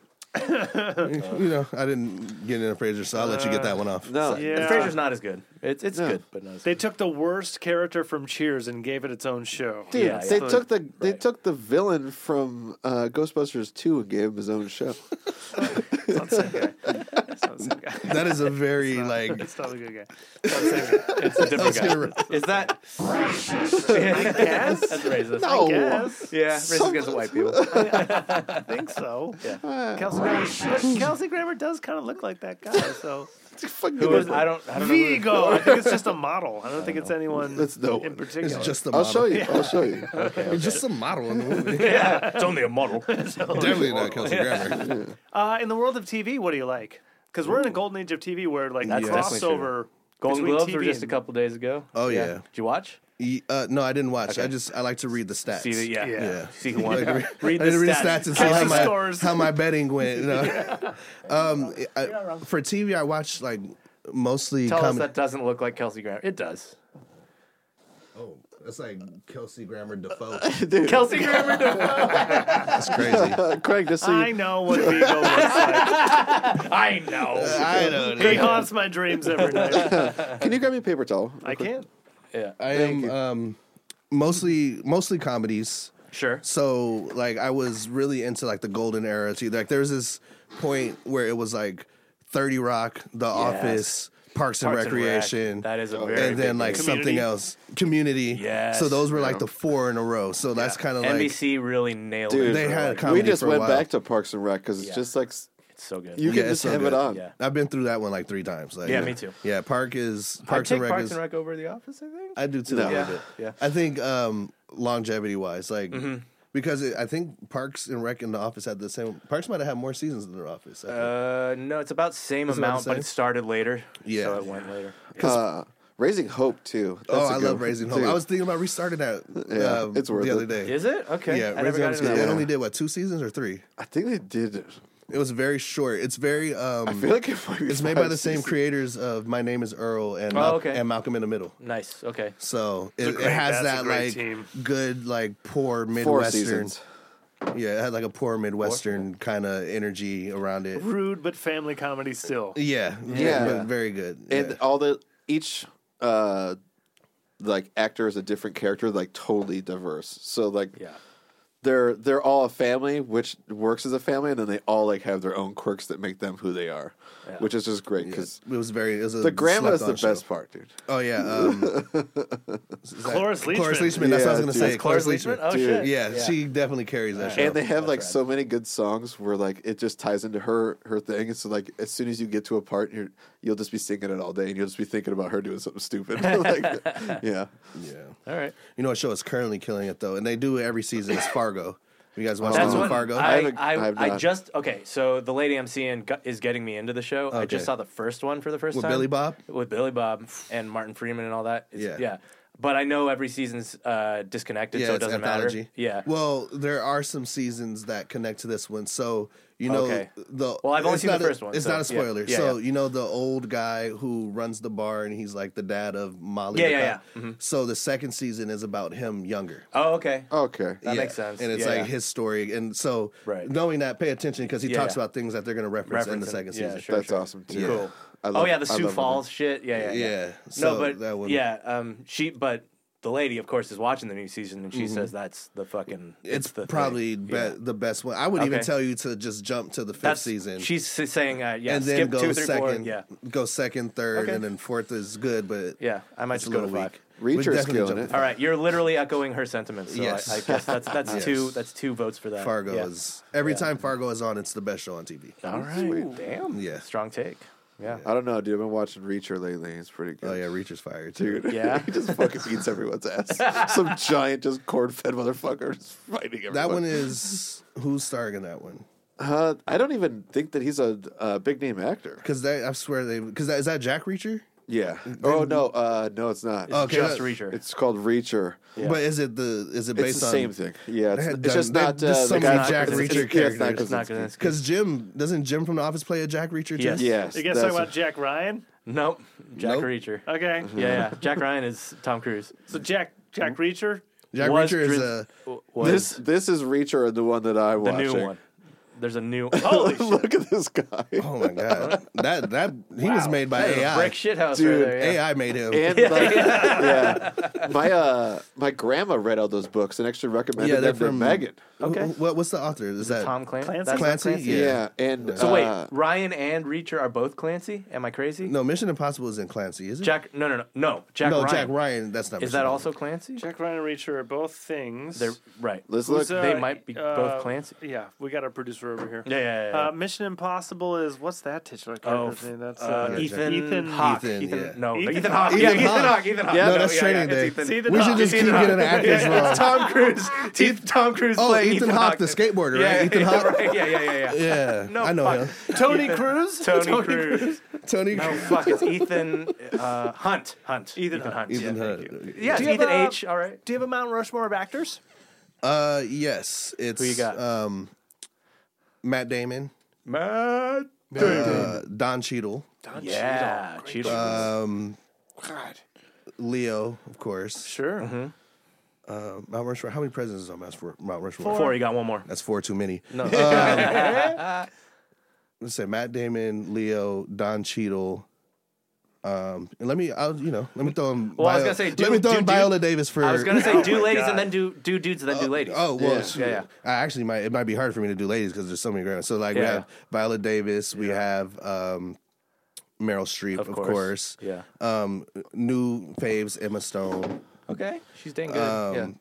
Speaker 4: You know, I didn't get into Frasier, so I'll let you get that one off.
Speaker 3: Uh, No,
Speaker 5: Yeah.
Speaker 1: Frasier's not as good. It's it's good, but not as
Speaker 5: They
Speaker 1: good.
Speaker 5: took the worst character from Cheers and gave it its own show.
Speaker 3: Dude,
Speaker 1: Yeah,
Speaker 3: they
Speaker 1: yeah.
Speaker 3: took the they
Speaker 1: Right.
Speaker 3: took the villain from uh, Ghostbusters two and gave him his own show.
Speaker 5: It's not the same guy.
Speaker 4: That is a very like.
Speaker 5: It's not a good guy. It's not the same guy.
Speaker 1: It's a different guy. Is that?
Speaker 5: Yes,
Speaker 1: That's racist.
Speaker 3: No.
Speaker 5: yes.
Speaker 1: Yeah, racist against white people.
Speaker 5: I think so.
Speaker 3: Uh,
Speaker 5: Kelsey Grammer, but Kelsey Grammer does kind of look like that guy. So
Speaker 3: fucking-
Speaker 1: Who is? I don't. I don't know. who-
Speaker 5: Vigo, I think it's just a model. I don't think it's anyone
Speaker 3: That's no
Speaker 5: in
Speaker 3: one.
Speaker 5: particular.
Speaker 4: It's just a
Speaker 3: I'll
Speaker 4: model.
Speaker 3: show you. I'll show you.
Speaker 4: It's just a model in the movie.
Speaker 1: Yeah, it's only a model.
Speaker 4: Definitely not Kelsey Grammer.
Speaker 5: Uh, in the world of TV, what do you like? Because we're in a golden age of TV where like
Speaker 1: That's definitely
Speaker 5: crossover.
Speaker 1: Golden
Speaker 5: between
Speaker 1: Globes were
Speaker 5: TV
Speaker 1: just a
Speaker 5: and-
Speaker 1: couple days ago.
Speaker 4: Oh, yeah.
Speaker 1: Did you watch?
Speaker 4: He- uh, no, I didn't watch. I
Speaker 1: Okay.
Speaker 4: just I like to read the stats.
Speaker 1: See the yeah.
Speaker 5: Yeah.
Speaker 4: Yeah.
Speaker 1: See who won.
Speaker 4: Like,
Speaker 1: Read
Speaker 4: I
Speaker 1: the
Speaker 4: didn't read the
Speaker 1: stats.
Speaker 4: stats and see how
Speaker 5: the
Speaker 4: my,
Speaker 5: scores.
Speaker 4: how my betting went. you know. um, I- for TV, I watch like mostly
Speaker 1: Tell us
Speaker 4: comedy.
Speaker 1: that doesn't look like Kelsey Grammer. It does.
Speaker 4: Oh, that's like Kelsey Grammer Defoe.
Speaker 3: Dude,
Speaker 1: Kelsey Grammer. did-
Speaker 4: That's crazy.
Speaker 3: Craig, just so
Speaker 5: I
Speaker 3: you,
Speaker 5: know what Vigo looks like.
Speaker 1: I know.
Speaker 4: I don't
Speaker 5: He haunts my dreams every night.
Speaker 3: can you grab me a paper towel?
Speaker 5: I can't.
Speaker 1: Yeah.
Speaker 4: I
Speaker 3: Thank
Speaker 4: am
Speaker 3: you.
Speaker 4: um, mostly mostly comedies.
Speaker 1: Sure.
Speaker 4: So like I was really into like the golden era too. Like there's this point where it was like 30 Rock, The Office, Parks
Speaker 1: Parks
Speaker 4: and
Speaker 1: and Rec.
Speaker 4: Recreation.
Speaker 1: That is a very
Speaker 4: and then
Speaker 1: big
Speaker 4: like
Speaker 1: thing.
Speaker 4: something
Speaker 5: Community.
Speaker 4: else, Community.
Speaker 1: Yes.
Speaker 4: So those were like the four in a row. So that's kind of like
Speaker 1: NBC really nailed
Speaker 3: Dude,
Speaker 1: it.
Speaker 4: they
Speaker 1: for,
Speaker 4: had
Speaker 1: like,
Speaker 4: comedy
Speaker 3: we just
Speaker 4: for a
Speaker 3: went
Speaker 4: while.
Speaker 3: back to Parks and Rec because it's
Speaker 1: Yeah.
Speaker 3: just like s-
Speaker 1: it's so good.
Speaker 3: you
Speaker 4: Yeah,
Speaker 3: can
Speaker 4: it's
Speaker 3: just
Speaker 4: so
Speaker 3: have it
Speaker 4: good.
Speaker 3: on.
Speaker 1: Yeah.
Speaker 4: I've been through that one like three times. Like,
Speaker 1: Yeah, me too.
Speaker 4: Yeah, Park is
Speaker 1: I
Speaker 4: Parks
Speaker 1: take
Speaker 4: and Rec
Speaker 1: Parks
Speaker 4: is
Speaker 1: and Rec over The Office. I think.
Speaker 4: I do too.
Speaker 3: No.
Speaker 4: A little bit.
Speaker 1: Yeah.
Speaker 4: I think um, longevity wise, like
Speaker 1: Mm-hmm.
Speaker 4: because it, I think Parks and Rec and The Office had the same. Parks might have had more seasons than The Office. I think.
Speaker 1: Uh, no, it's about same
Speaker 4: about the
Speaker 1: amount, but
Speaker 4: same?
Speaker 1: it started later.
Speaker 4: Yeah.
Speaker 1: so it went later.
Speaker 3: Uh, Raising Hope too.
Speaker 4: oh,
Speaker 3: That's a
Speaker 4: I
Speaker 3: good
Speaker 4: love
Speaker 3: one,
Speaker 4: Raising Hope.
Speaker 3: too.
Speaker 4: I was thinking about restarting that.
Speaker 3: Yeah,
Speaker 4: um,
Speaker 3: it's worth
Speaker 4: the other
Speaker 3: it.
Speaker 4: day.
Speaker 1: Is it okay?
Speaker 4: Yeah,
Speaker 1: I never
Speaker 4: Raising
Speaker 1: got
Speaker 4: Hope's
Speaker 1: into
Speaker 4: good.
Speaker 1: that.
Speaker 4: It
Speaker 1: one.
Speaker 4: only did what two seasons or three?
Speaker 3: I think they did.
Speaker 4: It was very short. It's very. Um,
Speaker 3: I feel like it might be
Speaker 4: it's made
Speaker 3: five
Speaker 4: by the same
Speaker 3: seasons.
Speaker 4: creators of My Name Is Earl and
Speaker 1: Oh,
Speaker 4: Mal-
Speaker 1: okay.
Speaker 4: and Malcolm in the Middle.
Speaker 1: Nice. Okay.
Speaker 4: So it,
Speaker 5: great-
Speaker 4: it has
Speaker 5: that's a
Speaker 4: that
Speaker 5: great
Speaker 4: like
Speaker 5: team.
Speaker 4: good like poor
Speaker 3: Four
Speaker 4: midwestern.
Speaker 3: seasons.
Speaker 4: Yeah, it had like a poor midwestern kind of energy around it.
Speaker 5: Rude but family comedy still.
Speaker 4: Yeah, yeah, but very good.
Speaker 3: and
Speaker 4: Yeah.
Speaker 3: all the each uh like actor is a different character like totally diverse so like
Speaker 1: Yeah.
Speaker 3: they're they're all a family which works as a family and then they all like have their own quirks that make them who they are which is just great because
Speaker 4: it was very. It was a
Speaker 3: the grandma is the
Speaker 4: slept-on show.
Speaker 3: best part dude
Speaker 4: Oh yeah, um, is that-
Speaker 5: Cloris Leachman.
Speaker 4: Cloris Leachman. That's what
Speaker 3: Yeah,
Speaker 4: I was gonna
Speaker 3: dude.
Speaker 4: say.
Speaker 3: That's
Speaker 1: Cloris Leachman? Oh, shit.
Speaker 4: Yeah,
Speaker 1: Yeah.
Speaker 4: she definitely carries that show.
Speaker 3: and they have like so many good songs where like it just ties into her her thing and so like as soon as you get to a part you're, you'll just be singing it all day and you'll just be thinking about her doing something stupid like yeah
Speaker 4: yeah,
Speaker 1: All right.
Speaker 4: you know what show is currently killing it though, and they do it every season. It's Fargo. You
Speaker 3: Oh.
Speaker 4: guys watch
Speaker 1: That's
Speaker 4: the new
Speaker 1: what
Speaker 4: Fargo?
Speaker 1: I,
Speaker 3: haven't-
Speaker 1: I,
Speaker 3: I have uh,
Speaker 1: I
Speaker 3: not.
Speaker 1: just okay. So the lady I'm seeing got, is getting me into the show. I
Speaker 4: Okay.
Speaker 1: just saw the first one for the first
Speaker 4: With
Speaker 1: time
Speaker 4: Billy Bob?
Speaker 1: with Billy Bob and Martin Freeman and all that. It's-
Speaker 4: Yeah.
Speaker 1: yeah. But I know every season's uh, disconnected, so it
Speaker 4: it's
Speaker 1: doesn't matter.
Speaker 4: anthology.
Speaker 1: Yeah.
Speaker 4: Well, there are some seasons that connect to this one, so you know
Speaker 1: Okay.
Speaker 4: the.
Speaker 1: Well, I've only
Speaker 4: it's
Speaker 1: seen the
Speaker 4: not a-
Speaker 1: first one,
Speaker 4: It's
Speaker 1: so,
Speaker 4: not a
Speaker 1: yeah.
Speaker 4: spoiler.
Speaker 1: Yeah,
Speaker 4: so
Speaker 1: yeah.
Speaker 4: you know the old guy who runs the bar, and he's like the dad of Molly.
Speaker 1: Yeah,
Speaker 4: the
Speaker 1: yeah, Mm-hmm.
Speaker 4: cop. So the second season is about him younger.
Speaker 1: oh, okay.
Speaker 3: okay
Speaker 1: That makes sense.
Speaker 4: And it's
Speaker 1: Yeah,
Speaker 4: like
Speaker 1: yeah.
Speaker 4: his story, and so
Speaker 1: Right.
Speaker 4: knowing that, pay attention because he
Speaker 1: Yeah,
Speaker 4: talks
Speaker 1: yeah.
Speaker 4: about things that they're going to reference, in the
Speaker 1: Referencing-
Speaker 4: second
Speaker 1: yeah,
Speaker 4: season.
Speaker 1: sure,
Speaker 3: that's
Speaker 1: sure.
Speaker 3: awesome too
Speaker 1: Cool.
Speaker 3: I
Speaker 1: oh
Speaker 3: love-
Speaker 1: yeah, the
Speaker 3: I
Speaker 1: Sioux
Speaker 3: love it.
Speaker 1: Falls shit. Yeah, yeah, yeah.
Speaker 4: Yeah,
Speaker 1: no,
Speaker 4: so
Speaker 1: but
Speaker 4: that one-
Speaker 1: yeah, um, she but the lady, of course, is watching the new season, and she says that's the fucking.
Speaker 4: Mm-hmm. It's,
Speaker 1: the thing.
Speaker 4: probably be-
Speaker 1: Yeah.
Speaker 4: the best one. I would even
Speaker 1: Okay.
Speaker 4: tell you to just jump to the fifth
Speaker 1: That's-
Speaker 4: season.
Speaker 1: She's s- saying, uh, yeah,
Speaker 4: and then
Speaker 1: skip
Speaker 4: go
Speaker 1: two, three,
Speaker 4: second,
Speaker 1: four. Yeah,
Speaker 4: go second, third,
Speaker 1: Okay.
Speaker 4: and then fourth is good, but
Speaker 1: yeah. I might
Speaker 4: it's a
Speaker 1: just go to
Speaker 4: little
Speaker 1: five.
Speaker 3: Reacher's
Speaker 4: weak. We definitely
Speaker 3: killing
Speaker 4: jumped
Speaker 3: it.
Speaker 4: to
Speaker 1: All right, you're literally echoing her sentiments. So
Speaker 4: Yes.
Speaker 1: I, I guess that's that's
Speaker 4: Yes.
Speaker 1: two that's two votes for that.
Speaker 4: Fargo
Speaker 1: Yeah.
Speaker 4: is every time Fargo is on, it's the best show on TV.
Speaker 1: All right, damn.
Speaker 4: Yeah.
Speaker 1: strong take. Yeah,
Speaker 3: I don't know, dude. I've been watching Reacher lately. It's pretty good.
Speaker 4: Oh yeah, Reacher's fire too.
Speaker 3: dude.
Speaker 1: Yeah.
Speaker 3: he just fucking eats everyone's ass. Some giant, just corn-fed motherfucker is fighting everyone.
Speaker 4: That one is who's starring in that one?
Speaker 3: Uh, I don't even think that he's a, uh big-name actor.
Speaker 4: Because that I swear they because that is that Jack Reacher.
Speaker 3: Yeah. Oh no, uh, no, it's not.
Speaker 4: Okay,
Speaker 1: just
Speaker 4: that-
Speaker 1: Reacher.
Speaker 3: It's called Reacher.
Speaker 4: But is it the is it
Speaker 3: It's
Speaker 4: based
Speaker 3: the
Speaker 4: on
Speaker 3: same thing. Yeah, it's,
Speaker 4: They had
Speaker 3: it's just
Speaker 4: done-
Speaker 3: not
Speaker 4: they-
Speaker 3: uh,
Speaker 4: just
Speaker 3: the
Speaker 4: some
Speaker 3: guy-
Speaker 1: Jack
Speaker 3: it's-
Speaker 1: Reacher
Speaker 3: it's- Yeah,
Speaker 4: characters.
Speaker 3: it's
Speaker 1: it's
Speaker 3: not
Speaker 1: not
Speaker 3: Krasinski.
Speaker 1: Krasinski.
Speaker 4: Because Jim doesn't Jim from the Office play a Jack Reacher? too?
Speaker 1: Yes.
Speaker 3: Yes,
Speaker 5: You guys
Speaker 3: that's
Speaker 5: talking about Jack Ryan?
Speaker 1: Nope, Jack
Speaker 4: Nope.
Speaker 1: Reacher.
Speaker 5: Okay.
Speaker 1: Uh-huh. Yeah, yeah. Jack Ryan is Tom Cruise.
Speaker 5: So Jack Jack Reacher.
Speaker 4: Jack
Speaker 1: Was
Speaker 4: Reacher is
Speaker 1: Dris-
Speaker 4: a
Speaker 1: w-
Speaker 3: this.
Speaker 1: was
Speaker 3: This is Reacher, the one that I'm
Speaker 1: the
Speaker 3: watching.
Speaker 1: new one. There's a new. oh, Holy shit!
Speaker 3: Look at this guy.
Speaker 4: oh my god that that he was made by
Speaker 1: That is a
Speaker 4: AI.
Speaker 1: Brick shit house
Speaker 3: Dude,
Speaker 1: right there. Yeah.
Speaker 4: AI made him.
Speaker 3: And like, yeah. my uh, my grandma read all those books and actually recommended
Speaker 4: yeah, they're
Speaker 3: them to
Speaker 4: from
Speaker 3: Megan.
Speaker 1: Okay.
Speaker 4: Okay. What what's the author? Is that
Speaker 1: Tom Clancy.
Speaker 5: Clancy?
Speaker 1: That's Tom
Speaker 4: Clancy?
Speaker 1: Clancy.
Speaker 4: Yeah.
Speaker 3: Yeah. and
Speaker 1: So wait,
Speaker 3: uh,
Speaker 1: Ryan and Reacher are both Clancy? Am I crazy?
Speaker 4: No, Mission Impossible is in Clancy, is it?
Speaker 1: Jack. No, no, no, no. Jack
Speaker 4: no,
Speaker 1: Ryan.
Speaker 4: Jack Ryan. That's not.
Speaker 1: Is
Speaker 4: Mission
Speaker 1: that
Speaker 4: Impossible.
Speaker 1: also Clancy?
Speaker 5: Jack Ryan and Reacher are both things.
Speaker 1: They're right.
Speaker 3: let's
Speaker 5: Who's,
Speaker 3: look.
Speaker 5: uh,
Speaker 1: They might be both Clancy.
Speaker 5: Yeah, we got our producer over here.
Speaker 1: Yeah, yeah, yeah, yeah.
Speaker 5: Uh, Mission Impossible is what's that titular
Speaker 1: Oh,
Speaker 5: character's name? That's
Speaker 1: uh,
Speaker 5: uh,
Speaker 1: Ethan,
Speaker 5: Ethan-
Speaker 1: Hawke.
Speaker 4: Ethan, yeah.
Speaker 1: no,
Speaker 5: Ethan
Speaker 1: Ethan,
Speaker 5: Hawke.
Speaker 1: Hawke. Yeah,
Speaker 4: Ethan
Speaker 1: Ethan
Speaker 4: Hawke.
Speaker 1: Hawke. Ethan Hawke.
Speaker 3: Yeah,
Speaker 4: no, that's Training
Speaker 1: It's
Speaker 4: Day.
Speaker 1: Ethan,
Speaker 5: It's Ethan
Speaker 4: We should
Speaker 5: Hawke.
Speaker 4: just
Speaker 5: Ethan
Speaker 4: keep
Speaker 5: Hawke.
Speaker 4: getting actors wrong.
Speaker 1: Tom Cruise. T- Tom Cruise.
Speaker 4: Oh,
Speaker 1: playing
Speaker 4: Ethan Hawke, the skateboarder,
Speaker 1: Yeah,
Speaker 4: right? Ethan
Speaker 1: yeah,
Speaker 4: Hawke.
Speaker 1: right. Yeah, yeah, yeah, yeah.
Speaker 4: Yeah, I know
Speaker 1: fuck.
Speaker 4: him.
Speaker 5: Tony
Speaker 1: Ethan-
Speaker 5: Cruz.
Speaker 1: Tony, Cruz.
Speaker 4: Tony.
Speaker 1: No, fuck. It's Ethan uh, Hunt. Hunt. Ethan, Hunt.
Speaker 4: Ethan
Speaker 1: yeah.
Speaker 4: Hunt.
Speaker 1: Yeah, it's
Speaker 5: Do you have
Speaker 1: Ethan
Speaker 5: a-
Speaker 1: H. All right.
Speaker 5: Do you have a Mount Rushmore of actors?
Speaker 4: Uh, yes, it's
Speaker 1: Who you got?
Speaker 4: Um, Matt Damon,
Speaker 1: Matt.
Speaker 4: uh, Don Cheadle,
Speaker 1: Yeah, Cheadle.
Speaker 4: um, Leo, of course.
Speaker 5: Sure.
Speaker 4: Uh, Mount Rushmore. How many presidents is on Mount Rushmore? Mount Rushmore?
Speaker 1: Four. You got one more.
Speaker 4: That's four too many. Um,
Speaker 1: No.
Speaker 4: Let's say Matt Damon, Leo, Don Cheadle. Um, and let me, I'll, you know, let me throw him.
Speaker 1: Well, I was gonna say,
Speaker 4: let
Speaker 1: do-
Speaker 4: me throw
Speaker 1: do-
Speaker 4: in
Speaker 1: do-
Speaker 4: Viola Davis for.
Speaker 1: I was gonna say do
Speaker 5: my
Speaker 1: ladies
Speaker 5: God.
Speaker 1: and then do do dudes and then do ladies.
Speaker 4: Oh well,
Speaker 3: Yeah.
Speaker 4: she-
Speaker 1: Yeah, yeah.
Speaker 4: I actually might. It might be hard for me to do ladies because there's so many girls. So like we
Speaker 1: Yeah.
Speaker 4: have Viola Davis, we have um, Meryl Streep, of, course.
Speaker 1: Yeah.
Speaker 4: Um, new faves Emma Stone,
Speaker 1: Okay. She's dang good.
Speaker 4: Um,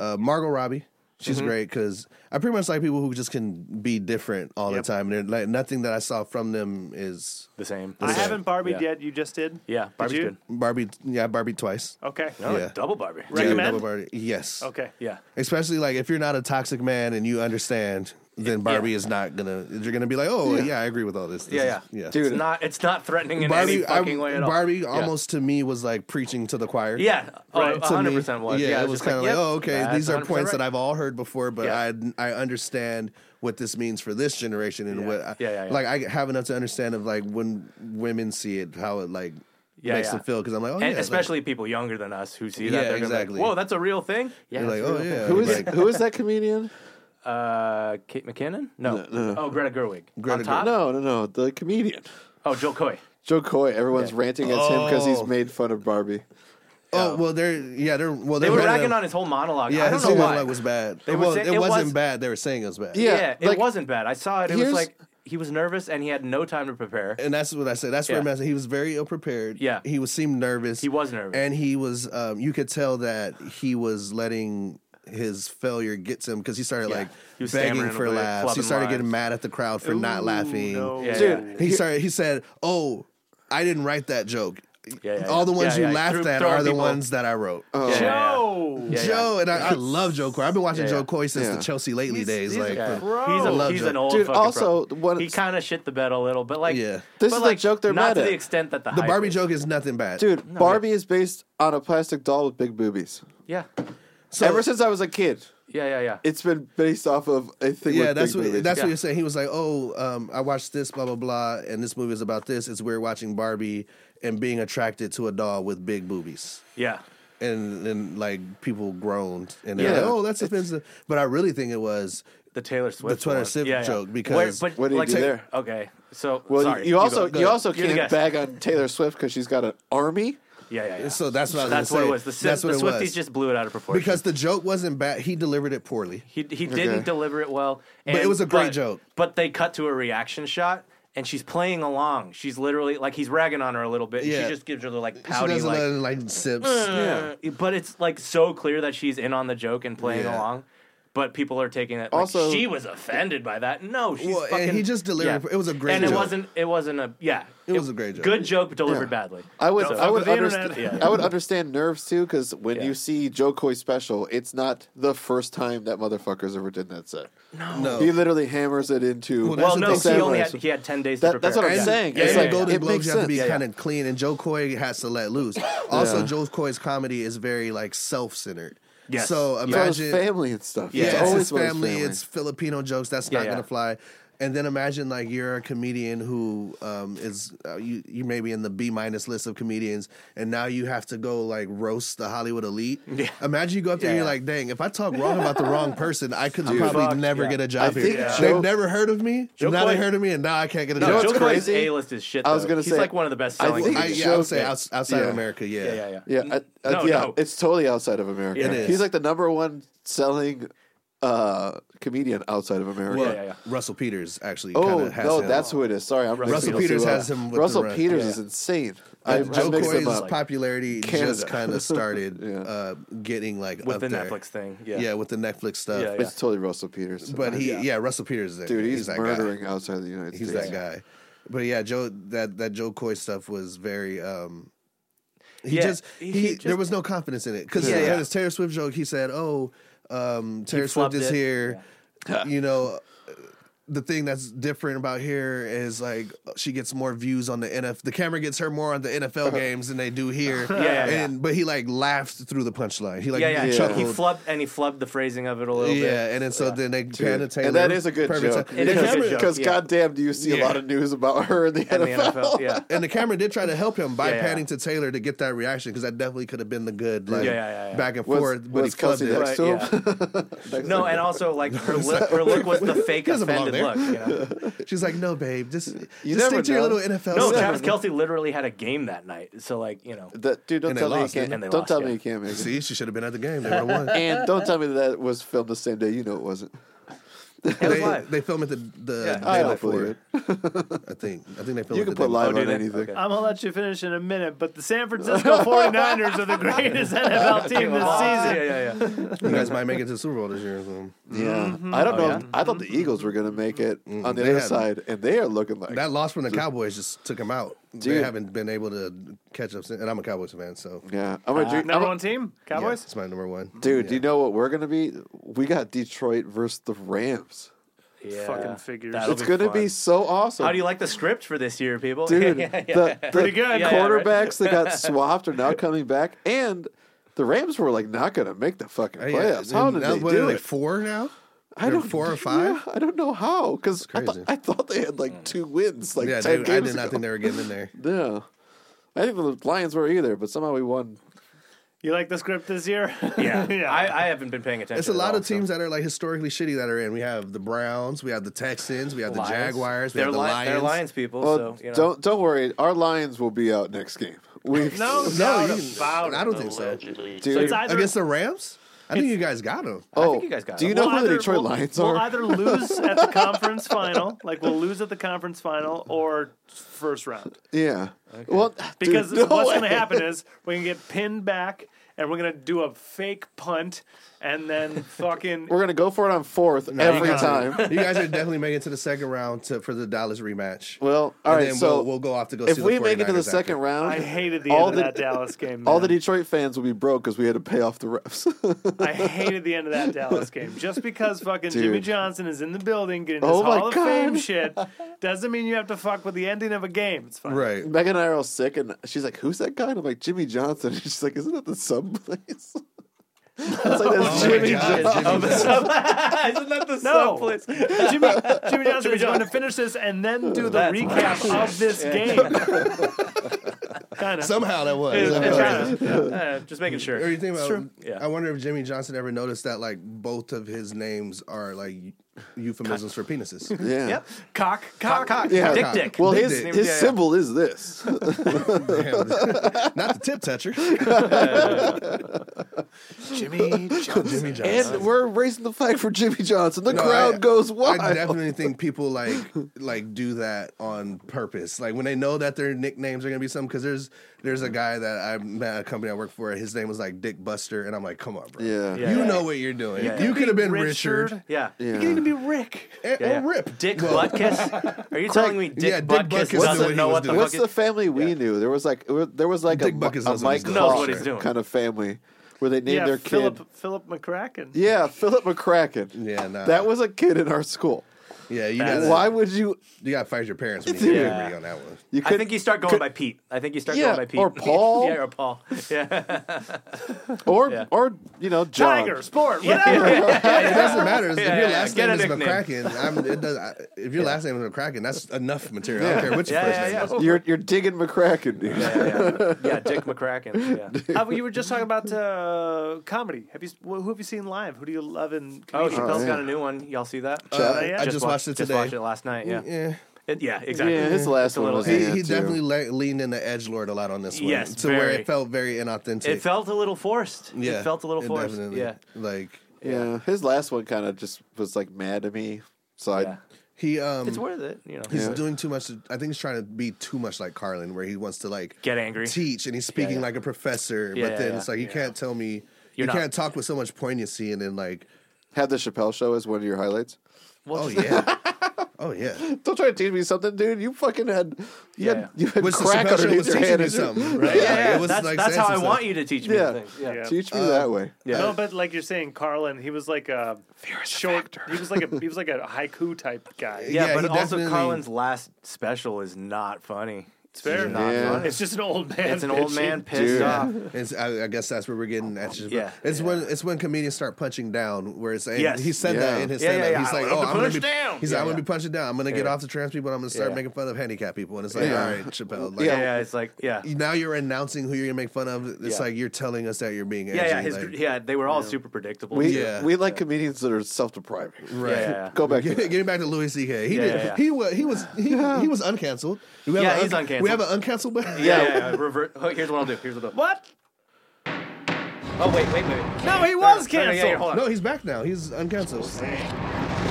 Speaker 4: uh, Margot Robbie. She's
Speaker 1: Mm-hmm.
Speaker 4: great 'cause great because I pretty much like people who just can be different all
Speaker 5: Yep.
Speaker 4: the time. And they're like nothing that I saw from them is
Speaker 1: The same.
Speaker 5: I
Speaker 4: Okay.
Speaker 5: haven't Barbied
Speaker 1: Yeah.
Speaker 5: yet. You just did.
Speaker 1: Yeah. Barbie's
Speaker 5: you?
Speaker 1: good.
Speaker 4: Barbie. Yeah, Barbie twice.
Speaker 5: Okay.
Speaker 1: Oh,
Speaker 4: Yeah.
Speaker 1: Double Barbie.
Speaker 5: Recommend?
Speaker 4: Double Barbie. Yes.
Speaker 5: Okay.
Speaker 1: Yeah.
Speaker 4: Especially like if you're not a toxic man and you understand, then Barbie is not gonna. You're gonna be like, oh yeah, I agree with all this. This
Speaker 1: Yeah,
Speaker 4: is-
Speaker 1: yeah.
Speaker 4: yeah.
Speaker 3: Dude,
Speaker 1: It's not. It's not threatening in any
Speaker 4: Barbie, I-
Speaker 1: fucking way at all.
Speaker 4: Barbie almost to me was like preaching to the choir.
Speaker 1: Yeah, right.
Speaker 5: Right.
Speaker 4: To me.
Speaker 1: 100 percent was.
Speaker 4: Yeah,
Speaker 1: I
Speaker 4: it was
Speaker 1: just
Speaker 4: kind of like,
Speaker 1: yep,
Speaker 4: oh, okay,
Speaker 1: that's
Speaker 4: these are
Speaker 1: 100%
Speaker 4: points that
Speaker 1: right.
Speaker 4: I've all heard before, but
Speaker 1: Yeah.
Speaker 4: I I understand what this means for this generation and what I,
Speaker 1: Yeah, yeah, yeah.
Speaker 4: like I have enough to understand of like when women see it, how it like
Speaker 1: Yeah,
Speaker 4: makes
Speaker 1: yeah.
Speaker 4: them feel because I'm like, oh yeah,
Speaker 1: And
Speaker 4: like-
Speaker 1: especially people younger than us who see that,
Speaker 4: Yeah,
Speaker 1: they're gonna
Speaker 4: exactly.
Speaker 1: be like, "Whoa, that's a real thing." Yeah,
Speaker 4: you're like,
Speaker 1: it's a
Speaker 4: oh
Speaker 1: real
Speaker 4: yeah,
Speaker 1: thing.
Speaker 3: Who is
Speaker 4: like,
Speaker 3: who is that comedian?
Speaker 1: Uh, Kate McKinnon? No. Oh, Greta Gerwig.
Speaker 4: Greta
Speaker 1: On top?
Speaker 3: No, no, no. The comedian.
Speaker 1: Oh, Joe Coy.
Speaker 3: Joe Coy. Everyone's
Speaker 1: Yeah.
Speaker 3: ranting against him because he's
Speaker 4: Oh.
Speaker 3: made fun of Barbie.
Speaker 4: oh well, they're yeah, they're well,
Speaker 1: They
Speaker 4: they're
Speaker 1: were
Speaker 4: better
Speaker 1: ragging
Speaker 4: than-
Speaker 1: on his whole monologue.
Speaker 4: Yeah,
Speaker 1: I don't
Speaker 4: his
Speaker 1: know
Speaker 4: whole
Speaker 1: why.
Speaker 4: monologue was bad.
Speaker 1: They were
Speaker 4: well,
Speaker 1: saying-
Speaker 4: it,
Speaker 1: it
Speaker 4: wasn't
Speaker 1: was-
Speaker 4: bad. They were saying it was bad.
Speaker 3: Yeah,
Speaker 1: Yeah,
Speaker 3: like-
Speaker 1: it wasn't bad. I saw it. It was
Speaker 3: Here's-
Speaker 1: like he was nervous and he had no time to prepare.
Speaker 4: and that's what I said. That's where
Speaker 1: Yeah.
Speaker 4: I'm at. He was very ill prepared.
Speaker 1: Yeah.
Speaker 4: he was seemed nervous.
Speaker 1: He was nervous.
Speaker 4: and he was. Um, you could tell that he was letting his failure get to him because he started
Speaker 1: Yeah.
Speaker 4: like
Speaker 1: He was
Speaker 4: begging
Speaker 1: stammering
Speaker 4: for
Speaker 1: a bit,
Speaker 4: laughs. He
Speaker 1: flubbing
Speaker 4: started getting
Speaker 1: lines.
Speaker 4: mad at the crowd for not laughing.
Speaker 5: no.
Speaker 1: Yeah,
Speaker 3: Dude,
Speaker 1: yeah.
Speaker 4: He started. He said, "Oh, I didn't write that joke.
Speaker 1: Yeah, yeah,
Speaker 4: All the
Speaker 1: yeah.
Speaker 4: ones
Speaker 1: Yeah,
Speaker 4: you
Speaker 1: yeah.
Speaker 4: laughed
Speaker 1: Threw-
Speaker 4: at
Speaker 1: throwing
Speaker 4: are the
Speaker 1: people-
Speaker 4: ones that I wrote."
Speaker 1: Yeah, yeah, yeah.
Speaker 5: Joe.
Speaker 1: Yeah,
Speaker 4: Joe and I, I love Joe Coy. I've been watching
Speaker 1: Yeah,
Speaker 4: Joe
Speaker 1: yeah.
Speaker 4: Coy since
Speaker 3: Yeah.
Speaker 4: the Chelsea lately days.
Speaker 5: he's a
Speaker 4: like,
Speaker 5: crack.
Speaker 4: but-
Speaker 5: Bro.
Speaker 1: He's,
Speaker 5: I
Speaker 1: a,
Speaker 4: love
Speaker 1: he's
Speaker 4: Joe.
Speaker 1: an old
Speaker 3: Dude,
Speaker 1: fucking
Speaker 3: also,
Speaker 1: pro.
Speaker 3: what-
Speaker 1: he kind of shit the bed a little, but like
Speaker 4: Yeah.
Speaker 3: This is
Speaker 1: but
Speaker 3: the
Speaker 1: like,
Speaker 3: joke they're
Speaker 1: not
Speaker 3: mad
Speaker 1: to
Speaker 3: at.
Speaker 1: the extent that the,
Speaker 4: the
Speaker 1: hype
Speaker 4: Barbie
Speaker 1: is.
Speaker 4: joke is nothing bad,
Speaker 3: Dude, Barbie is based on a plastic doll with big boobies.
Speaker 1: Yeah,
Speaker 4: So,
Speaker 3: Ever since I was a kid,
Speaker 1: yeah, yeah, yeah.
Speaker 3: it's been based off of a thing.
Speaker 4: yeah,
Speaker 3: with
Speaker 4: that's
Speaker 3: big
Speaker 4: what
Speaker 3: boobies.
Speaker 4: that's what
Speaker 1: Yeah.
Speaker 4: you're saying. He was like, "Oh, um, I watched this, blah blah blah, and this movie is about this. It's weird watching Barbie and being attracted to a doll with big boobies."
Speaker 1: yeah,
Speaker 4: And then like people groaned and they're
Speaker 3: Yeah.
Speaker 4: like, "Oh, that's offensive." But I really think it was
Speaker 1: the Taylor Swift,
Speaker 4: Taylor
Speaker 1: one.
Speaker 4: Swift
Speaker 1: Yeah, yeah.
Speaker 4: joke, because-
Speaker 1: Where, but
Speaker 3: What do you
Speaker 1: like,
Speaker 3: do there?
Speaker 1: Okay, so
Speaker 3: Well, you-
Speaker 1: sorry,
Speaker 3: you, also
Speaker 4: go- go
Speaker 3: you
Speaker 4: ahead.
Speaker 3: also
Speaker 1: You're the
Speaker 3: can't
Speaker 1: guest.
Speaker 3: bag on Taylor Swift because she's got an army.
Speaker 1: yeah, yeah, yeah.
Speaker 4: so that's what I was
Speaker 1: that's what
Speaker 4: gonna
Speaker 1: it
Speaker 4: say.
Speaker 1: was. The, Swi-
Speaker 4: that's
Speaker 1: the
Speaker 4: what it
Speaker 1: Swifties
Speaker 4: was.
Speaker 1: just blew it out of proportion
Speaker 4: because the joke wasn't bad. He delivered it poorly.
Speaker 1: He he didn't deliver it well. And,
Speaker 4: it was a great joke.
Speaker 1: But they cut to a reaction shot, and she's playing along. She's literally like he's ragging on her a little bit. And
Speaker 4: Yeah.
Speaker 1: She just gives her the like
Speaker 4: she
Speaker 1: pouty
Speaker 4: doesn't let
Speaker 1: like.
Speaker 4: it, like sips.
Speaker 1: "Uh," But it's like so clear that she's in on the joke and playing
Speaker 4: Yeah.
Speaker 1: along. But people are taking it. Like,
Speaker 3: Also-
Speaker 1: she was offended by that. No, she's
Speaker 4: Well, and
Speaker 1: fucking.
Speaker 4: he just delivered- it was a great
Speaker 1: And
Speaker 4: joke.
Speaker 1: it wasn't. It wasn't a. Yeah.
Speaker 4: It was a great joke.
Speaker 1: Good joke, but delivered
Speaker 3: Yeah.
Speaker 1: badly.
Speaker 3: I would
Speaker 5: Don't
Speaker 3: I would
Speaker 5: fuck with the
Speaker 3: understand
Speaker 1: internet.
Speaker 3: I would understand nerves too because when
Speaker 1: Yeah.
Speaker 3: you see Joe Coy special, it's not the first time that motherfucker's ever did that set.
Speaker 4: No,
Speaker 3: He literally hammers it into
Speaker 4: Oh. Well,
Speaker 1: well,
Speaker 4: that's
Speaker 1: no,
Speaker 4: what
Speaker 1: he
Speaker 4: they said
Speaker 1: only
Speaker 3: was-
Speaker 1: had he had ten days to
Speaker 3: That-
Speaker 1: prepare.
Speaker 3: that's what I'm
Speaker 4: And-
Speaker 3: saying.
Speaker 4: And
Speaker 3: It's
Speaker 4: the
Speaker 3: like,
Speaker 4: Golden
Speaker 3: it
Speaker 4: Globes
Speaker 3: makes
Speaker 4: you have to be
Speaker 3: sense.
Speaker 4: kind of clean, and Joe Coy has to let loose. Also, Joe Coy's comedy is very like self-centered.
Speaker 1: Yes.
Speaker 4: So
Speaker 1: Yes.
Speaker 3: It's
Speaker 4: imagine,
Speaker 3: his family and stuff.
Speaker 4: yeah, it's,
Speaker 3: always
Speaker 4: his
Speaker 3: about
Speaker 4: family. It's Filipino jokes. That's not
Speaker 1: Yeah,
Speaker 4: gonna
Speaker 1: yeah.
Speaker 4: fly. And then imagine like you're a comedian who um, is uh, you you may be in the B minus list of comedians, and now you have to go like roast the Hollywood elite. Yeah. Imagine you go up there and you're
Speaker 1: Yeah.
Speaker 4: like, dang, if I talk wrong about the wrong person, I could probably
Speaker 1: fuck,
Speaker 4: never
Speaker 1: yeah.
Speaker 4: get a job
Speaker 3: I
Speaker 4: here.
Speaker 3: think Yeah.
Speaker 4: They've
Speaker 3: Joe-
Speaker 4: never heard of me.
Speaker 1: Joe
Speaker 4: now they
Speaker 1: Coy-
Speaker 4: heard of me, and now I can't get a
Speaker 1: No,
Speaker 4: job.
Speaker 3: what's
Speaker 1: Joe Coy's
Speaker 3: crazy?
Speaker 1: A list is shit.
Speaker 3: I was
Speaker 1: though.
Speaker 3: gonna
Speaker 1: He's
Speaker 3: say-
Speaker 1: like one of the best
Speaker 3: I
Speaker 1: selling.
Speaker 3: think-
Speaker 4: I,
Speaker 3: It
Speaker 4: yeah, I would
Speaker 3: shows
Speaker 4: say
Speaker 3: it.
Speaker 4: outs- outside
Speaker 3: Yeah.
Speaker 4: of America, yeah.
Speaker 1: yeah, yeah, yeah.
Speaker 3: Yeah,
Speaker 1: N-
Speaker 3: I- I-
Speaker 1: no,
Speaker 3: yeah,
Speaker 1: no.
Speaker 3: it's totally outside of America.
Speaker 1: It
Speaker 4: is.
Speaker 3: He's like the number one selling uh, comedian outside of America.
Speaker 4: Well,
Speaker 1: yeah, yeah.
Speaker 4: Russell Peters actually
Speaker 3: oh
Speaker 4: kind of has
Speaker 3: no,
Speaker 4: him.
Speaker 3: that's who it is. Sorry, I'm
Speaker 4: Russell
Speaker 3: mixing the
Speaker 4: Peters
Speaker 3: two up.
Speaker 4: has him with the
Speaker 3: Russell
Speaker 4: run.
Speaker 3: Peters
Speaker 1: Yeah.
Speaker 3: is insane. I, I
Speaker 4: And Joe
Speaker 3: mixed him
Speaker 4: Coy's
Speaker 3: up.
Speaker 4: popularity just
Speaker 3: Canada.
Speaker 4: kind of started
Speaker 3: Yeah.
Speaker 4: uh, getting like
Speaker 1: with
Speaker 4: up
Speaker 1: the
Speaker 4: there.
Speaker 1: Netflix thing.
Speaker 4: yeah.
Speaker 1: Yeah.
Speaker 4: with the Netflix stuff.
Speaker 1: Yeah,
Speaker 3: It's totally Russell Peters.
Speaker 4: But he, yeah. Russell Peters is that
Speaker 3: dude,
Speaker 4: guy.
Speaker 3: he's,
Speaker 4: that
Speaker 3: murdering
Speaker 4: Guy.
Speaker 3: outside the United
Speaker 4: He's
Speaker 3: States.
Speaker 4: that guy. But yeah, Joe, that that Joe Coy stuff was very. um he
Speaker 1: Yeah,
Speaker 4: just he,
Speaker 1: he- he
Speaker 4: there
Speaker 1: just-
Speaker 4: was no confidence in it because
Speaker 1: Yeah, yeah.
Speaker 4: his Taylor Swift joke he said oh um, Taylor Swift
Speaker 1: flubbed
Speaker 4: is
Speaker 1: it.
Speaker 4: here you know uh, the thing that's different about here is like she gets more views on the NF. The camera gets her more on the NFL games than they do here.
Speaker 1: Uh-huh. yeah, yeah.
Speaker 4: and but he like laughed through the punchline. He like
Speaker 1: yeah, yeah.
Speaker 4: chuckled.
Speaker 1: He flubbed and he flubbed the phrasing of it a little
Speaker 4: yeah,
Speaker 1: bit.
Speaker 4: and then so then they pan to Taylor.
Speaker 3: And that is a good
Speaker 4: Perfect
Speaker 3: joke.
Speaker 4: time.
Speaker 1: It
Speaker 4: The
Speaker 1: is a good
Speaker 4: camera-
Speaker 1: joke.
Speaker 3: Because
Speaker 1: yeah.
Speaker 3: goddamn, do you see
Speaker 4: Yeah.
Speaker 3: a lot of news about her in the
Speaker 1: And the
Speaker 3: NFL?
Speaker 1: NFL, yeah.
Speaker 4: And the camera did try to help him by
Speaker 1: Yeah, yeah.
Speaker 4: panning to Taylor to get that reaction because that definitely could have been the good like
Speaker 1: Yeah, yeah, yeah, yeah.
Speaker 4: back and
Speaker 3: Was,
Speaker 4: forth. but he
Speaker 3: was
Speaker 4: flubbed
Speaker 3: Kelsey
Speaker 4: it.
Speaker 3: next
Speaker 1: Right,
Speaker 3: to him?
Speaker 1: No, and also like her look, her look was the fake
Speaker 4: He doesn't belong
Speaker 1: offended look.
Speaker 4: there.
Speaker 1: You know?
Speaker 4: She's like, no, babe, just, just
Speaker 3: never
Speaker 4: stick to your
Speaker 3: know.
Speaker 4: little NFL.
Speaker 1: No,
Speaker 4: stuff."
Speaker 1: Travis Kelsey literally had a game that night. So like you know,
Speaker 3: That- dude, don't
Speaker 4: And they
Speaker 3: tell me you
Speaker 4: lost,
Speaker 3: can't.
Speaker 1: didn't they?
Speaker 3: Don't
Speaker 1: Lost,
Speaker 3: tell
Speaker 1: yeah.
Speaker 3: me you can't make it.
Speaker 4: See, she should have been at the game. They would have won.
Speaker 3: And don't tell me that was filmed the same day. You know it wasn't.
Speaker 1: it was
Speaker 4: they,
Speaker 1: live.
Speaker 4: they film it the, the
Speaker 1: Yeah.
Speaker 4: day
Speaker 3: I don't
Speaker 4: before.
Speaker 3: believe it.
Speaker 4: I think. I think they film
Speaker 3: You
Speaker 4: it
Speaker 3: can
Speaker 4: the day
Speaker 3: put live
Speaker 1: Oh, do
Speaker 3: on
Speaker 1: they?
Speaker 3: anything.
Speaker 1: Okay.
Speaker 5: I'm going to let you finish in a minute, but the San Francisco 49ers are the greatest NFL team this
Speaker 1: Yeah,
Speaker 5: season.
Speaker 1: yeah, yeah.
Speaker 4: before. You guys might make it to the Super Bowl this year. So.
Speaker 3: Yeah, I don't know.
Speaker 1: Oh, yeah?
Speaker 3: I thought the Eagles were going to make it on the
Speaker 4: Mm-hmm. They
Speaker 3: other
Speaker 4: haven't.
Speaker 3: side, and they are looking like
Speaker 4: That loss from the Cowboys just took them out. They
Speaker 3: Dude.
Speaker 4: haven't been able to catch up. Since, and I'm a Cowboys fan, so yeah,
Speaker 3: Yeah, I'm
Speaker 1: Uh,
Speaker 3: gonna. drink, I'm
Speaker 5: Number
Speaker 3: gonna-
Speaker 5: one team, Cowboys.
Speaker 4: it's my number one.
Speaker 3: dude, do you know what we're gonna be? We got Detroit versus the Rams.
Speaker 1: Yeah.
Speaker 5: fucking figures.
Speaker 1: That'll
Speaker 3: It's gonna
Speaker 1: fun.
Speaker 3: be so awesome.
Speaker 1: How do you like the script for this year, people?
Speaker 3: dude?
Speaker 1: Yeah, yeah.
Speaker 3: The, the
Speaker 5: Pretty good.
Speaker 1: Yeah, yeah, right.
Speaker 3: quarterbacks that got swapped are now coming back, and the Rams were like not gonna make the fucking
Speaker 4: Hey, yeah,
Speaker 3: playoffs. How
Speaker 4: and
Speaker 3: did
Speaker 4: now-
Speaker 3: they
Speaker 4: what
Speaker 3: do
Speaker 4: are they,
Speaker 3: it?
Speaker 4: Four now?
Speaker 3: I
Speaker 4: They're
Speaker 3: don't
Speaker 4: four or five.
Speaker 3: Yeah, I don't know how because I, thought
Speaker 4: crazy.
Speaker 3: I thought they had
Speaker 1: Mm.
Speaker 3: like two wins, like
Speaker 4: Yeah,
Speaker 3: ten
Speaker 4: dude, I
Speaker 3: games
Speaker 4: did not
Speaker 3: ago.
Speaker 4: think they were getting in there.
Speaker 3: yeah, I didn't think the Lions were either, but somehow we won.
Speaker 5: You like the script this year?
Speaker 1: yeah.
Speaker 5: yeah.
Speaker 1: I, I haven't been paying attention.
Speaker 4: It's a
Speaker 1: at
Speaker 4: lot
Speaker 1: all,
Speaker 4: of teams
Speaker 1: so-
Speaker 4: that are like historically shitty that are in. We have the Browns, we have the Texans, we have the
Speaker 1: Lions.
Speaker 4: Jaguars, we
Speaker 1: They're
Speaker 4: have the
Speaker 1: Li-
Speaker 4: Lions.
Speaker 1: They're Lions people,
Speaker 3: Well,
Speaker 1: so you know.
Speaker 3: don't don't worry, our Lions will be out next game. We
Speaker 5: no,
Speaker 4: No,
Speaker 5: doubt
Speaker 4: you can-
Speaker 5: about it.
Speaker 4: I don't think so.
Speaker 3: dude,
Speaker 5: It's either,
Speaker 4: Against the Rams, I think you guys got them.
Speaker 3: oh,
Speaker 1: you guys got
Speaker 3: do
Speaker 1: it.
Speaker 3: you know
Speaker 5: we'll
Speaker 3: who the
Speaker 5: either-
Speaker 3: Detroit
Speaker 5: we'll-
Speaker 3: Lions
Speaker 5: we'll
Speaker 3: are?
Speaker 5: either lose at the conference final, like we'll lose at the conference final, or first round.
Speaker 3: yeah, well, dude,
Speaker 5: Because
Speaker 3: no
Speaker 5: what's
Speaker 3: way.
Speaker 5: going to happen is we're going to get pinned back, and we're going to do a fake punt, and then fucking
Speaker 3: We're gonna go for it on fourth every time.
Speaker 4: You guys are definitely making it to the second round to, for the Dallas rematch.
Speaker 3: Well, all
Speaker 4: and
Speaker 3: right.
Speaker 4: then
Speaker 3: so
Speaker 4: we'll, we'll go off to go.
Speaker 3: if
Speaker 4: see
Speaker 3: we
Speaker 4: the
Speaker 3: make it to the
Speaker 4: 49ers
Speaker 3: second
Speaker 4: after.
Speaker 3: round,
Speaker 5: I hated the
Speaker 3: all
Speaker 5: end
Speaker 3: the-
Speaker 5: of that Dallas game.
Speaker 3: all the
Speaker 5: man.
Speaker 3: Detroit fans will be broke because we had to pay off the refs.
Speaker 5: I hated the end of that Dallas game. Just because fucking Jimmy
Speaker 3: Dude.
Speaker 5: Johnson is in the building getting this
Speaker 3: Oh my
Speaker 5: Hall of Fame
Speaker 3: God.
Speaker 5: shit doesn't mean you have to fuck with the ending of a game. It's fine.
Speaker 4: right?
Speaker 3: Megan and I are all sick, and she's like, "Who's that guy?" And I'm like, "Jimmy Johnson." And she's like, "Isn't that the sub place?" it's like that's
Speaker 4: Oh my
Speaker 3: Jimmy
Speaker 4: God,
Speaker 3: Johnson.
Speaker 4: Jimmy Johnson.
Speaker 1: Isn't that the
Speaker 5: No.
Speaker 1: someplace?
Speaker 5: Jimmy, Jimmy Johnson is going to finish this and then do the
Speaker 1: That's
Speaker 5: recap of this game. kind of.
Speaker 4: Somehow that was.
Speaker 5: It's- it's
Speaker 4: Somehow.
Speaker 1: Uh, just making sure.
Speaker 4: Or you think about?
Speaker 1: Yeah.
Speaker 4: I wonder if Jimmy Johnson ever noticed that like both of his names are like euphemisms for penises.
Speaker 3: Yeah.
Speaker 5: Yep. Cock, cock, cock.
Speaker 3: Yeah.
Speaker 1: Dick, dick.
Speaker 3: Well,
Speaker 4: Big
Speaker 3: his
Speaker 4: dick.
Speaker 3: his
Speaker 1: Yeah, yeah.
Speaker 3: symbol is this.
Speaker 4: Damn. Not the tip toucher.
Speaker 5: Jimmy Johnson.
Speaker 4: Jimmy Johnson.
Speaker 3: and we're raising the flag for Jimmy Johnson. The
Speaker 4: No,
Speaker 3: crowd
Speaker 4: I-
Speaker 3: goes
Speaker 4: I
Speaker 3: wild.
Speaker 4: definitely think people like like do that on purpose. Like when they know that their nicknames are gonna be something. Because there's there's a guy that I met at a company I work for. His name was like Dick Buster, and I'm like, come on, bro.
Speaker 3: Yeah.
Speaker 1: Yeah.
Speaker 4: You know what you're doing.
Speaker 1: Yeah.
Speaker 4: You could have been Richard,
Speaker 1: Yeah.
Speaker 3: Yeah.
Speaker 5: You need to be Rick.
Speaker 4: Eh,
Speaker 1: Yeah, yeah.
Speaker 4: or Rip.
Speaker 1: Dick
Speaker 4: Well,
Speaker 1: Buttkiss? Are you telling me Dick
Speaker 4: yeah, Dick
Speaker 1: Buttkiss
Speaker 4: Butkus knew
Speaker 1: doesn't
Speaker 4: what he
Speaker 1: know
Speaker 4: was
Speaker 1: what the
Speaker 4: doing.
Speaker 1: fuck
Speaker 3: What's
Speaker 1: is
Speaker 3: the family we knew? There was like there was like a,
Speaker 4: Dick
Speaker 3: Mi-
Speaker 4: Buckus
Speaker 3: a
Speaker 4: knows what
Speaker 3: Mike
Speaker 4: he's doing.
Speaker 1: Knows what he's
Speaker 3: Clark
Speaker 1: doing.
Speaker 3: kind of family where they named
Speaker 5: yeah,
Speaker 3: their
Speaker 5: Philip,
Speaker 3: kid.
Speaker 5: Philip McCracken.
Speaker 3: Yeah, Philip McCracken.
Speaker 4: Yeah, nah.
Speaker 3: that was a kid in our school.
Speaker 4: Yeah, you
Speaker 1: That's-
Speaker 4: gotta,
Speaker 3: Why would you?
Speaker 4: you gotta fight your parents when you get
Speaker 1: Yeah.
Speaker 4: angry on that one.
Speaker 3: You
Speaker 1: I
Speaker 3: could
Speaker 1: think you start going by Pete. I think you start
Speaker 3: Yeah,
Speaker 1: going by Pete.
Speaker 3: or Paul.
Speaker 1: yeah, or Paul. Yeah.
Speaker 3: or
Speaker 1: yeah.
Speaker 3: or you know John.
Speaker 5: Tiger, sport, whatever.
Speaker 1: yeah.
Speaker 4: It doesn't matter if
Speaker 1: Yeah,
Speaker 4: your
Speaker 1: yeah,
Speaker 4: last
Speaker 1: get
Speaker 4: name
Speaker 1: a
Speaker 4: is
Speaker 1: nickname.
Speaker 4: McCracken. I'm, it does, I, if your last name is McCracken, that's enough material. I
Speaker 3: Yeah.
Speaker 4: don't care what your
Speaker 1: Yeah,
Speaker 4: first
Speaker 1: yeah,
Speaker 4: name
Speaker 1: yeah.
Speaker 4: is.
Speaker 3: You're you're digging McCracken, dude.
Speaker 1: yeah, yeah. Yeah, Dick McCracken. Yeah.
Speaker 5: Uh, you were just talking about uh, comedy. Have you wh- who have you seen live? Who do you love in
Speaker 1: Oh,
Speaker 5: comedy?
Speaker 1: Chappelle's
Speaker 3: yeah.
Speaker 1: got a new one. Y'all see that?
Speaker 4: Uh,
Speaker 5: yeah.
Speaker 4: I just, watched it
Speaker 1: Just
Speaker 4: today.
Speaker 1: watched it last night. Yeah.
Speaker 4: Yeah.
Speaker 1: It- yeah, exactly.
Speaker 3: Yeah, his last
Speaker 1: a
Speaker 3: one
Speaker 1: little-
Speaker 3: was
Speaker 4: He,
Speaker 3: yeah,
Speaker 4: he
Speaker 3: too.
Speaker 4: definitely le- leaned into Edge Lord a lot on this one.
Speaker 1: Yes,
Speaker 4: to where
Speaker 1: very.
Speaker 4: it felt very inauthentic.
Speaker 1: It felt a little forced.
Speaker 4: yeah,
Speaker 1: It felt a little forced.
Speaker 4: definitely.
Speaker 1: Yeah.
Speaker 4: like
Speaker 3: Yeah, his last one kind of just was like mad at me. So I,
Speaker 1: Yeah.
Speaker 4: he um,
Speaker 1: It's worth it, you know.
Speaker 4: he's
Speaker 3: Yeah.
Speaker 4: doing too much. I think he's trying to be too much like Carlin, where he wants to like
Speaker 1: Get angry.
Speaker 4: teach, and he's speaking
Speaker 1: yeah.
Speaker 4: like a professor.
Speaker 1: Yeah,
Speaker 4: but
Speaker 1: yeah,
Speaker 4: then
Speaker 1: yeah.
Speaker 4: it's like you can't tell me
Speaker 1: You're
Speaker 4: you
Speaker 1: not-
Speaker 4: can't talk with so much poignancy, and then like,
Speaker 3: had the Chappelle show as one of your highlights.
Speaker 1: Well,
Speaker 4: oh
Speaker 1: just-
Speaker 4: yeah, oh yeah.
Speaker 3: Don't try to teach me something, dude. You fucking had you
Speaker 1: Yeah.
Speaker 3: had, you had
Speaker 4: Which the
Speaker 3: crack
Speaker 4: Chappelle show
Speaker 3: underneath
Speaker 4: was
Speaker 3: your
Speaker 4: teaching
Speaker 3: hand.
Speaker 4: you
Speaker 3: and-
Speaker 4: something, right?
Speaker 1: Yeah,
Speaker 4: It was
Speaker 1: that's,
Speaker 4: like
Speaker 1: that's
Speaker 4: saying
Speaker 1: how I
Speaker 4: some stuff.
Speaker 1: want you to teach me
Speaker 3: Yeah.
Speaker 1: things. Yeah.
Speaker 5: Yeah.
Speaker 3: Teach me
Speaker 4: Uh,
Speaker 3: that way.
Speaker 1: Yeah.
Speaker 5: No, but like you're saying, Carlin, he was like a short. He was like a he was like a haiku type guy.
Speaker 1: Yeah,
Speaker 4: Yeah,
Speaker 1: but
Speaker 4: he
Speaker 1: also
Speaker 4: definitely-
Speaker 1: Carlin's last special is not funny. It's
Speaker 5: fair.
Speaker 1: Not
Speaker 3: Yeah.
Speaker 1: funny.
Speaker 5: It's just an old man.
Speaker 1: It's an old
Speaker 5: bitching.
Speaker 1: man pissed
Speaker 3: Dude.
Speaker 1: off.
Speaker 4: It's, I, I guess that's where we're getting at.
Speaker 1: Yeah,
Speaker 4: it's
Speaker 1: yeah.
Speaker 4: when it's when comedians start punching down. Where it's and
Speaker 1: Yes.
Speaker 4: he said
Speaker 3: Yeah.
Speaker 4: that in his
Speaker 1: Yeah, yeah,
Speaker 4: stand-up.
Speaker 1: yeah.
Speaker 4: He's
Speaker 1: I
Speaker 4: like,
Speaker 1: love
Speaker 4: "Oh,
Speaker 1: to
Speaker 4: I'm gonna
Speaker 1: punch
Speaker 4: be."
Speaker 1: down.
Speaker 4: He's
Speaker 1: Yeah,
Speaker 4: like, "I'm
Speaker 1: yeah.
Speaker 4: gonna be punching down. I'm gonna get
Speaker 1: Yeah.
Speaker 4: off the trans people. I'm gonna start
Speaker 1: Yeah.
Speaker 4: making fun of handicapped people." And it's like,
Speaker 3: Yeah.
Speaker 4: "All right, Chappelle." Like,
Speaker 1: Yeah, yeah, it's like yeah, yeah,
Speaker 4: Now you're announcing who you're gonna make fun of. It's
Speaker 1: Yeah.
Speaker 4: like you're telling us that you're being edgy.
Speaker 1: yeah. his,
Speaker 4: like,
Speaker 1: yeah, they were all super predictable.
Speaker 3: We
Speaker 1: yeah.
Speaker 4: Yeah.
Speaker 3: we like comedians that are self depriving.
Speaker 1: Yeah,
Speaker 4: Right.
Speaker 1: yeah, yeah.
Speaker 3: Go back. to
Speaker 4: Get-
Speaker 3: that.
Speaker 4: Getting back to Louis C.K. He
Speaker 1: Yeah,
Speaker 4: did.
Speaker 1: yeah, yeah.
Speaker 4: He was. He was. He, he was uncanceled. Do we have
Speaker 1: Yeah,
Speaker 4: a
Speaker 1: he's uncanceled.
Speaker 4: We have an uncanceled.
Speaker 1: Yeah, yeah, yeah. Revert. Oh, here's what I'll do. Here's what I'll do.
Speaker 5: What?
Speaker 1: Oh, wait, wait, wait.
Speaker 5: No, he was
Speaker 1: No, no, yeah, yeah,
Speaker 5: canceled.
Speaker 1: hold on.
Speaker 4: No, he's back now. He's uncanceled.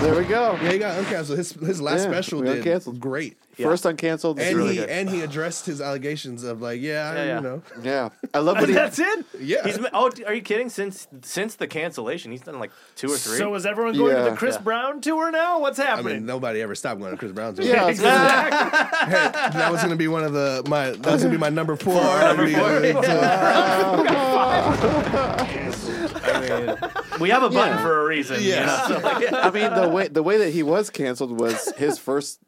Speaker 3: There we go.
Speaker 4: Yeah, he got uncanceled. His his last
Speaker 3: Yeah,
Speaker 4: special
Speaker 3: we
Speaker 4: did
Speaker 3: uncanceled.
Speaker 4: great.
Speaker 3: First uncanceled.
Speaker 4: and
Speaker 3: really
Speaker 4: he
Speaker 3: good.
Speaker 4: and he addressed his allegations of like, yeah,
Speaker 1: Yeah, yeah.
Speaker 4: you know,
Speaker 3: Yeah, I love what he.
Speaker 5: That's it.
Speaker 4: yeah.
Speaker 1: He's oh, d- are you kidding? Since since the cancellation, he's done like two or three.
Speaker 5: So is everyone going to
Speaker 3: Yeah.
Speaker 5: the Chris
Speaker 1: Yeah.
Speaker 5: Brown tour now? What's
Speaker 4: I
Speaker 5: happening?
Speaker 4: mean, nobody ever stopped going to Chris Brown's.
Speaker 3: Yeah, it's good.
Speaker 4: that was gonna be one of the my that was gonna be my number four. R&B.
Speaker 1: four.
Speaker 4: So,
Speaker 1: I mean, we have a button
Speaker 3: Yeah.
Speaker 1: for a reason. you
Speaker 4: Yes.
Speaker 1: know? So, like,
Speaker 3: I mean, the way the way that he was canceled was his first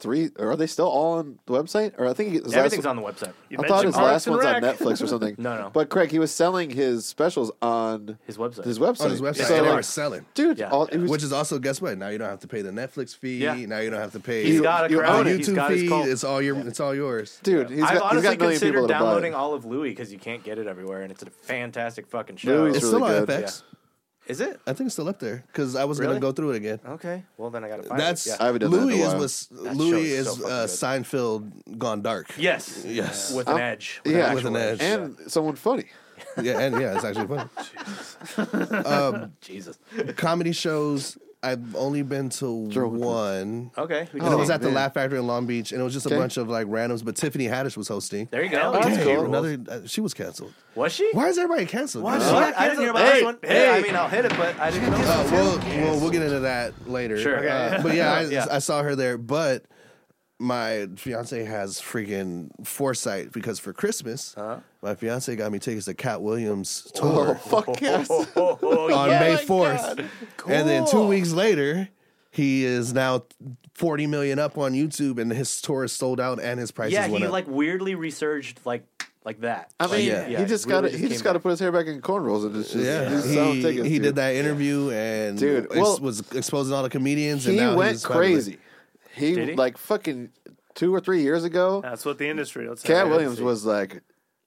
Speaker 3: three. Or are they still all on the website? Or I think his last-
Speaker 1: everything's on the website.
Speaker 5: You
Speaker 3: I thought
Speaker 5: mentioned
Speaker 3: his
Speaker 5: Parks
Speaker 3: last
Speaker 5: and
Speaker 3: one's on
Speaker 5: Rec.
Speaker 3: Netflix or something.
Speaker 1: No, no.
Speaker 3: But Craig, he was selling his specials on
Speaker 1: His website.
Speaker 3: his website.
Speaker 4: on his website.
Speaker 3: So,
Speaker 4: and they
Speaker 3: like,
Speaker 4: were selling,
Speaker 3: dude,
Speaker 1: Yeah.
Speaker 3: all, it was,
Speaker 4: which is also guess what? Now you don't have to pay the Netflix fee.
Speaker 1: Yeah.
Speaker 4: Now you don't have to pay.
Speaker 1: He's
Speaker 4: the
Speaker 1: got a
Speaker 3: you
Speaker 1: crowd.
Speaker 3: own it.
Speaker 1: He's
Speaker 4: YouTube
Speaker 1: got his
Speaker 4: feed.
Speaker 1: cult.
Speaker 4: It's all your. It's all yours.
Speaker 3: dude, he's
Speaker 1: I've
Speaker 3: got, he's
Speaker 1: honestly
Speaker 3: got a million people
Speaker 1: considered
Speaker 3: to buy it.
Speaker 1: downloading all of Louis because you can't get it everywhere, and it's a fantastic fucking show.
Speaker 3: Louis-
Speaker 4: It's
Speaker 3: It's
Speaker 4: still
Speaker 3: really
Speaker 4: on
Speaker 3: good.
Speaker 4: FX.
Speaker 1: Is it?
Speaker 4: I think it's still up there because I was
Speaker 1: Really?
Speaker 4: gonna go through it again.
Speaker 1: Okay. Well, then I gotta find
Speaker 4: That's
Speaker 1: it.
Speaker 3: I haven't done that in a
Speaker 4: Louis is
Speaker 3: while.
Speaker 4: was
Speaker 1: That
Speaker 4: Louis
Speaker 1: show is
Speaker 4: is
Speaker 1: so fucking
Speaker 4: uh,
Speaker 1: good.
Speaker 4: Seinfeld gone dark.
Speaker 1: Yeah. Yes.
Speaker 4: Yes.
Speaker 1: With an
Speaker 3: Um,
Speaker 1: edge.
Speaker 3: yeah.
Speaker 1: actual
Speaker 3: With
Speaker 4: an edge.
Speaker 3: and someone funny.
Speaker 4: yeah, and yeah, it's actually funny.
Speaker 1: Jesus.
Speaker 4: Comedy shows. I've only been to one.
Speaker 3: Oh.
Speaker 1: Okay. we
Speaker 4: And it
Speaker 1: just-
Speaker 4: was at the
Speaker 3: man.
Speaker 4: Laugh Factory in Long Beach, and it was just a
Speaker 3: Okay.
Speaker 4: bunch of like randoms. But Tiffany Haddish was hosting.
Speaker 1: There you go.
Speaker 5: That's
Speaker 1: Yeah.
Speaker 3: Oh, cool.
Speaker 1: Rules.
Speaker 4: Another, uh, she was canceled.
Speaker 1: Was she?
Speaker 4: Why is everybody canceled? Uh,
Speaker 5: Why
Speaker 4: man?
Speaker 5: is
Speaker 1: What?
Speaker 5: she-
Speaker 1: I didn't hear about
Speaker 3: Hey,
Speaker 1: this one. Hey, I
Speaker 3: hey.
Speaker 1: mean, I'll hit it, but I didn't know.
Speaker 4: Uh, we'll, well, we'll get into that later.
Speaker 1: Sure. Okay.
Speaker 4: Uh, but yeah I,
Speaker 1: Yeah.
Speaker 4: I saw her there. But my fiance has freaking foresight because for Christmas, my fiance got me tickets to Cat Williams
Speaker 3: Oh,
Speaker 4: tour
Speaker 3: fuck yes.
Speaker 1: Oh, oh,
Speaker 4: on
Speaker 1: yeah.
Speaker 4: May fourth, and then two weeks later. He is now forty million up on YouTube, and his tour is sold out, and his prices
Speaker 1: Yeah,
Speaker 4: went
Speaker 1: he
Speaker 4: up.
Speaker 1: like weirdly resurged like like that.
Speaker 3: I mean,
Speaker 4: yeah.
Speaker 3: he just
Speaker 1: really
Speaker 3: got to he
Speaker 1: came
Speaker 3: just got to
Speaker 1: back.
Speaker 3: put his hair back in cornrows and it's just,
Speaker 4: Yeah,
Speaker 3: just sell
Speaker 4: he,
Speaker 3: tickets,
Speaker 4: he
Speaker 3: dude.
Speaker 4: did that interview and
Speaker 3: Dude,
Speaker 4: ex-
Speaker 3: well-
Speaker 4: was exposing all the comedians. and
Speaker 3: He
Speaker 4: now he's
Speaker 3: went
Speaker 4: finally-
Speaker 3: crazy. He,
Speaker 1: Did he?
Speaker 3: like fucking two or three years ago.
Speaker 4: Uh,
Speaker 5: That's what the industry. That's how
Speaker 3: Cat
Speaker 5: it
Speaker 3: Williams
Speaker 5: is.
Speaker 3: was like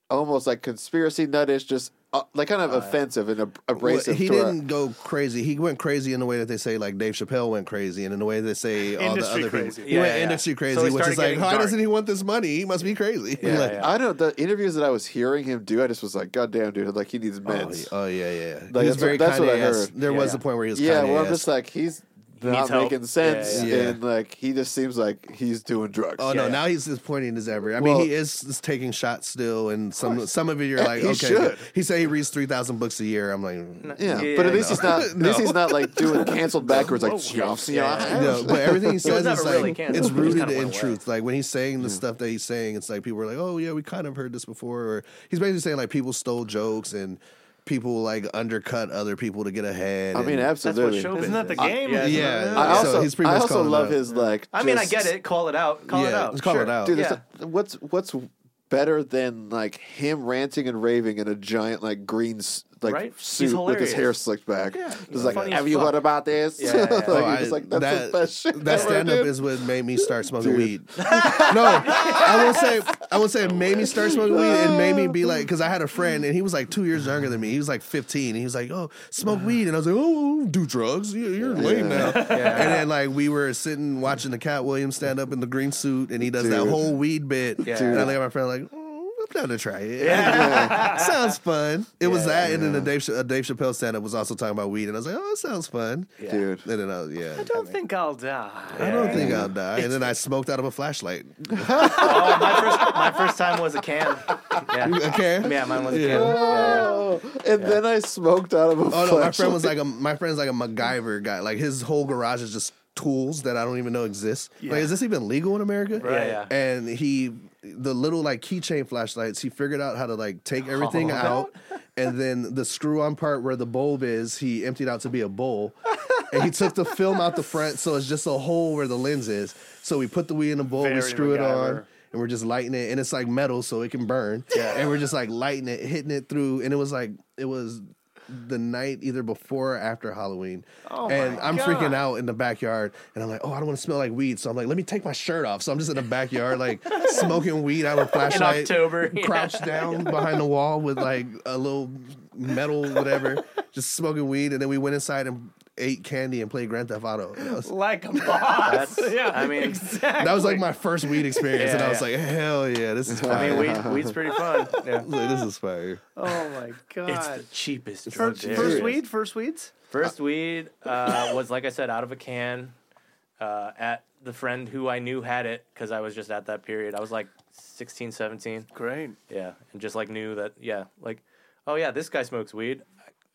Speaker 3: almost like conspiracy nuttish, just uh, like kind of offensive and ab-
Speaker 4: Well,
Speaker 3: abrasive.
Speaker 4: he
Speaker 3: to our-
Speaker 4: didn't go crazy. He went crazy in the way that they say, like Dave Chappelle went crazy, and in the way they say all the
Speaker 5: Industry
Speaker 4: other
Speaker 5: crazy.
Speaker 4: people. He
Speaker 1: Yeah,
Speaker 4: went
Speaker 1: yeah.
Speaker 4: industry crazy,
Speaker 1: So he
Speaker 4: which
Speaker 1: started
Speaker 4: is like,
Speaker 1: getting
Speaker 4: why
Speaker 1: dark.
Speaker 4: doesn't he want this money? He must be crazy.
Speaker 3: Yeah,
Speaker 4: Like,
Speaker 1: yeah.
Speaker 3: I don't. The interviews that I was hearing him do, I just was like, "God damn, dude! Like he needs meds."
Speaker 4: Oh yeah, yeah.
Speaker 3: Like,
Speaker 4: he
Speaker 3: that's
Speaker 4: was very
Speaker 3: what- that's what I
Speaker 4: Kanye-esque.
Speaker 3: heard.
Speaker 4: There
Speaker 1: Yeah,
Speaker 4: was
Speaker 1: yeah.
Speaker 4: a point where he was
Speaker 3: yeah,
Speaker 4: Kanye-esque.
Speaker 3: well, I'm just like he's
Speaker 1: needs
Speaker 3: not
Speaker 1: help.
Speaker 3: making sense,
Speaker 4: Yeah, yeah, yeah.
Speaker 3: and like he just seems like he's doing drugs.
Speaker 4: Oh
Speaker 1: Yeah,
Speaker 4: no!
Speaker 1: yeah.
Speaker 4: Now he's just pointing his every. I mean,
Speaker 3: Well-
Speaker 4: he is, is taking shots still, and some some of it you're
Speaker 3: Eh,
Speaker 4: like,
Speaker 3: he
Speaker 4: okay.
Speaker 3: should.
Speaker 4: He said he reads three thousand books a year. I'm like,
Speaker 3: yeah,
Speaker 1: Yeah,
Speaker 3: but at
Speaker 1: yeah,
Speaker 3: least
Speaker 1: no.
Speaker 3: he's not. At least he's not like doing canceled backwards, like "Snuff,
Speaker 1: yeah.
Speaker 3: snuff."
Speaker 4: No, but everything he says
Speaker 1: never
Speaker 4: is
Speaker 1: really
Speaker 4: like
Speaker 1: canceled.
Speaker 4: it's
Speaker 1: He just
Speaker 4: rooted
Speaker 1: kinda
Speaker 4: in
Speaker 1: went away.
Speaker 4: truth. Like when he's saying the stuff that he's saying, it's like people are like, "Oh yeah, we kind of heard this before," or he's basically saying like people stole jokes and people like undercut other people to get ahead.
Speaker 3: I mean,
Speaker 4: and-
Speaker 1: That's what
Speaker 3: absolutely.
Speaker 1: showbiz.
Speaker 5: Isn't that the
Speaker 1: is. I-
Speaker 5: game?
Speaker 1: yeah.
Speaker 4: yeah.
Speaker 3: I
Speaker 4: so
Speaker 3: also,
Speaker 4: he's pretty
Speaker 3: I
Speaker 4: much
Speaker 3: also
Speaker 4: calling
Speaker 3: love
Speaker 4: out.
Speaker 3: his like.
Speaker 1: I mean, I
Speaker 3: just-
Speaker 1: get it. Call it out. Call it
Speaker 4: Yeah,
Speaker 1: out.
Speaker 4: let's call
Speaker 1: Sure.
Speaker 4: it out.
Speaker 3: dude. there's
Speaker 1: Oh, Yeah.
Speaker 3: no- what's what's better than like him ranting and raving in a giant like green s- like
Speaker 1: Right? He's
Speaker 3: suit with his hair
Speaker 1: hilarious.
Speaker 3: slicked back?
Speaker 1: Yeah.
Speaker 3: Just like,
Speaker 1: Funny as
Speaker 3: have you
Speaker 1: fuck.
Speaker 3: heard about this?
Speaker 1: Yeah, yeah, yeah.
Speaker 3: like,
Speaker 4: Oh,
Speaker 3: you're
Speaker 4: I-
Speaker 3: just like that's the
Speaker 4: that,
Speaker 3: best shit.
Speaker 4: That
Speaker 3: ever,
Speaker 4: stand up
Speaker 3: dude.
Speaker 4: is what made me start smoking
Speaker 3: Dude.
Speaker 4: weed. no, I won't say I won't say it made me start smoking weed. It made me be like because I had a friend and he was like two years younger than me. He was like fifteen. And he was like, "Oh, smoke weed," and I was like, "Oh, do drugs? You- You're lame now." And then like we were sitting watching the Cat Williams stand up in the green suit and he does that
Speaker 3: Dude.
Speaker 4: whole weed bit.
Speaker 1: Yeah.
Speaker 4: And I look at my friend like. "Mm, I'm down to try it.
Speaker 3: Yeah.
Speaker 4: sounds fun. It was
Speaker 1: Yeah,
Speaker 4: that, and then the Dave, Ch- uh, Dave Chappelle stand up was also talking about weed, and I was like, "Oh, that sounds fun."
Speaker 1: Yeah.
Speaker 3: dude.
Speaker 4: And then I was, yeah.
Speaker 5: I don't think I'll die.
Speaker 4: I don't think I'll die. And then I smoked out of a flashlight.
Speaker 1: Oh, my first my first time was a can. Yeah.
Speaker 4: Okay.
Speaker 1: Yeah, mine was a can.
Speaker 4: Yeah.
Speaker 1: Yeah, yeah.
Speaker 3: Oh, and then I smoked out of a.
Speaker 4: Oh no, my friend was like a my friend's like a MacGyver guy. Like his whole garage is just tools that I don't even know exist. Like, is this even legal in America?
Speaker 1: Right. Yeah, yeah.
Speaker 4: And he, the little like keychain flashlights, he figured out how to like take everything out, and then the screw-on part where the bulb is, he emptied out to be a bowl, and he took the film out the front, so it's just a hole where the lens is. So we put the weed in the bowl, we
Speaker 5: Very
Speaker 4: screw it
Speaker 5: MacGyver.
Speaker 4: on. And we're just lighting it, and it's like metal, so it can burn. Yeah. And we're just like lighting it, hitting it through, and it was like it was the night either before or after Halloween.
Speaker 5: Oh my
Speaker 4: and I'm
Speaker 5: God.
Speaker 4: freaking out in the backyard and I'm like, oh, I don't want to smell like weed. So I'm like, let me take my shirt off. So I'm just in the backyard, like smoking weed out of a flashlight.
Speaker 1: October, yeah.
Speaker 4: Crouched down behind the wall with like a little metal, whatever, just smoking weed. And then we went inside and ate candy and played Grand Theft Auto. And I was-
Speaker 5: Like a boss.
Speaker 1: That's-
Speaker 5: yeah,
Speaker 1: I mean-
Speaker 5: exactly.
Speaker 4: that was like my first weed experience. and I
Speaker 1: Yeah,
Speaker 4: was like, hell yeah, this is fire.
Speaker 1: I mean, weed, weed's pretty fun. Yeah.
Speaker 4: I was like, this is fire.
Speaker 5: Oh my
Speaker 1: It's
Speaker 5: god.
Speaker 1: the cheapest drug
Speaker 5: First,
Speaker 1: there
Speaker 5: first
Speaker 1: is.
Speaker 5: weed, first weeds.
Speaker 1: First weed uh, was like I said, out of a can, uh, at the friend who I knew had it because I was just at that period. I was like 16, 17.
Speaker 5: Great.
Speaker 1: yeah, and just like knew that yeah, like oh yeah, this guy smokes weed,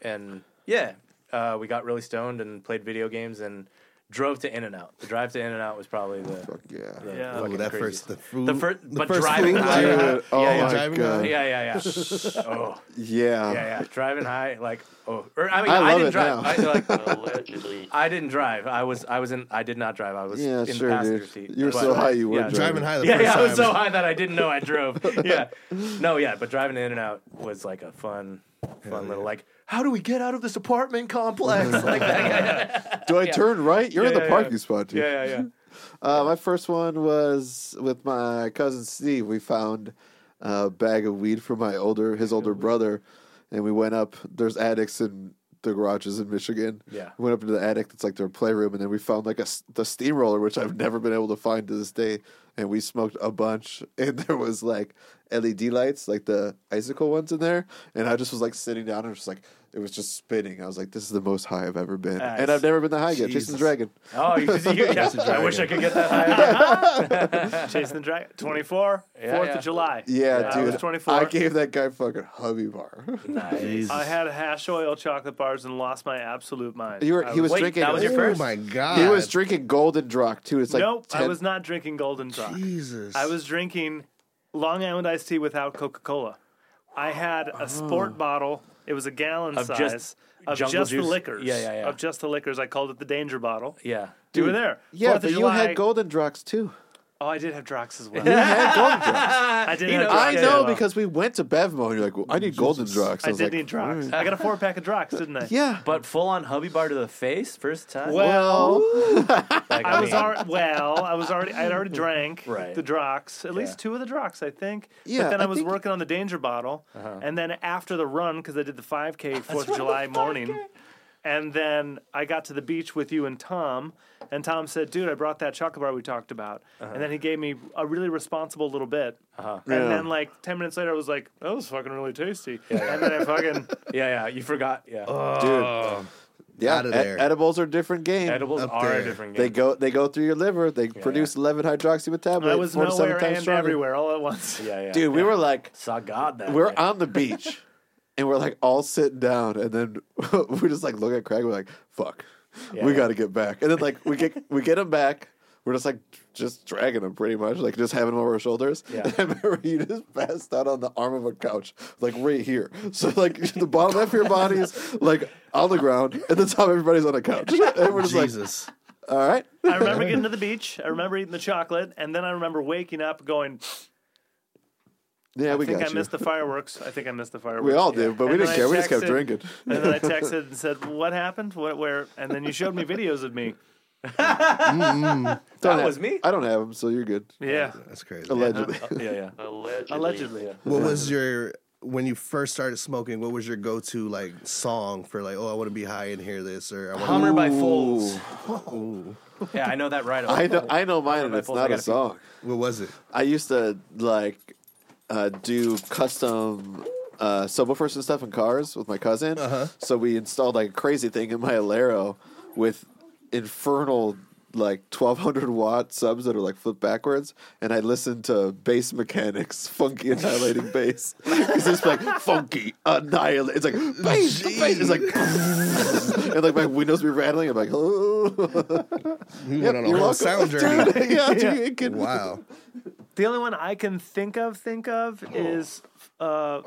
Speaker 1: and yeah, uh, we got really stoned and played video games and drove to In and Out. The drive to In and Out was probably the
Speaker 3: Yeah.
Speaker 1: the
Speaker 5: Yeah.
Speaker 4: Oh,
Speaker 1: fucking
Speaker 4: that
Speaker 1: craziest.
Speaker 4: first the food.
Speaker 1: The fir- but
Speaker 4: first
Speaker 1: driving
Speaker 4: food,
Speaker 1: high.
Speaker 4: dude.
Speaker 3: Dude, oh
Speaker 1: Yeah, yeah.
Speaker 3: my
Speaker 4: Driving
Speaker 3: god.
Speaker 4: high.
Speaker 1: yeah, yeah, yeah. oh,
Speaker 3: Yeah.
Speaker 1: yeah, yeah. Driving high, like oh, or I mean,
Speaker 3: I
Speaker 1: I,
Speaker 3: love
Speaker 1: didn't
Speaker 3: it
Speaker 1: drive.
Speaker 3: now.
Speaker 1: I, like, I didn't drive. I was, I was in. I did not drive. I was
Speaker 3: Yeah,
Speaker 1: in
Speaker 3: sure,
Speaker 1: the passenger
Speaker 3: dude.
Speaker 1: seat.
Speaker 3: You were
Speaker 1: But-
Speaker 3: so high you were
Speaker 1: yeah,
Speaker 3: driving.
Speaker 4: Driving high the
Speaker 1: Yeah,
Speaker 4: first
Speaker 1: yeah, I
Speaker 4: time.
Speaker 1: was so high that I didn't know I drove. yeah, no, yeah, but driving in and out was like a fun, fun little like. How do we get out of this apartment complex? like that.
Speaker 3: Do I turn right? You're in
Speaker 1: Yeah,
Speaker 3: the
Speaker 1: yeah,
Speaker 3: parking spot, dude.
Speaker 1: Yeah, yeah, yeah.
Speaker 3: Uh, my first one was with my cousin Steve. We found a bag of weed from my older his older brother, and we went up. There's attics in the garages in Michigan.
Speaker 1: Yeah.
Speaker 3: we went up into the attic. That's like their playroom, and then we found like a s- the steamroller, which I've never been able to find to this day. And we smoked a bunch, and there was like LED lights, like the icicle ones in there. And I just was like sitting down and just like it was just spinning. I was like, this is the most high I've ever been,
Speaker 1: Nice.
Speaker 3: and I've never been that high yet. Jason
Speaker 4: Jesus.
Speaker 3: Dragon.
Speaker 1: Oh, you, you, yeah. I wish I could get that high.
Speaker 5: Chasing the Dragon. 24,
Speaker 1: Yeah,
Speaker 5: 4th
Speaker 1: yeah.
Speaker 5: of July.
Speaker 3: Yeah,
Speaker 5: I
Speaker 3: dude.
Speaker 5: was 24.
Speaker 3: I gave that guy fucking hubby bar.
Speaker 4: Jesus.
Speaker 5: I had hash oil chocolate bars and lost my absolute mind.
Speaker 3: You were-
Speaker 5: I
Speaker 3: he was
Speaker 1: Wait,
Speaker 3: drinking.
Speaker 1: that was your
Speaker 4: oh
Speaker 1: first?
Speaker 4: my god.
Speaker 3: He was drinking Golden Drock too. It's like
Speaker 5: nope, I
Speaker 3: 10
Speaker 5: was not drinking Golden Drop.
Speaker 4: Jesus.
Speaker 5: I was drinking Long Island iced tea without Coca Cola. I had a
Speaker 3: Oh.
Speaker 5: sport bottle. It was a gallon
Speaker 1: Of
Speaker 5: size
Speaker 1: just
Speaker 5: of
Speaker 1: jungle
Speaker 5: just
Speaker 1: juice?
Speaker 5: the liquors.
Speaker 1: Yeah, yeah, yeah.
Speaker 5: Of just the liquors. I called it the Danger Bottle.
Speaker 1: Yeah.
Speaker 5: you were there.
Speaker 3: Yeah,
Speaker 5: Fourth
Speaker 3: but
Speaker 5: of
Speaker 3: you
Speaker 5: July-
Speaker 3: had Golden Drocks too.
Speaker 5: Oh, I did have Drox as well.
Speaker 3: You had Golden Drocks.
Speaker 5: I did.
Speaker 1: You
Speaker 5: Have
Speaker 1: know,
Speaker 5: Drox
Speaker 3: I
Speaker 5: as
Speaker 3: know
Speaker 5: well.
Speaker 3: because we went to Bevmo and you're like, well, I need Golden Drocks.
Speaker 5: I
Speaker 3: was
Speaker 5: did
Speaker 3: like,
Speaker 5: need Drox.
Speaker 3: "Mm."
Speaker 5: I got a four pack of Drox, didn't I?
Speaker 3: Yeah.
Speaker 1: But full on hubby bar to the face, first time.
Speaker 5: Well,
Speaker 1: Like,
Speaker 5: I was
Speaker 1: mean,
Speaker 5: already well. I was already. I had already drank
Speaker 1: Right.
Speaker 5: the Drox, at
Speaker 1: Yeah.
Speaker 5: least two of the Drox, I think.
Speaker 3: Yeah,
Speaker 5: But then I,
Speaker 3: I
Speaker 5: was
Speaker 3: think-
Speaker 5: working on the Danger Bottle, and then after the run, because I did the 5K Fourth of July morning, and then I got to the beach with you and Tom, and Tom said, "Dude, I brought that chocolate bar we talked about," and then he gave me a really responsible little bit, uh-huh. and
Speaker 3: Yeah.
Speaker 5: then like ten minutes later, I was like, "That was fucking really tasty," and then I fucking
Speaker 1: Yeah, yeah. You forgot. Yeah.
Speaker 3: Oh, Dude. Yeah,
Speaker 4: Outta
Speaker 3: e-
Speaker 4: there.
Speaker 3: edibles are a different game.
Speaker 1: Edibles
Speaker 4: up
Speaker 1: are a
Speaker 4: there.
Speaker 1: different game.
Speaker 3: They go they go through your liver. They produce 11 hydroxymetabolate.
Speaker 5: I was
Speaker 3: 47
Speaker 5: nowhere
Speaker 3: times
Speaker 5: and
Speaker 3: stronger.
Speaker 5: everywhere all at once.
Speaker 1: Yeah, yeah.
Speaker 3: Dude, we were like,
Speaker 1: Saw God that.
Speaker 3: we're
Speaker 1: day.
Speaker 3: on the beach and we're like all sitting down and then we just like look at Craig we're like fuck we
Speaker 1: Yeah.
Speaker 3: got to get back and then like we get we get him back we're just like just dragging him pretty much like just having him over our shoulders
Speaker 1: Yeah.
Speaker 3: and I remember he just passed out on the arm of a couch like right here so like the bottom half of your body is like on the ground and the top everybody's on a couch and we're just
Speaker 4: Jesus.
Speaker 3: like all right
Speaker 5: I remember getting to the beach. I remember eating the chocolate, and then I remember waking up going,
Speaker 3: yeah
Speaker 5: "I
Speaker 3: we
Speaker 5: think
Speaker 3: got
Speaker 5: I
Speaker 3: you
Speaker 5: missed the fireworks. I think I missed the fireworks."
Speaker 3: we all did but we
Speaker 5: And then
Speaker 3: didn't
Speaker 5: I
Speaker 3: care we just kept
Speaker 5: texted-
Speaker 3: drinking
Speaker 5: And then I texted and said, "What happened? What? Where?" And then you showed me videos of me.
Speaker 3: Don't
Speaker 1: That
Speaker 3: have-
Speaker 1: was me?
Speaker 3: I don't have him so you're good
Speaker 5: Yeah, uh,
Speaker 4: That's crazy.
Speaker 3: allegedly
Speaker 1: Yeah, yeah.
Speaker 5: allegedly.
Speaker 4: What was your when you first started smoking? What was your go-to like song for like? Oh, I want to be high and hear this, or I want.
Speaker 1: Hummer by Folds. Yeah, I know that right away.
Speaker 3: I know, I know mine, and
Speaker 1: my
Speaker 3: it's
Speaker 1: pulse, I
Speaker 3: not a
Speaker 1: gotta pee.
Speaker 3: song.
Speaker 4: to What was it?
Speaker 3: I used to like uh, do custom uh, subwoofers and stuff in cars with my cousin. So we installed like a crazy thing in my Alero with infernal like 1200 watt subs that are like flipped backwards and i listened to bass mechanics funky annihilating bass it's just like funky annihilate it's like bass, bass. it's like and like my windows be rattling i'm like oh
Speaker 4: You
Speaker 3: Yep,
Speaker 4: went on
Speaker 3: you're
Speaker 4: a whole
Speaker 3: welcome.
Speaker 4: sound journey.
Speaker 3: yeah, dude, it could-
Speaker 4: wow.
Speaker 5: The only one I can think of, think of is, uh,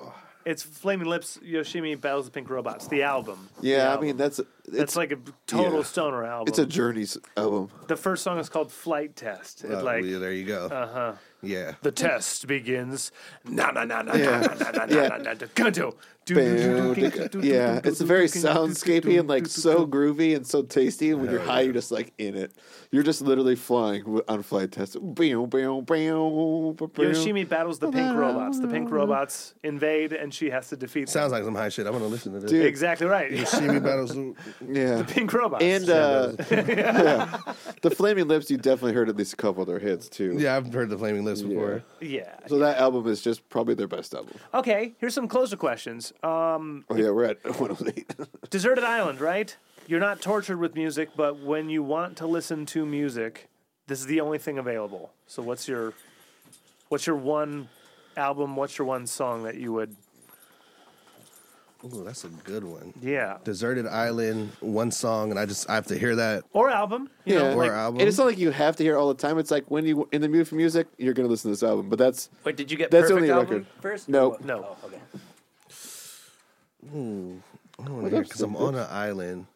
Speaker 5: it's Flaming Lips, Yoshimi battles the Pink Robots, the album.
Speaker 3: Yeah, I
Speaker 5: album.
Speaker 3: mean that's it's
Speaker 5: It's like a total
Speaker 3: yeah.
Speaker 5: stoner album.
Speaker 3: it's a Journeys album.
Speaker 5: the first song is called Flight Test. It
Speaker 4: Uh,
Speaker 5: like
Speaker 4: yeah, there you go. Uh huh.
Speaker 1: uh-huh.
Speaker 4: Yeah.
Speaker 5: The test begins. Na na na na
Speaker 3: Yeah.
Speaker 5: na na na na
Speaker 3: Yeah.
Speaker 5: na na. Kanto.
Speaker 3: yeah, it's very soundscapey and like so groovy and so tasty. And when you're high, you're just like in it. You're just literally flying w- on flight test. Yoshimi.
Speaker 5: Yoshimi battles the pink robots. The pink robots invade, and she has to defeat. them.
Speaker 4: Sounds like some high shit. I want to listen to this.
Speaker 3: Dude.
Speaker 5: exactly right.
Speaker 4: Shimmy battles. the-
Speaker 3: Yeah.
Speaker 5: pink robots.
Speaker 3: And uh, yeah. the Flaming Lips, you definitely heard at least a couple of their hits too.
Speaker 4: Yeah, I've heard the Flaming Lips before.
Speaker 5: yeah.
Speaker 3: So that album is just probably their best album.
Speaker 5: Okay. Here's some closer questions. Um,
Speaker 3: Oh yeah, we're at 108.
Speaker 5: Deserted Island, right? You're not tortured with music, but when you want to listen to music, this is the only thing available. So what's your, what's your one album? What's your one song that you would
Speaker 4: Ooh, that's a good one.
Speaker 5: Yeah.
Speaker 4: Deserted Island, one song, and I just I have to hear that.
Speaker 5: Or album. You
Speaker 3: Yeah,
Speaker 5: Know,
Speaker 4: or
Speaker 3: like-
Speaker 4: album.
Speaker 3: and it's not like you have to hear it all the time. It's like when you in the mood for music, you're gonna listen to this album. But that's
Speaker 1: Wait, did you get
Speaker 3: That's the only
Speaker 1: perfect album
Speaker 3: record.
Speaker 1: first?
Speaker 3: Nope.
Speaker 1: Oh,
Speaker 5: No.
Speaker 1: okay.
Speaker 3: up,
Speaker 4: because I'm
Speaker 3: Steve?
Speaker 4: on an island.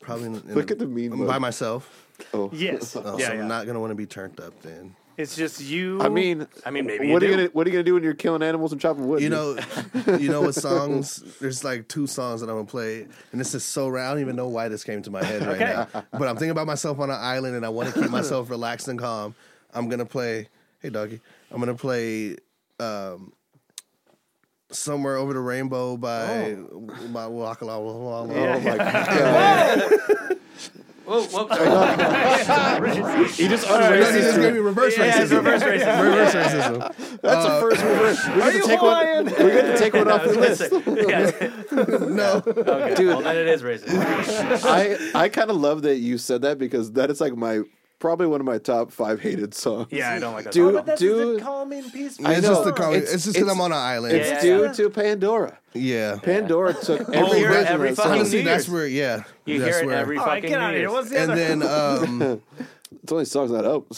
Speaker 4: Probably in, in
Speaker 3: Look
Speaker 4: a-
Speaker 3: at the mean
Speaker 4: I'm
Speaker 3: look.
Speaker 4: by myself.
Speaker 3: oh.
Speaker 5: yes.
Speaker 4: Oh,
Speaker 5: yeah,
Speaker 4: so
Speaker 5: yeah.
Speaker 4: I'm not gonna want to be turned up then.
Speaker 5: it's just you.
Speaker 3: I mean,
Speaker 1: I mean, maybe
Speaker 3: what
Speaker 1: you
Speaker 3: are you
Speaker 1: do.
Speaker 3: gonna what are you gonna do when you're killing animals and chopping wood?
Speaker 4: You
Speaker 3: dude?
Speaker 4: know, you know what songs? There's like two songs that I'm gonna play, and this is so rare. I don't even know why this came to my head right
Speaker 5: Okay.
Speaker 4: now. But I'm thinking about myself on an island, and I want to keep myself relaxed and calm. I'm gonna play. Hey, doggy. I'm gonna play. Um, Somewhere over the rainbow by
Speaker 1: Oh.
Speaker 4: by Waka La La La La.
Speaker 3: Oh my god!
Speaker 1: Whoa, whoa.
Speaker 3: You just
Speaker 4: This
Speaker 3: unraised
Speaker 4: is
Speaker 3: this.
Speaker 4: gonna be reverse
Speaker 1: yeah, it's
Speaker 4: racism.
Speaker 1: reverse racism.
Speaker 4: Reverse racism.
Speaker 3: That's the first one. We're, we to take one. We got to take one off the list.
Speaker 4: No.
Speaker 1: Okay. Dude. Well, then it is racist.
Speaker 3: I I kind of love that you said that because that is like my probably one of my top five hated songs.
Speaker 1: Yeah, I don't like that.
Speaker 3: Dude,
Speaker 1: song.
Speaker 5: but that's
Speaker 3: dude.
Speaker 5: just a calm and peaceful.
Speaker 3: I
Speaker 4: It's
Speaker 3: know.
Speaker 4: just the color. It's,
Speaker 3: It's-
Speaker 4: just because
Speaker 3: it's-
Speaker 4: I'm on an island.
Speaker 3: It's
Speaker 1: Yeah,
Speaker 3: due
Speaker 1: yeah.
Speaker 3: to Pandora.
Speaker 4: Yeah.
Speaker 3: Pandora took every
Speaker 1: hear it
Speaker 3: version
Speaker 1: every
Speaker 3: of that
Speaker 1: fucking
Speaker 3: song.
Speaker 4: Honestly,
Speaker 1: New
Speaker 4: that's
Speaker 1: Year's.
Speaker 4: where. Yeah.
Speaker 1: you
Speaker 4: that's
Speaker 1: hear it
Speaker 4: where.
Speaker 1: every
Speaker 5: All right,
Speaker 1: fucking
Speaker 5: get out of
Speaker 1: year.
Speaker 5: here. What's the
Speaker 4: And
Speaker 5: other?
Speaker 4: then um,
Speaker 3: It's only songs that help.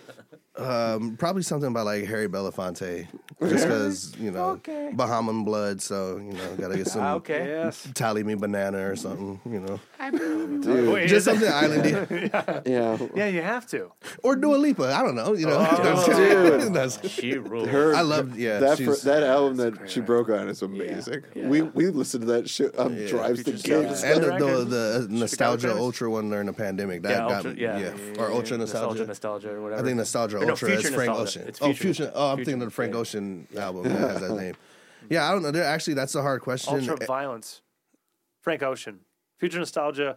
Speaker 4: um, probably something by like Harry Belafonte, just because you know Bahamian blood. So you know, gotta get some
Speaker 5: Ah,
Speaker 1: Okay.
Speaker 5: yes.
Speaker 4: tally me banana or something. You know,
Speaker 3: Dude,
Speaker 5: Wait,
Speaker 4: just
Speaker 5: is it-
Speaker 4: something islandy
Speaker 3: yeah.
Speaker 5: yeah, you have to.
Speaker 4: or Dua Lipa. I don't know. You know,
Speaker 1: Oh,
Speaker 4: That's-
Speaker 1: She rules.
Speaker 3: Her-
Speaker 4: I love yeah.
Speaker 3: that
Speaker 4: she's-
Speaker 3: fir- that album that she broke on is amazing. We we listened to that shit on drives to gigs.
Speaker 4: and the,
Speaker 5: record.
Speaker 4: the, the nostalgia
Speaker 5: Times.
Speaker 4: ultra one during the pandemic that
Speaker 1: yeah,
Speaker 4: got
Speaker 1: ultra,
Speaker 4: me-
Speaker 1: yeah,
Speaker 4: yeah, or ultra nostalgia.
Speaker 1: nostalgia, nostalgia, or whatever.
Speaker 4: I think Nostalgia
Speaker 1: Or no,
Speaker 4: Ultra is
Speaker 1: Future
Speaker 4: Frank
Speaker 1: Nostalgia.
Speaker 4: Ocean.
Speaker 1: It's
Speaker 4: oh,
Speaker 1: Future.
Speaker 4: Future. Oh, I'm
Speaker 1: Future,
Speaker 4: thinking of the Frank
Speaker 1: yeah.
Speaker 4: Ocean album that has that name. Yeah, I don't know. They're- Actually, that's a hard question. Eh,
Speaker 5: Ultra violence. Frank Ocean. Future nostalgia.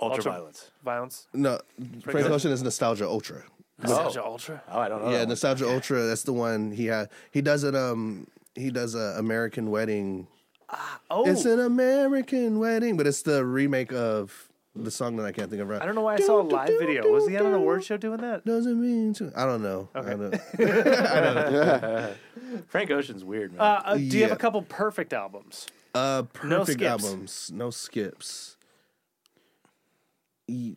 Speaker 1: ultra,
Speaker 5: ultra-
Speaker 1: violence.
Speaker 5: Violence.
Speaker 4: no, Frank
Speaker 5: Ocean.
Speaker 4: Ocean is Nostalgia Ultra.
Speaker 5: Nostalgia ultra.
Speaker 1: Oh, I don't know.
Speaker 4: yeah,
Speaker 1: that one.
Speaker 4: Nostalgia Ultra. That's the one he had. He does it. Um, he does a American Wedding.
Speaker 1: Ah,
Speaker 5: Oh,
Speaker 4: It's an American Wedding, but it's the remake of the song that I can't think of right.
Speaker 5: I don't know why I saw a live video. Was he out on the word show doing that?
Speaker 4: Doesn't mean to. I don't know. I don't know.
Speaker 1: Frank Ocean's weird, man.
Speaker 5: Uh, uh, do you have
Speaker 4: Yeah.
Speaker 5: a couple perfect albums?
Speaker 4: Uh, perfect
Speaker 5: skips.
Speaker 4: albums, no skips. Ye-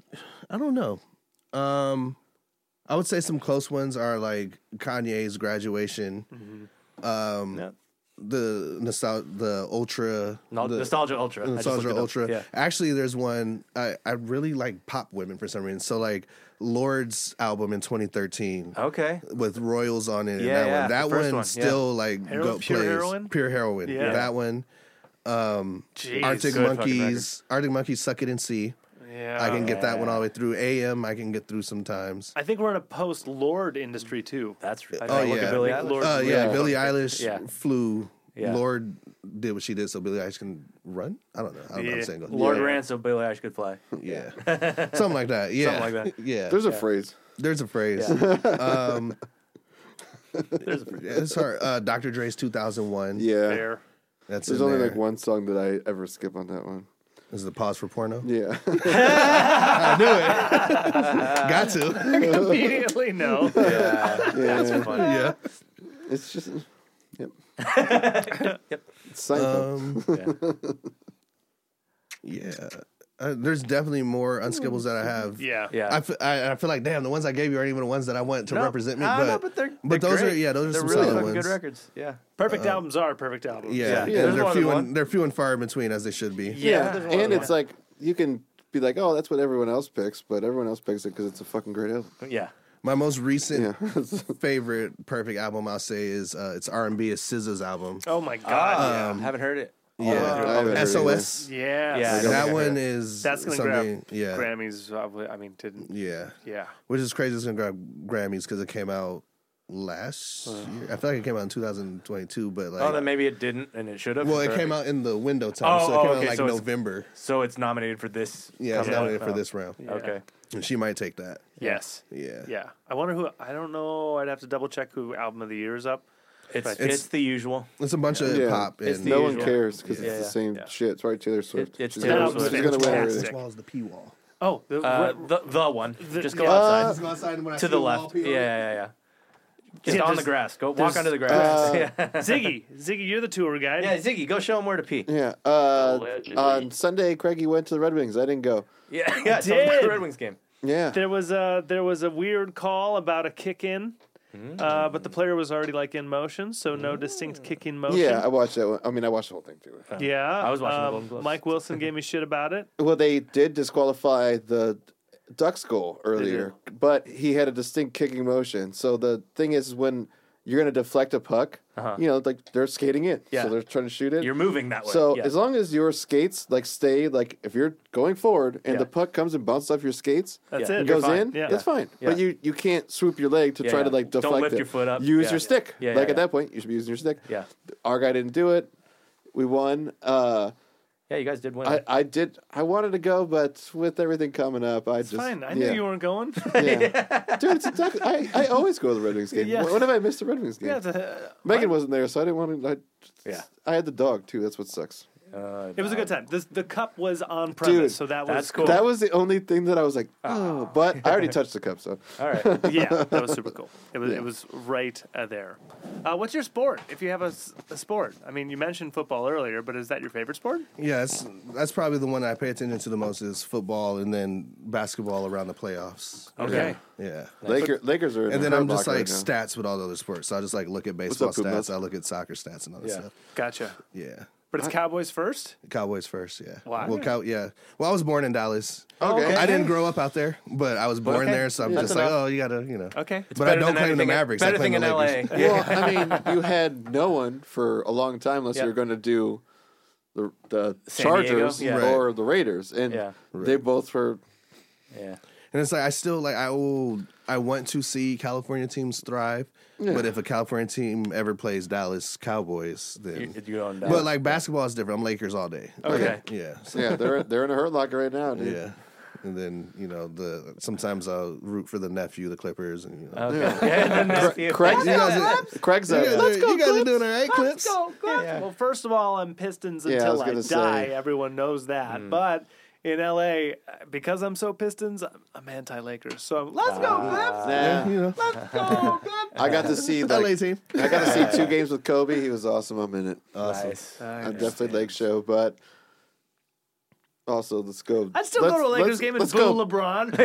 Speaker 4: I don't know. Um, I would say some close ones are like Kanye's graduation,
Speaker 1: Mm-hmm.
Speaker 4: Um,
Speaker 1: yeah.
Speaker 4: the nostal- the ultra,
Speaker 1: No-
Speaker 4: the
Speaker 1: nostalgia ultra. I just
Speaker 4: nostalgia
Speaker 1: looked it up.
Speaker 4: ultra.
Speaker 1: Yeah.
Speaker 4: Actually, there's one I I really like pop women for some reason. So like Lord's album in 2013
Speaker 1: Okay.
Speaker 4: with Royals on it.
Speaker 1: Uh, Yeah, yeah,
Speaker 4: and that
Speaker 1: the
Speaker 4: one, that
Speaker 1: first
Speaker 4: one,
Speaker 1: one, yeah.
Speaker 4: still like
Speaker 5: Heroin-
Speaker 4: go,
Speaker 5: Pure
Speaker 4: plays.
Speaker 5: Heroin?
Speaker 4: pure heroin.
Speaker 5: Yeah.
Speaker 4: That one.
Speaker 5: Jeez.
Speaker 4: Arctic
Speaker 1: good fucking
Speaker 4: Monkeys, Arctic Monkeys, Suck It and See.
Speaker 5: Yeah.
Speaker 4: I can get
Speaker 1: Oh,
Speaker 4: that one all the way through. AM, I can get through sometimes.
Speaker 5: I think we're in a post Lord industry too.
Speaker 1: That's I
Speaker 4: Oh
Speaker 1: think
Speaker 4: yeah,
Speaker 1: Billy
Speaker 5: Yeah,
Speaker 1: Eilish.
Speaker 5: Lord-
Speaker 4: uh, yeah. Billie Eilish
Speaker 1: Yeah.
Speaker 4: flew.
Speaker 1: Yeah.
Speaker 4: Lord did what she did, so Billie Eilish can run. I don't know. I don't know.
Speaker 5: Yeah.
Speaker 4: I'm saying go-
Speaker 1: Lord
Speaker 4: yeah.
Speaker 1: ran so Billy Eilish could fly.
Speaker 4: Yeah, something like that. Yeah,
Speaker 1: Something like that.
Speaker 4: Yeah, there's
Speaker 3: There's
Speaker 4: a,
Speaker 3: a phrase.
Speaker 4: phrase. Um,
Speaker 1: Yeah.
Speaker 4: Yeah, it's hard. Uh, Dr. Dre's 2001.
Speaker 3: Yeah.
Speaker 5: There.
Speaker 4: that's
Speaker 3: There's
Speaker 4: in
Speaker 3: only
Speaker 4: there.
Speaker 3: like one song that I ever skip on that one.
Speaker 4: Is the pause for porno?
Speaker 3: Yeah.
Speaker 4: Got to.
Speaker 5: Immediately no.
Speaker 1: Yeah, that's funny.
Speaker 4: yeah.
Speaker 3: it's just Yep. Uh, It's Seinfeld.
Speaker 4: Um, yeah. Uh, there's definitely more unskipples that I have.
Speaker 5: Yeah.
Speaker 1: Yeah.
Speaker 4: I f- I- I feel like damn, the ones I gave you aren't even the ones that I want to represent me.
Speaker 1: Ah,
Speaker 4: but,
Speaker 1: no, but they're,
Speaker 4: but
Speaker 1: they're
Speaker 4: those
Speaker 1: great.
Speaker 4: are yeah, those are
Speaker 1: they're
Speaker 4: some
Speaker 1: really
Speaker 4: solid
Speaker 1: fucking
Speaker 4: ones.
Speaker 1: good records. Yeah.
Speaker 5: Perfect albums are perfect albums.
Speaker 4: Yeah,
Speaker 1: Uh, Yeah, there's
Speaker 4: they're
Speaker 1: more
Speaker 4: few
Speaker 1: than
Speaker 4: and
Speaker 1: one.
Speaker 4: they're few and far in between as they should be.
Speaker 5: Yeah.
Speaker 3: yeah.
Speaker 5: there's a lot
Speaker 3: And
Speaker 5: of
Speaker 3: it's like you can be like, "Oh, that's what everyone else picks," but everyone else picks it because it's a fucking great album.
Speaker 1: Yeah.
Speaker 4: My most recent
Speaker 3: Yeah.
Speaker 4: favorite perfect album I'll say is uh, it's R and B is SZA's album.
Speaker 5: Oh
Speaker 1: Ah.
Speaker 5: my god.
Speaker 1: Oh, yeah. Haven't heard it.
Speaker 4: Um, yeah,
Speaker 3: I haven't heard it
Speaker 4: SOS.
Speaker 5: yeah.
Speaker 1: Yeah.
Speaker 4: That
Speaker 1: Yeah.
Speaker 4: one is
Speaker 5: That's gonna
Speaker 4: something-
Speaker 5: grab
Speaker 4: yeah
Speaker 5: Grammys. Probably, I mean, didn't.
Speaker 4: yeah
Speaker 5: Yeah.
Speaker 4: which is crazy. It's gonna grab Grammys because it came out last year. I feel like it came out in 2022, but like
Speaker 1: Oh, then maybe it didn't, and it should have.
Speaker 4: well, it came out in the window time,
Speaker 1: Oh,
Speaker 4: so it came
Speaker 1: oh,
Speaker 4: out in
Speaker 1: okay,
Speaker 4: like
Speaker 1: so it's-
Speaker 4: November.
Speaker 1: So it's nominated for this.
Speaker 4: Yeah, it's
Speaker 1: coming
Speaker 4: nominated
Speaker 1: up.
Speaker 4: for
Speaker 1: Oh,
Speaker 4: this round.
Speaker 1: Okay.
Speaker 4: And she might take that.
Speaker 5: Yes.
Speaker 4: Yeah.
Speaker 5: Yeah. I wonder who. I don't know. I'd have to double check who album of the year is up.
Speaker 1: It's,
Speaker 5: But-
Speaker 1: it's
Speaker 4: It's-
Speaker 1: the usual.
Speaker 4: It's a bunch of
Speaker 3: Yeah.
Speaker 4: pop
Speaker 1: It's
Speaker 4: and
Speaker 1: the
Speaker 3: no
Speaker 1: usual.
Speaker 3: one cares because
Speaker 1: Yeah,
Speaker 3: it's
Speaker 1: yeah,
Speaker 3: the same
Speaker 1: yeah.
Speaker 3: shit. It's probably Taylor Swift.
Speaker 1: it's
Speaker 3: she's
Speaker 1: Taylor
Speaker 3: gonna,
Speaker 5: Swift.
Speaker 3: She's gonna win
Speaker 5: Fantastic.
Speaker 3: everything.
Speaker 4: wall is the P wall.
Speaker 5: Oh, the,
Speaker 1: Uh,
Speaker 5: re-
Speaker 1: the the one. Just go
Speaker 5: yeah.
Speaker 1: outside
Speaker 4: go outside and when I
Speaker 1: to the left. Yeah, yeah, yeah. Just
Speaker 5: Yeah,
Speaker 1: on the
Speaker 5: just-
Speaker 1: grass. Go walk
Speaker 5: there's-
Speaker 1: onto the grass.
Speaker 5: Ziggy, Ziggy, you're the tour guide.
Speaker 1: yeah, Ziggy, go show him where to pee.
Speaker 3: Yeah. Uh,
Speaker 6: Allegedly.
Speaker 3: on Sunday, Craigie went to the Red Wings. I didn't go.
Speaker 1: Yeah, yeah. Tell him about the Red Wings game.
Speaker 3: Yeah.
Speaker 5: There was a there was a weird call about a kick in,
Speaker 1: Mm.
Speaker 5: uh, but the player was already like in motion, so no distinct kicking motion.
Speaker 3: Yeah, I watched that one. I mean, I watched the whole thing too.
Speaker 5: Yeah, um,
Speaker 1: I was watching the Golden Gloves.
Speaker 5: Mike Wilson gave me shit about it.
Speaker 3: Well, they did disqualify the Ducks goal earlier, but he had a distinct kicking motion. So the thing is, when you're going to deflect a puck, you know, like they're skating in,
Speaker 1: Uh-huh. Yeah.
Speaker 3: so they're trying to shoot it.
Speaker 1: You're moving that way.
Speaker 3: so
Speaker 1: yeah.
Speaker 3: as long as your skates like stay like if you're going forward and
Speaker 1: Yeah.
Speaker 3: the puck comes and bounces off your skates,
Speaker 5: That's
Speaker 1: Yeah.
Speaker 5: it.
Speaker 3: it
Speaker 1: You're
Speaker 3: goes
Speaker 1: fine.
Speaker 3: in,
Speaker 5: Yeah.
Speaker 3: that's fine.
Speaker 1: Yeah.
Speaker 3: But you you can't swoop your leg to
Speaker 1: Yeah,
Speaker 3: try to
Speaker 1: yeah.
Speaker 3: like
Speaker 1: Don't
Speaker 3: deflect
Speaker 1: lift
Speaker 3: it.
Speaker 1: your foot up.
Speaker 3: Use
Speaker 1: Yeah.
Speaker 3: your stick.
Speaker 1: Yeah, yeah,
Speaker 3: like
Speaker 1: yeah.
Speaker 3: at that point, you should be using your stick.
Speaker 1: Yeah.
Speaker 3: Our guy didn't do it. We won. Uh,
Speaker 1: yeah, you guys did win.
Speaker 3: I, I did. I wanted to go, but with everything coming up, I just
Speaker 5: Fine, I knew
Speaker 3: yeah,
Speaker 5: you weren't going.
Speaker 3: yeah. dude. It's a duck. I, I always go to the Red Wings game.
Speaker 5: Yeah.
Speaker 3: What if I missed the Red Wings game?
Speaker 5: yeah, the-
Speaker 3: Megan wasn't there, so I didn't want to. I,
Speaker 1: Yeah.
Speaker 3: I had the dog too. That's what sucks.
Speaker 1: Uh,
Speaker 5: it was a good time. This, the cup was on premise,
Speaker 3: Dude,
Speaker 5: so that was
Speaker 1: that's cool.
Speaker 3: That was the only thing that I was like,
Speaker 1: Ah.
Speaker 3: oh, but I already touched the cup, so
Speaker 1: All right.
Speaker 5: yeah, that was super cool. It was it was right uh, there. Uh, what's your sport? If you have a, s- a sport, I mean, you mentioned football earlier, but is that your favorite sport?
Speaker 4: Yeah, that's, that's probably the one I pay attention to the most is football and then basketball around the playoffs.
Speaker 1: Okay.
Speaker 4: Yeah.
Speaker 3: Lakers, Lakers are. In
Speaker 4: And then
Speaker 3: the
Speaker 4: I'm
Speaker 3: hurt
Speaker 4: just
Speaker 3: locker
Speaker 4: like
Speaker 3: right now.
Speaker 4: stats with all the other sports. So I just like look at baseball
Speaker 3: up, Poop Nuts?
Speaker 4: stats, I look at soccer stats and all that
Speaker 1: Yeah.
Speaker 4: stuff.
Speaker 5: Gotcha.
Speaker 4: Yeah.
Speaker 5: But it's Cowboys first.
Speaker 4: Cowboys first, yeah.
Speaker 5: Wow.
Speaker 4: Well, cow- yeah. Well, I was born in Dallas.
Speaker 3: Okay.
Speaker 4: I didn't grow up out there, but I was born
Speaker 1: okay.
Speaker 4: there, so I'm
Speaker 1: Yeah.
Speaker 4: just
Speaker 1: That's
Speaker 4: like,
Speaker 1: enough.
Speaker 4: oh, you gotta, you know.
Speaker 5: Okay.
Speaker 4: But I
Speaker 1: Better
Speaker 4: don't
Speaker 1: than
Speaker 4: claim the
Speaker 1: anything-
Speaker 4: Mavericks. I
Speaker 1: Better
Speaker 4: claim
Speaker 1: thing
Speaker 4: the
Speaker 1: in
Speaker 4: Lakers.
Speaker 1: LA.
Speaker 3: Well, I mean, you had no one for a long time unless
Speaker 1: Yeah.
Speaker 3: you were going to do the the
Speaker 1: San Diego?
Speaker 3: Chargers
Speaker 1: Yeah.
Speaker 4: Right.
Speaker 3: or the Raiders, and
Speaker 1: Yeah.
Speaker 3: they both were.
Speaker 1: Yeah.
Speaker 4: And it's like I still like I will I want to see California teams thrive, but if a California team ever plays Dallas Cowboys, then
Speaker 1: You, you own that.
Speaker 4: but like basketball is different. I'm Lakers all day.
Speaker 1: Okay.
Speaker 4: Like, yeah. So,
Speaker 3: Yeah, they're they're in a hurt locker right now. Dude.
Speaker 4: yeah. And then you know the sometimes I'll root for the nephew, the Clippers, and you know.
Speaker 1: okay. Yeah, that's you.
Speaker 3: Craig's,
Speaker 4: You guys are-
Speaker 3: Craig's
Speaker 4: you
Speaker 3: a,
Speaker 4: guys are- you guys are doing all right, Clips.
Speaker 5: Well, first of all, I'm Pistons
Speaker 3: Yeah, I
Speaker 5: until
Speaker 3: was
Speaker 5: I,
Speaker 3: gonna
Speaker 5: die.
Speaker 3: say.
Speaker 5: Everyone knows that. But in LA, uh, because I'm so Pistons, I'm, I'm anti-Lakers. So I'm, let's
Speaker 3: Ah.
Speaker 5: go,
Speaker 3: Nah,
Speaker 4: You know,
Speaker 5: Clips. Let's go, Clips.
Speaker 3: I got to see
Speaker 4: LA
Speaker 3: like,
Speaker 4: team.
Speaker 3: I got to see two games with Kobe. He was awesome. I'm in it.
Speaker 4: Oh,
Speaker 1: Nice.
Speaker 3: I'm definitely Lake Show, but also let's go.
Speaker 5: I'd still
Speaker 3: let's,
Speaker 5: go to a Lakers
Speaker 3: let's-
Speaker 5: game and
Speaker 3: let's
Speaker 5: boo
Speaker 3: go. Um,
Speaker 5: LeBron. Boo!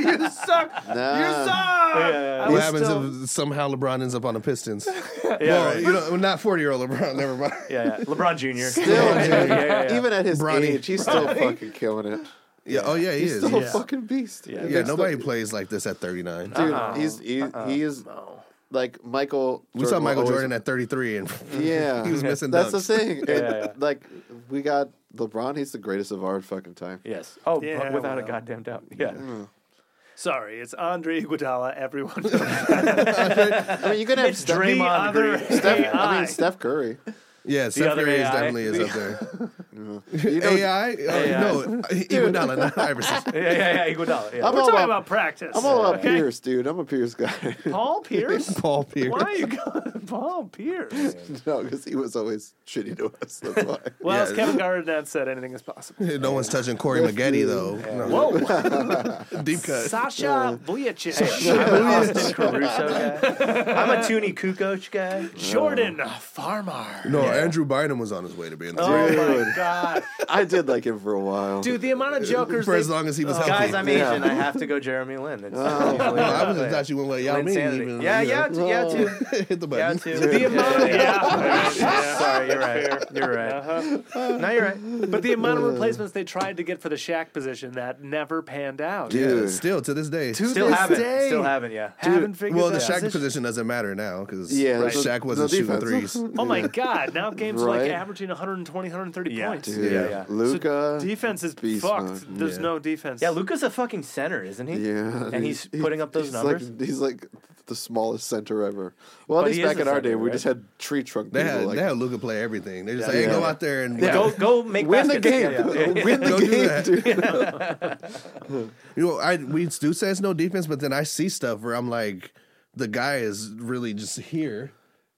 Speaker 5: You suck. You
Speaker 3: Nah.
Speaker 5: suck. I
Speaker 4: What
Speaker 1: Uh,
Speaker 5: was
Speaker 4: happens
Speaker 5: still-
Speaker 4: if somehow LeBron ends up on the Pistons?
Speaker 1: Yeah,
Speaker 4: Well,
Speaker 1: right.
Speaker 4: you know, not 40 year old LeBron. Never mind.
Speaker 1: yeah, yeah. LeBron Jr.
Speaker 3: Still,
Speaker 1: yeah, yeah, yeah, yeah.
Speaker 3: Even at his
Speaker 4: Bronny.
Speaker 3: age, he's still fucking killing it.
Speaker 4: Yeah. Oh yeah, he
Speaker 3: He's
Speaker 4: is.
Speaker 3: still
Speaker 5: yeah.
Speaker 3: a fucking beast.
Speaker 1: Yeah.
Speaker 4: yeah, nobody plays like this at 39.
Speaker 3: Dude, he's he,
Speaker 5: Uh-uh.
Speaker 3: he is like Michael.
Speaker 4: we saw
Speaker 3: Jordan
Speaker 4: Michael
Speaker 3: always-
Speaker 4: Jordan at 33, and
Speaker 3: Yeah,
Speaker 4: he was missing
Speaker 3: That's the
Speaker 4: dunks.
Speaker 3: thing. And,
Speaker 1: Yeah, yeah.
Speaker 3: Like we got LeBron. He's the greatest of our fucking time.
Speaker 1: Yes. Oh,
Speaker 5: Yeah,
Speaker 1: but without a
Speaker 5: well.
Speaker 1: goddamn doubt. Yeah.
Speaker 5: Sorry, it's Andre Iguodala. Everyone. knows.
Speaker 3: I mean, you could have Steph,
Speaker 5: the
Speaker 1: Draymond
Speaker 5: other
Speaker 1: Green.
Speaker 3: Steph- I
Speaker 5: AI.
Speaker 3: mean, Steph Curry.
Speaker 4: yeah, Steph
Speaker 1: other
Speaker 4: Curry is
Speaker 1: AI.
Speaker 4: definitely is up there.
Speaker 3: You know,
Speaker 4: AI? Oh, No, Iguodala, not Iverson.
Speaker 1: Yeah, yeah, yeah. Iguodala. Yeah.
Speaker 3: I'm
Speaker 5: We're
Speaker 3: all
Speaker 5: talking
Speaker 3: about,
Speaker 5: about practice.
Speaker 3: I'm all about
Speaker 5: okay?
Speaker 3: Pierce, dude. I'm a Pierce guy.
Speaker 5: Paul Pierce.
Speaker 4: Paul Pierce.
Speaker 5: Why are you going Paul Pierce?
Speaker 3: no, because he was always shitty to us. That's why.
Speaker 5: Well,
Speaker 4: Yeah.
Speaker 5: as Kevin Garnett said, anything is possible.
Speaker 4: No one's touching Corey Maggette though. No,
Speaker 5: Whoa,
Speaker 4: deep cut.
Speaker 5: Sasha Vujacic,
Speaker 1: I'm an Austin Caruso guy. I'm a Toonie Kukoc guy.
Speaker 5: Jordan Farmar.
Speaker 4: No, Andrew Bynum was on his way to being the
Speaker 5: Oh my god,
Speaker 3: I did like him for a while.
Speaker 5: dude! The amount of jokers.
Speaker 4: for
Speaker 5: they-
Speaker 4: as long as he was healthy.
Speaker 1: Oh, Guys, I'm
Speaker 3: Yeah.
Speaker 1: Asian. I have to go Jeremy Lin. It's
Speaker 4: No, Oh, I would have thought you went like Yao Ming.
Speaker 1: Insanity.
Speaker 4: even,
Speaker 1: yeah,
Speaker 4: you know.
Speaker 1: yeah, t- yeah, too.
Speaker 4: Hit the
Speaker 1: Yeah,
Speaker 4: button.
Speaker 1: too.
Speaker 5: the amount of,
Speaker 1: Yeah, yeah.
Speaker 5: yeah, Uh-huh. yeah.
Speaker 1: Sorry, you're right. You're right. No, you're right.
Speaker 5: But the amount of
Speaker 3: Uh.
Speaker 5: replacements they tried to get for the Shaq position that never panned out.
Speaker 4: Yeah,
Speaker 3: Dude.
Speaker 4: still to this day.
Speaker 1: Still
Speaker 5: this
Speaker 1: haven't.
Speaker 5: day.
Speaker 1: Still haven't. Yeah.
Speaker 5: Haven't figured
Speaker 4: well, the
Speaker 5: that
Speaker 4: Shaq
Speaker 5: position-
Speaker 4: position doesn't matter now because
Speaker 3: Yeah, that's
Speaker 4: Shaq
Speaker 3: the-
Speaker 4: wasn't
Speaker 3: the
Speaker 4: shooting
Speaker 3: defense.
Speaker 4: threes.
Speaker 5: Oh my god! Now games like
Speaker 3: Right.
Speaker 5: averaging 120, 130
Speaker 1: Yeah,
Speaker 5: points.
Speaker 3: Dude,
Speaker 1: Yeah, yeah.
Speaker 3: Luca.
Speaker 5: Defense is
Speaker 3: Uh, Beast
Speaker 5: fucked.
Speaker 3: mode.
Speaker 5: There's
Speaker 4: Yeah.
Speaker 5: no defense.
Speaker 1: Yeah, Luca's a fucking center, isn't he?
Speaker 3: Yeah,
Speaker 1: And he's putting up those
Speaker 3: he's
Speaker 1: numbers.
Speaker 3: Like, he's like the smallest center ever. Well, at
Speaker 1: But he
Speaker 3: least
Speaker 1: is
Speaker 3: back
Speaker 1: the
Speaker 3: in our
Speaker 1: center,
Speaker 3: day, we
Speaker 1: right?
Speaker 3: just had tree trunk
Speaker 4: They
Speaker 3: people.
Speaker 4: had,
Speaker 3: like,
Speaker 4: they had Luca play everything. They're just like,
Speaker 3: Yeah.
Speaker 4: hey, go
Speaker 3: Yeah.
Speaker 4: out there and
Speaker 1: Go, go, make
Speaker 3: win the
Speaker 1: baskets.
Speaker 3: game,
Speaker 1: Yeah, yeah.
Speaker 3: win the
Speaker 4: Go do that.
Speaker 3: game, dude.
Speaker 4: You know, I we do say it's no defense, but then I see stuff where I'm like, the guy is really just here,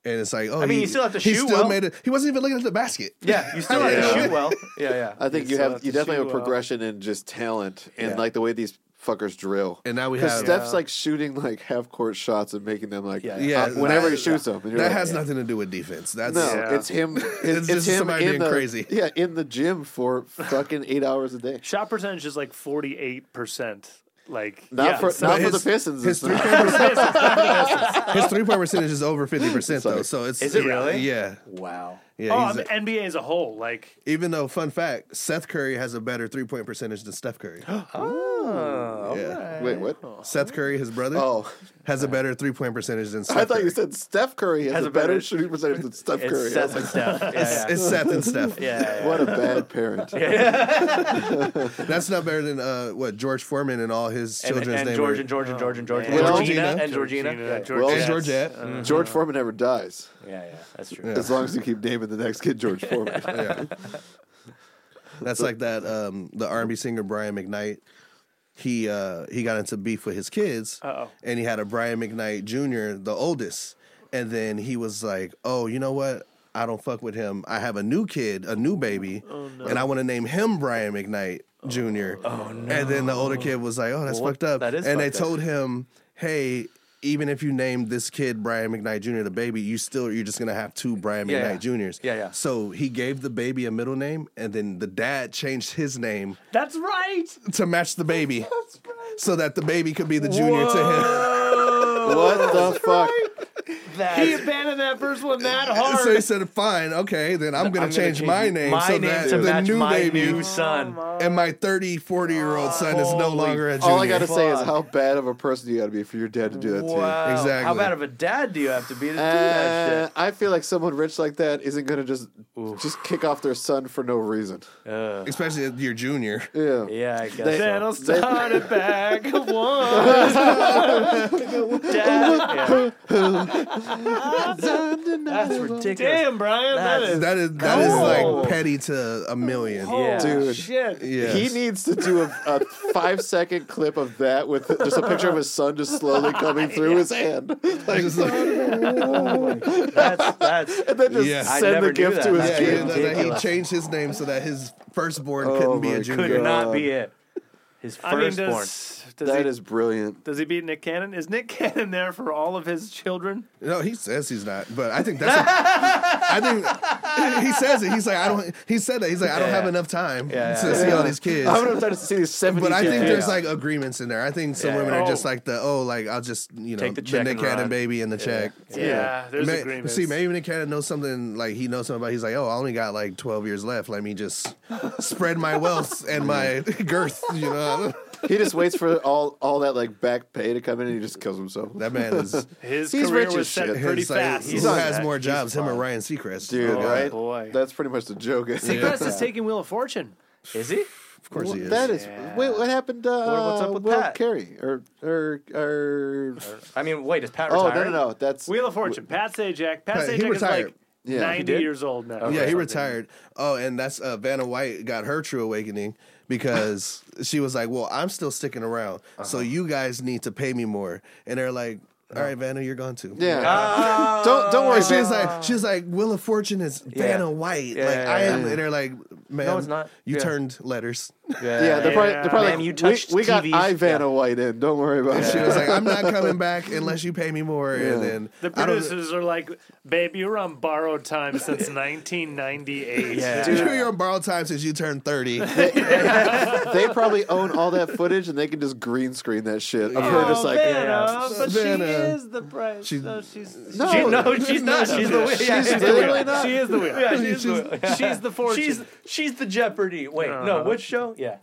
Speaker 4: and it's like, oh, I
Speaker 1: mean,
Speaker 4: he,
Speaker 1: you still have to
Speaker 4: he
Speaker 1: shoot
Speaker 4: still
Speaker 1: well.
Speaker 4: Made it. He wasn't even looking at the basket.
Speaker 1: Yeah, you still have to shoot well. Yeah, yeah.
Speaker 3: I think you
Speaker 5: still
Speaker 4: uh,
Speaker 3: have
Speaker 5: have
Speaker 3: you
Speaker 5: to
Speaker 3: definitely have
Speaker 5: shoot
Speaker 3: a
Speaker 5: well.
Speaker 3: progression in just talent and
Speaker 1: Yeah.
Speaker 3: like the way these fuckers drill.
Speaker 4: And now we
Speaker 3: Because
Speaker 4: have-
Speaker 3: Steph's like shooting like half court shots and making them like
Speaker 1: Yeah.
Speaker 4: Yeah,
Speaker 3: up whenever
Speaker 4: that-
Speaker 3: he shoots them. And
Speaker 4: That
Speaker 3: you're like,
Speaker 4: has nothing to do with defense. That's
Speaker 3: no,
Speaker 5: Yeah.
Speaker 3: it's him. It's,
Speaker 4: It's
Speaker 3: it's
Speaker 4: just
Speaker 3: him
Speaker 4: somebody
Speaker 3: in
Speaker 4: being
Speaker 3: the,
Speaker 4: crazy.
Speaker 3: Yeah, in the gym for fucking eight hours a day.
Speaker 5: Shot percentage is like forty eight percent. Like
Speaker 3: Not
Speaker 5: yeah,
Speaker 3: for
Speaker 5: it's
Speaker 3: not
Speaker 5: not-
Speaker 3: for the Pistons.
Speaker 4: His
Speaker 3: it's
Speaker 4: three
Speaker 3: not.
Speaker 4: point percentage, his three point percentage is over fifty percent though.
Speaker 3: Sorry.
Speaker 4: So it's
Speaker 1: Is it
Speaker 4: yeah,
Speaker 1: really?
Speaker 4: Yeah,
Speaker 1: Wow.
Speaker 4: yeah.
Speaker 5: oh,
Speaker 4: he's
Speaker 5: I
Speaker 4: a-
Speaker 5: mean, NBA as a whole, like
Speaker 4: even though, fun fact, Seth Curry has a better three point percentage than Steph Curry.
Speaker 1: Oh,
Speaker 4: Yeah.
Speaker 3: Wait, what?
Speaker 4: Seth Curry, his brother,
Speaker 3: Oh,
Speaker 4: has a better three point percentage than Steph.
Speaker 3: I thought
Speaker 4: Curry.
Speaker 3: you said Steph Curry has,
Speaker 1: Has
Speaker 3: a
Speaker 1: a better-
Speaker 3: better, shooting percentage than Steph
Speaker 1: it's
Speaker 3: Curry. I was
Speaker 1: Seth and Steph. Yeah, yeah.
Speaker 4: It's Seth and Steph.
Speaker 1: yeah, yeah, yeah.
Speaker 3: like, what a bad parent.
Speaker 4: That's not better than uh, what George Foreman and all his
Speaker 1: And,
Speaker 4: children's
Speaker 1: and
Speaker 4: names.
Speaker 1: George and George and George and George and
Speaker 5: man.
Speaker 1: Georgina,
Speaker 3: Well-
Speaker 1: and Georgina.
Speaker 5: Georgina,
Speaker 1: Yeah, yeah.
Speaker 5: Georgette.
Speaker 4: Well, Georgette.
Speaker 3: George Foreman never dies,
Speaker 1: Yeah, yeah, that's true.
Speaker 4: Yeah.
Speaker 3: as long as you keep naming the next kid George Foreman.
Speaker 4: yeah. That's like that um the R and B singer Brian McKnight. He uh he got into beef with his kids
Speaker 5: Uh-oh.
Speaker 4: and he had a Brian McKnight Jr., the oldest. And then he was like, Oh, you know what? I don't fuck with him. I have a new kid, a new baby,
Speaker 1: Oh,
Speaker 4: and I want to name him Brian McKnight Jr. Oh no. And then the older kid was like, Oh, that's
Speaker 1: Well,
Speaker 4: fucked up.
Speaker 1: that is
Speaker 4: and they
Speaker 1: fucked up.
Speaker 4: told him, Hey, even if you name this kid Brian McKnight Jr. the baby, you still you're just gonna have two Brian
Speaker 1: Yeah, yeah.
Speaker 4: McKnight Juniors.
Speaker 1: Yeah, yeah.
Speaker 4: So he gave the baby a middle name, and then the dad changed his name
Speaker 5: That's right.
Speaker 4: to match the baby, so that the baby could be the junior to Oh,
Speaker 3: What the fuck?
Speaker 5: He abandoned that first one that
Speaker 4: him. so he
Speaker 5: hard.
Speaker 4: said, "Fine, okay, then I'm gonna,
Speaker 1: I'm gonna
Speaker 4: change, my name so
Speaker 1: name
Speaker 4: that
Speaker 1: to
Speaker 4: the
Speaker 1: match
Speaker 4: new
Speaker 1: my
Speaker 4: baby
Speaker 1: new son.
Speaker 4: and my 30, 40 year old son is no
Speaker 1: holy-
Speaker 4: longer a junior."
Speaker 3: All I gotta say is
Speaker 1: Fuck.
Speaker 3: how bad of a person you gotta be for your dad to do that to you.
Speaker 1: Wow.
Speaker 4: Exactly.
Speaker 1: How bad of a dad do you have to be to do
Speaker 3: Uh,
Speaker 1: that
Speaker 3: I feel like someone rich like that isn't gonna just just kick off their son for no reason.
Speaker 1: shit? Uh,
Speaker 4: especially if you're junior.
Speaker 3: Yeah.
Speaker 1: yeah, I guess.
Speaker 5: Then
Speaker 1: so.
Speaker 5: I'll start it back one.
Speaker 1: Dad, yeah.
Speaker 3: That's
Speaker 1: That's ridiculous.
Speaker 5: Damn, Brian, that
Speaker 1: That's-
Speaker 5: is.
Speaker 4: That is that is
Speaker 5: Oh.
Speaker 4: like petty to a million.
Speaker 1: Yeah.
Speaker 5: Oh,
Speaker 3: Dude.
Speaker 5: shit.
Speaker 4: Yes.
Speaker 3: He needs to do a, a five second clip of that with just a picture of his son just slowly coming through his hand. Like,
Speaker 4: Just like-
Speaker 1: That's that's
Speaker 3: and then just
Speaker 4: Yeah. I
Speaker 3: send
Speaker 1: never
Speaker 3: the
Speaker 1: knew
Speaker 3: gift
Speaker 1: that.
Speaker 3: to his
Speaker 1: That's
Speaker 4: Yeah,
Speaker 3: kid.
Speaker 4: yeah, that- that he
Speaker 1: ridiculous.
Speaker 4: changed his name so that his firstborn
Speaker 3: Oh
Speaker 4: couldn't be
Speaker 3: my
Speaker 4: a junior.
Speaker 3: God.
Speaker 1: could not be it. His
Speaker 5: I mean,
Speaker 1: firstborn.
Speaker 5: does, does,
Speaker 3: That
Speaker 5: he,
Speaker 3: is brilliant.
Speaker 5: does he beat Nick Cannon? Is Nick Cannon there for all of his children?
Speaker 4: No, he says he's not, but I think that's. A, I think he says it. He's like, I don't. He said that. He's like, I don't
Speaker 1: Yeah.
Speaker 4: have enough time
Speaker 1: Yeah,
Speaker 4: to
Speaker 1: yeah,
Speaker 4: see
Speaker 3: yeah.
Speaker 4: all these kids.
Speaker 3: I would have tried to see these 70
Speaker 4: but I
Speaker 3: kids.
Speaker 4: think there's like agreements in there. I think some
Speaker 1: Yeah.
Speaker 4: women are just
Speaker 5: Oh.
Speaker 4: like the oh, like I'll just you know
Speaker 1: Take the
Speaker 4: the,
Speaker 1: check
Speaker 4: Nick
Speaker 1: and run.
Speaker 4: Cannon baby and the check.
Speaker 5: Yeah, there's
Speaker 4: May-
Speaker 5: agreements.
Speaker 4: see, maybe Nick Cannon knows something like he knows something about. He's like, oh, I only got like 12 years left. Let me just spread my wealth and my girth. You know,
Speaker 3: He just waits for all, all that like back pay to come in and he just kills himself.
Speaker 4: that man is.
Speaker 5: his
Speaker 3: he's
Speaker 5: career
Speaker 3: rich
Speaker 5: was
Speaker 3: as
Speaker 5: set
Speaker 3: shit.
Speaker 5: pretty
Speaker 4: His, like,
Speaker 5: fast.
Speaker 4: who
Speaker 3: He's on
Speaker 4: has
Speaker 3: that.
Speaker 4: more
Speaker 3: He's
Speaker 4: jobs, him or Ryan Seacrest?
Speaker 3: Dude,
Speaker 4: Oh,
Speaker 3: right?
Speaker 5: boy.
Speaker 3: That's pretty much the joke. Isn't it?
Speaker 5: Seacrest is taking Wheel of Fortune.
Speaker 1: Is he?
Speaker 4: Of course he is.
Speaker 3: That is. Wait, what happened to uh,
Speaker 1: what's up with
Speaker 3: Will
Speaker 1: Pat?
Speaker 3: Carey? Or, or, or,
Speaker 1: I mean, wait, is Pat
Speaker 3: oh,
Speaker 1: retiring?
Speaker 3: no, no, no. That's.
Speaker 5: Wheel of Fortune. Pat Sajak. Pat
Speaker 4: Pat-
Speaker 5: Sajak
Speaker 4: he
Speaker 5: is like
Speaker 4: retired.
Speaker 3: Yeah. He
Speaker 5: 90
Speaker 1: did?
Speaker 5: years old now.
Speaker 4: Yeah, he
Speaker 1: something.
Speaker 4: retired. Oh, and that's uh, Vanna White got her true awakening because she was like, "Well, I'm still sticking around, so you guys need to pay me more." And they're like, "All right, Vanna, you're gone too."
Speaker 3: Yeah.
Speaker 1: Uh,
Speaker 3: don't don't worry.
Speaker 4: And she was like, she was like, Wheel of Fortune is Vanna White.
Speaker 1: Yeah,
Speaker 4: like
Speaker 1: yeah,
Speaker 4: I am,
Speaker 3: yeah.
Speaker 4: and they're like, man,
Speaker 1: it's not.
Speaker 4: you
Speaker 1: Yeah.
Speaker 4: turned letters.
Speaker 3: Yeah, they're probably,
Speaker 5: Yeah.
Speaker 3: they're probably
Speaker 1: Ma'am,
Speaker 3: like,
Speaker 1: you touched
Speaker 3: we, we got
Speaker 1: TVs.
Speaker 3: Ivana
Speaker 1: Yeah.
Speaker 3: White in. Don't worry about
Speaker 4: She
Speaker 3: it.
Speaker 4: was like, I'm not coming back unless you pay me more. And then
Speaker 5: The
Speaker 4: I don't-
Speaker 5: producers are like, babe, you were on borrowed time since 1998.
Speaker 1: Yeah.
Speaker 4: Dude, you're on borrowed time since you turned 30.
Speaker 3: they probably own all that footage and they can just green screen that shit. Of her
Speaker 1: Oh,
Speaker 3: just like,
Speaker 1: Yeah.
Speaker 5: Oh, but
Speaker 4: Vanna.
Speaker 5: she is the price.
Speaker 4: She-
Speaker 5: so she's,
Speaker 3: no,
Speaker 1: She, no, she's not. She's the wheel. Yeah, she's the
Speaker 3: literally
Speaker 1: wheel.
Speaker 3: not.
Speaker 5: she is the wheel.
Speaker 1: Yeah, she's, the wheel.
Speaker 5: she's, the fortune. Uh-huh.
Speaker 1: She's she's the Jeopardy. Wait, no, which show? Yeah,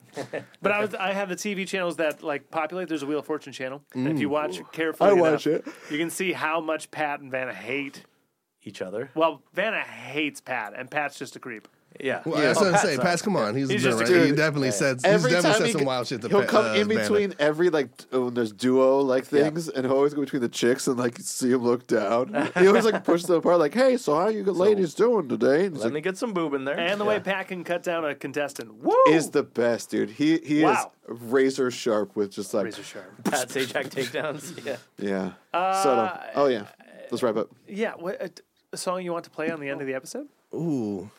Speaker 5: but I was I have the TV channels that like populate. There's a Wheel of Fortune channel. And if you watch carefully,
Speaker 3: I
Speaker 5: enough,
Speaker 3: watch it.
Speaker 5: You can see how much Pat and Vanna hate.
Speaker 1: each other.
Speaker 5: Well, Vanna hates Pat, and Pat's just a creep.
Speaker 1: Yeah,
Speaker 4: Well, that's
Speaker 1: Oh,
Speaker 4: what I'm
Speaker 1: Pat's
Speaker 4: saying.
Speaker 1: on.
Speaker 4: Pass, come on. He's,
Speaker 5: He's
Speaker 4: no
Speaker 5: just a
Speaker 4: right.
Speaker 3: dude.
Speaker 4: He definitely said, he's
Speaker 3: Every
Speaker 4: definitely
Speaker 3: time
Speaker 4: said
Speaker 3: he
Speaker 4: some
Speaker 3: g-
Speaker 4: wild shit to
Speaker 3: he'll
Speaker 4: Pat-
Speaker 3: come
Speaker 4: uh,
Speaker 3: in
Speaker 4: Vanna.
Speaker 3: between every like t- when there's duo like things, and he'll always go between the chicks and like see him look down. He always like pushes them apart, like, "Hey, so how you good ladies doing today?" And he's
Speaker 1: Let
Speaker 3: like,
Speaker 1: me get some boob in there.
Speaker 5: And the
Speaker 1: yeah.
Speaker 5: way Pat can cut down a contestant. Woo!
Speaker 3: is the best dude. He he
Speaker 5: Wow.
Speaker 3: is razor sharp with just like,
Speaker 5: razor uh, sharp.
Speaker 1: Pat Sajak takedowns. Yeah.
Speaker 3: yeah. so, oh yeah, let's wrap up.
Speaker 5: Yeah, what a, a song you want to play on the end of the episode?
Speaker 4: Ooh,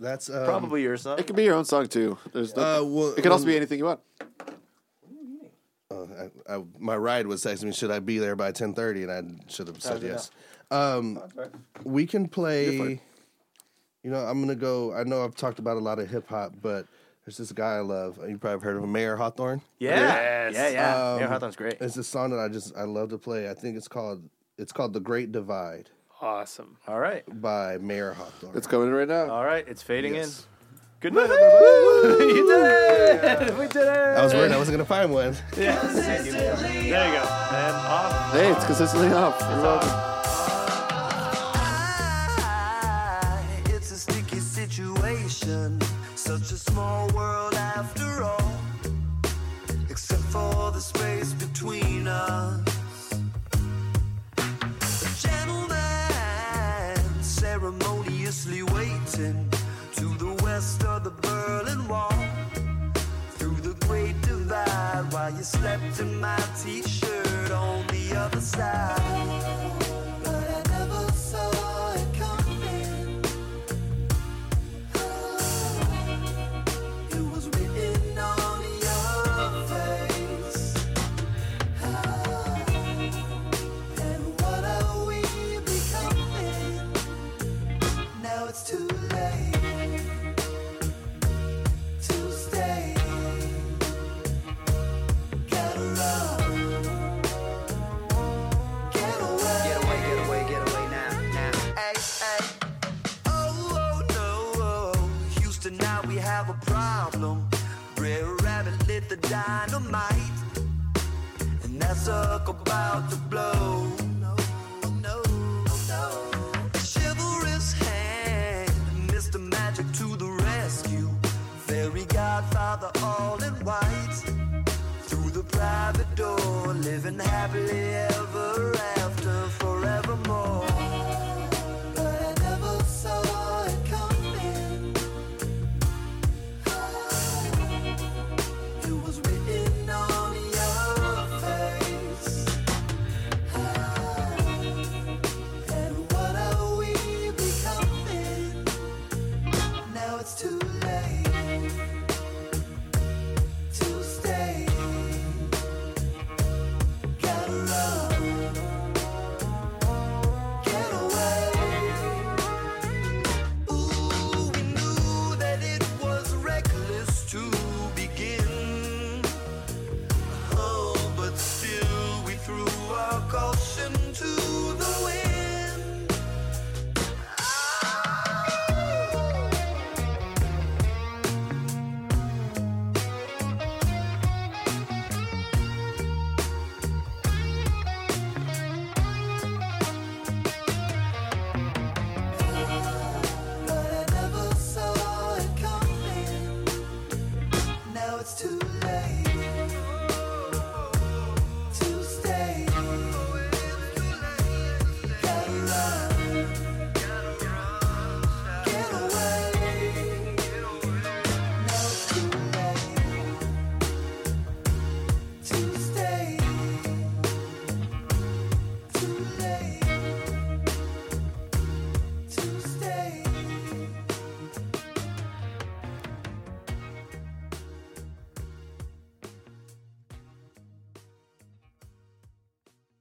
Speaker 4: that's um,
Speaker 1: Probably your son.
Speaker 3: It can be your own song too. There's no,
Speaker 4: Uh, well,
Speaker 3: it can also be anything you want.
Speaker 4: oh I, I, my ride was texting me, should I be there by ten thirty? And I should have said
Speaker 3: it
Speaker 4: yes.
Speaker 1: Oh,
Speaker 4: Um, we can play. You know, I'm gonna go. I know I've talked about a lot of hip hop, but there's this guy I love. You probably have heard of him, Mayor Hawthorne.
Speaker 1: Yeah. Yeah, yeah.
Speaker 4: Um,
Speaker 1: yeah, Hawthorne's great.
Speaker 4: It's a song that I just I love to play. I think it's called it's called The Great Divide
Speaker 5: Awesome.
Speaker 1: All right.
Speaker 4: by Mayor Hawthorne.
Speaker 3: It's coming in right now.
Speaker 1: All right. It's fading
Speaker 4: Yes.
Speaker 1: in. Good night, everybody. you did it. We did it.
Speaker 4: I was worried I wasn't gonna find one.
Speaker 5: There you go. And off.
Speaker 3: Hey, it's consistently up. You're welcome.
Speaker 6: It's a sticky situation, such a small world after all. Except for the space between us. Gentlemen, ceremoniously waiting to the west of the Berlin Wall. Through the great divide, while you slept in my t shirt on the other side. But I never saw it coming. It was written on your face. And what are we becoming? Now it's too late to stay. Gotta run. Get away. Get away, get away, get away now, now. Hey, hey. Oh, oh, no. Houston, now we have a problem. Brer Rabbit lit the dynamite. And that circle about to blow. No, no, no. Chivalrous hand, Mr. Magic to the rescue. Fairy Godfather all in white. Through the private door, living happily ever Ah. Oh, Ah.